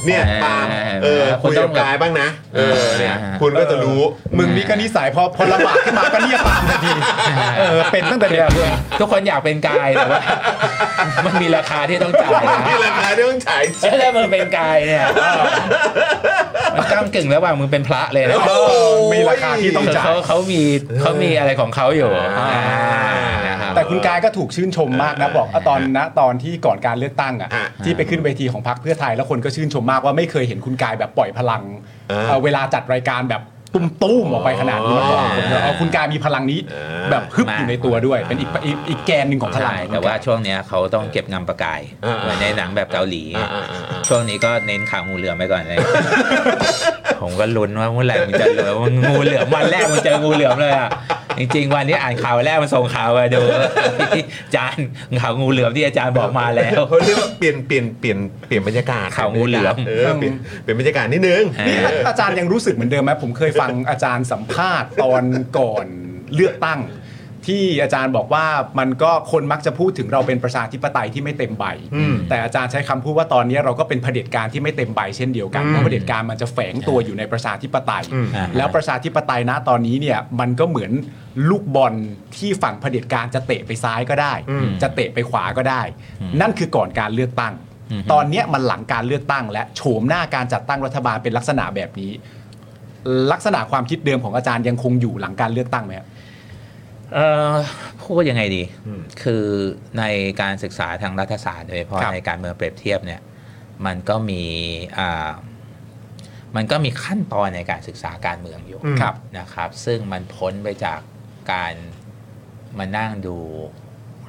S1: เนี่ยปาล์มเออคุ
S6: คุณ
S1: ย
S6: ต้
S1: กั
S6: อบ งแบบ
S1: กายบ้างนะ เออเนี่ยคุณก็จะรู้
S2: มึงนี่ก็นิสัยพอพลบากขึ้นมาก็เรียกตามทันทีเออเป็นตั้งแต่เด็กเลย
S6: ทุกคนอยากเป็นกายแต่ว่า <laughs> มันมีราคาที่ต้องจ่ายนะ
S1: นี่ราคาเรื่องฉายจริง
S6: ถ้ามึงเป็นกายเนี่ย มันก้ามกึ่งระหว่างมึงเป็นพระเลยนะ
S1: โอ้ย
S2: มีราคาที่ต้องจ่าย
S6: เขาเขามีเขามีอะไรของเขาอยู่
S1: อ่า
S6: นะครับ
S2: แต่คุณกายก็ถูกชื่นชมมากนะบอกว่าตอนณตอนที่ก่อนการเลือกตั้งอ่ะ
S1: อ่ะ
S2: ที่ไปขึ้นเวทีของพรรคเพื่อไทยแล้วคนก็ชื่นชมมากว่าไม่เคยเห็นคุณกายแบบปล่อยพลัง
S1: อ่า
S2: เอ่อเวลาจัดรายการแบบตุ้มๆออกไปขนาดนี้มาก่อน
S1: อ๋อ
S2: ผมเลยเอาคุณกายมีพลังนี้
S1: อ่า
S2: แบบฮึบ
S6: มาก
S2: อยู่ในตัวด้วย เป็นอีกอีกอีกแกนหนึ่งของพลัง
S6: ใช่แต่ว่าช่วงเนี้ยเขาต้องเก็บงำประกาย
S1: อ่า
S6: เหมือนในหนังแบบเกาหลี
S1: อ่าอ่าอ่าอ่า
S6: ช่วงนี้ก็เน้นข่าวงูเหลือมไปก่อนเลย <laughs> ผมก็ลุ้นว่าเมื่อไหร่มันจะเหลือมงูเหลือมวันแรกมันเจองูเหลือมเลยอ่ะ จริง ๆ วันนี้อ่านข่าวแรกมันส่งข่าวมาดู <laughs> อาจารย์ข่าวงูเหลือมที่อาจารย์บอกมาแล้ว
S1: เขาเรียกว่าเปลี่ยนเปลี่ยนเปลี่ยนเปลี่ยนบรรยากาศ
S6: ข่าวงูเหลือม
S1: เออเปลี่ยนเปลี่ยนบรรยากาศนิดนึง
S2: นี่ <laughs> อาจารย์ยังรู้สึกเหมือนเดิมไหมผมเคยฟังอาจารย์สัมภาษณ์ตอนก่อนเลือกตั้ง ที่อาจารย์บอกว่ามันก็คนมักจะพูดถึงเราเป็นประชาธิปไตยที่ไม่เต็มใบ
S1: อืม
S2: แต่อาจารย์ใช้คำพูดว่าตอนนี้เราก็เป็นเผด็จการที่ไม่เต็มใบเช่นเดียวกันเพราะเผด็จการมันจะแฝงตัวอยู่ในประชาธิปไตย
S6: อ่า
S2: แล้วประชาธิปไตยณตอนนี้เนี่ยมันก็เหมือนลูกบอลที่ฝั่งเผด็จการจะเตะไปซ้ายก็ได้ จะเตะไปขวาก็ได้ นั่นคือก่อนการเลือกตั้ง ตอนเนี้ยมันหลังการเลือกตั้ง และโฉมหน้าการจัดตั้งรัฐบาลเป็นลักษณะแบบนี้ ลักษณะความคิดเดิมของอาจารย์ยังคงอยู่หลังการเลือกตั้งไหมครับ
S6: เออพูดยังไงดี คือในการศึกษาทางรัฐศาสตร์โดยเฉพาะ
S2: ครับ
S6: ในการเมืองเปรียบเทียบเนี่ย มันก็มีอ่ามันก็มีขั้นตอนในการศึกษาการเมืองอยู่
S2: ครับ
S6: นะครับ ซึ่งมันพ้นไปจากการมานั่งดู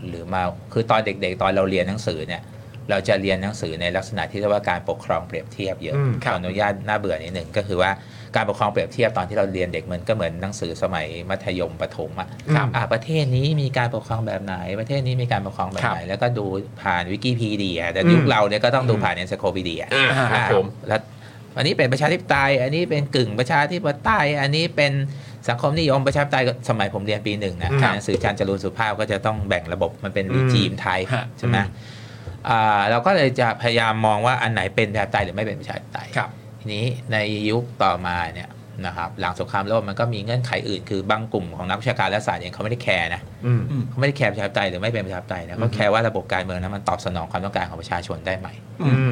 S6: หรือมาคือตอนเด็กๆ ตอนเราเรียนหนังสือเนี่ย เราจะเรียนหนังสือในลักษณะที่เรียกว่าการปกครองเปรียบเทียบเยอะ
S1: อืม
S6: ขออนุญาตน่าเบื่อนิดหนึ่งก็คือว่าการปกครองเปรียบเทียบตอนที่เราเรียนเด็กมันก็เหมือนหนังสือสมัยมัธยมประถมอะ
S1: ครับ
S6: อ่ะประเทศนี้มีการปกครองแบบไหน ประเทศนี้มีการปกครองแบบไหน แล้วก็ดูผ่านวิกิพีเดีย แต่ยุคเราเนี่ยก็ต้องดูผ่านเอนไซโคพีเดีย
S1: อ่าครับผม
S6: แล้วอันนี้เป็นประชาธิปไตย อันนี้เป็นกึ่งประชาธิปไตย อันนี้เป็นสังคมนิยมประชาธิปไตยก็สมัยผมเรียนปีหนึ่งนะครับ หนังสืออาจารย์จรูนสุภาพก็จะต้องแบ่งระบบมันเป็น
S1: อืม
S6: รีจีมไทย
S2: ฮะ
S6: ใช่ไหม
S1: อืม
S6: อ่าเราก็เลยจะพยายามมองว่าอันไหนเป็นประชาธิปไตยหรือไม่เป็นประชาธิปไตยทีนี้ในยุคต่อมาเนี่ย นะครับหลังสงครามโลกมันก็มีเงื่อนไขอื่นคือบางกลุ่มของนักวิชาการและศาสตร์เองเขาไม่ได้แคร์นะ
S1: อืม
S6: เขาไม่ได้แคร์ประชาธิปไตยหรือไม่เป็นประชาธิปไตยนะเขาแคร์ว่าระบบการเมืองนั้นมันตอบสนองความต้องการของประชาชนได้ไหม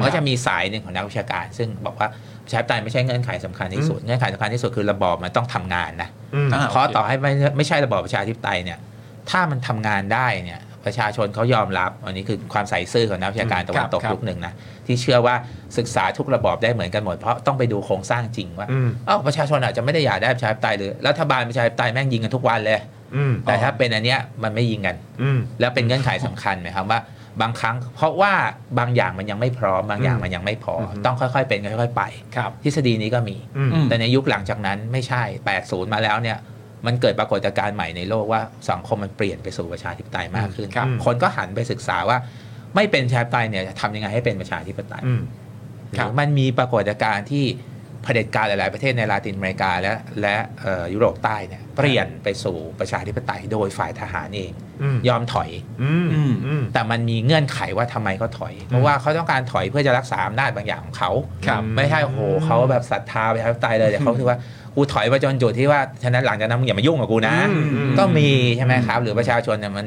S6: มันก็จะมีสายหนึ่งของนักวิชาการ ซึ่งบอกว่าประชาธิปไตยไม่ใช่เงื่อนไขสำคัญที่สุดเงื่อนไขสำคัญที่สุดคือระบอบมันต้องทำงานนะ
S1: อืม
S6: เพราะต่อให้ไม่ไม่ใช่ระบอบประชาธิปไตยเนี่ยถ้ามันทำงานได้เนี่ยประชาชนเขายอมรับ อันนี้คือความใส่ซื่อของนักวิชาการตะวันตก
S2: ครับ
S6: ยุคหนึ่งนะที่เชื่อว่าศึกษาทุกระบอบได้เหมือนกันหมดเพราะต้องไปดูโครงสร้างจริงว่า
S1: อืม
S6: เอ้าประชาชนอาจจะไม่ได้อยากได้ประชาธิปไตยหรือรัฐบาลประชาธิปไตยแม่งยิงกันทุกวันเลย
S1: อืม
S6: แต่ถ้าเป็นอันเนี้ยมันไม่ยิงกัน
S1: อืม
S6: แล้วเป็นเงื่อนไขสำคัญไหมครับว่าบางครั้งเพราะว่าบางอย่างมันยังไม่พร้อมบางอย่างมันยังไม่พออ
S1: ม
S6: ต้องค่อยๆ เป็นค่อยๆไป
S2: ครับ
S6: ทฤษฎีนี้ก็มี
S1: อืม
S2: อืม
S6: แต่ในยุคหลังจากนั้นไม่ใช่ 80 มาแล้วเนี่ยมันเกิดปรากฏการณ์ใหม่ในโลกว่าสังคมมันเปลี่ยนไปสู่ประชาธิปไตยมากขึ้น
S1: ครับ
S6: คนก็หันไปศึกษาว่า ไม่เป็นประชาธิปไตยเนี่ยจะทำยังไงให้เป็นประชาธิปไตย
S1: อืม
S6: หรือมันมีปรากฏการณ์ที่เผด็จการหลาย ๆ ประเทศในลาตินอเมริกาและและเอ่อยุโรปใต้เนี่ยเปลี่ยนไปสู่ประชาธิปไตยโดยฝ่ายทหารเอง
S1: อืม
S6: ยอมถอย
S1: อืมอืมอืม
S6: แต่มันมีเงื่อนไขว่าทำไมเขาถอย เพราะว่าเขาต้องการถอยเพื่อจะรักษาอำนาจบางอย่างของเขา
S1: ครับ
S6: ไม่ใช่โอ้โหเขาแบบศรัทธาไปทั้งตายเลยแต่เขาคิดว่ากูถอยมาจนจุดที่ว่าฉะนั้นหลังจากนั้นมึงอย่ามายุ่งกับกูนะ
S1: อืมอืม
S6: ก็มีใช่ไหมครับ หรือประชาชนเนี่ยมัน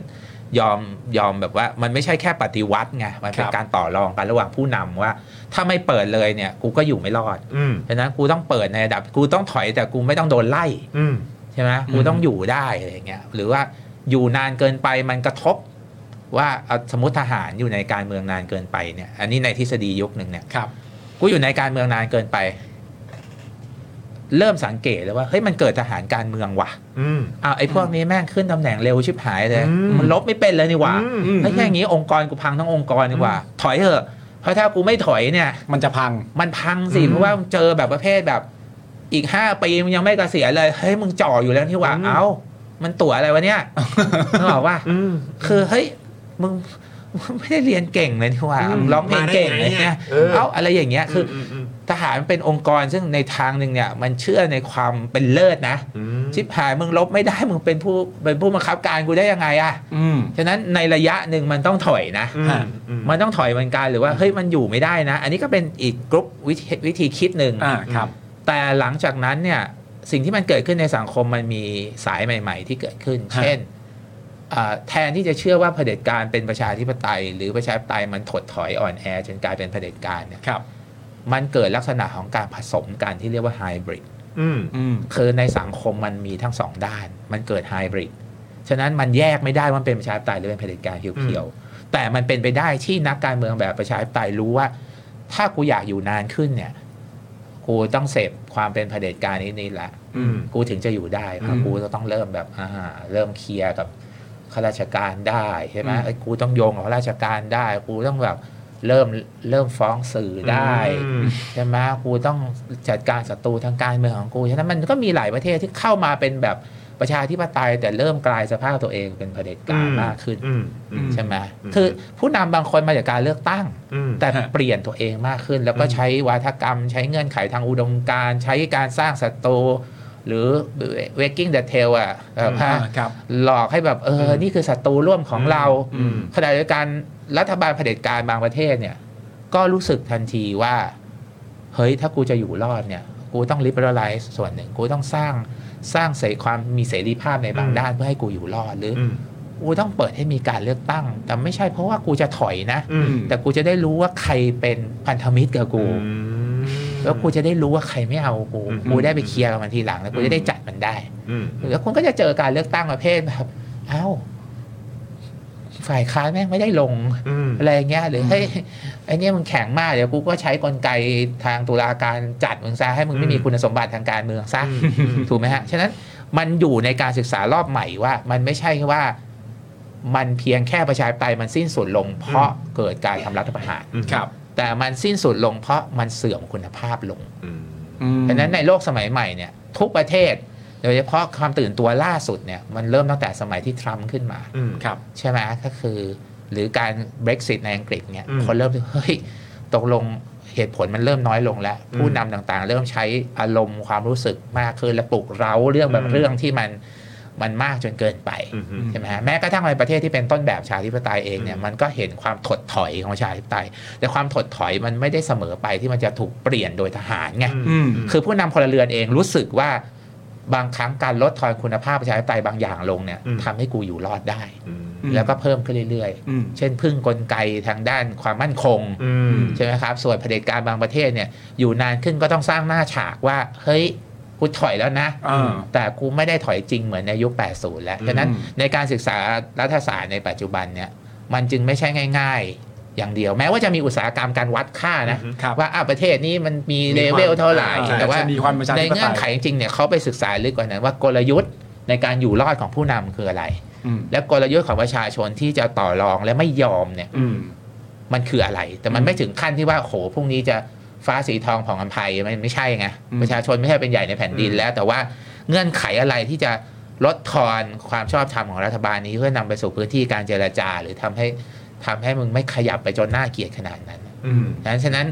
S6: ยอมยอมแบบว่ามันไม่ใช่แค่ปฏิวัติไงมันเป็น
S2: ครับ
S6: การต่อรองกันระหว่างผู้นำว่า ถ้าไม่เปิดเลยเนี่ยกูก็อยู่ไม่รอด
S1: อืม
S6: ฉะนั้นกูต้องเปิดในระดับกูต้องถอยแต่กูไม่ต้องโดนไล่
S1: อืม
S6: ใช่ไหมกูต้องอยู่ได้อะไรอย่างเงี้ยหรือว่าอยู่นานเกินไปมันกระทบว่าเอาสมมติทหารอยู่ในการเมืองนานเกินไปเนี่ยอันนี้ในทฤษฎียุคหนึ่งเนี่ย
S2: ครับ
S6: กูอยู่ในการเมืองนานเกินไป เริ่มสังเกตเลยว่าเฮ้ยมันเกิดทหารการเมืองว่ะ
S1: อืม
S6: อ้าวไอ้พวกนี้แม่งขึ้นตำแหน่งเร็วชิบหายเลย
S1: อืม
S6: มันลบไม่เป็นเลยนี่หว่า
S1: อืม
S6: ไม่แค่อย่างงี้องค์กรกูพังทั้งองค์กรดีกว่า ถอยเถอะเพราะถ้ากูไม่ถอยเนี่ย
S2: มันจะพัง
S6: มันพังสิ
S1: อืม
S6: เพราะว่ามึงเจอแบบประเภทแบบอีกห้าปีมึงยังไม่เกษียณเลยเฮ้ยมึงจ่ออยู่แล้วนี่หว่า
S1: อืม
S6: เอ้า มันตั๋วอะไรวะเนี่ยนึกออกว่า
S1: อืม
S6: คือเฮ้ยมึงมึงไม่ได้เรียนเก่งเลยนี่หว่า
S1: อืม
S6: ร้องเพลงเก่งเลยเนี่ย
S1: เออ
S6: เอ้าอะไรอย่างเงี้ยคืออ
S1: มม
S6: ทหารมันเป็นองค์กรซึ่งในทางหนึ่งเนี่ย มันเชื่อในความเป็นเลิศนะ
S1: อืม
S6: ชิบหายมึงลบไม่ได้มึงเป็นผู้เป็นผู้บังคับการกูได้ยังไงอะ
S2: อืม
S6: ฉะนั้นในระยะหนึ่งมันต้องถอยนะ
S2: ฮะ
S6: มันต้องถอยเหมือนกันหรือว่าเฮ้ยมันอยู่ไม่ได้นะ อันนี้ก็เป็นอีกกรุ๊ปวิธีวิธีคิดหนึ่ง
S2: อ่าครับ
S6: แต่หลังจากนั้นเนี่ยสิ่งที่มันเกิดขึ้นในสังคมมันมีสายใหม่ ๆ ที่เกิดขึ้น
S2: ฮะ
S6: เช่นอ่าแทนที่จะเชื่อว่าเผด็จการเป็นประชาธิปไตย หรือประชาธิปไตยมันถดถอยอ่อนแอจนกลายเป็นเผด็จการเนี่ย
S2: ครับ
S6: มันเกิดลักษณะของการผสมกันที่เรียกว่าไฮบริด
S1: อืม
S2: อืม
S6: คือในสังคมมันมีทั้งสองด้าน มันเกิดไฮบริด ฉะนั้นมันแยกไม่ได้ว่ามันเป็นประชาธิปไตยหรือเป็นเผด็จการเพียวๆ แต่มันเป็นไปได้ที่นักการเมืองแบบประชาธิปไตยรู้ว่า ถ้ากูอยากอยู่นานขึ้นเนี่ย กูต้องเสพความเป็นเผด็จการนี้นี่แหละ
S1: อืม
S6: กูถึงจะอยู่ได้ครับกูจะต้องเริ่มแบบอ่าเริ่มเคลียร์กับข้าราชการได้ใช่ไหมเอ้ยกูต้องโยงกับข้าราชการได้ กูต้องแบบเริ่มเริ่มฟ้องสื่อได้
S1: อืม
S6: ใช่ไหมกูต้องจัดการศัตรูทางการเมืองของกูฉะนั้นมันก็มีหลายประเทศที่เข้ามาเป็นแบบประชาธิปไตย แต่เริ่มกลายสภาพตัวเองเป็นเผด็จการ
S1: อืม
S6: มากขึ้น
S1: อืมอืม
S6: ใช่ไหม
S1: อืม
S6: คือผู้นำบางคนมาจากการเลือกตั้ง
S1: อืม
S6: แต่
S2: ฮะ
S6: เปลี่ยนตัวเองมากขึ้น แล้วก็ใช้วาทกรรม ใช้เงื่อนไขทางอุดมการณ์ใช้การสร้างศัตรูหรือ waking the tail อ่ะแบบ
S1: อ่า
S6: ว่า
S2: ครับ
S6: หลอกให้แบบเอออนี่คือศัตรูร่วมของเรา
S1: อืม
S6: ขณะเดียวกันรัฐบาลเผด็จการบางประเทศเนี่ย ก็รู้สึกทันทีว่า เฮ้ย ถ้ากูจะอยู่รอดเนี่ย กูต้อง liberalize ส่วนหนึ่ง กูต้องสร้างสร้างเสรีความมีเสรีภาพในบาง
S1: อืม
S6: ด้านเพื่อให้กูอยู่รอดหรืออ
S1: อืม
S6: กูต้องเปิดให้มีการเลือกตั้ง แต่ไม่ใช่เพราะว่ากูจะถอยนะ
S1: อืม
S6: แต่กูจะได้รู้ว่าใครเป็นพันธมิตรกับกู
S1: อืม
S6: แล้วกูจะได้รู้ว่าใครไม่เอากู
S1: อืม
S6: กูได้ไปเคลียร์กับมันทีหลังแล้วกู
S1: อืม
S6: จะได้จัดมันได้
S1: อืม
S6: แล้วคุณก็จะเจอการเลือกตั้งประเภทแบบ เอ้า ฝ่ายค้านแม่งไม่ได้ลง
S1: อืม
S6: อะไรอย่างเงี้ยหรือเฮ้ยไอ้เนี่ยมึงแข็งมากเดี๋ยวกูก็ใช้กลไกทางตุลาการจัดมึงซะให้มึงไม่
S1: อืม
S6: มีคุณสมบัติทางการเมืองซะ
S1: อืม
S6: ถูกไหมฮะฉะนั้นมันอยู่ในการศึกษารอบใหม่ว่า มันไม่ใช่ว่ามันเพียงแค่ประชาธิปไตยมันสิ้นสุดลง เพราะเกิดการทำรัฐประหาร
S1: อืม
S2: ครับ
S6: แต่มันสิ้นสุดลง เพราะมันเสื่อมคุณภาพลง
S1: อืม
S6: ดังนั้นในโลกสมัยใหม่เนี่ยทุกประเทศ โดยเฉพาะความตื่นตัวล่าสุดเนี่ยมันเริ่มตั้งแต่สมัยที่ทรัมป์ขึ้นมา
S1: อืม
S2: ครับ
S6: ใช่ไหมก็คือหรือการ Brexit ในอังกฤษเนี่ย
S1: อืม
S6: คนเริ่มเฮ้ยตกลงเหตุผลมันเริ่มน้อยลงแล้ว
S1: อืม
S6: ผู้นำต่างๆ เริ่มใช้อารมณ์ความรู้สึกมากขึ้นและปลุกเร้าเรื่องบาง
S1: อืม
S6: เรื่องที่มัน มันมากจนเกินไป
S1: อือฮึ
S6: ใช่ไหมฮะแม้กระทั่งในประเทศที่เป็นต้นแบบประชาธิปไตยเองเนี่ยมันก็เห็นความถดถอยของประชาธิปไตย แต่ความถดถอยมันไม่ได้เสมอไปที่มันจะถูกเปลี่ยนโดยทหารไง
S1: อืม
S6: คือผู้นำพลเรือนเองรู้สึกว่าบางครั้งการลดทอนคุณภาพประชาธิปไตยบางอย่างลงเนี่ย
S1: อืม
S6: ทำให้กูอยู่รอดได้
S1: อืม
S6: แล้วก็เพิ่มขึ้นเรื่อย
S2: อืม
S6: ๆ เช่นพึ่งกลไกทางด้านความมั่นคง
S1: อืม
S6: ใช่ไหมครับ ส่วนเผด็จการบางประเทศเนี่ยอยู่นานขึ้นก็ต้องสร้างหน้าฉากว่า เฮ้ย กูถอยแล้วนะ
S2: อ่า
S6: แต่กูไม่ได้ถอยจริงเหมือนในยุค 80 แล้ว ฉะนั้นในการศึกษารัฐศาสตร์ในปัจจุบันเนี่ย มันจึงไม่ใช่ง่าย ๆ อย่างเดียว แม้ว่าจะมีอุตสาหกรรมการวัดค่านะ
S1: อือฮึ
S2: ครับ
S6: ว่าอ่ะประเทศนี้มันมี
S1: มี
S6: เล
S1: ความ
S6: เวลเท่าไหร่
S2: อ่า
S6: แต่ว่า
S2: จะมีความประชาธิป
S6: ใน
S2: ไตย
S6: เงื่อนไขจริงๆเนี่ยเขาไปศึกษาลึกกว่านั้นว่ากลยุทธ์ในการอยู่รอดของผู้นำคืออะไร
S2: อืม
S6: และกลยุทธ์ของประชาชนที่จะต่อรองและไม่ยอมเนี่ย
S2: อืม
S6: มันคืออะไร แต่มันไม่ถึงขั้นที่ว่าโหพรุ่งนี้จะฟ้าสีทองผ่องอัมภัยมันไม่ใช่ไง
S2: อืม
S6: ประชาชนไม่ใช่เป็นใหญ่ในแผ่นดิน
S1: อืม
S6: แล้ว แต่ว่าเงื่อนไขอะไรที่จะลดทอนความชอบธรรมของรัฐบาลนี้เพื่อนำไปสู่พื้นที่การเจรจา หรือทำให้ทำให้มึงไม่ขยับไปจนน่าเกลียดขนาดนั้น
S1: อืม
S6: ดังนั้นฉะนั้น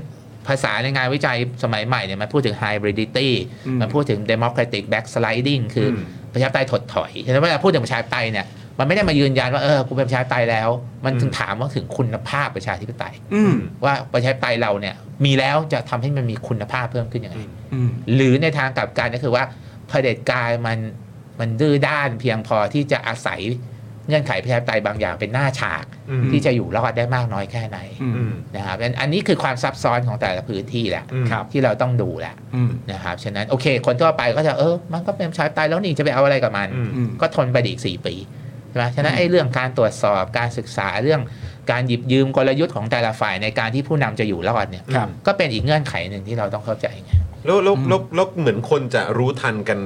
S6: ภาษาในงานวิจัยสมัยใหม่เนี่ยมันพูดถึง hybridity
S2: อืม
S6: มันพูดถึง democratic backsliding คืออ
S1: ม
S6: ประชาธิปไตยถดถอยฉะนั้นเวลาพูดถึงประชาธิปไตยเนี่ยมันไม่ได้มายืนยันว่าเออกูเป็นประชาธิปไตยแล้ว มันถึงถามว่าถึงคุณภาพประชาธิปไตย
S2: อืม
S6: ว่าประชาธิปไตยเราเนี่ยมีแล้วจะทำให้มันมีคุณภาพเพิ่มขึ้นยังไง
S2: อืม
S6: หรือในทางกลับกันก็คือว่าเผด็จการมันมันดื้อด้านเพียงพอที่จะอาศัยเงื่อนไขประชาธิปไตยบางอย่างเป็นหน้าฉาก
S1: อืม
S6: ที่จะอยู่รอดได้มากน้อยแค่ไหน
S2: อืม
S1: อืม
S6: นะครับอันอันนี้คือความซับซ้อนของแต่ละพื้นที่แหละ
S1: อืมครับ
S6: ที่เราต้องดูแหละ
S2: อืม
S6: นะครับฉะนั้นโอเค คนทั่วไปก็จะเออมันก็เป็นประชาธิปไตยแล้วนี่จะไปเอาอะไรกับมัน
S1: อืม
S2: อืม
S6: ก็ทนไปอีกสี่ปีใช่ไหมฉะนั้นไอ้เรื่องการตรวจสอบการศึกษาเรื่องการหยิบยืมกลยุทธ์ของแต่ละฝ่ายในการที่ผู้นำจะอยู่รอดเนี่ย
S2: ครับ
S6: ก็เป็นอีกเงื่อนไขหนึ่งที่เราต้องเข้าใจไง
S1: แล้วแล้วแล้วแล้วเหมือนคนจะรู้ทันกัน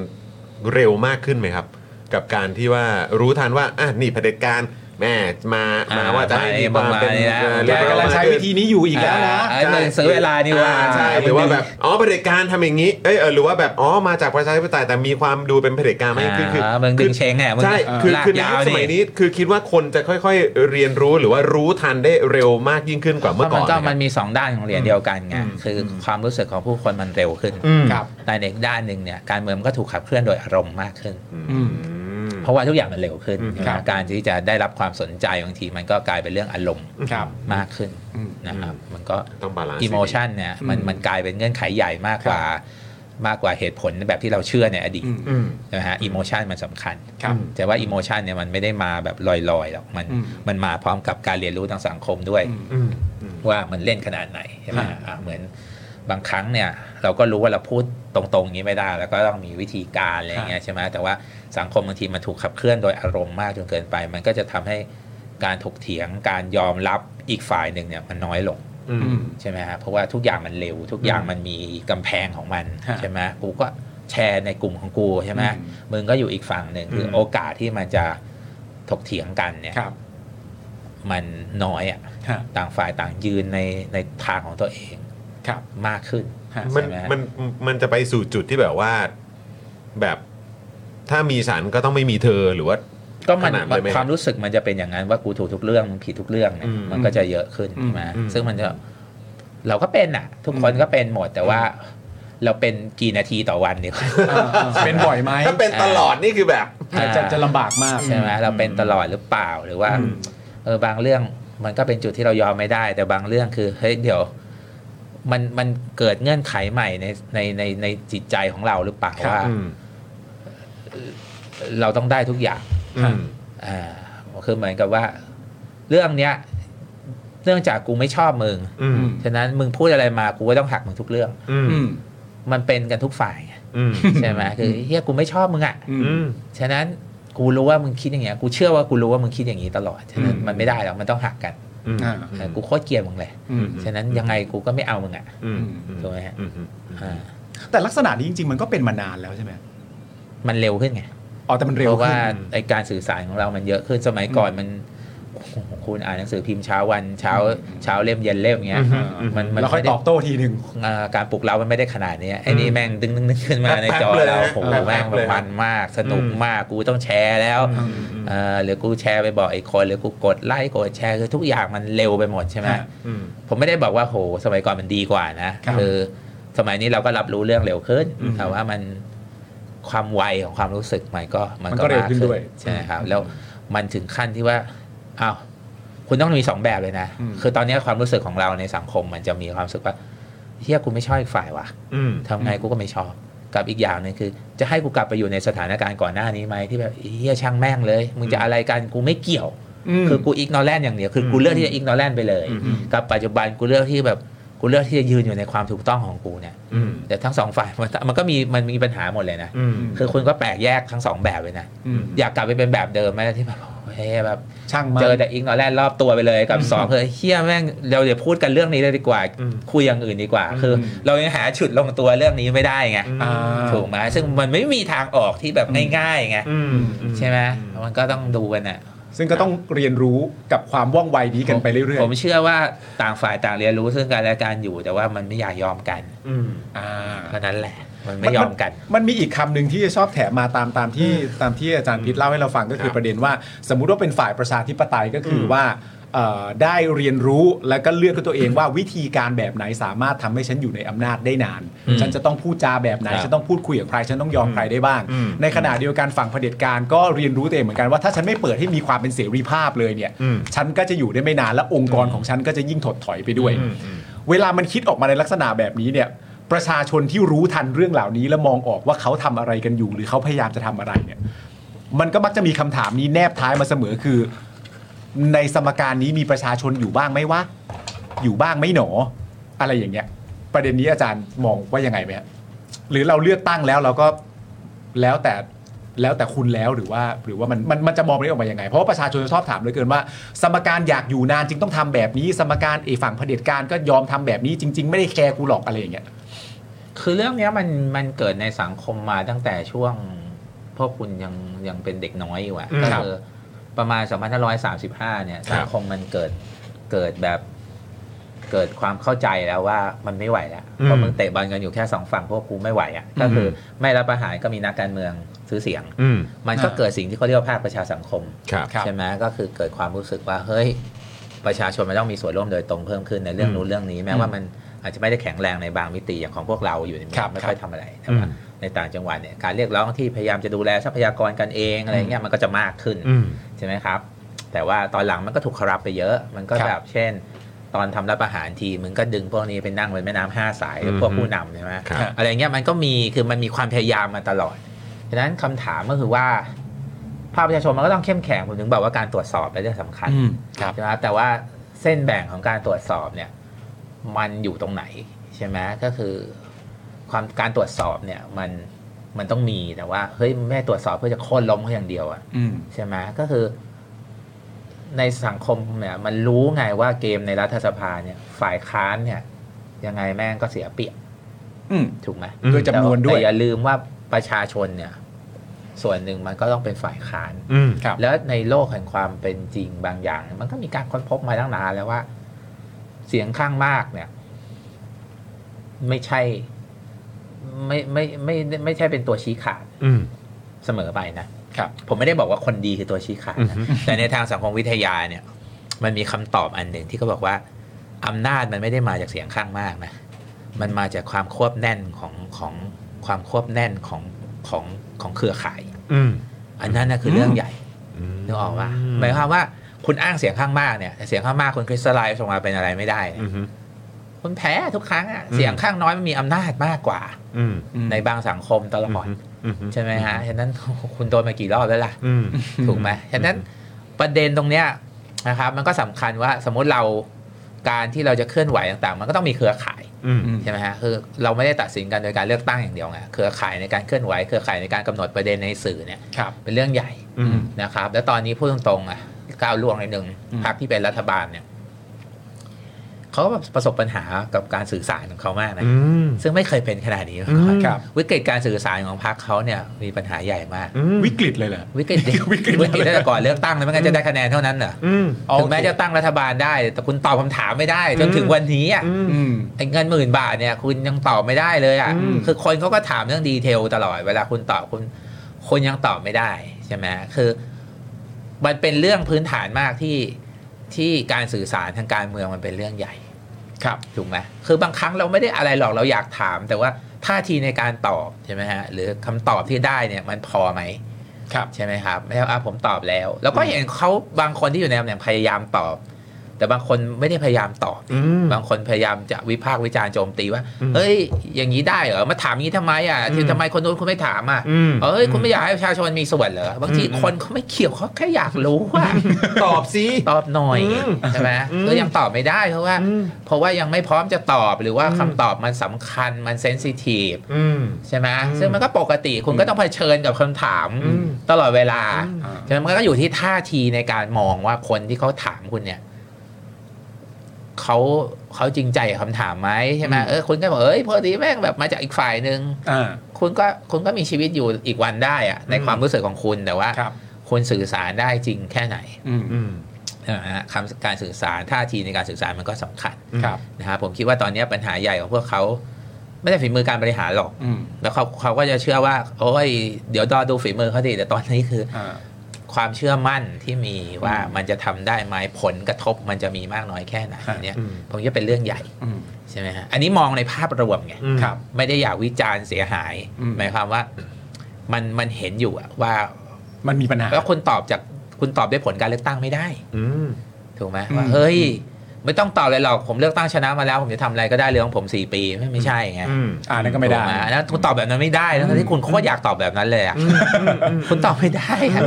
S1: เร็วมากขึ้นไหมครับ กับการที่ว่ารู้ทันว่าอ่ะนี่เผด็จการแม่มา
S6: อ่า
S1: มาว่าจะให้มีความเป็น
S6: มาเนี่ยนะ
S1: เอ่อ
S2: แก
S1: liberal
S2: กำลังใช้วิธีนี้อยู่อีกแล้วนะ
S6: ไอ้มึงซื้อเวลานี่ว่า
S1: อ่าใช่หรือว่าแบบอ๋อเผด็จการทำอย่างนี้เอ้ยเออหรือว่าแบบอ๋อมาจากประชาธิปไตยแต่มีความดูเป็นเผด็จการมากขึ้นคือ
S6: อ่ามึงดึงเช้งเนี่ยมึง
S1: ใช่คือ
S6: ลาก
S1: คือในยุ
S6: ยา
S1: คว สมัยนี้คือคิดว่าคนจะค่อย ๆ เรียนรู้หรือว่ารู้ทันได้เร็วมากยิ่งขึ้นกว่า
S6: เพ
S1: เมื่อ
S6: ราะ
S1: ก่
S6: มั
S1: อน น
S6: ก็
S1: นะค
S6: มั
S1: รับ
S6: นมีสองด้านของเหรียญเดียวกันไง
S1: อืม
S6: คือความรู้สึกของผู้คนมันเร็วขึ้น
S1: อืม
S2: ครับ
S6: แต่ในอีกด้านหนึ่งเนี่ยการเมืองมันก็ถูกขับเคลื่อนโดยอารมณ์มากขึ้น
S1: อืม
S6: เพราะว่าทุกอย่างมันเร็วขึ้น
S1: อืม
S6: ใช่ไหม
S1: ครับ
S6: การที่จะได้รับความสนใจบางทีมันก็กลายเป็นเรื่องอารมณ์
S2: ครับ
S6: มากขึ้น
S2: อืม
S6: นะครับมันก็
S1: ต้องบาลานซ์
S6: อิโมชันเนี่ยมัน
S2: อืม
S6: มันกลายเป็นเงื่อนไขใหญ่มากกว่ามากกว่าเหตุผลแบบที่เราเชื่อในอดีต
S2: อืม
S1: อืม
S6: นะฮะอิโมชันมันสำคัญ
S2: ครับ
S6: แต่ว่าอิโมชันเนี่ยมันไม่ได้มาแบบลอยๆหรอกมัน
S2: อืม
S6: มันมาพร้อมกับการเรียนรู้ทางสังคมด้วย
S2: อืม
S1: อืมอืม
S6: ว่ามันเล่นขนาดไหนใช่ไหม
S2: อ่า
S6: อ่าเหมือนบางครั้งเนี่ยเราก็รู้ว่าเราพูดตรงๆอย่างนี้ไม่ได้ แล้วก็ต้องมีวิธีการอะไรอย่างเงี้ยใช่ไหมแต่ว่าสังคมบางทีมันถูกขับเคลื่อนโดยอารมณ์มากจนเกินไป มันก็จะทำให้การถกเถียงการยอมรับอีกฝ่ายหนึ่งเนี่ยมันน้อยลง
S1: อืม
S2: อืม
S6: ใช่ไหมฮะเพราะว่าทุกอย่างมันเร็ว ทุกอย่างมันมีกำแพงของมัน
S2: ฮะ
S6: ใช่ไหมกูก็แชร์ในกลุ่มของกูใช่ไหม
S2: อืม
S6: มึงก็อยู่อีกฝั่งหนึ่งคืออ
S1: ม
S6: โอกาสที่มันจะถกเถียงกันเนี่ย
S2: ครับ
S6: มันน้อยอ่ะ
S2: ฮะ
S6: ต่างฝ่ายต่างยืนในในทางของตัวเอง
S2: ครับ
S6: มากขึ้น
S2: ฮะ
S1: มัน
S6: ใช่ไหมฮะ
S1: มันมันจะไปสู่จุดที่แบบว่า แบบถ้ามีฉันก็ต้องไม่มีเธอหรือว่า
S6: ก็มัน
S1: ขนาดเลยไหม
S6: ความรู้สึกมันจะเป็นอย่างนั้นว่ากูถูกทุกเรื่องมึงผิดทุกเรื่องเนี่
S1: อื
S6: ย
S1: ม
S6: มันก็จะเยอะขึ้น
S2: อืม
S6: ใช่ไหม
S1: อืม
S6: ซึ่งมันจะเราก็เป็นอ่ะ ทุกคนก็เป็นหมดแต่ว่า เราเป็นกี่นาทีต่อวันเนี่ย
S2: เออเออเป็นบ่อยไหม
S1: ถ้าเป็นตลอดนี่คือแบบ
S2: จะจะจะลำบากมาก
S6: ใช่ไหมเราเป็นตลอดหรือเปล่าหรือว่า
S1: อืม
S6: เออบางเรื่องมันก็เป็นจุดที่เรายอมไม่ได้ แต่บางเรื่องคือเฮ้ยเดี๋ยวมันมันเกิดเงื่อนไขใหม่ในในในในจิตใจของเราหรือเปล่าว่า
S1: อืม
S6: เราต้องได้ทุกอย่าง
S1: อืม
S6: อ่าคือเหมือนกับว่า เรื่องเนี้ยเนื่องจากกูไม่ชอบมึง
S1: อืม
S6: ฉะนั้นมึงพูดอะไรมากูก็ต้องหักมึงทุกเรื่อง
S1: อืม
S2: อืม
S6: มันเป็นกันทุกฝ่ายไง
S1: อืม
S6: ใช่ไหมคือเฮียกูไม่ชอบมึงอ่ะ
S2: อื
S1: อื
S2: ม
S1: ม
S6: ฉะนั้นกูรู้ว่ามึงคิดอย่างเงี้ยกูเชื่อว่ากูรู้ว่ามึงคิดอย่างนี้ตลอดฉะนั้น
S2: อืม
S6: มันไม่ได้หรอกมันต้องหักกัน
S1: อืม
S2: อ่า
S6: เออกูโคตรเกลียดมึงเลย
S2: อืม
S6: ฉะนั้นยังไงกูก็ไม่เอามึงอ่ะ
S1: อืม
S6: ถูกไหมฮะ
S1: อืมอืม
S6: อ่า
S2: แต่ลักษณะนี้จริง ๆ มันก็เป็นมานานแล้วใช่ไหม
S6: มันเร็วขึ้นไง
S2: อ๋อแต่มันเร็
S6: เพ
S2: ว
S6: ราะ
S2: ขึ้
S6: ว่าน ไอการสื่อสารของเรามันเยอะขึ้นสมัยก่อนมันโอ้โหคุณอ่านหนังสือพิมพ์เช้าวันเช้าเช้าเล่มเย็นเล่มเงี้ย
S2: อืม
S6: มันมัน
S2: แล้วค่อย
S6: ไม่ได้
S2: ตอบโต้ทีหนึ่ง
S6: เอ่อการปลุกเรามันไม่ได้ขนาดเนี้ยไอ้นี่แม่งดึงดึงดึงขึ้นมาในจอเราโอ้โหแม่งแบบมันมากสนุกมากกูต้องแชร์แล้วเอ่อหรือกูแชร์ไปบอกอีกคนหรือกูกดไลค์กดแชร์คือทุกอย่างมันเร็วไปหมดใช่ไหม
S2: ฮะ
S1: อืม
S6: ผมไม่ได้บอกว่าโหสมัยก่อนมันดีกว่านะครับ คือสมัยนี้เราก็รับรู้เรื่องเร็วขึ้น
S1: อืม
S6: แต่ว่ามัน ความไวของความรู้สึกมันก็มัน
S2: มันก็เร็ว
S6: มาก
S2: ขึ้นด้วย
S6: ใช่ครับ แล้วมันถึงขั้นที่ว่าอ้าวคุณต้องมีสองแบบเลยนะ
S2: อืม
S6: คือตอนนี้ความรู้สึกของเราในสังคมมันจะมีความรู้สึกว่าเฮียกูไม่ชอบอีกฝ่ายว่ะ
S1: อืม
S6: ทำไงกูก็ไม่ชอบ กับอีกอย่างหนึงคือ จะให้กูกลับไปอยู่ในสถานการณ์ก่อนหน้านี้ไหมที่แบบเฮียช่างแม่งเลย มึงจะอะไรกันกูไม่เกี่ยว คือกูอิกนอแลนอย่างเดียวคือกูเลือกที่จะอิกนอแลนไปเลย
S1: อืม
S6: กับปัจจุบันกูเลือกที่แบบกูเลือกที่จะยืนอยู่ในความถูกต้องของกูเนี่ย
S1: อืม
S6: แต่ทั้งสองฝ่ายมันมันก็มีมันมีปัญหาหมดเลยนะ
S1: อืม
S6: คือคุณก็แปลกแยกทั้งสองแบบเลยนะอยากกลับไปเป็นแบบเดิมไหมที่แบบเฮ้ยแบบ
S2: ช่างมัน
S6: เจอแต่อิกนอแลนรอบตัวไปเลยกับสองคือเฮียแม่งเราเดี๋ยวพูดกันเรื่องนี้เลยดีกว่า
S1: อืม
S6: คุยอย่างอื่นดีกว่า คืออ
S1: ม
S6: เรายังหาฉุดลงตัวเรื่องนี้ไม่ได้ไง
S2: อ่า
S6: ถูกไหมซึ่งมันไม่มีทางออกที่แบบง่ายๆไง
S1: อืม
S6: ใช่ไหมมันก็ต้องดูกันอ่ะ
S2: ซึ่งก็ต้องเรียนรู้กับความว่องไวนี้กันไปเรื่อย
S6: ผมผมเชื่อว่าต่างฝ่ายต่างเรียนรู้ซึ่งกันและกันอยู่ แต่ว่ามันไม่อยากยอมกัน
S1: อืม
S2: ๆอ่า
S6: เท่านั้นแหละ มันไม่ยอมกัน
S2: มันมีอีกคำหนึ่งที่จะชอบแถมมาตามตามที่ตามที่อาจารย์พิษเล่าให้เราฟังก็คือประเด็นว่า สมมุติว่าเป็นฝ่ายประชาธิปไตยก็คืออว่าเอ่อได้เรียนรู้แล้วก็เลือกด้วยตัวเองว่าวิธีการแบบไหนสามารถทำให้ฉันอยู่ในอำนาจได้นาน
S6: อืม
S2: ฉันจะต้องพูดจาแบบไหน
S6: ครับ
S2: ฉันต้องพูดคุยกับใคร ฉันต้องยอมใครได้บ้าง
S1: อืม
S2: ในขณะเดียวกันฝั่งเผด็จการก็เรียนรู้ตัวเองเหมือนกันว่าถ้าฉันไม่เปิดให้มีความเป็นเสรีภาพเลยเนี่ย
S1: อืม
S2: ฉันก็จะอยู่ได้ไม่นานและองค์กรของฉันก็จะยิ่งถดถอยไปด้วย เวลามันคิดออกมาในลักษณะแบบนี้เนี่ย ประชาชนที่รู้ทันเรื่องเหล่านี้และมองออกว่าเขาทำอะไรกันอยู่ หรือเขาพยายามจะทำอะไรเนี่ย มันก็มักจะมีคำถามนี้แนบท้ายมาเสมอคือ ในสมการนี้มีประชาชนอยู่บ้างไหมวะอยู่บ้างไหมหนอ อะไรอย่างเงี้ย ประเด็นนี้อาจารย์มองว่ายังไงไหมฮะหรือเราเลือกตั้งแล้วเราก็แล้วแต่แล้วแต่คุณแล้วหรือว่าหรือว่ามันมันมันจะมองเรื่องออกมายังไง เพราะว่าประชาชนจะชอบถามเหลยเกินว่า สมการอยากอยู่นานจึงต้องทำแบบนี้ สมการไอ้ฝั่งเผด็จการก็ยอมทำแบบนี้จริง ๆ ไม่ได้แคร์กูหรอกอะไรอย่างเงี้ย
S6: คือเรื่องเนี้ยมันมันเกิดในสังคมมาตั้งแต่ช่วงพวกคุณยังยังเป็นเด็กน้อยอยู่อะก็คือประมาณ 2535 เนี่ยสังคมมันเกิดเกิดแบบเกิดความเข้าใจแล้วว่ามันไม่ไหวแล้วเพราะมึงเตะบอลกันอยู่แค่สองฝั่งพวกกูไม่ไหวอะก็คือไม่รับประหารก็มีนักการเมืองซื้อเสียง
S1: อืม
S6: มันก็
S2: อ่า
S6: เกิดสิ่งที่เขาเรียกว่าภาคประชาสังคม
S1: ครับ
S2: ครับ
S6: ใช่ไหมก็คือเกิดความรู้สึกว่าเฮ้ยประชาชนมันต้องมีส่วนร่วมโดยตรงเพิ่มขึ้นในเรื่องนู้นเรื่องนี้แม้ว่ามันอาจจะไม่ได้แข็งแรงในบางมิติอย่างของพวกเราอยู่ในเมืองไม่ค่อยทำอะไรแต่ว่าในต่างจังหวัดเนี่ยการเรียกร้องที่พยายามจะดูแลทรัพยากรกันเองอะไรเงี้ยมันก็จะมากขึ้น
S1: อืม
S6: ใช่ไหมครับ แต่ว่าตอนหลังมันก็ถูกคอร์รับไปเยอะ มันก็
S2: ครับ
S6: แบบเช่น ตอนทำรัฐประหารทีมึงก็ดึงพวกนี้ไปนั่งบนแม่น้ำห้าสาย
S1: อืม
S6: พวกผู้นำใช่ไหม
S1: ครับ
S6: อะไรเงี้ยมันก็มีคือมันมีความพยายามมาตลอดฉะนั้นคำถามก็คือว่า ภาคประชาชนมันก็ต้องเข้มแข็งผมถึงบอกว่าการตรวจสอบเป็นเรื่องสำคัญใช่ไหมแต่ว่าเส้นแบ่งของการตรวจสอบเนี่ย มันอยู่ตรงไหนใช่ไหมก็คือความการตรวจสอบเนี่ยมันมันต้องมีแต่ว่าเฮ้ยไม่ได้ตรวจสอบเพื่อจะโค่นล้มเขาอย่างเดียวอะ
S2: อืม
S6: ใช่ไหมก็คือ ในสังคมเนี่ยมันรู้ไงว่าเกมในรัฐสภาเนี่ย ฝ่ายค้านเนี่ย ยังไงแม่งก็เสียเปรียบ
S2: อืม
S6: ถูกไหม
S2: ด้วยจำนวนด้วย
S6: แต่อย่าลืมว่าประชาชนเนี่ย ส่วนหนึ่งมันก็ต้องเป็นฝ่ายค้าน
S1: อืม
S2: ครับ
S6: แล้วในโลกแห่งความเป็นจริงบางอย่าง มันก็มีการค้นพบมาตั้งนานแล้วว่า เสียงข้างมากเนี่ย ไม่ใช่ ไม่ไม่ไม่ไม่ไม่ใช่เป็นตัวชี้ขาด
S1: อืม
S6: เสมอไปนะครับ ผมไม่ได้บอกว่าคนดีคือตัวชี้ขาดนะแต่ในทางสังคมวิทยาเนี่ย มันมีคำตอบอันหนึ่งที่เขาบอกว่าอำนาจมันไม่ได้มาจากเสียงข้างมากนะ มันมาจากความควบแน่นของของความควบแน่นของของของเครือข่าย
S1: อืม
S6: อันนั้นนะคือเรื่องใหญ่
S1: อืม
S6: นึกออกว่าหมายความว่าคุณอ้างเสียงข้างมากเนี่ยแต่เสียงข้างมากคุณคริสตัลไลซ์ออกมาเป็นอะไรไม่ได้นะ
S1: อืมฮึ
S6: คุณแพ้ทุกครั้งอะเสียงข้างน้อยมันมีอำนาจมากกว่า
S1: อืม
S6: ในบางสังคมตลอด
S1: อืมฮึ
S6: ใช่ไหมฮะฉะนั้น <laughs> คุณโดนมากี่รอบแล้วล่ะ
S1: อืม
S6: ถูกไหมฉะนั้นประเด็นตรงเนี้ยนะครับมันก็สำคัญว่าสมมติเราการที่เราจะเคลื่อนไหวต่างๆ มันก็ต้องมีเครือข่าย
S1: อืม
S6: ใช่ไหมฮะคือเราไม่ได้ตัดสินกันโดยการเลือกตั้งอย่างเดียวไงเครือข่ายในการเคลื่อนไหวเครือข่ายในการกำหนดประเด็นในสื่อเนี่ย
S2: ครับ
S6: เป็นเรื่องใหญ่
S1: อืม
S6: นะครับ แล้วตอนนี้พูดตรงๆอ่ะก้าวล่วงในหนึ่ง
S2: อืม
S6: พรรคที่เป็นรัฐบาลเนี่ยเขาก็ประสบปัญหากับการสื่อสารของเขามากนะ
S1: อืม
S6: ซึ่งไม่เคยเป็นขนาดนี้มา
S1: อื
S6: ก่อน
S1: ม
S2: ครับ
S6: วิกฤตการสื่อสารของพรรคเขาเนี่ยมีปัญหาใหญ่มาก
S1: อืม
S2: วิกฤตเลยเหรอ
S6: วิกฤต
S2: วิกฤต
S6: วิกฤตตั้งแต่ก่อนเลือกตั้งแล้วไม่งั้นจะได้คะแนนเท่านั้นเหรอ
S1: อืม
S6: ถึงแม้จะตั้งรัฐบาลได้ แต่คุณตอบคำถามไม่ได้ จนถึงวันนี้อ่ะ
S1: อืม
S2: อืม
S6: ไอ้เงินหมื่นบาทเนี่ยคุณยังตอบไม่ได้เลยอ่ะ
S1: อืม
S6: คือคนเขาก็ถามเรื่องดีเทลตลอดเวลาคุณตอบคุณคนยังตอบไม่ได้ใช่ไหมคือ มันเป็นเรื่องพื้นฐานมากที่ที่การสื่อสารทางการเมืองมันเป็นเรื่องใหญ่ ครับถูกไหมคือบางครั้งเราไม่ได้อะไรหรอกเราอยากถาม แต่ว่า ท่าทีในการตอบใช่ไหมฮะหรือคำตอบที่ได้เนี่ยมันพอไหม
S2: ครับ
S6: ใช่ไหมครับไม่ใช่ว่าอ่ะผมตอบแล้ว แล้วก็เห็นเขาบางคนที่อยู่ในตำแหน่งพยายามตอบ แต่บางคนไม่ได้พยายามตอบ
S1: อืม
S6: บางคนพยายามจะวิพากษ์วิจารณ์โจมตีว่า เฮ้ย อย่างนี้ได้เหรอ มาถามงี้ทำไมอ่ะที่ทำไมคนนู้นคุณไม่ถามอ่ะ
S1: อืม
S6: เอ้ย คุณไม่อยากให้ประชาชนมีส่วนเหรอ บางทีคนเขาไม่เกี่ยวเขาแค่อยากรู้ว่า
S1: ตอบสิ
S6: ตอบหน่อย
S1: อืม
S6: ใช่ไหม
S1: อืม
S6: ก็ยังตอบไม่ได้เพราะว่า
S1: อืม
S6: เพราะว่ายังไม่พร้อมจะตอบหรือว่าคำตอบมันสำคัญมันเซนซิทีฟ
S1: อืม
S6: ใช่ไหม
S1: อืม
S6: ซึ่งมันก็ปกติคุณก็ต้องเผชิญกับคำถาม
S1: อืม
S6: ตลอดเวลา
S1: อืม
S6: ฉะนั้นมันก็อยู่ที่ท่าทีในการมองว่าคนที่เขาถามคุณเนี่ยเขาเขาจริงใจกับคำถามไหมใช่ไหมเออคุณก็บอกเอ้ยพอดีแม่งแบบมาจากอีกฝ่ายหนึ่ง
S2: อ่า
S6: คุณก็คุณก็มีชีวิตอยู่อีกวันได้อะในความรู้สึกของคุณแต่ว่า
S2: ครับ
S6: คุณสื่อสารได้จริงแค่ไหน
S2: อืม
S1: อืม
S6: นะฮะคำการสื่อสารท่าทีในการสื่อสารมันก็สำคัญ
S2: ครับ
S6: นะครับผมคิดว่าตอนนี้ปัญหาใหญ่ของพวกเขาไม่ได้ฝีมือการบริหารหรอก
S2: อืม
S6: แล้วเขาเขาก็จะเชื่อว่า โอ้ย เดี๋ยวดอดูฝีมือเขาดิแต่ตอนนี้คือ
S2: อ่า
S6: ความเชื่อมั่นที่มีว่า
S2: อืม
S6: มันจะทำได้ไหมผลกระทบมันจะมีมากน้อยแค่ไหน
S2: ครับ
S6: เนี่ย
S1: อืม
S6: ผมจะเป็นเรื่องใหญ่
S2: อืม
S6: ใช่ไหมฮะอันนี้มองในภาพรวมไง
S1: อืม
S2: ครับ
S6: ไม่ได้อยากวิจารณ์เสียหาย
S2: อืม
S6: หมายความว่า มันมันเห็นอยู่อะว่า
S2: มันมีปัญหา
S6: แล้วคุณตอบจากคุณตอบด้วยผลการเลือกตั้งไม่ได้
S1: อืม
S6: ถูกไหม
S2: อืม
S6: ว่าเฮ้ย ไม่ต้องตอบอะไรหรอกผมเลือกตั้งชนะมาแล้ว ผมจะทำอะไรก็ได้เรื่องของผมสี่ปีไม่ไม่ใช่ไง
S1: อืม
S2: อ่านั่นก็ไม่ได้
S6: ถูหแล้วคุณตอบแบบนั้นไม่ได้ทั้งที่คุณโคตรอยากตอบแบบนั้นเลยอ่ะคุณตอบไม่ได้อะ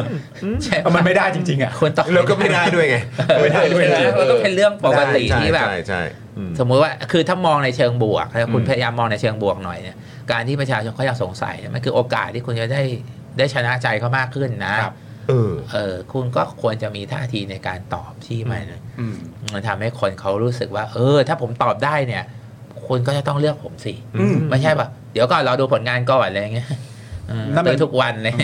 S6: ใช่
S2: เออมันไม่ได้จริงๆอ่ะ
S6: คุณตอบ
S1: แล้วก็ไม่ได้ด้วยไง
S6: ไม่ได้ด้วยนะมันก็เป็นเรื่องปกติที่แบบ
S1: ใช่ใช่ใช่อืม
S6: สมมุติว่าคือถ้ามองในเชิงบวกแล้วคุณ
S1: อืม
S6: พยายามมองในเชิงบวกหน่อยเนี่ยการที่ประชาชนเขาอยากสงสัยเนี่ยมันคือโอกาสที่คุณจะได้ได้ชนะใจเขามากขึ้นนะครับ
S1: เออ
S6: เออคุณก็ควรจะมีท่าทีในการตอบที่มัน
S2: อืม
S6: มันทำให้คนเขารู้สึกว่า เออ ถ้าผมตอบได้เนี่ย คุณก็จะต้องเลือกผมสิ
S1: อืม
S6: ไม่ใช่ป่ะ เดี๋ยวก่อนเราดูผลงานก่อนอะไรอย่างเงี้ยเออ
S2: นั่นมัน
S6: เจอทุกวันเลย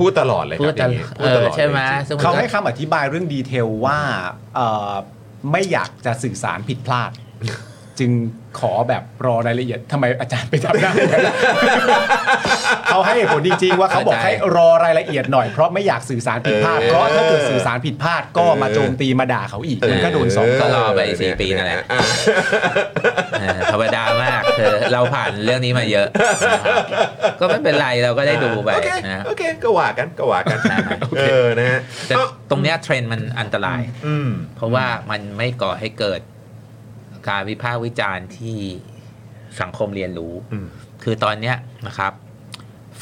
S1: พูดตลอดเลยค
S6: พู
S1: รั
S6: ด
S1: บ
S6: ต
S1: อย่าง
S6: ล
S1: นี้พู
S6: อดเอ
S1: ดต
S6: อ
S1: ลอด
S6: ใช่ไหม
S1: ลยจริง
S6: ซึ่งนก็
S2: เขาให้คำอธิบายเรื่องดีเทลว่าเอ่อไม่อยากจะสื่อสารผิดพลาด จึงขอแบบรอรายละเอียดทำไมอาจารย์ไปทำหน้าอย่างนั้น <laughs> ล่ะ เขาให้เหตุผลจริงๆว่าเขาบอกให้รอรายละเอียดหน่อยเพราะไม่อยากสื่อสารผิดพลาด
S1: เออ
S2: เพราะถ้าเกิดสื่อสารผิดพลาดก็มาโจมตีมาด่าเขาอีก
S1: เออ
S2: มันก็โดนสอง
S6: ก็
S2: ต่อ
S6: รอไปสี่ปีนั่นแหละเออธรรมดามากเธอเราผ่านเรื่องนี้มาเยอะนะครับก็ไม่เป็นไรเราก็ได้ดูไป
S1: โอเค
S6: นะ
S1: โอเคก็ว่ากันก็ว่ากัน
S6: นะ
S1: เออนะฮะ
S6: แต่
S1: เอ้า
S6: ตรงเนี้ยเทรนด์มันอันตราย
S1: อืม
S6: เพราะว่ามันไม่ก่อให้เกิดการวิพากษ์วิจารณ์ที่สังคมเรียนรู้
S1: อืม
S6: คือตอนเนี้ยนะครับ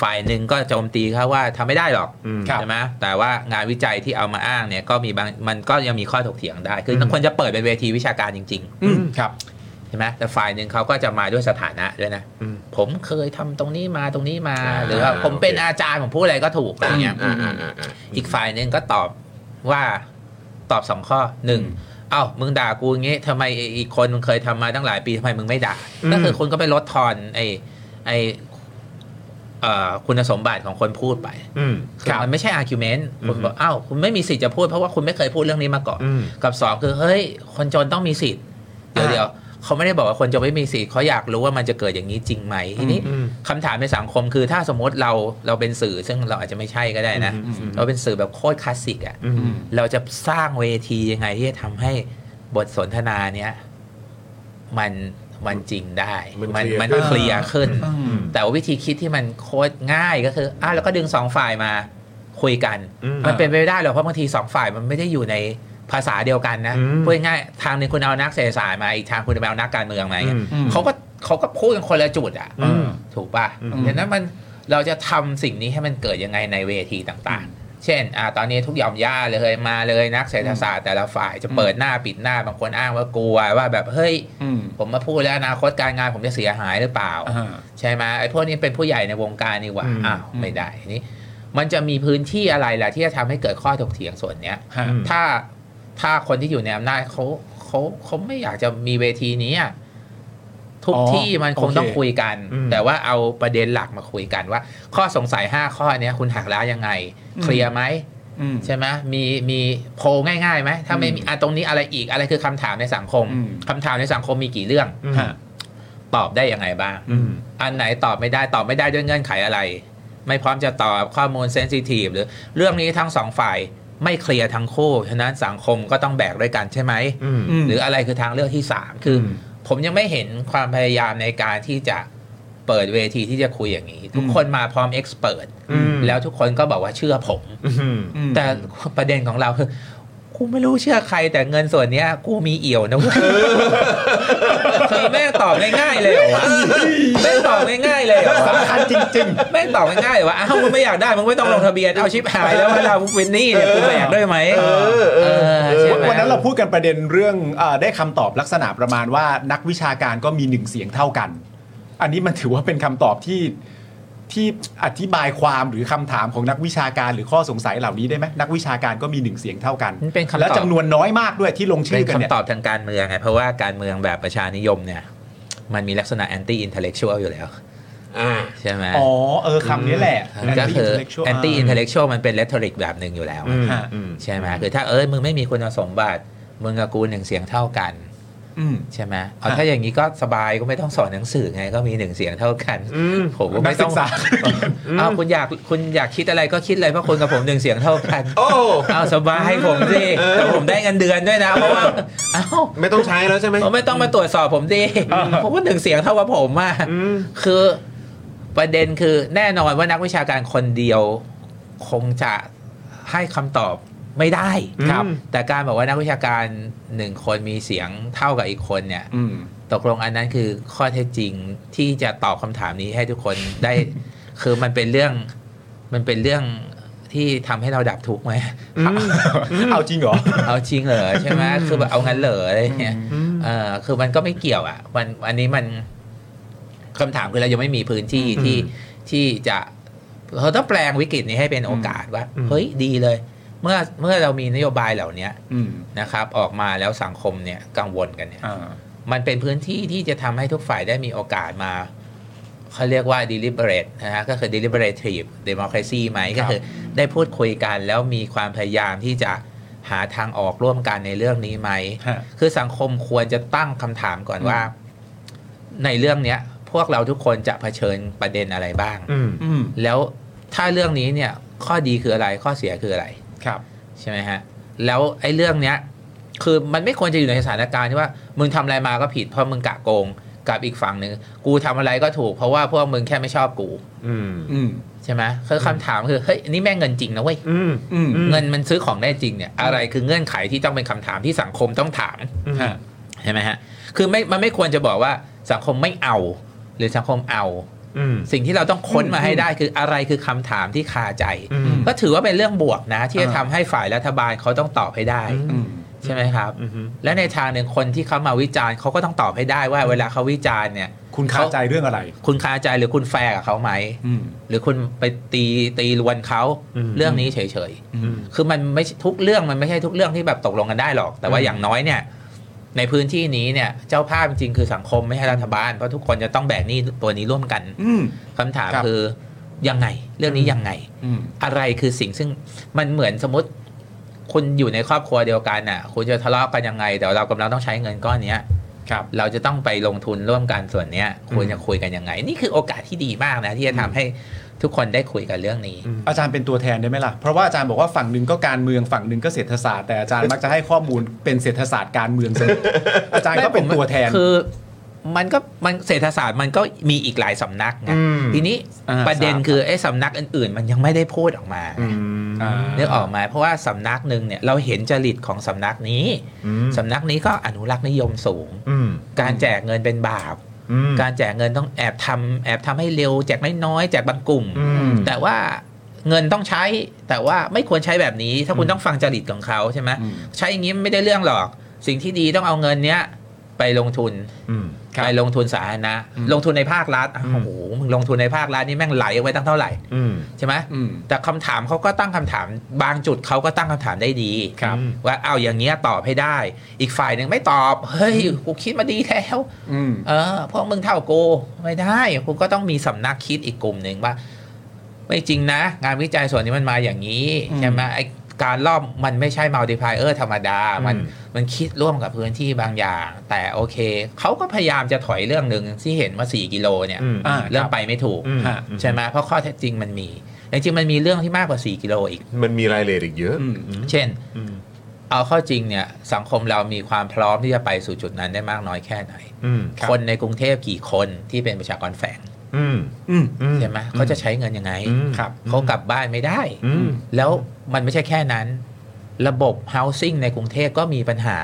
S6: ฝ่ายหนึ่งก็โจมตีเขาว่าทำไม่ได้หรอก
S1: อืม
S6: ใช่ไหมแต่ว่างานวิจัยที่เอามาอ้างเนี่ยก็มีบางมันก็ยังมีข้อถกเถียงได้ คือ
S1: ม
S6: มันควรจะเปิดเป็นเวทีวิชาการจริง
S2: อืมครับ
S6: ๆใช่ไหมแต่ฝ่ายหนึ่งเขาก็จะมาด้วยสถานะด้วยนะ
S1: อืม
S6: ผมเคยทำตรงนี้มาตรงนี้มา
S1: อ่า
S6: หรือว่าผมเป็น
S1: โอเค
S6: อาจารย์ผมพูดอะไรก็ถูกอะไรเงี้ย
S1: อ่าอ่าอ่าอ่า
S6: อีกฝ่ายหนึ่งก็ตอบว่าตอบสองข้อหนึ่งเอ้ามึงด่ากูอย่างงี้ทำไมอีกคนมึงเคยทำมาตั้งหลายปีทำไมมึงไม่ด่า
S1: อืม
S6: ก็คือคุณก็ไปลดทอนไอไอเอ่อคุณสมบัติของคนพูดไป
S1: อืม
S6: คือมันไม่ใช่ argument คุณ
S1: อืม
S6: บอกเอ้าคุณไม่มีสิทธิ์จะพูดเพราะว่าคุณไม่เคยพูดเรื่องนี้มาก่อน
S1: อืม
S6: กับสองคือเฮ้ย คนจนต้องมีสิทธิ์เดี๋ยว
S1: อ่า
S6: เดี๋ยวเขาไม่ได้บอกว่าคนจนไม่มีสิทธิ์เขาอยากรู้ว่ามันจะเกิดอย่างนี้จริงไหมทีนี้
S1: อืม
S6: คำถามในสังคมคือถ้าสมมติเราเราเป็นสื่อซึ่งเราอาจจะไม่ใช่ก็ได้นะ
S1: อืมอืมอืม
S6: เราเป็นสื่อแบบโคตรคลาสสิกอะ่ะ
S1: อืม
S6: เราจะสร้างเวทียังไงที่จะทำให้บทสนทนาเนี้ยมันมันจริงได้
S1: มัน
S6: มั
S1: clear
S6: มัน
S1: ขึ้น
S6: เคลียร์ขึ้น
S2: อืม
S6: แต่ว่าวิธีคิดที่มันโคตรง่ายก็คืออ่ะเราก็ดึงสองฝ่ายมาคุยกัน
S1: อืม
S6: มันเป็นไปไม่ได้หรอกเพราะบางทีสองฝ่ายมันไม่ได้อยู่ในภาษาเดียวกันนะ
S1: อืม
S6: พูดง่ายๆทางหนึงคุณเอานักเศรษฐศาสตร์มาอีกทางคุณเอานักการเมืองมาอย่างเงี้ย
S1: อืม
S6: เขาก็เขาก็พูดกันคนละจุดอ่ะ
S1: อืม
S6: ถูกป่ะดังนั้นมันเราจะทำสิ่งนี้ให้มันเกิดยังไงในเวทีต่างๆ เช่นอ่ะตอนนี้ทุกหย่อมย่าเลยมาเลยนักเศรษฐศาสตร์แต่ละฝ่ายจะเปิดหน้าปิดหน้าบางคนอ้างว่ากลัวว่าแบบเฮ้ย
S2: อืม
S6: ผมมาพูดแล้วอนาคตการงานผมจะเสียหายหรือเปล่า
S2: อ่า
S6: ใช่ไหมไอ้พวกนี้เป็นผู้ใหญ่ในวงการนี่หว่า
S1: อืม
S6: อ้าวไม่ได้ทีนี้ มันจะมีพื้นที่อะไรล่ะที่จะทำให้เกิดข้อถกเถียงส่วนเนี้ย
S2: ฮะ
S1: อืม
S6: ถ้าถ้าคนที่อยู่ในอำนาจเขาเขาเขาไม่อยากจะมีเวทีนี้อะทุก
S2: อ๋อ
S6: ที่มันคง
S2: โอเค
S6: ต้องคุยกัน
S1: อืม
S6: แต่ว่าเอาประเด็นหลักมาคุยกันว่า ข้อสงสัยห้าข้อเนี้ยคุณหักล้างยังไง เคลียร์ไหม
S2: อืม
S6: ใช่ไหมมีมีโพลง่ายๆไหมถ้าไม่มีอ่ะตรงนี้อะไรอีกอะไรคือคำถามในสังคม
S2: อืม
S6: คำถามในสังคมมีกี่เรื่อง
S1: อืม
S2: ฮะ
S6: ตอบได้ยังไงบ้าง
S1: อืม
S6: อันไหนตอบไม่ได้ตอบไม่ได้ด้วยเงื่อนไขอะไร ไม่พร้อมจะตอบข้อมูลเซนซิทีฟหรือเรื่องนี้ทั้งสองฝ่ายไม่เคลียร์ทั้งคู่ฉะนั้นสังคมก็ต้องแบกด้วยกันใช่ไหม
S1: อืม
S2: ม
S6: หรืออะไรคือทางเลือกที่ 3 คืออ
S1: ม
S6: ผมยังไม่เห็นความพยายามในการที่จะ เปิดเวทีที่จะคุยอย่างนี้ ทุกคนมาพร้อมเอ็กซ์เแล้วทุกคนก็บอกว่าเชื่อผม แต่ <laughs> ประเด็นของเรา <laughs> คือกูไม่รู้เชื่อใครแต่เงินส่วนเนี้ย กูมีเอี่ยวนะเว้ยคือแม่งตอบง่ายๆเลยเหรอวะแม่งตอบง่ายๆเลยเหรอวะ
S2: สำคัญจริง
S6: แม่งตอบง่ายๆว่าอ้าวมึงไม่อยากได้มึงไม่ต้องลงทะเบียนเอาชิปหายแล้วเวลามึงเป็นหนี้เนี่ยกูแบกด้วยไหมเออเออใช่ไหม
S2: ๆ วันนั้นเราพูดกันประเด็นเรื่องเออได้คำตอบลักษณะประมาณว่านักวิชาการก็มีหนึ่งเสียงเท่ากัน อันนี้มันถือว่าเป็นคำตอบที่ที่อธิบายความหรือคำถามของนักวิชาการหรือข้อสงสัยเหล่านี้ได้ไหมนักวิชาการก็มีหนึ่งเสียงเท่ากัน
S6: มันเป็นคำ
S2: และ
S6: ตอบ
S2: จำนวนน้อยมากด้วยที่ลงชื่
S6: เป็
S2: อน กันเนี่ย
S6: คำตอบทางการเมืองไงเพราะว่าการเมืองแบบประชานิยมเนี่ย มันมีลักษณะ anti intellectual อยู่แล้ว
S1: อ่า
S6: ใช่ไหม
S2: อ๋อ เออคำนี้แหละ
S6: มันก็คือ
S2: anti-intellectual
S6: anti intellectual มันเป็น rhetoric แบบหนึ่งอยู่แล้ว
S1: อืม
S2: ฮะ
S1: อืม
S6: ใช่ไหมคือถ้าเอ้ยมึงไม่มีคุณสมบัติมึงกับกูหนึ่งเสียงเท่ากัน
S2: อืม
S6: ใช่ไหมเอา
S2: ฮะ
S6: ถ้าอย่างนี้ก็สบายก็ไม่ต้องสอนหนังสือไงก็มีหนึ่งเสียงเท่ากัน
S1: อืม
S6: ผมก็ไม่ต้อ
S2: นัก
S6: ง
S2: ศึกษา
S6: เอาคุณอยากคุณอยากคิดอะไรก็คิดเลยเพราะคุณกับผมหนึ่งเสียงเท่ากัน
S1: โอ้
S6: เอาสบายผมสิแต่ผมได้เงินเดือนด้วยนะเพราะว่าเอ้า
S1: ไม่ต้องใช้แล้วใช่ไหม
S6: ผมไม่ต้องมาตรวจสอบผม <laughs> ดิผมก็หนึ่งเสียงเท่ากับผมอ่ะ
S1: อืม
S6: คือประเด็นคือแน่นอนว่านักวิชาการคนเดียวคงจะให้คำตอบไม่ได้ครับ
S1: อืม
S6: แต่การบอกว่านักวิชาการหนึ่งคนมีเสียงเท่ากับอีกคนเนี่ย
S2: อืม
S6: ตกลงอันนั้นคือข้อเท็จจริงที่จะตอบคำถามนี้ให้ทุกคน <laughs> ได้ คือมันเป็นเรื่องมันเป็นเรื่องที่ทำให้เราดับทุกข์ไหม
S2: เอาจริงเหรอ
S6: <laughs> เอาจริงเหรอใช่ไหมคือแบบเอางั้นเหรออะไรเงี้ยเออคือมันก็ไม่เกี่ยวอ่ะมันอันนี้มันคำถามคือเรายังไม่มีพื้นที่ที่ที่จะเราต้องแปลงวิกฤตนี้ให้เป็นโอกาสว่า เฮ้ยดีเลย เมื่อเมื่อเรามีนโยบายเหล่านี้
S2: อืม
S6: นะครับ ออกมาแล้วสังคมเนี่ยกังวลกันเนี่ย
S2: อ่า
S6: มันเป็นพื้นที่ที่จะทำให้ทุกฝ่ายได้มีโอกาสมาเขาเรียกว่า deliberate นะฮะก็คือ deliberative democracy ไหมก็คือได้พูดคุยกันแล้วมีความพยายามที่จะหาทางออกร่วมกันในเรื่องนี้ไหม
S2: ฮะ
S6: คือสังคมควรจะตั้งคำถามก่อนว่า ในเรื่องเนี้ย พวกเราทุกคนจะเผชิญประเด็นอะไรบ้าง
S1: อืม
S2: อืม
S6: แล้วถ้าเรื่องนี้เนี่ยข้อดีคืออะไรข้อเสียคืออะไร
S2: ครับ
S6: ใช่ไหมฮะ แล้วไอ้เรื่องเนี้ย คือมันไม่ควรจะอยู่ในสถานการณ์ที่ว่า มึงทำอะไรมาก็ผิดเพราะมึงกะโกงกับอีกฝั่งหนึ่งกูทำอะไรก็ถูกเพราะว่าพวกมึงแค่ไม่ชอบกู
S1: อืม
S2: อืม
S6: ใช่ไหมคือคำถามคือเฮ้ยนี่แม่งเงินจริงนะเว้ย
S1: อืม
S2: อืม
S6: เงินมันซื้อของได้จริงเนี่ยอะไรคือเงื่อนไขที่ต้องเป็นคำถามที่สังคมต้องถาม
S2: ฮะ
S6: ใช่ไหมฮะ คือไม่มันไม่ควรจะบอกว่าสังคมไม่เอา หรือสังคมเอา
S1: อืม
S6: สิ่งที่เราต้องค้นมาให้ได้คืออะไรคือคำถามที่คาใจ
S1: อืม
S6: ก็ถือว่าเป็นเรื่องบวกนะ ที่จะทำให้ฝ่ายรัฐบาลเขาต้องตอบให้ได้
S2: อืม
S6: ใช่ไหมครับ
S1: อืม
S6: และในทางหนึ่งคนที่เขามาวิจารณ์เขาก็ต้องตอบให้ได้ว่า เวลาเขาวิจารณ์เนี่ย
S2: คุณคาใจเรื่องอะไร
S6: คุณคาใจหรือคุณแฟร์กับเขาไหม
S2: อืม
S6: หรือคุณไปตีตีรวนเขา
S1: อืม
S6: เรื่องนี้เฉย
S2: อืม
S6: ๆ คือมันไม่ใช่ทุกเรื่องมันไม่ใช่ทุกเรื่องที่แบบตกลงกันได้หรอก แต่ว่าอย่างน้อยเนี่ย ในพื้นที่นี้เนี่ยเจ้าภาพจริงๆคือสังคมไม่ใช่รัฐบาลเพราะทุกคนจะต้องแบกหนี้ตัวนี้ร่วมกัน
S2: อืม
S6: คำถาม
S2: ครับ
S6: คือยังไง เรื่องนี้ยังไง
S2: อืม
S6: อะไรคือสิ่งซึ่งมันเหมือนสมมติคุณอยู่ในครอบครัวเดียวกันน่ะ คุณจะทะเลาะกันยังไงแต่เรากำลังต้องใช้เงินก้อนเนี้ย
S2: ครับ
S6: เราจะต้องไปลงทุนร่วมกันส่วนเนี้ยควรจะคุยกันยังไง นี่คือโอกาสที่ดีมากนะ ที่จะทำให้ทุกคนได้คุยกันเรื่องนี้
S2: อาจารย์เป็นตัวแทนได้ไหมล่ะ เพราะว่าอาจารย์บอกว่าฝั่งหนึ่งก็การเมืองฝั่งหนึ่งก็เศรษฐศาสตร์แต่อาจารย์มักจะให้ข้อมูลเป็นเศรษฐศาสตร์การเมืองเสมออาจารย์ก็เป็นตัวแทน
S6: คือมันก็มันเศรษฐศาสตร์มันก็มีอีกหลายสำนักไง
S1: อืม
S6: ทีนี้
S2: อ่า
S6: ประเด็น
S2: ครับ
S6: คือไอ้สำนักอื่น ๆ มันยังไม่ได้พูดออกมา
S1: อืม
S2: อ่า
S6: เนื้อออกไหมาเพราะว่าสำนักหนึ่งเนี่ยเราเห็นจริตของสำนักนี้
S1: อืม
S6: สำนักนี้ก็อนุรักษ์นิยมสูง
S1: อืม
S6: การแจกเงินเป็นบาป
S1: อืม
S6: การแจกเงินต้องแอบทำแอบทำให้เร็วแจกน้อยๆแจกบางกลุ่ม
S1: อืม
S6: แต่ว่าเงินต้องใช้แต่ว่าไม่ควรใช้แบบนี้ ถ้าคุณต้องฟังจริตของเขาใช่ไหม
S2: อืม
S6: ใช้อย่างนี้ไม่ได้เรื่องหรอก สิ่งที่ดีต้องเอาเงินเนี้ยไปลงทุน
S1: อืม
S6: ไปลงทุนสาธารณะลงทุนในภาครัฐอ้าวโอ้โหมึงลงทุนในภาครัฐนี่แม่งไหลเอาไว้ตั้งเท่าไหร่
S1: อืม
S6: ใช่ไหม
S2: อืม
S6: แต่คำถามเขาก็ตั้งคำถาม บางจุดเขาก็ตั้งคำถามได้ดี
S2: ครับ
S6: ว่าเอาอย่างเงี้ยตอบให้ได้ อีกฝ่ายหนึ่งไม่ตอบ เฮ้ยกูคิดมาดีแล้ว
S2: อืม
S6: เออพวกมึงเท่ากูไม่ได้กูก็ต้องมีสำนักคิดอีกกลุ่มหนึ่งว่า ไม่จริงนะ งานวิจัยส่วนนี้มันมาอย่างนี้
S2: อืม
S6: ใช่ไหมไอการรอบมันไม่ใช่มัลติพลายเออร์ธรรมดา มัน
S1: อืม
S6: มันคิดร่วมกับพื้นที่บางอย่าง แต่โอเค เขาก็พยายามจะถอยเรื่องหนึ่งที่เห็นว่า 4 กิโลเนี่ย
S1: อืม
S2: อ่า
S6: เรื่องไปไม่ถูก
S1: อืม
S2: ฮะ
S6: ใช่ไหมเพราะข้อเท็จจริงมันมีแต่จริงๆมันมีเรื่องที่มากกว่า 4 กิโลอีก
S1: มันมีรายละเอียดอีกเยอะ
S2: อืม
S6: เช่น
S1: อืม
S6: เอาเข้าจริงเนี่ยสังคมเรามีความพร้อมที่จะไปสู่จุดนั้นได้มากน้อยแค่ไหน
S1: อืม
S6: คนในกรุงเทพกี่คนที่เป็นประชากรแฝง
S1: อืม
S2: อืม
S1: อืม
S6: ใช่ไหมเขาจะใช้เงินยังไง
S1: อืม
S6: ครับเขากลับบ้านไม่ได้
S1: อืม
S6: แล้วมันไม่ใช่แค่นั้น ระบบ housing ในกรุงเทพก็มีปัญหา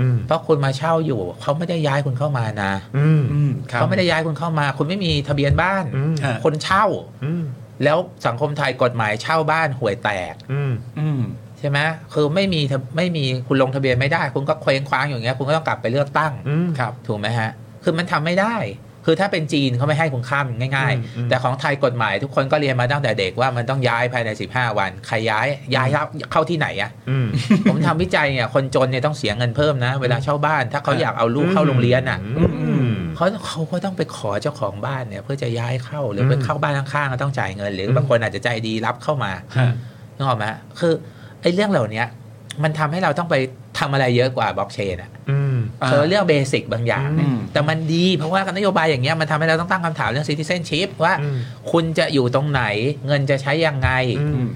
S1: อืม
S6: เพราะคุณมาเช่าอยู่ เขาไม่ได้ย้ายคุณเข้ามานะ
S1: อืม
S2: อืมครับ
S6: เขาไม่ได้ย้ายคุณเข้ามา คุณไม่มีทะเบียนบ้าน
S1: อืม
S2: ฮะ
S6: คนเช่า
S1: อืม
S6: แล้วสังคมไทยกฎหมายเช่าบ้านห่วยแตก
S1: อืม
S2: อืม
S6: ใช่ไหมคือไม่มีทะไม่มีคุณลงทะเบียนไม่ได้ คุณก็เคว้งคว้างอย่างเงี้ยคุณก็ต้องกลับไปเลือกตั้ง
S1: อืม
S6: ครับถูกไหมฮะ คือมันทำไม่ได้ คือถ้าเป็นจีนเขาไม่ให้คุณข้ามง่าย
S1: อืมอืม
S6: ๆ แต่ของไทยกฎหมายทุกคนก็เรียนมาตั้งแต่เด็กว่ามันต้องย้ายภายใน 15 วันใครย้ายย้ายเข้าที่ไหนอะ
S1: อืม
S6: ผมทำวิจัยเนี่ยคนจนเนี่ยต้องเสียเงินเพิ่มนะ เวลาเช่าบ้าน ถ้าเขาอยากเอาลูกเข้าโรงเรียนอ่ะ
S1: อืม
S6: เขาเขาก็ต้องไปขอเจ้าของบ้านเนี่ย เพื่อจะย้ายเข้าหรือ
S1: ม
S6: ไปเข้าบ้านข้างๆก็ต้องจ่ายเงิน หรือ
S1: ม
S6: บางคนอาจจะใจดีรับเข้ามานึกออกไหมคือไอ้เรื่องเหล่านี้มันทำให้เราต้องไปทำอะไรเยอะกว่าบล็อกเชนอ่ะ
S1: อืม
S6: เออเรื่องเบสิกบางอย่าง
S2: อืม
S6: แต่มันดีเพราะว่านโยบายอย่างเงี้ยมันทำให้เราต้องตั้งคำถามเรื่อง citizenship ว่า
S1: อืม
S6: คุณจะอยู่ตรงไหนเงินจะใช้ยังไง
S1: อืม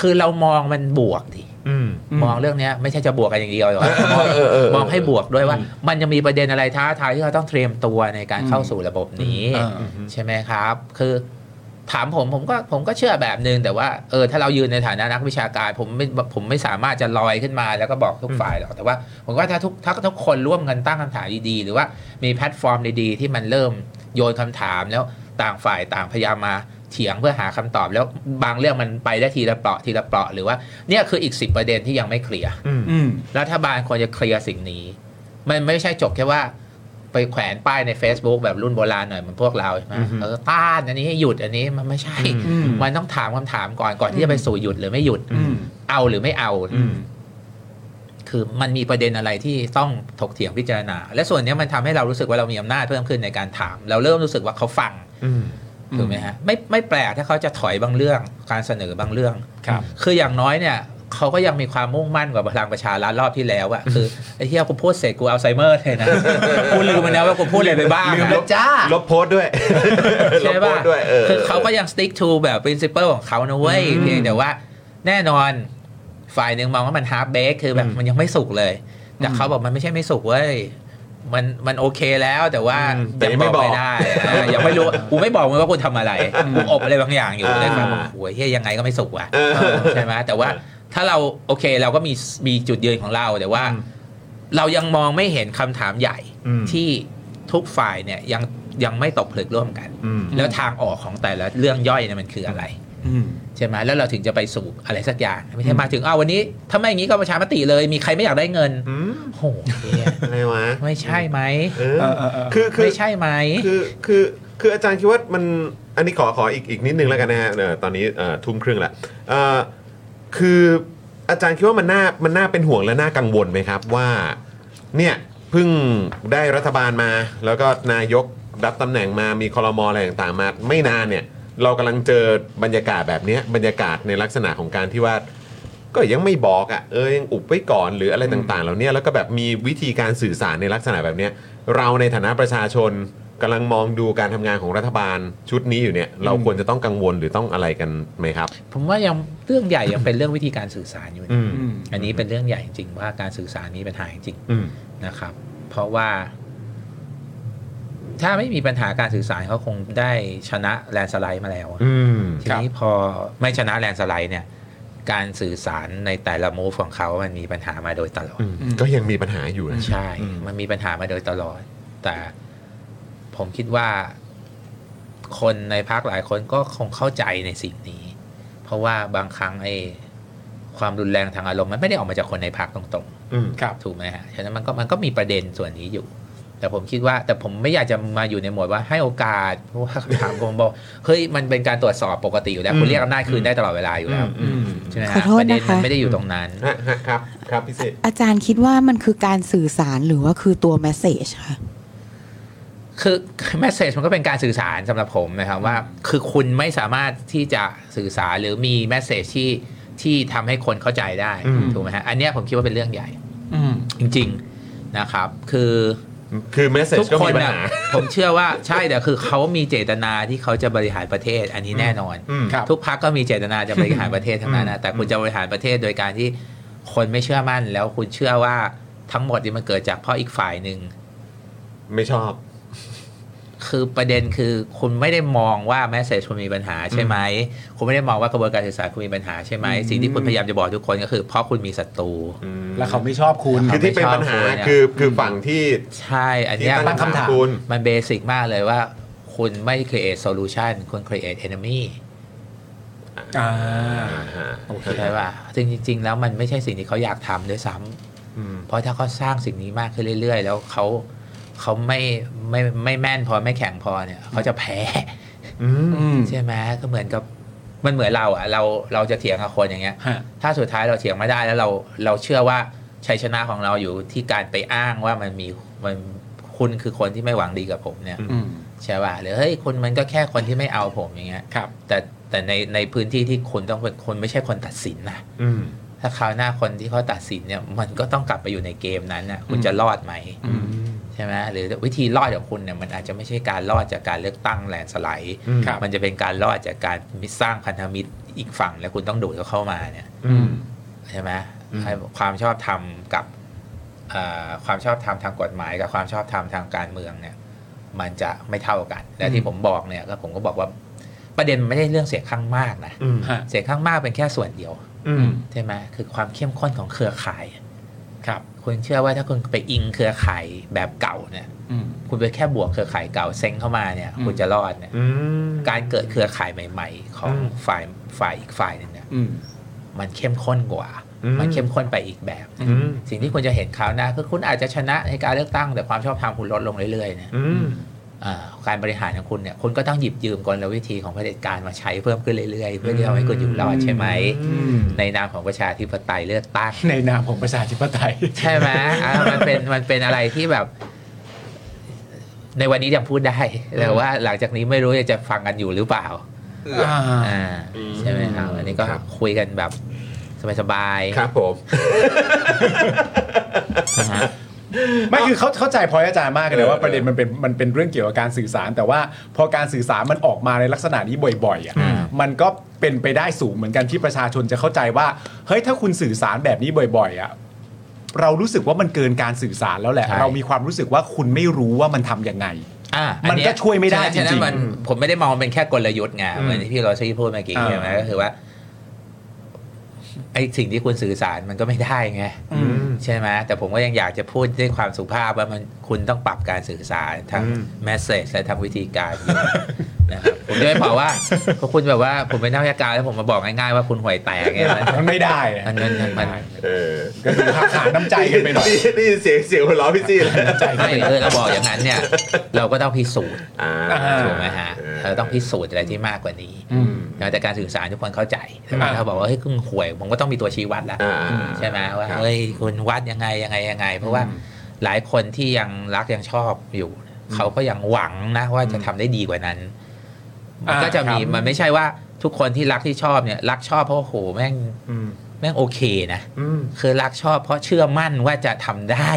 S6: คือเรามองมันบวกดิ
S1: อืม
S6: มองเรื่องเนี้ยไม่ใช่จะบวกกันอย่างเดียวหรอกมอง
S1: เออเออเออ
S6: มองให้บวกด้วยว่า มันยังมีประเด็นอะไรท้าทายที่เราต้องเตรียมตัวในการเข้าสู่ระบบนี้
S2: อ่า
S6: ใช่ไหมครับ คือ ถามผมผมก็ผมก็เชื่อแบบนึง แต่ว่าเออถ้าเรายืนในฐานะนักวิชาการผมไม่ผมไม่สามารถจะลอยขึ้นมาแล้วก็บอกทุกฝ่ายหรอกแต่ว่าผมว่าถ้าทุกถ้าทุกคนร่วมกันตั้งคำถามดีๆ หรือว่ามีแพลตฟอร์มดีๆ ที่มันเริ่มโยนคำถามแล้วต่างฝ่ายต่างพยายามมาเถียงเพื่อหาคำตอบ แล้วบางเรื่องมันไปได้ทีละเปราะทีละเปราะหรือว่าเนี่ยคืออีก 10 ประเด็นที่ยังไม่เคลียร์
S1: อืม
S2: อืม
S6: รัฐบาลควรจะเคลียร์สิ่งนี้ มันไม่ใช่จบแค่ว่า ไปแขวนป้ายใน Facebook แบบรุ่นโบราณหน่อยเหมือนพวกเราใช่ไหม
S1: อือฮึ
S6: เออต้านอันนี้ให้หยุดอันนี้มันไม่ใช่
S1: อืม
S6: มันต้องถามคำถามก่อนก่อนที่จะไปสู่หยุดหรือไม่หยุด เอาหรือไม่เอา
S1: อืม
S6: คือมันมีประเด็นอะไรที่ต้องถกเถียงพิจารณา และส่วนเนี้ยมันทำให้เรารู้สึกว่าเรามีอำนาจเพิ่มขึ้นในการถาม เราเริ่มรู้สึกว่าเขาฟัง
S1: อืม
S6: ถูกไหมฮะไม่ไม่แปลกถ้าเขาจะถอยบางเรื่องการเสนอบางเรื่อง
S2: ครับ
S6: คืออย่างน้อยเนี่ยเขาก็ยังมีความมุ่งมั่นกว่าพลังประชารัฐรอบที่แล้ว
S1: <laughs>
S6: อะคือ ไอ้เที่ยกูพูดเสร็จกูอัลไซเมอร์เลยนะ กูลืมไปแล้วว่ากูพูดอะไรไปบ้าง
S1: ลืม
S6: อะ
S8: จ้า
S1: ลบโพสต์ด้วยลบ
S6: ใช่
S1: โพ
S6: ป่ะ
S1: สต์ด้วยเออ
S6: คือเขาก็ยัง stick to แบบ principle ของเขานะเว้ย
S1: อืม
S6: เพียงแต่ว่าแน่นอนฝ่ายหนึ่งมองว่ามัน half bake คือแบบ
S1: อืม
S6: มันยังไม่สุกเลย แต่เขาบอกมันไม่ใช่ไม่สุกเว้ยมันมันโอเคแล้วแต่ว่า
S1: อืมแต่ยังไม่
S6: ง
S1: บอก
S6: ไม่ได้อ่ายังไม่รู้กูไม่บอกมึงว่ากูทำอะไรกูอบอะไรบางอย่างอยู่
S1: อ่า
S6: ได้แบบโอ้ยเฮียยังไงก็ไม่สุกว่ะ
S1: เออ
S6: ใช่ไหมแต่ว่าถ้าเราโอเคเราก็มีมีจุดยืนของเราแต่ว่า
S1: อืม
S6: เรายังมองไม่เห็นคำถามใหญ่
S1: อืม
S6: ที่ทุกฝ่ายเนี่ยยังยังไม่ตกผลึกร่วมกัน
S1: อืม
S6: แล้วทางออกของแต่ละเรื่องย่อยเนี่ยมันคืออะไร
S2: อืม
S6: ใช่ไหมแล้วเราถึงจะไปสู่อะไรสักอย่างไม่ใช่มาถึงอ้าววันนี้ถ้าไม่อย่างนี้ก็ประชามติเลยมีใครไม่อยากได้เงิน
S1: อืม
S6: โอ้โหเหี้ย
S1: อะไรวะ
S6: ไม่ใช่ไหม
S1: เออ
S2: เออเออเออ
S1: คือคือ
S6: ไม่ใช่ไหม
S1: คือคือคืออาจารย์คิดว่ามันอันนี้ขอขออีกอีกนิดนึงแล้วกันนะฮะเอ่อตอนนี้เอ่อทุ่มครึ่งละเอ่อคืออาจารย์คิดว่ามันน่ามันน่าเป็นห่วงและน่ากังวลไหมครับว่าเนี่ยเพิ่งได้รัฐบาลมา แล้วก็นายกรับตำแหน่งมามีคอรมออะไรต่างๆมา ไม่นานเนี่ยเรากำลังเจอบรรยากาศแบบเนี้ยบรรยากาศในลักษณะของการที่ว่า ก็ยังไม่บอกอ่ะเออยังอุบไว้ก่อนหรืออะไรต่างๆเหล่าเนี้ยแล้วก็แบบมีวิธีการสื่อสารในลักษณะแบบเนี้ยเราในฐานะประชาชนกำลังมองดูการทำงานของรัฐบาลชุดนี้อยู่เนี่ย เราควรจะต้องกังวลหรือต้องอะไรกันไหมครับ
S6: ผมว่ายังเรื่องใหญ่ยังเป็นเรื่องวิธีการสื่อสารอยู่นะ
S1: อืม
S2: อืม
S6: อันนี้เป็นเรื่องใหญ่จริงว่าการสื่อสารมีปัญหาจริง
S1: อืม
S6: นะครับ เพราะว่า ถ้าไม่มีปัญหาการสื่อสารเขาคงได้ชนะแลนด์สไลด์มาแล้วอะ
S1: อืม
S6: ทีนี้พอไม่ชนะแลนด์สไลด์เนี่ย การสื่อสารในแต่ละมูฟของเขามันมีปัญหามาโดยตลอด
S1: อืม ก็ยังมีปัญหาอยู่นะ
S6: ใช่ มันมีปัญหามาโดยตลอด แต่ผมคิดว่าคนในพักหลายคนก็คงเข้าใจในสิ่งนี้ เพราะว่าบางครั้งไอ้ความรุนแรงทางอารมณ์มันไม่ได้ออกมาจากคนในพักตรงๆ
S1: อืม
S2: ครับ
S6: ถูกไหมฮะ ฉะนั้นมันก็มันก็มีประเด็นส่วนนี้อยู่ แต่ผมคิดว่า แต่ผมไม่อยากจะมาอยู่ในหมวดว่าให้โอกาส เพราะว่าคำถามผมบอก เฮ้ย มันเป็นการตรวจสอบปกติอยู่แล้ว คุณเรียกอำนาจคืนได้ตลอดเวลาอยู่แล้ว
S1: อืม
S6: ใช่ไหม
S9: ขอ
S6: ฮะ
S9: โทษ
S6: ประเด็น
S9: นะคะ
S6: มันไม่ได้อยู่ตรงนั้น
S1: ฮะฮะครับ ครับพี่สิทธิ์
S9: อาจารย์คิดว่ามันคือการสื่อสารหรือว่าคือตัวแมสเซจค่ะ
S6: คือแมสเซจมันก็เป็นการสื่อสารสำหรับผมนะครับว่า คือคุณไม่สามารถที่จะสื่อสารหรือมีแมสเซจที่ที่ทำให้คนเข้าใจได้ถูกไหมฮะ อันเนี้ยผมคิดว่าเป็นเรื่องใหญ่
S2: อืม
S6: จริง ๆนะครับ คือ
S1: คือเมสเซจ
S6: ทุก
S1: ก็
S6: ค
S1: มี
S6: น
S1: ปัญ
S6: น่ะ
S1: หา
S6: ผมเชื่อว่าใช่แต่คือเขามีเจตนาที่เขาจะบริหารประเทศอันนี้แน่นอน
S1: อืมครับ
S6: ทุกพักก็มีเจตนาจะบริหารประเทศทั้งนั้นนะแต่คุณจะบริหารประเทศโดยการที่คนไม่เชื่อมั่น แล้วคุณเชื่อว่าทั้งหมดนี่มันเกิดจากเพราะอีกฝ่ายหนึ่ง
S1: ไม่ชอบ
S6: คือประเด็นคือคุณไม่ได้มองว่าแมสเซจคุณมีปัญหาใช่ไหมคุณไม่ได้มองว่ากระบวนการสื่อสารคุณมีปัญหาใช่ไหมสิ่งที่คุณพยายามจะบอกทุกคนก็คือ เพราะคุณมีศัตรู
S2: แล้วเขาไม่ชอบคุณ
S1: คือที่เป็นปัญหา
S6: ไม่ชอบคุณเนี่ย
S1: คือคือฝั่งที่
S6: ใช่อันเนี้ย
S1: ที่ตั้งคำถามคุณ
S6: มันเบสิกมากเลยว่า คุณไม่ create solution คุณ create enemy
S2: อ่า
S6: โอเคใช่ป่ะซึ่งจริง ๆ แล้วมันไม่ใช่สิ่งที่เขาอยากทำด้วยซ้ำเพราะถ้าเขาสร้างสิ่งนี้มากขึ้นเรื่อย ๆ แล้วเขาเขาไม่ไม่ไม่แม่นพอไม่แข็งพอเนี่ยเขาจะแพ้ ใช่ไหมก็เหมือนกับมันเหมือนเราอะเราเราจะเถียงกับคนอย่างเงี้ย
S2: ฮะ
S6: ถ้าสุดท้ายเราเถียงไม่ได้แล้วเราเราเชื่อว่าชัยชนะของเราอยู่ที่การไปอ้างว่ามันมีมันคุณคือคนที่ไม่หวังดีกับผมเนี่ย
S2: อืม
S6: ใช่ป่ะหรือเฮ้ยคุณมันก็แค่คนที่ไม่เอาผมอย่างเงี้ย
S2: ครับ
S6: แต่แต่ในในพื้นที่ที่คุณต้องเป็นคนไม่ใช่คนตัดสินนะถ้าคราวหน้าคนที่เขาตัดสินเนี่ย มันก็ต้องกลับไปอยู่ในเกมนั้นนะคุณจะรอดไหมใช่ไหมหรือวิธีรอดของคุณเนี่ยมันอาจจะไม่ใช่การรอดจากการเลือกตั้งแลนด์สไลด์
S2: ครับ
S6: มันจะเป็นการรอดจากการมิสร้างพันธมิตรอีกฝั่งแล้วคุณต้องดูดเขาเข้ามาเนี่ยใช่ไหมให้ความชอบธรรมกับเอ่อความชอบธรรมทางกฎหมาย กับความชอบธรรมทางการเมืองเนี่ย มันจะไม่เท่ากัน และที่ผมบอกเนี่ยก็ผมก็บอกว่า ประเด็นมันไม่ได้เรื่องเสียงข้างมากนะ
S2: ฮะ
S6: เสียงข้างมากเป็นแค่ส่วนเดียว
S2: อืม
S6: ใช่ไหมคือความเข้มข้นของเครือข่าย
S2: ครับ
S6: คุณเชื่อว่าถ้าคุณไปอิงเครือข่ายแบบเก่าเนี่ย
S2: อืม
S6: คุณไปแค่บวกเครือข่ายเก่าเซ็งเข้ามาเนี่ย
S2: อืม
S6: คุณจะรอดเนี่ย การเกิดเครือข่ายใหม่ ๆ ของฝ่ายฝ่ายอีกฝ่ายหนึ่งเนี่ย
S2: อืม
S6: มันเข้มข้นกว่า มันเข้มข้นไปอีกแบบ
S2: อื
S6: สิ่งที่คุณจะเห็นคราวหน้าคือคุณอาจจะชนะในการเลือกตั้งแต่ความชอบธรรมคุณลดลงเรื่อยๆเนี่ย อ่าการบริหารของคุณเนี่ยคุณก็ต้องหยิบยืมกลวิธีของเผด็จการมาใช้เพิ่มขึ้นเรื่อยๆ เพื่อที่จะให้คุณอยู่รอดใช่ไหม
S2: ม
S6: ในนามของประชาธิปไตยเลือกตั้ง
S2: ในนามของประชาธิปไตย
S6: ใช่ไหมอ่ามันเป็นมันเป็นอะไรที่แบบ ในวันนี้ยังพูดได้แต่ว่าหลังจากนี้ไม่รู้จะฟังกันอยู่หรือเปล่า อ่าใช่ไหมครับอันนี้ก็
S1: ครับ
S6: คุยกันแบบสบายๆ
S1: ครับผม
S6: นะฮะ
S2: ไม่คือเขาเข้าใจพอยอาจารย์มากเลยนะว่าประเด็นมันเป็นมันเป็นเรื่องเกี่ยวกับการสื่อสาร แต่ว่าพอการสื่อสารมันออกมาในลักษณะนี้บ่อยๆอ่ะ
S6: อืม
S2: มันก็เป็นไปได้สูงเหมือนกันที่ประชาชนจะเข้าใจว่าเฮ้ยถ้าคุณสื่อสารแบบนี้บ่อยๆอ่ะเรารู้สึกว่ามันเกินการสื่อสารแล้วแหละ เรามีความรู้สึกว่าคุณไม่รู้ว่ามันทำยังไง
S6: อ่ะอั
S2: มัน
S6: เย
S2: ก็ช่วยไม่ได้
S6: ฉะนั้น
S2: จ
S6: ฉะนั้
S2: ริ
S6: น
S2: งๆ
S6: มันผมไม่ได้มองเป็นแค่กลยุทธ์ไง
S2: อืม
S6: เหมือนที่พี่โรซี่พูดเมื่อกี้
S2: อ่า
S6: ใช่ไหมก็คือว่าไอสิ่งที่คุณสื่อสารมันก็ไม่ได้ไงใช่ไหมแต่ผมก็ยังอยากจะพูดด้วยความสุภาพว่ามันคุณต้องปรับการสื่อสารทั้งแมสเซจและทั้งวิธีการนะครับผมจะไม่บอก
S2: <laughs>
S6: ว่าพอคุณแบบว่าผมเป็นนักวิชาการแล้วผมมาบอกง่ายๆว่าคุณห่วยแตกไงมัน
S2: มันไม่ได้อะ
S6: มันมัน
S2: <laughs>
S6: มัน
S1: เออ
S2: ก็คือหักหาน้ำใจกันไปหน่อย
S1: นี่เสียงเสียงหัวเราะพี่จี้เลย
S6: ไม่เออเราบอกอย่างนั้นเนี่ย เราก็ต้องพิสูจน์
S1: อ่า
S6: ถูกไหมฮะเราต้องพิสูจน์อะไรที่มากกว่านี้
S2: อืม
S6: นะแต่การสื่อสารทุกคนเข้าใจแต่ว่า
S2: อ่า
S6: เขาบอกว่าเฮ้ยคุณห่วยผมก็ต้องมีตัวชี้วัดแล้ว
S1: อ่า
S6: ใช่ไหมว่า
S1: ครับ
S6: เฮ้ยคุณวัดยังไงยังไงยังไง เพราะว่าหลายคนที่ยังรักยังชอบอยู่ เขาก็ยังหวังนะว่าจะทำได้ดีกว่านั้นมันก็จะมีมันไม่ใช่ว่าทุกคนที่รักที่ชอบเนี่ยรักชอบเพราะว่าโหแม่งแม่งโอเคนะคือรักชอบเพราะเชื่อมั่นว่าจะทำได้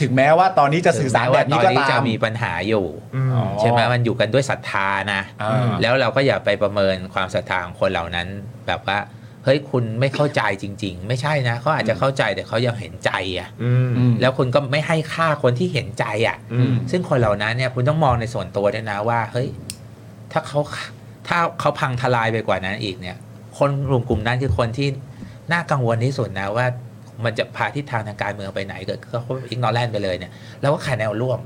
S2: ถึงแม้ว่าตอนนี้จะสื่อสารแบบนี้ก็
S6: ถึงแม้ว่าตอนนี้
S2: ตา
S6: จะ
S2: ม
S6: มีปัญหาอยู่
S2: อ๋อ
S6: ใช่ไหมมันอยู่กันด้วยศรัทธานะ
S2: อ่า
S6: แล้วเราก็อย่าไปประเมินความศรัทธาของคนเหล่านั้น แบบว่า เฮ้ยคุณไม่เข้าใจจริง ๆ ไม่ใช่นะเขาอาจจะเข้าใจแต่เขายังเห็นใจอ่ะ
S2: อืม
S6: แล้วคุณก็ไม่ให้ค่าคนที่เห็นใจอ่ะ
S2: อืม
S6: ซึ่งคนเหล่านั้นเนี่ยคุณต้องมองในส่วนตัวด้วยนะว่าเฮ้ยถ้าเขาถ้าเขาพังทลายไปกว่านั้นอีกเนี่ย คนกลุ่มกลุ่มนั้นคือคนที่น่ากังวลที่สุดนะว่า มันจะพาทิศทางทางการเมืองไปไหนเกิดเขาอิกนอแลนไปเลยเนี่ยเราก็ขาดแนวร่วม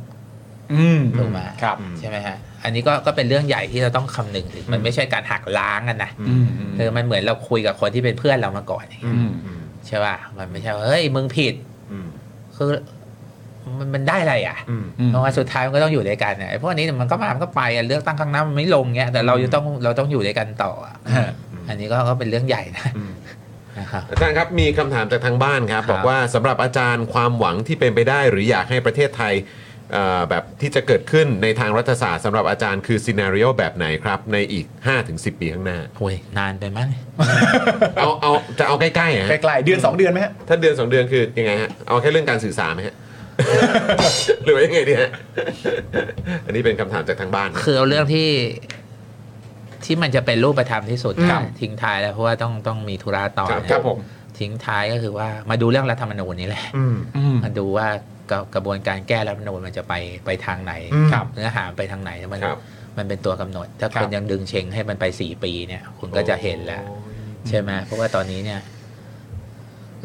S2: อืม
S6: ถูกไหม
S2: ครับ
S6: ใช่ไหมฮะ อันนี้ก็ก็เป็นเรื่องใหญ่ที่เราต้องคำนึงถึง มันไม่ใช่การหักล้างกันนะ
S2: อืม
S6: เออมันเหมือนเราคุยกับคนที่เป็นเพื่อนเรามาก่อนอย่างเงี้ย
S2: อืม
S6: ใช่ป่ะ มันไม่ใช่ว่าเฮ้ยมึงผิด คือมันมันได้อะไรอ่ะเพราะว่าสุดท้ายมันก็ต้องอยู่ด้วยกันเนี่ยไอ้พวกนี้มันก็มา มันก็ไปอะเลือกตั้งครั้งหน้ามันไม่ลงเงี้ย แต่เราจะต้องเราต้องอยู่ด้วยกันต่ออะ
S2: ฮะ
S6: อันนี้ก็ก็เป็นเรื่องใหญ่นะ
S1: อืม
S6: นะครับ
S1: อาจารย์ครับมีคำถามจากทางบ้านครับ
S6: ครับ
S1: บอกว่าสำหรับอาจารย์ความหวังที่เป็นไปได้หรืออยากให้ประเทศไทยเอ่อแบบที่จะเกิดขึ้นในทางรัฐศาสตร์สำหรับอาจารย์คือซีนารีโอแบบไหนครับ ในอีก 5-10 ปีข้างหน้า
S6: โอ้ยนานไปมั้ง
S1: เอาเอาจะเอาใกล้ๆอะ
S2: ใก
S1: ฮะ
S2: ล้ๆเดือนสองเดือนไหมฮะ
S1: ถ้าเดือนสองเดือนคือยังไงฮะ เอาแค่เรื่องการสื่อสารไหมฮะ <laughs> หรือว่ายังไงดีฮะ อันนี้เป็นคำถามจากทางบ้านนะ
S6: คือเอาเรื่องที่ที่มันจะเป็นรูปธรรมที่สุด
S2: ครับ
S6: ทิ้งท้ายแล้วเพราะว่าต้องต้องมีธุระต่อ
S1: ครับ
S6: นะทิ้งท้ายก็คือว่ามาดูเรื่องรัฐธรรมนูญนี่แหละ
S1: อืม
S2: อืม
S6: มาดูว่าก กับกระบวนการแก้รัฐธรรมนูญมันจะไปไปทางไหน
S2: อืม
S6: ครับเนื้อหาไปทางไหนมัน
S1: ครับ
S6: มันเป็นตัวกำหนด ถ้า
S2: ครับ
S6: คุณยังดึงเชงให้มันไปสี่ปีเนี่ย คุณก็จะเห็นแล้ว ใช่ไหมเพราะว่าตอนนี้เนี่ย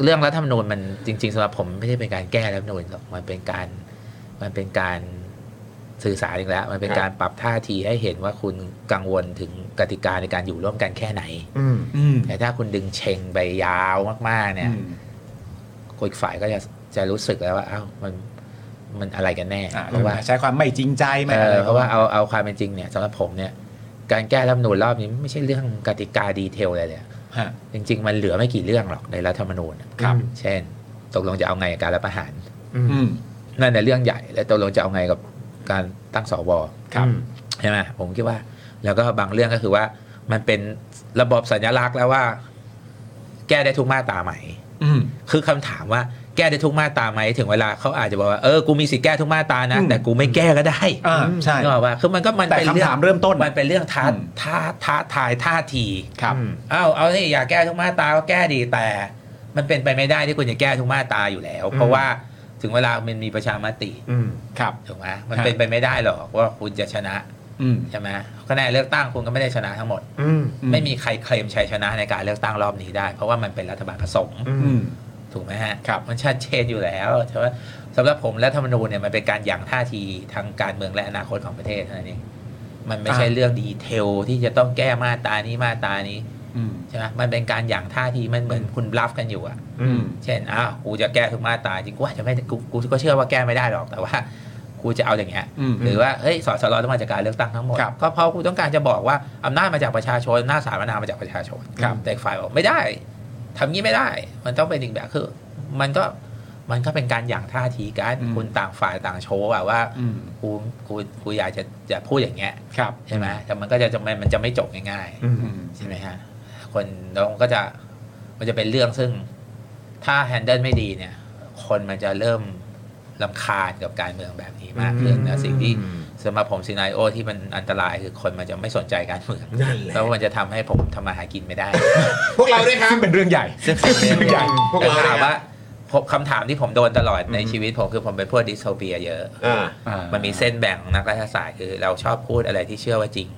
S6: เรื่องรัฐธรรมนูญมันจริงๆสำหรับผมไม่ใช่เป็นการแก้รัฐธรรมนูญหรอกมันเป็นการ มันเป็นการสื่อสารอีกแล้ว มันเป็นการปรับท่าทีให้เห็นว่าคุณกังวลถึงกติกาในการอยู่ร่วมกันแค่ไหน แต่ถ้าคุณดึงเชงไปยาวมากๆ เนี่ยคนอีกฝ่ายก็จะจะรู้สึกแล้วว่าอ้าวมันมันอะไรกันแน่
S2: ะ
S6: เพราะว่า
S2: ใช้ความไม่จริงใจไม่
S6: เอ
S2: อะไร
S6: อเพราะว่าเอาเอาความเป็นจริงเนี่ยสำหรับผมเนี่ย การแก้รัฐธรรมนูญรอบนี้ไม่ใช่เรื่องกติกาดีเทลอะไรเลยอะ
S2: ฮะ
S6: จริง ๆ มันเหลือไม่กี่เรื่องหรอกในรัฐธรรมนูญอะ
S2: ครับ
S6: เช่น ตกลงจะเอาไงกับการรัฐประหาร
S2: อืม
S6: นั่นในเรื่องใหญ่ และตกลงจะเอาไงกับการตั้งสว
S2: ครับ
S6: ใช่ไหมผมคิดว่า แล้วก็บางเรื่องก็คือว่า มันเป็นระบบสัญลักษณ์แล้วว่า แก้ได้ทุกมาตราไหม
S2: อืม
S6: คือคำถามว่าแก้ได้ทุกมาตราไหมถึงเวลาเขาอาจจะบอกว่าเออกูมีสิทธิ์แก้ทุกมาตรานะ
S2: อืม
S6: แต่กูไม่แก้ก็ได้
S2: อ่าใช่
S6: นึกออกป่ะคือมันก็มัน
S2: แต่
S6: เป็
S2: คำ
S6: นเรื่อง
S2: ถามเริ่มต้น
S6: มันเป็นเรื่องท้า
S2: อืม
S6: ท้าท้าทายท่าที
S2: ครับ
S6: อ้าวเอาสิอยากแก้ทุกมาตราก็แก้ดีแต่ มันเป็นไปไม่ได้ที่คุณจะแก้ทุกมาตราอยู่แล้ว เพราะว่าถึงเวลามันมีประชามติ
S2: ครับ
S6: ถูกไหมมั
S2: ค
S6: น
S2: รับ
S6: เป็นไปไม่ได้หรอกว่าคุณจะชนะ
S2: อืม
S6: ใช่ไหมคะแนนเลือกตั้งคุณก็ไม่ได้ชนะทั้งหมด
S2: อืม
S6: ไม่มีใครเคลมชัยชนะในการเลือกตั้งรอบนี้ได้ เพราะว่ามันเป็นรัฐบาลผสม
S2: อืม
S6: ถูกไหมฮะ
S2: ครับ
S6: มันชัดเจนอยู่แล้วใช่ไหมสำหรับผมและธรรมนูญเนี่ยมันเป็นการหยั่งท่าทีทางการเมืองและอนาคตของประเทศเท่านั้นเองมันไม่ใช่
S2: อ่า
S6: เรื่องดีเทลที่จะต้องแก้มาตรานี้มาตรานี้
S2: อืม
S6: ใช่ไหมมันเป็นการหยั่งท่าทีมันเหมือนคุณบลัฟกันอยู่อะ
S2: อืม
S6: เช่นอ้าวกูจะแก้ทุกมาตราจริงกูอาจจะไม่กูกูก็เชื่อว่าแก้ไม่ได้หรอกแต่ว่ากูจะเอาอย่างเงี้ย
S2: อืม
S6: หรือว่าเฮ้ยสสรต้องมาจากการเลือกตั้งทั้งหมด
S2: ครับ
S6: ก็เพราะกูต้องการจะบอกว่าอำนาจมาจากประชาชนอำนาจสาธารณะมาจากประชาชน
S2: ครับ
S6: แต่อีกฝ่ายบอกไม่ได้ ทำงี้ไม่ได้ มันต้องเป็นอีกแบบคือ มันก็มันก็เป็นการอย่างท่าทีกัน
S2: อืม
S6: คุณต่างฝ่ายต่างโชว์อะว่า
S2: อืม
S6: กูกูกูอยากจะจะพูดอย่างเงี้ย
S2: ครับ
S6: ใช่ไหมแต่มันก็จะจะไม่มันจะไม่จบง่าย
S2: อืม
S6: ๆใช่ไหมฮะคนแล้วมันก็จะมันจะเป็นเรื่องซึ่งถ้าแฮนเดิลไม่ดีเนี่ย คนมันจะเริ่มลำคาญกับการเมืองแบบนี้มากขึ้นนะสิ่งที่สำหรับผมซีนายโอที่มันอันตรายคือคนมันจะไม่สนใจการเมืองแล้วมันจะทำให้ผมทำมาหากินไม่ได้
S2: พวกเราด้วยครับซึ่งเป็นเรื่องใหญ่
S6: ซึ่งเป็นเรื่องใหญ่
S1: พวก
S6: แต่
S1: เรา
S6: ถาม
S1: เนี่ย
S6: ว่าผมคำถามที่ผมโดนตลอดใน
S1: อืม
S6: ชีวิตผมคือผมเป็นพวกดิสโทเปียเยอะ
S1: อ่า
S6: มันมีเส้นแบ่งของนักรัฐศาสตร์คือเราชอบพูดอะไรที่เชื่อว่าจริง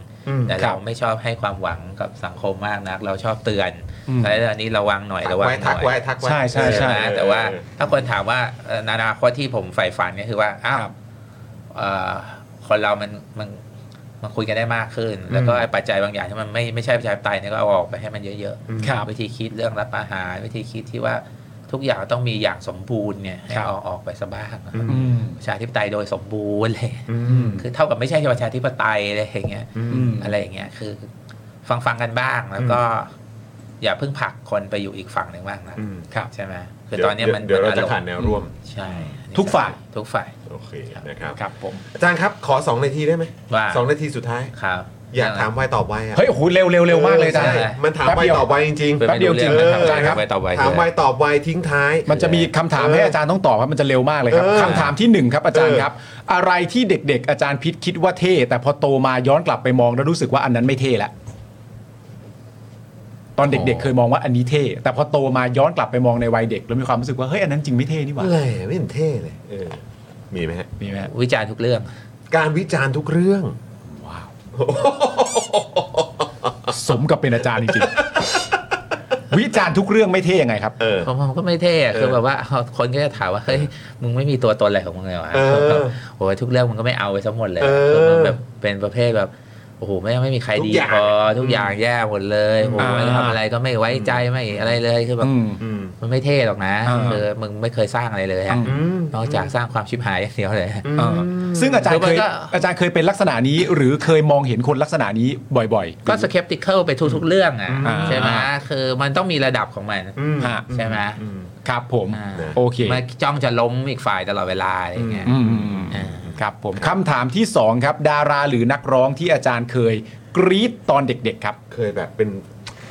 S6: แต่เราไม่ชอบให้ความหวังกับสังคมมากนัก เราชอบเตือน
S2: อืม
S6: แต่ตอนนี้ระวังหน่อยระวัง
S1: ไว้
S6: ห
S1: ทั
S6: น่
S1: ก
S6: อย
S1: ไว้ทักไว้
S2: ใช่ใช่ใช่
S6: ไหมแต่ว่าถ้าคนถามว่าเอ่ออนาคตที่ผมใฝ่ฝันก็คือว่าอ้าวเอ่อคนเรามันมันมันคุยกันได้มากขึ้น แล้วก็ไอ้ปัจจัยบางอย่างที่มันไม่ไม่ใช่ปัจจัยไตยเนี่ยก็เอาออกไปให้มันเยอะๆ
S2: ครับ
S6: วิธีคิดเรื่องรัฐประหารวิธีคิดที่ว่าทุกอย่างต้องมีอย่างสมบูรณ์เนี่ยให้
S2: ครับ
S6: เอาออกไปซะบ้างนะครับ
S2: อืม
S6: ประชาธิปไตยโดยสมบูรณ์เลย
S2: อืม
S6: คือเท่ากับไม่ใช่ประชาธิปไตยอะไรอย่างเงี้ย
S2: อืม
S6: อะไรอย่างเงี้ยคือฟังฟังๆกันบ้างแล้วก็ อย่าเพิ่งผลักคนไปอยู่อีกฝั่งหนึ่งมากนะครับ ใช่ไหมคือตอนเนี้ยมัน
S1: เดี๋ยวเดี๋ยวเราจะ
S6: อมณ์
S1: ผ่านแนวร่วม
S6: ใช่อันนี้
S2: ทุกฝ่าย
S6: ทุกฝ่าย
S1: โอเคนะครับ
S2: ครับผม
S1: อาจารย์ครับขอ 2 นาทีได้ไหม
S6: ว่า
S1: สองนาทีสุดท้าย
S6: ครับ
S1: อยากถามไวตอบไวอ่ะ
S2: เฮ้ยโอ้โหเร็วเร็วเร็วมากเลยอาจารย์
S6: ใช่
S1: ใช่มันถาม
S2: แป๊บ
S1: ไว
S2: เดียว
S1: ตอบไวจริง
S6: เป็น
S2: แป๊บเดียวจริง
S1: เออ
S6: อาจารย์ครับ
S1: ค
S6: ไปต่อไป
S1: ถามไวตอบไวทิ้งท้าย
S2: มันจะมีคำถามให้อาจารย์ต้องตอบครับมันจะเร็วมากเลยครับ
S1: เออ
S2: คำถามที่หนึ่งครับอาจารย์ครับ อะไรที่เด็ก ๆ อาจารย์พิษคิดว่าเท่ แต่พอโตมาย้อนกลับไปมองแล้วรู้สึกว่าอันนั้นไม่เท่ละตอนเด็ก ๆ เคยมองว่าอันนี้เท่ แต่พอโตมาย้อนกลับไปมองในวัยเด็กแล้วมีความรู้สึกว่าเฮ้ยอันนั้นจริงไม่เท่นี่หว่า
S1: ะไรไม่เห็นเท่เลยเออมีไหมฮะ
S2: มีไหมฮะ
S6: วิจารณ์ทุกเรื่อง
S1: การวิจารณ์ทุกเรื่อง
S2: สมกับเป็นอาจารย์จริงๆวิจารณ์ทุกเรื่องไม่เท่ยังไงครับ
S1: เออ
S6: ผมผมก็ไม่เท่อะคือ
S1: เออ
S6: แบบว่าเอาคนก็จะถามว่าเฮ้ยมึงไม่มีตัวตนอะไรของมึงเลยวะ
S1: เออ
S6: แบบโอ้ยทุกเรื่องมึงก็ไม่เอาไปซะหมดเลย
S1: เออ
S6: คือมึงแบบเป็นประเภทแบบโอ้โหไม่ไม่มีใคร
S1: ทุ
S6: ดี
S1: กอย่าง
S6: พอทุกอย่างแย่หมดเลยโอ้โห
S2: อ่า
S6: ไม่ทำอะไรก็ไม่ไว้ใจไม่อะไรเลยคือแบบ
S2: อืม
S1: ืม
S6: มันไม่เท่หรอกนะ
S2: อ่า
S6: คือมึงไม่เคยสร้างอะไรเลยอะ
S1: อืม
S6: นอกจากสร้างความชิบหาย <laughs> อย่างเดียวเลย
S2: เออซึ่งอาจารย์เค
S6: คื
S2: ย
S6: อมันก็
S2: อาจารย์เคยเป็นลักษณะนี้ หรือเคยมองเห็นคนลักษณะนี้บ่อยๆ
S6: ก็สเคปติคอลไปทุกๆเรื่องอ่ะ
S2: อ่า
S6: ใช่ไหมคือมันต้องมีระดับของมัน
S1: อืม
S2: ฮะ
S6: ใช่ไหม
S1: อืม
S2: ครับผม
S6: อ่า
S2: โอเค
S6: มาจ้องจะล้มอีกฝ่ายตลอดเวลาอะไรอย่างเงี้ย
S2: อืมอืมอืม
S6: อ่า
S2: ครับผมคำถามที่สองครับ ดาราหรือนักร้องที่อาจารย์เคย กรี๊ดตอนเด็กๆครับ
S1: เคยแบบเป็น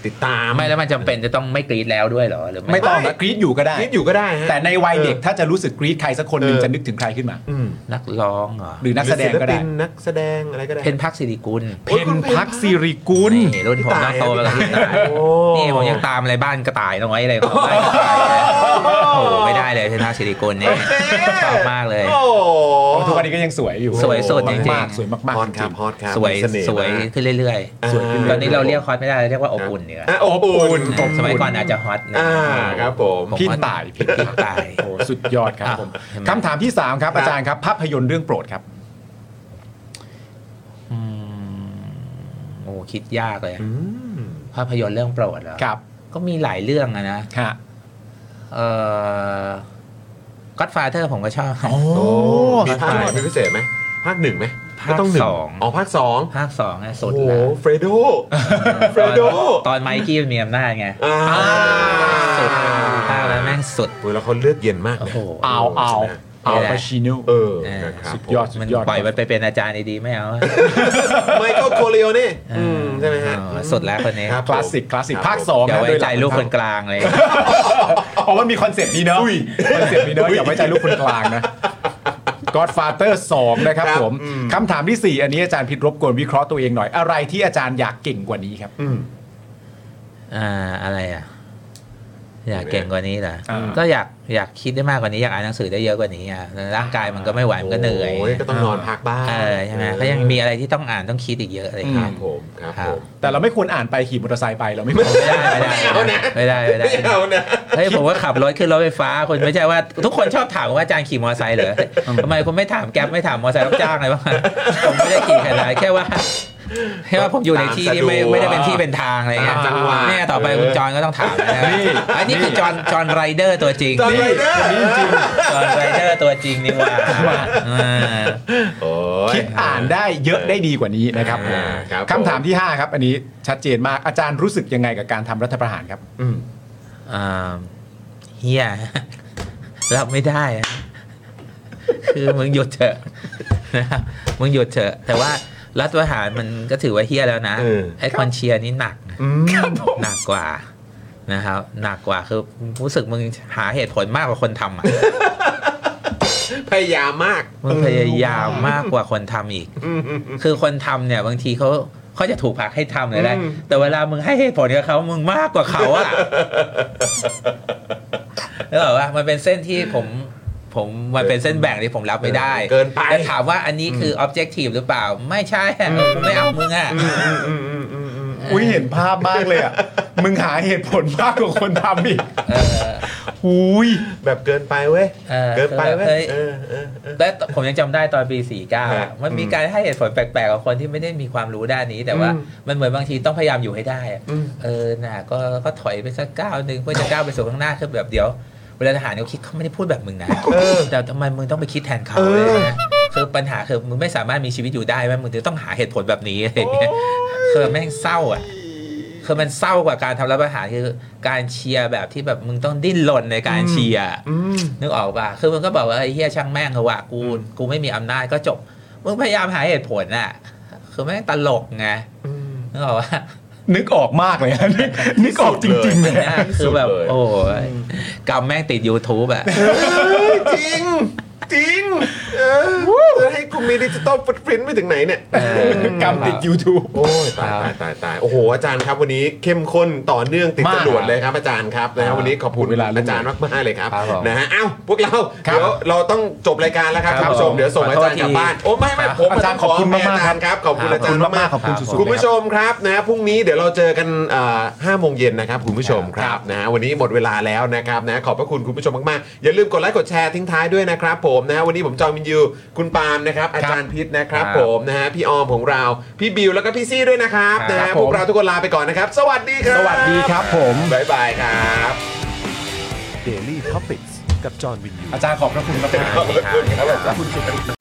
S1: ติดตาม
S6: ไม่แล้วมันจำเป็นจะต้องไม่กรีดแล้วด้วยเหรอหรือ
S2: ไม่ต้อง
S1: ไม่
S2: นะกรีดอยู่ก็ได้
S1: คิดอยู่ก็ได้ฮะ
S2: แต่ในวัยเด็กถ้าจะรู้สึกกรีดใครสักคนหนึ่ง
S1: เออ
S2: จะนึกถึงใครขึ้นมา
S1: อืม
S6: นักร้องเหรอ
S2: หรือนักแสดงก็ได้
S1: หรือศิลปินนักแสดงอะไรก็ได้
S6: เพนพักศิริกุล
S1: โอ้
S2: เพ
S1: ย
S2: น
S1: คุณเพนพั
S2: พัก
S1: ก
S2: สิริกุล
S6: นี่รุ่นผมก็โตมากับพี่ตาย
S1: โอ้
S6: นี่ผมยังตามอะไรบ้านกระต่ายน้อยอะไรของบ้านกระต่ายเลยโอ้โหไม่ได้เลยเพนพักศิริกุลเนี่ยชอบมากเลย
S1: โอ้
S2: ทุกวันนี้ก็ยังสวยอยู่
S6: สวยสุดจริงๆ
S2: มากๆสวยมาก
S1: ฮอ
S2: ๆ
S1: ต
S2: จ
S1: ครั
S2: ริ
S1: บ
S2: ง
S1: ฮอตครับ
S6: สวย
S1: มีเน่ห์
S6: สวย
S1: มาก
S6: ขึ้นเรื่อย
S1: สวยขึ้นเรื่อยๆ
S6: ๆตอนนี้เราเรียกฮอตไม่ได้เราเรียกว่าอบอุ่นเนีกว่ย
S1: อ่ะอบอุ่น
S2: อบอุ่น
S6: สมัยก่อนอาจจะฮอตนะ
S1: อ่าครับผม
S6: ผม
S2: พี่
S6: ว่า
S2: ต่ายพี่
S6: พี่ต่าย
S2: โอ้สุดยอดครับผม
S6: เห็นไหม
S2: คำถามที่สามครับอาจารย์ครับภาพยนตร์เรื่องโปรดครับ
S6: อืมโอ้คิดยากเลยภาพยนตร์เรื่องโปรดเหรอ
S2: ครับ
S6: ก็มีหลายเรื่องอะนะ
S2: ฮะ
S6: เอ่อ Godfather ผมก็ชอบ
S1: โอ้มีภาค
S6: ตาย
S1: ไหนเป็นพิเศษไหมภาคหนึ่งไหม
S6: ภาค
S1: ก็ต้องหนึ่
S6: สอง
S1: อ๋อภาคสอง
S6: ภาคสองเนี่ย
S1: โอ้
S6: สุด
S1: โห
S6: แล้ว
S1: เฟรโด เฟรโด
S6: ตอนตอนไมกี้มันมีอำนาจไง
S1: อ่า
S6: สุดภาคแล้วแม่งสุด
S1: โอ้ยแล้วเขาเลือดเย็นมาก
S6: โอ้
S1: นะ
S6: โห
S2: เอาเอาเอาปาชิโน
S1: เออ
S6: เออ
S1: นะครับ
S2: สุดยอด
S6: มันปล่อยมันไปเป็นอาจารย์ดีๆไม่เอาอะ
S1: ไมเคิลโคเลโอนี่อืมใช่ไหมฮะ
S6: เออสุดแล้วคนนี้
S1: ครับ
S2: คลาสสิกคลาสสิก
S1: ครับ
S2: ภาคสอง
S6: อ
S2: นะ
S6: ย่าไว้
S2: โดยห
S6: ใจ
S2: ง
S6: ลูกคนกลางเลย
S2: อ๋อมันมีคอนเซปต์นี้เนอะคอนเซปต์นี้เนอะอย่าไว้ใจลูกคนกลางนะ Godfather 2 นะครับ
S1: ครับ
S2: ผม
S1: อืม
S2: คำถามที่ 4 อันนี้อาจารย์พิดรบกวนวิเคราะห์ตัวเองหน่อย อะไรที่อาจารย์อยากเก่งกว่านี้ครับ
S1: อืม
S6: อ่าอะไรอ่ะ อยากเก่งกว่านี้เหรอ
S2: อ่า
S6: ก็อยากอยากคิดได้มากกว่านี้อยากอ่านหนังสือได้เยอะกว่านี้อ่ะร่างกายมันก็ไม่ไหวมันก็เหนื่อย
S1: โก็ต้องนอนพักบ้าง
S6: เออใช่ไหมก็ยังมีอะไรที่ต้องอ่านต้องคิดอีกเยอะเลยค
S1: ค
S6: รั
S1: รั
S6: บบ
S1: ผมครับ
S6: ครั
S1: ผ
S6: บ
S1: ม
S2: แต่เราไม่ควรอ่านไปขี่มอเตอร์ไซค์ไปเราไม่ควร
S6: ไม่ได้ไม่ได้
S1: ไม่เอานะ
S6: ไม่ได้ไม่ได้
S1: ไม่เอานะ
S6: เฮ้ยผมว่าขับรถขึ้นรถไฟฟ้าคนไม่ใช่ว่าทุกคนชอบถามว่าอาจารย์ขี่มอเตอร์ไซค์เหรอทำไมคุณไม่ถามแก๊ปไม่ถามมอเตอร์ไซค์รับจ้างอะไรบ้าง <laughs> อะผมไม่ได้ขี่ขนาดนั้นแค่ว่าแค่ว่าผมอยู่ในที่ที่ไม่
S1: ตามสะดวก
S6: ไม่ได้เป็นที่เป็นทางอะไรเงี้ย
S1: ตามจังหวะ
S6: เนี่ยต่อไปคุณจอนก็ต้องถามนะ
S2: นี่
S6: อันนี้คือจอนจอนไรเดอร์ตัวจริง
S1: จอนไรเดอร์
S6: จอห์นไรเดอร์ตัวจริงนี่หว่าอ่า
S1: โอ้ย
S2: คิดอ่านได้เยอะได้ดีกว่านี้นะครับผม
S1: อ่าครับ
S2: คำถามที่ 5 ครับ อันนี้ชัดเจนมากอาจารย์รู้สึกยังไงกับการทำรัฐประหารครับ
S1: อืม
S6: อ่าเฮีย <laughs> รับไม่ได้อะคือมึงหยุดเถอะนะครับมึงหยุดเถอะ แต่ว่ารัฐประหารมันก็ถือว่าเฮียแล้วนะไอ้คอนเชียร์นี่หนักนะหนักกว่านะครับ หนักกว่าคือรู้สึกมึงหาเหตุผลมากกว่าคนทำอ่ะ
S1: พยายามมาก
S6: มึงพยายามมากกว่าคนทำอีก
S1: อืมอืมอืม
S6: คือคนทำเนี่ยบางทีเขาเขาจะถูกผลักให้ทำเลยได้
S1: อืม
S6: แต่เวลามึงให้เหตุผลกับเขามึงมากกว่าเขาอะ แล้วบอกว่ามันเป็นเส้นที่ผมผมมันเป็นเส้นแบ่งที่ผมรับไม่ได้
S1: เกินไป
S6: แล้วถามว่าอันนี้คือ objective หรือเปล่า ไม่ใช่อะไม่เอามึงอะ
S1: อืมอืมอืมอืมอืม
S2: อุ้ยเห็นภาพมากเลยอ่ะ มึงหาเหตุผลมากกว่าคนทำอีก
S6: เออ
S2: หุย
S1: แบบเกินไปเว้ย
S6: เออ
S1: เกินไปเว้ย
S6: เอ้ย
S1: เออเออเออ
S6: และผมยังจำได้ตอนปี 49
S1: ครั
S6: อะ
S1: บ
S6: มันมีการให้เหตุผลแปลกๆกับคนที่ไม่ได้มีความรู้ด้านนี้แต่ว่า
S1: อืม
S6: มันเหมือนบางทีต้องพยายามอยู่ให้ได้อะ
S1: อืม
S6: เออน่ะก็ก็ถอยไปสักก้าวหนึ่งเพื่อจะก้าวไปสู่ข้างหน้าคือแบบเดี๋ยว เวลาทหารเขาคิดเขาไม่ได้พูดแบบมึงนะแต่ทำไมมึงต้องไปคิดแทนเขาเลยนะคือปัญหาคือมึงไม่สามารถมีชีวิตอยู่ได้แม่มึงจะต้องหาเหตุผลแบบนี้อะไรอย่างเงี้ยคือแม่งเศร้าอ่ะ คือมันเศร้ากว่าการทำรัฐประหารคือการเชียร์แบบที่แบบมึงต้องดิ้นรนในการเชียร์อะนึกออกป่ะคือมึงก็บอกว่าไอ้เฮียช่างแม่งเหอะว่ะกูกูไม่มีอำนาจก็จบ มึงพยายามหาเหตุผลน่ะ คือแม่งตลกไงนึกออกว่า
S2: นึกออกมากเลยอะนึกนึกออกจริงๆเลยอะ
S6: คือแบบ โอ้ยกำแม่งติด YouTube อะ
S1: จริง จริง เออจะให้กูมีดิจิตอลฟุตปรินต์ไปถึงไหนเนี่ย
S2: กำติด YouTube
S1: โอ้ยตายตายตายตายโอ้โหอาจารย์ครับวันนี้เข้มข้นต่อเนื่องติดจรวดเลยครับอาจารย์ครับนะฮะวันนี้ขอบคุณ
S2: เวลาล่วง
S1: อาจารย์มากมากๆเลยครับ
S6: ครับผม
S1: นะฮะเอ้าพวกเรา
S2: ครับ
S1: เดี๋ยวเราต้องจบรายการแล้วครับ
S2: ครั
S1: ท่า
S2: บ
S1: นผู้ชม
S2: ผม
S1: เดี๋ยวส่งอาจารย์กลับบ้านโอ้ไม่ไม่ผม
S2: อาจารย์ขอบคุณ
S1: ต้ง
S2: มาก
S1: ให้อจ
S2: ๆครั
S1: ร
S2: บ
S1: ย์ครับขอบคุณอาจารย์มาก
S2: ขอบคุณ
S6: ค
S2: สุ
S6: รับ
S1: ๆ
S2: ดๆ
S1: คุณผู้ช
S2: เลย
S1: มครับนะพรุ่งนี้เดี๋ยวเราเจอกันห้าโมงเย็นนะครับคุณผู้ชมค
S2: ครั
S1: รับบ นะฮะวันนี้หมดเวลาแล้วนะครับนะขอบพระคุณคุณผู้ชมมากๆอย่าลืมกดไลค์กดแชร์ทิ้งท้ายด้วยนะครับผมนะฮะวันนี้ผมจอมินยูคุณปาล์มนะครับอาจารย์พิษนะครับ
S6: ครับ
S1: ผม ผมนะฮะพี่ออมของเรา พี่บิวแล้วก็พี่ซี่ด้วยนะครับ
S2: ครับ
S1: นะฮะ
S2: ผม
S1: พวกเราทุกคนลาไปก่อนนะครับ สวัสดีครับ
S2: สวัสดีครับผม
S1: บ๊ายบายครับ
S10: Daily Topics
S11: กับจอห์นวินยู
S2: อาจารย์ขอบพระคุณมากๆ
S11: ขอบพระคุณครับ
S2: ขอบคุณสุด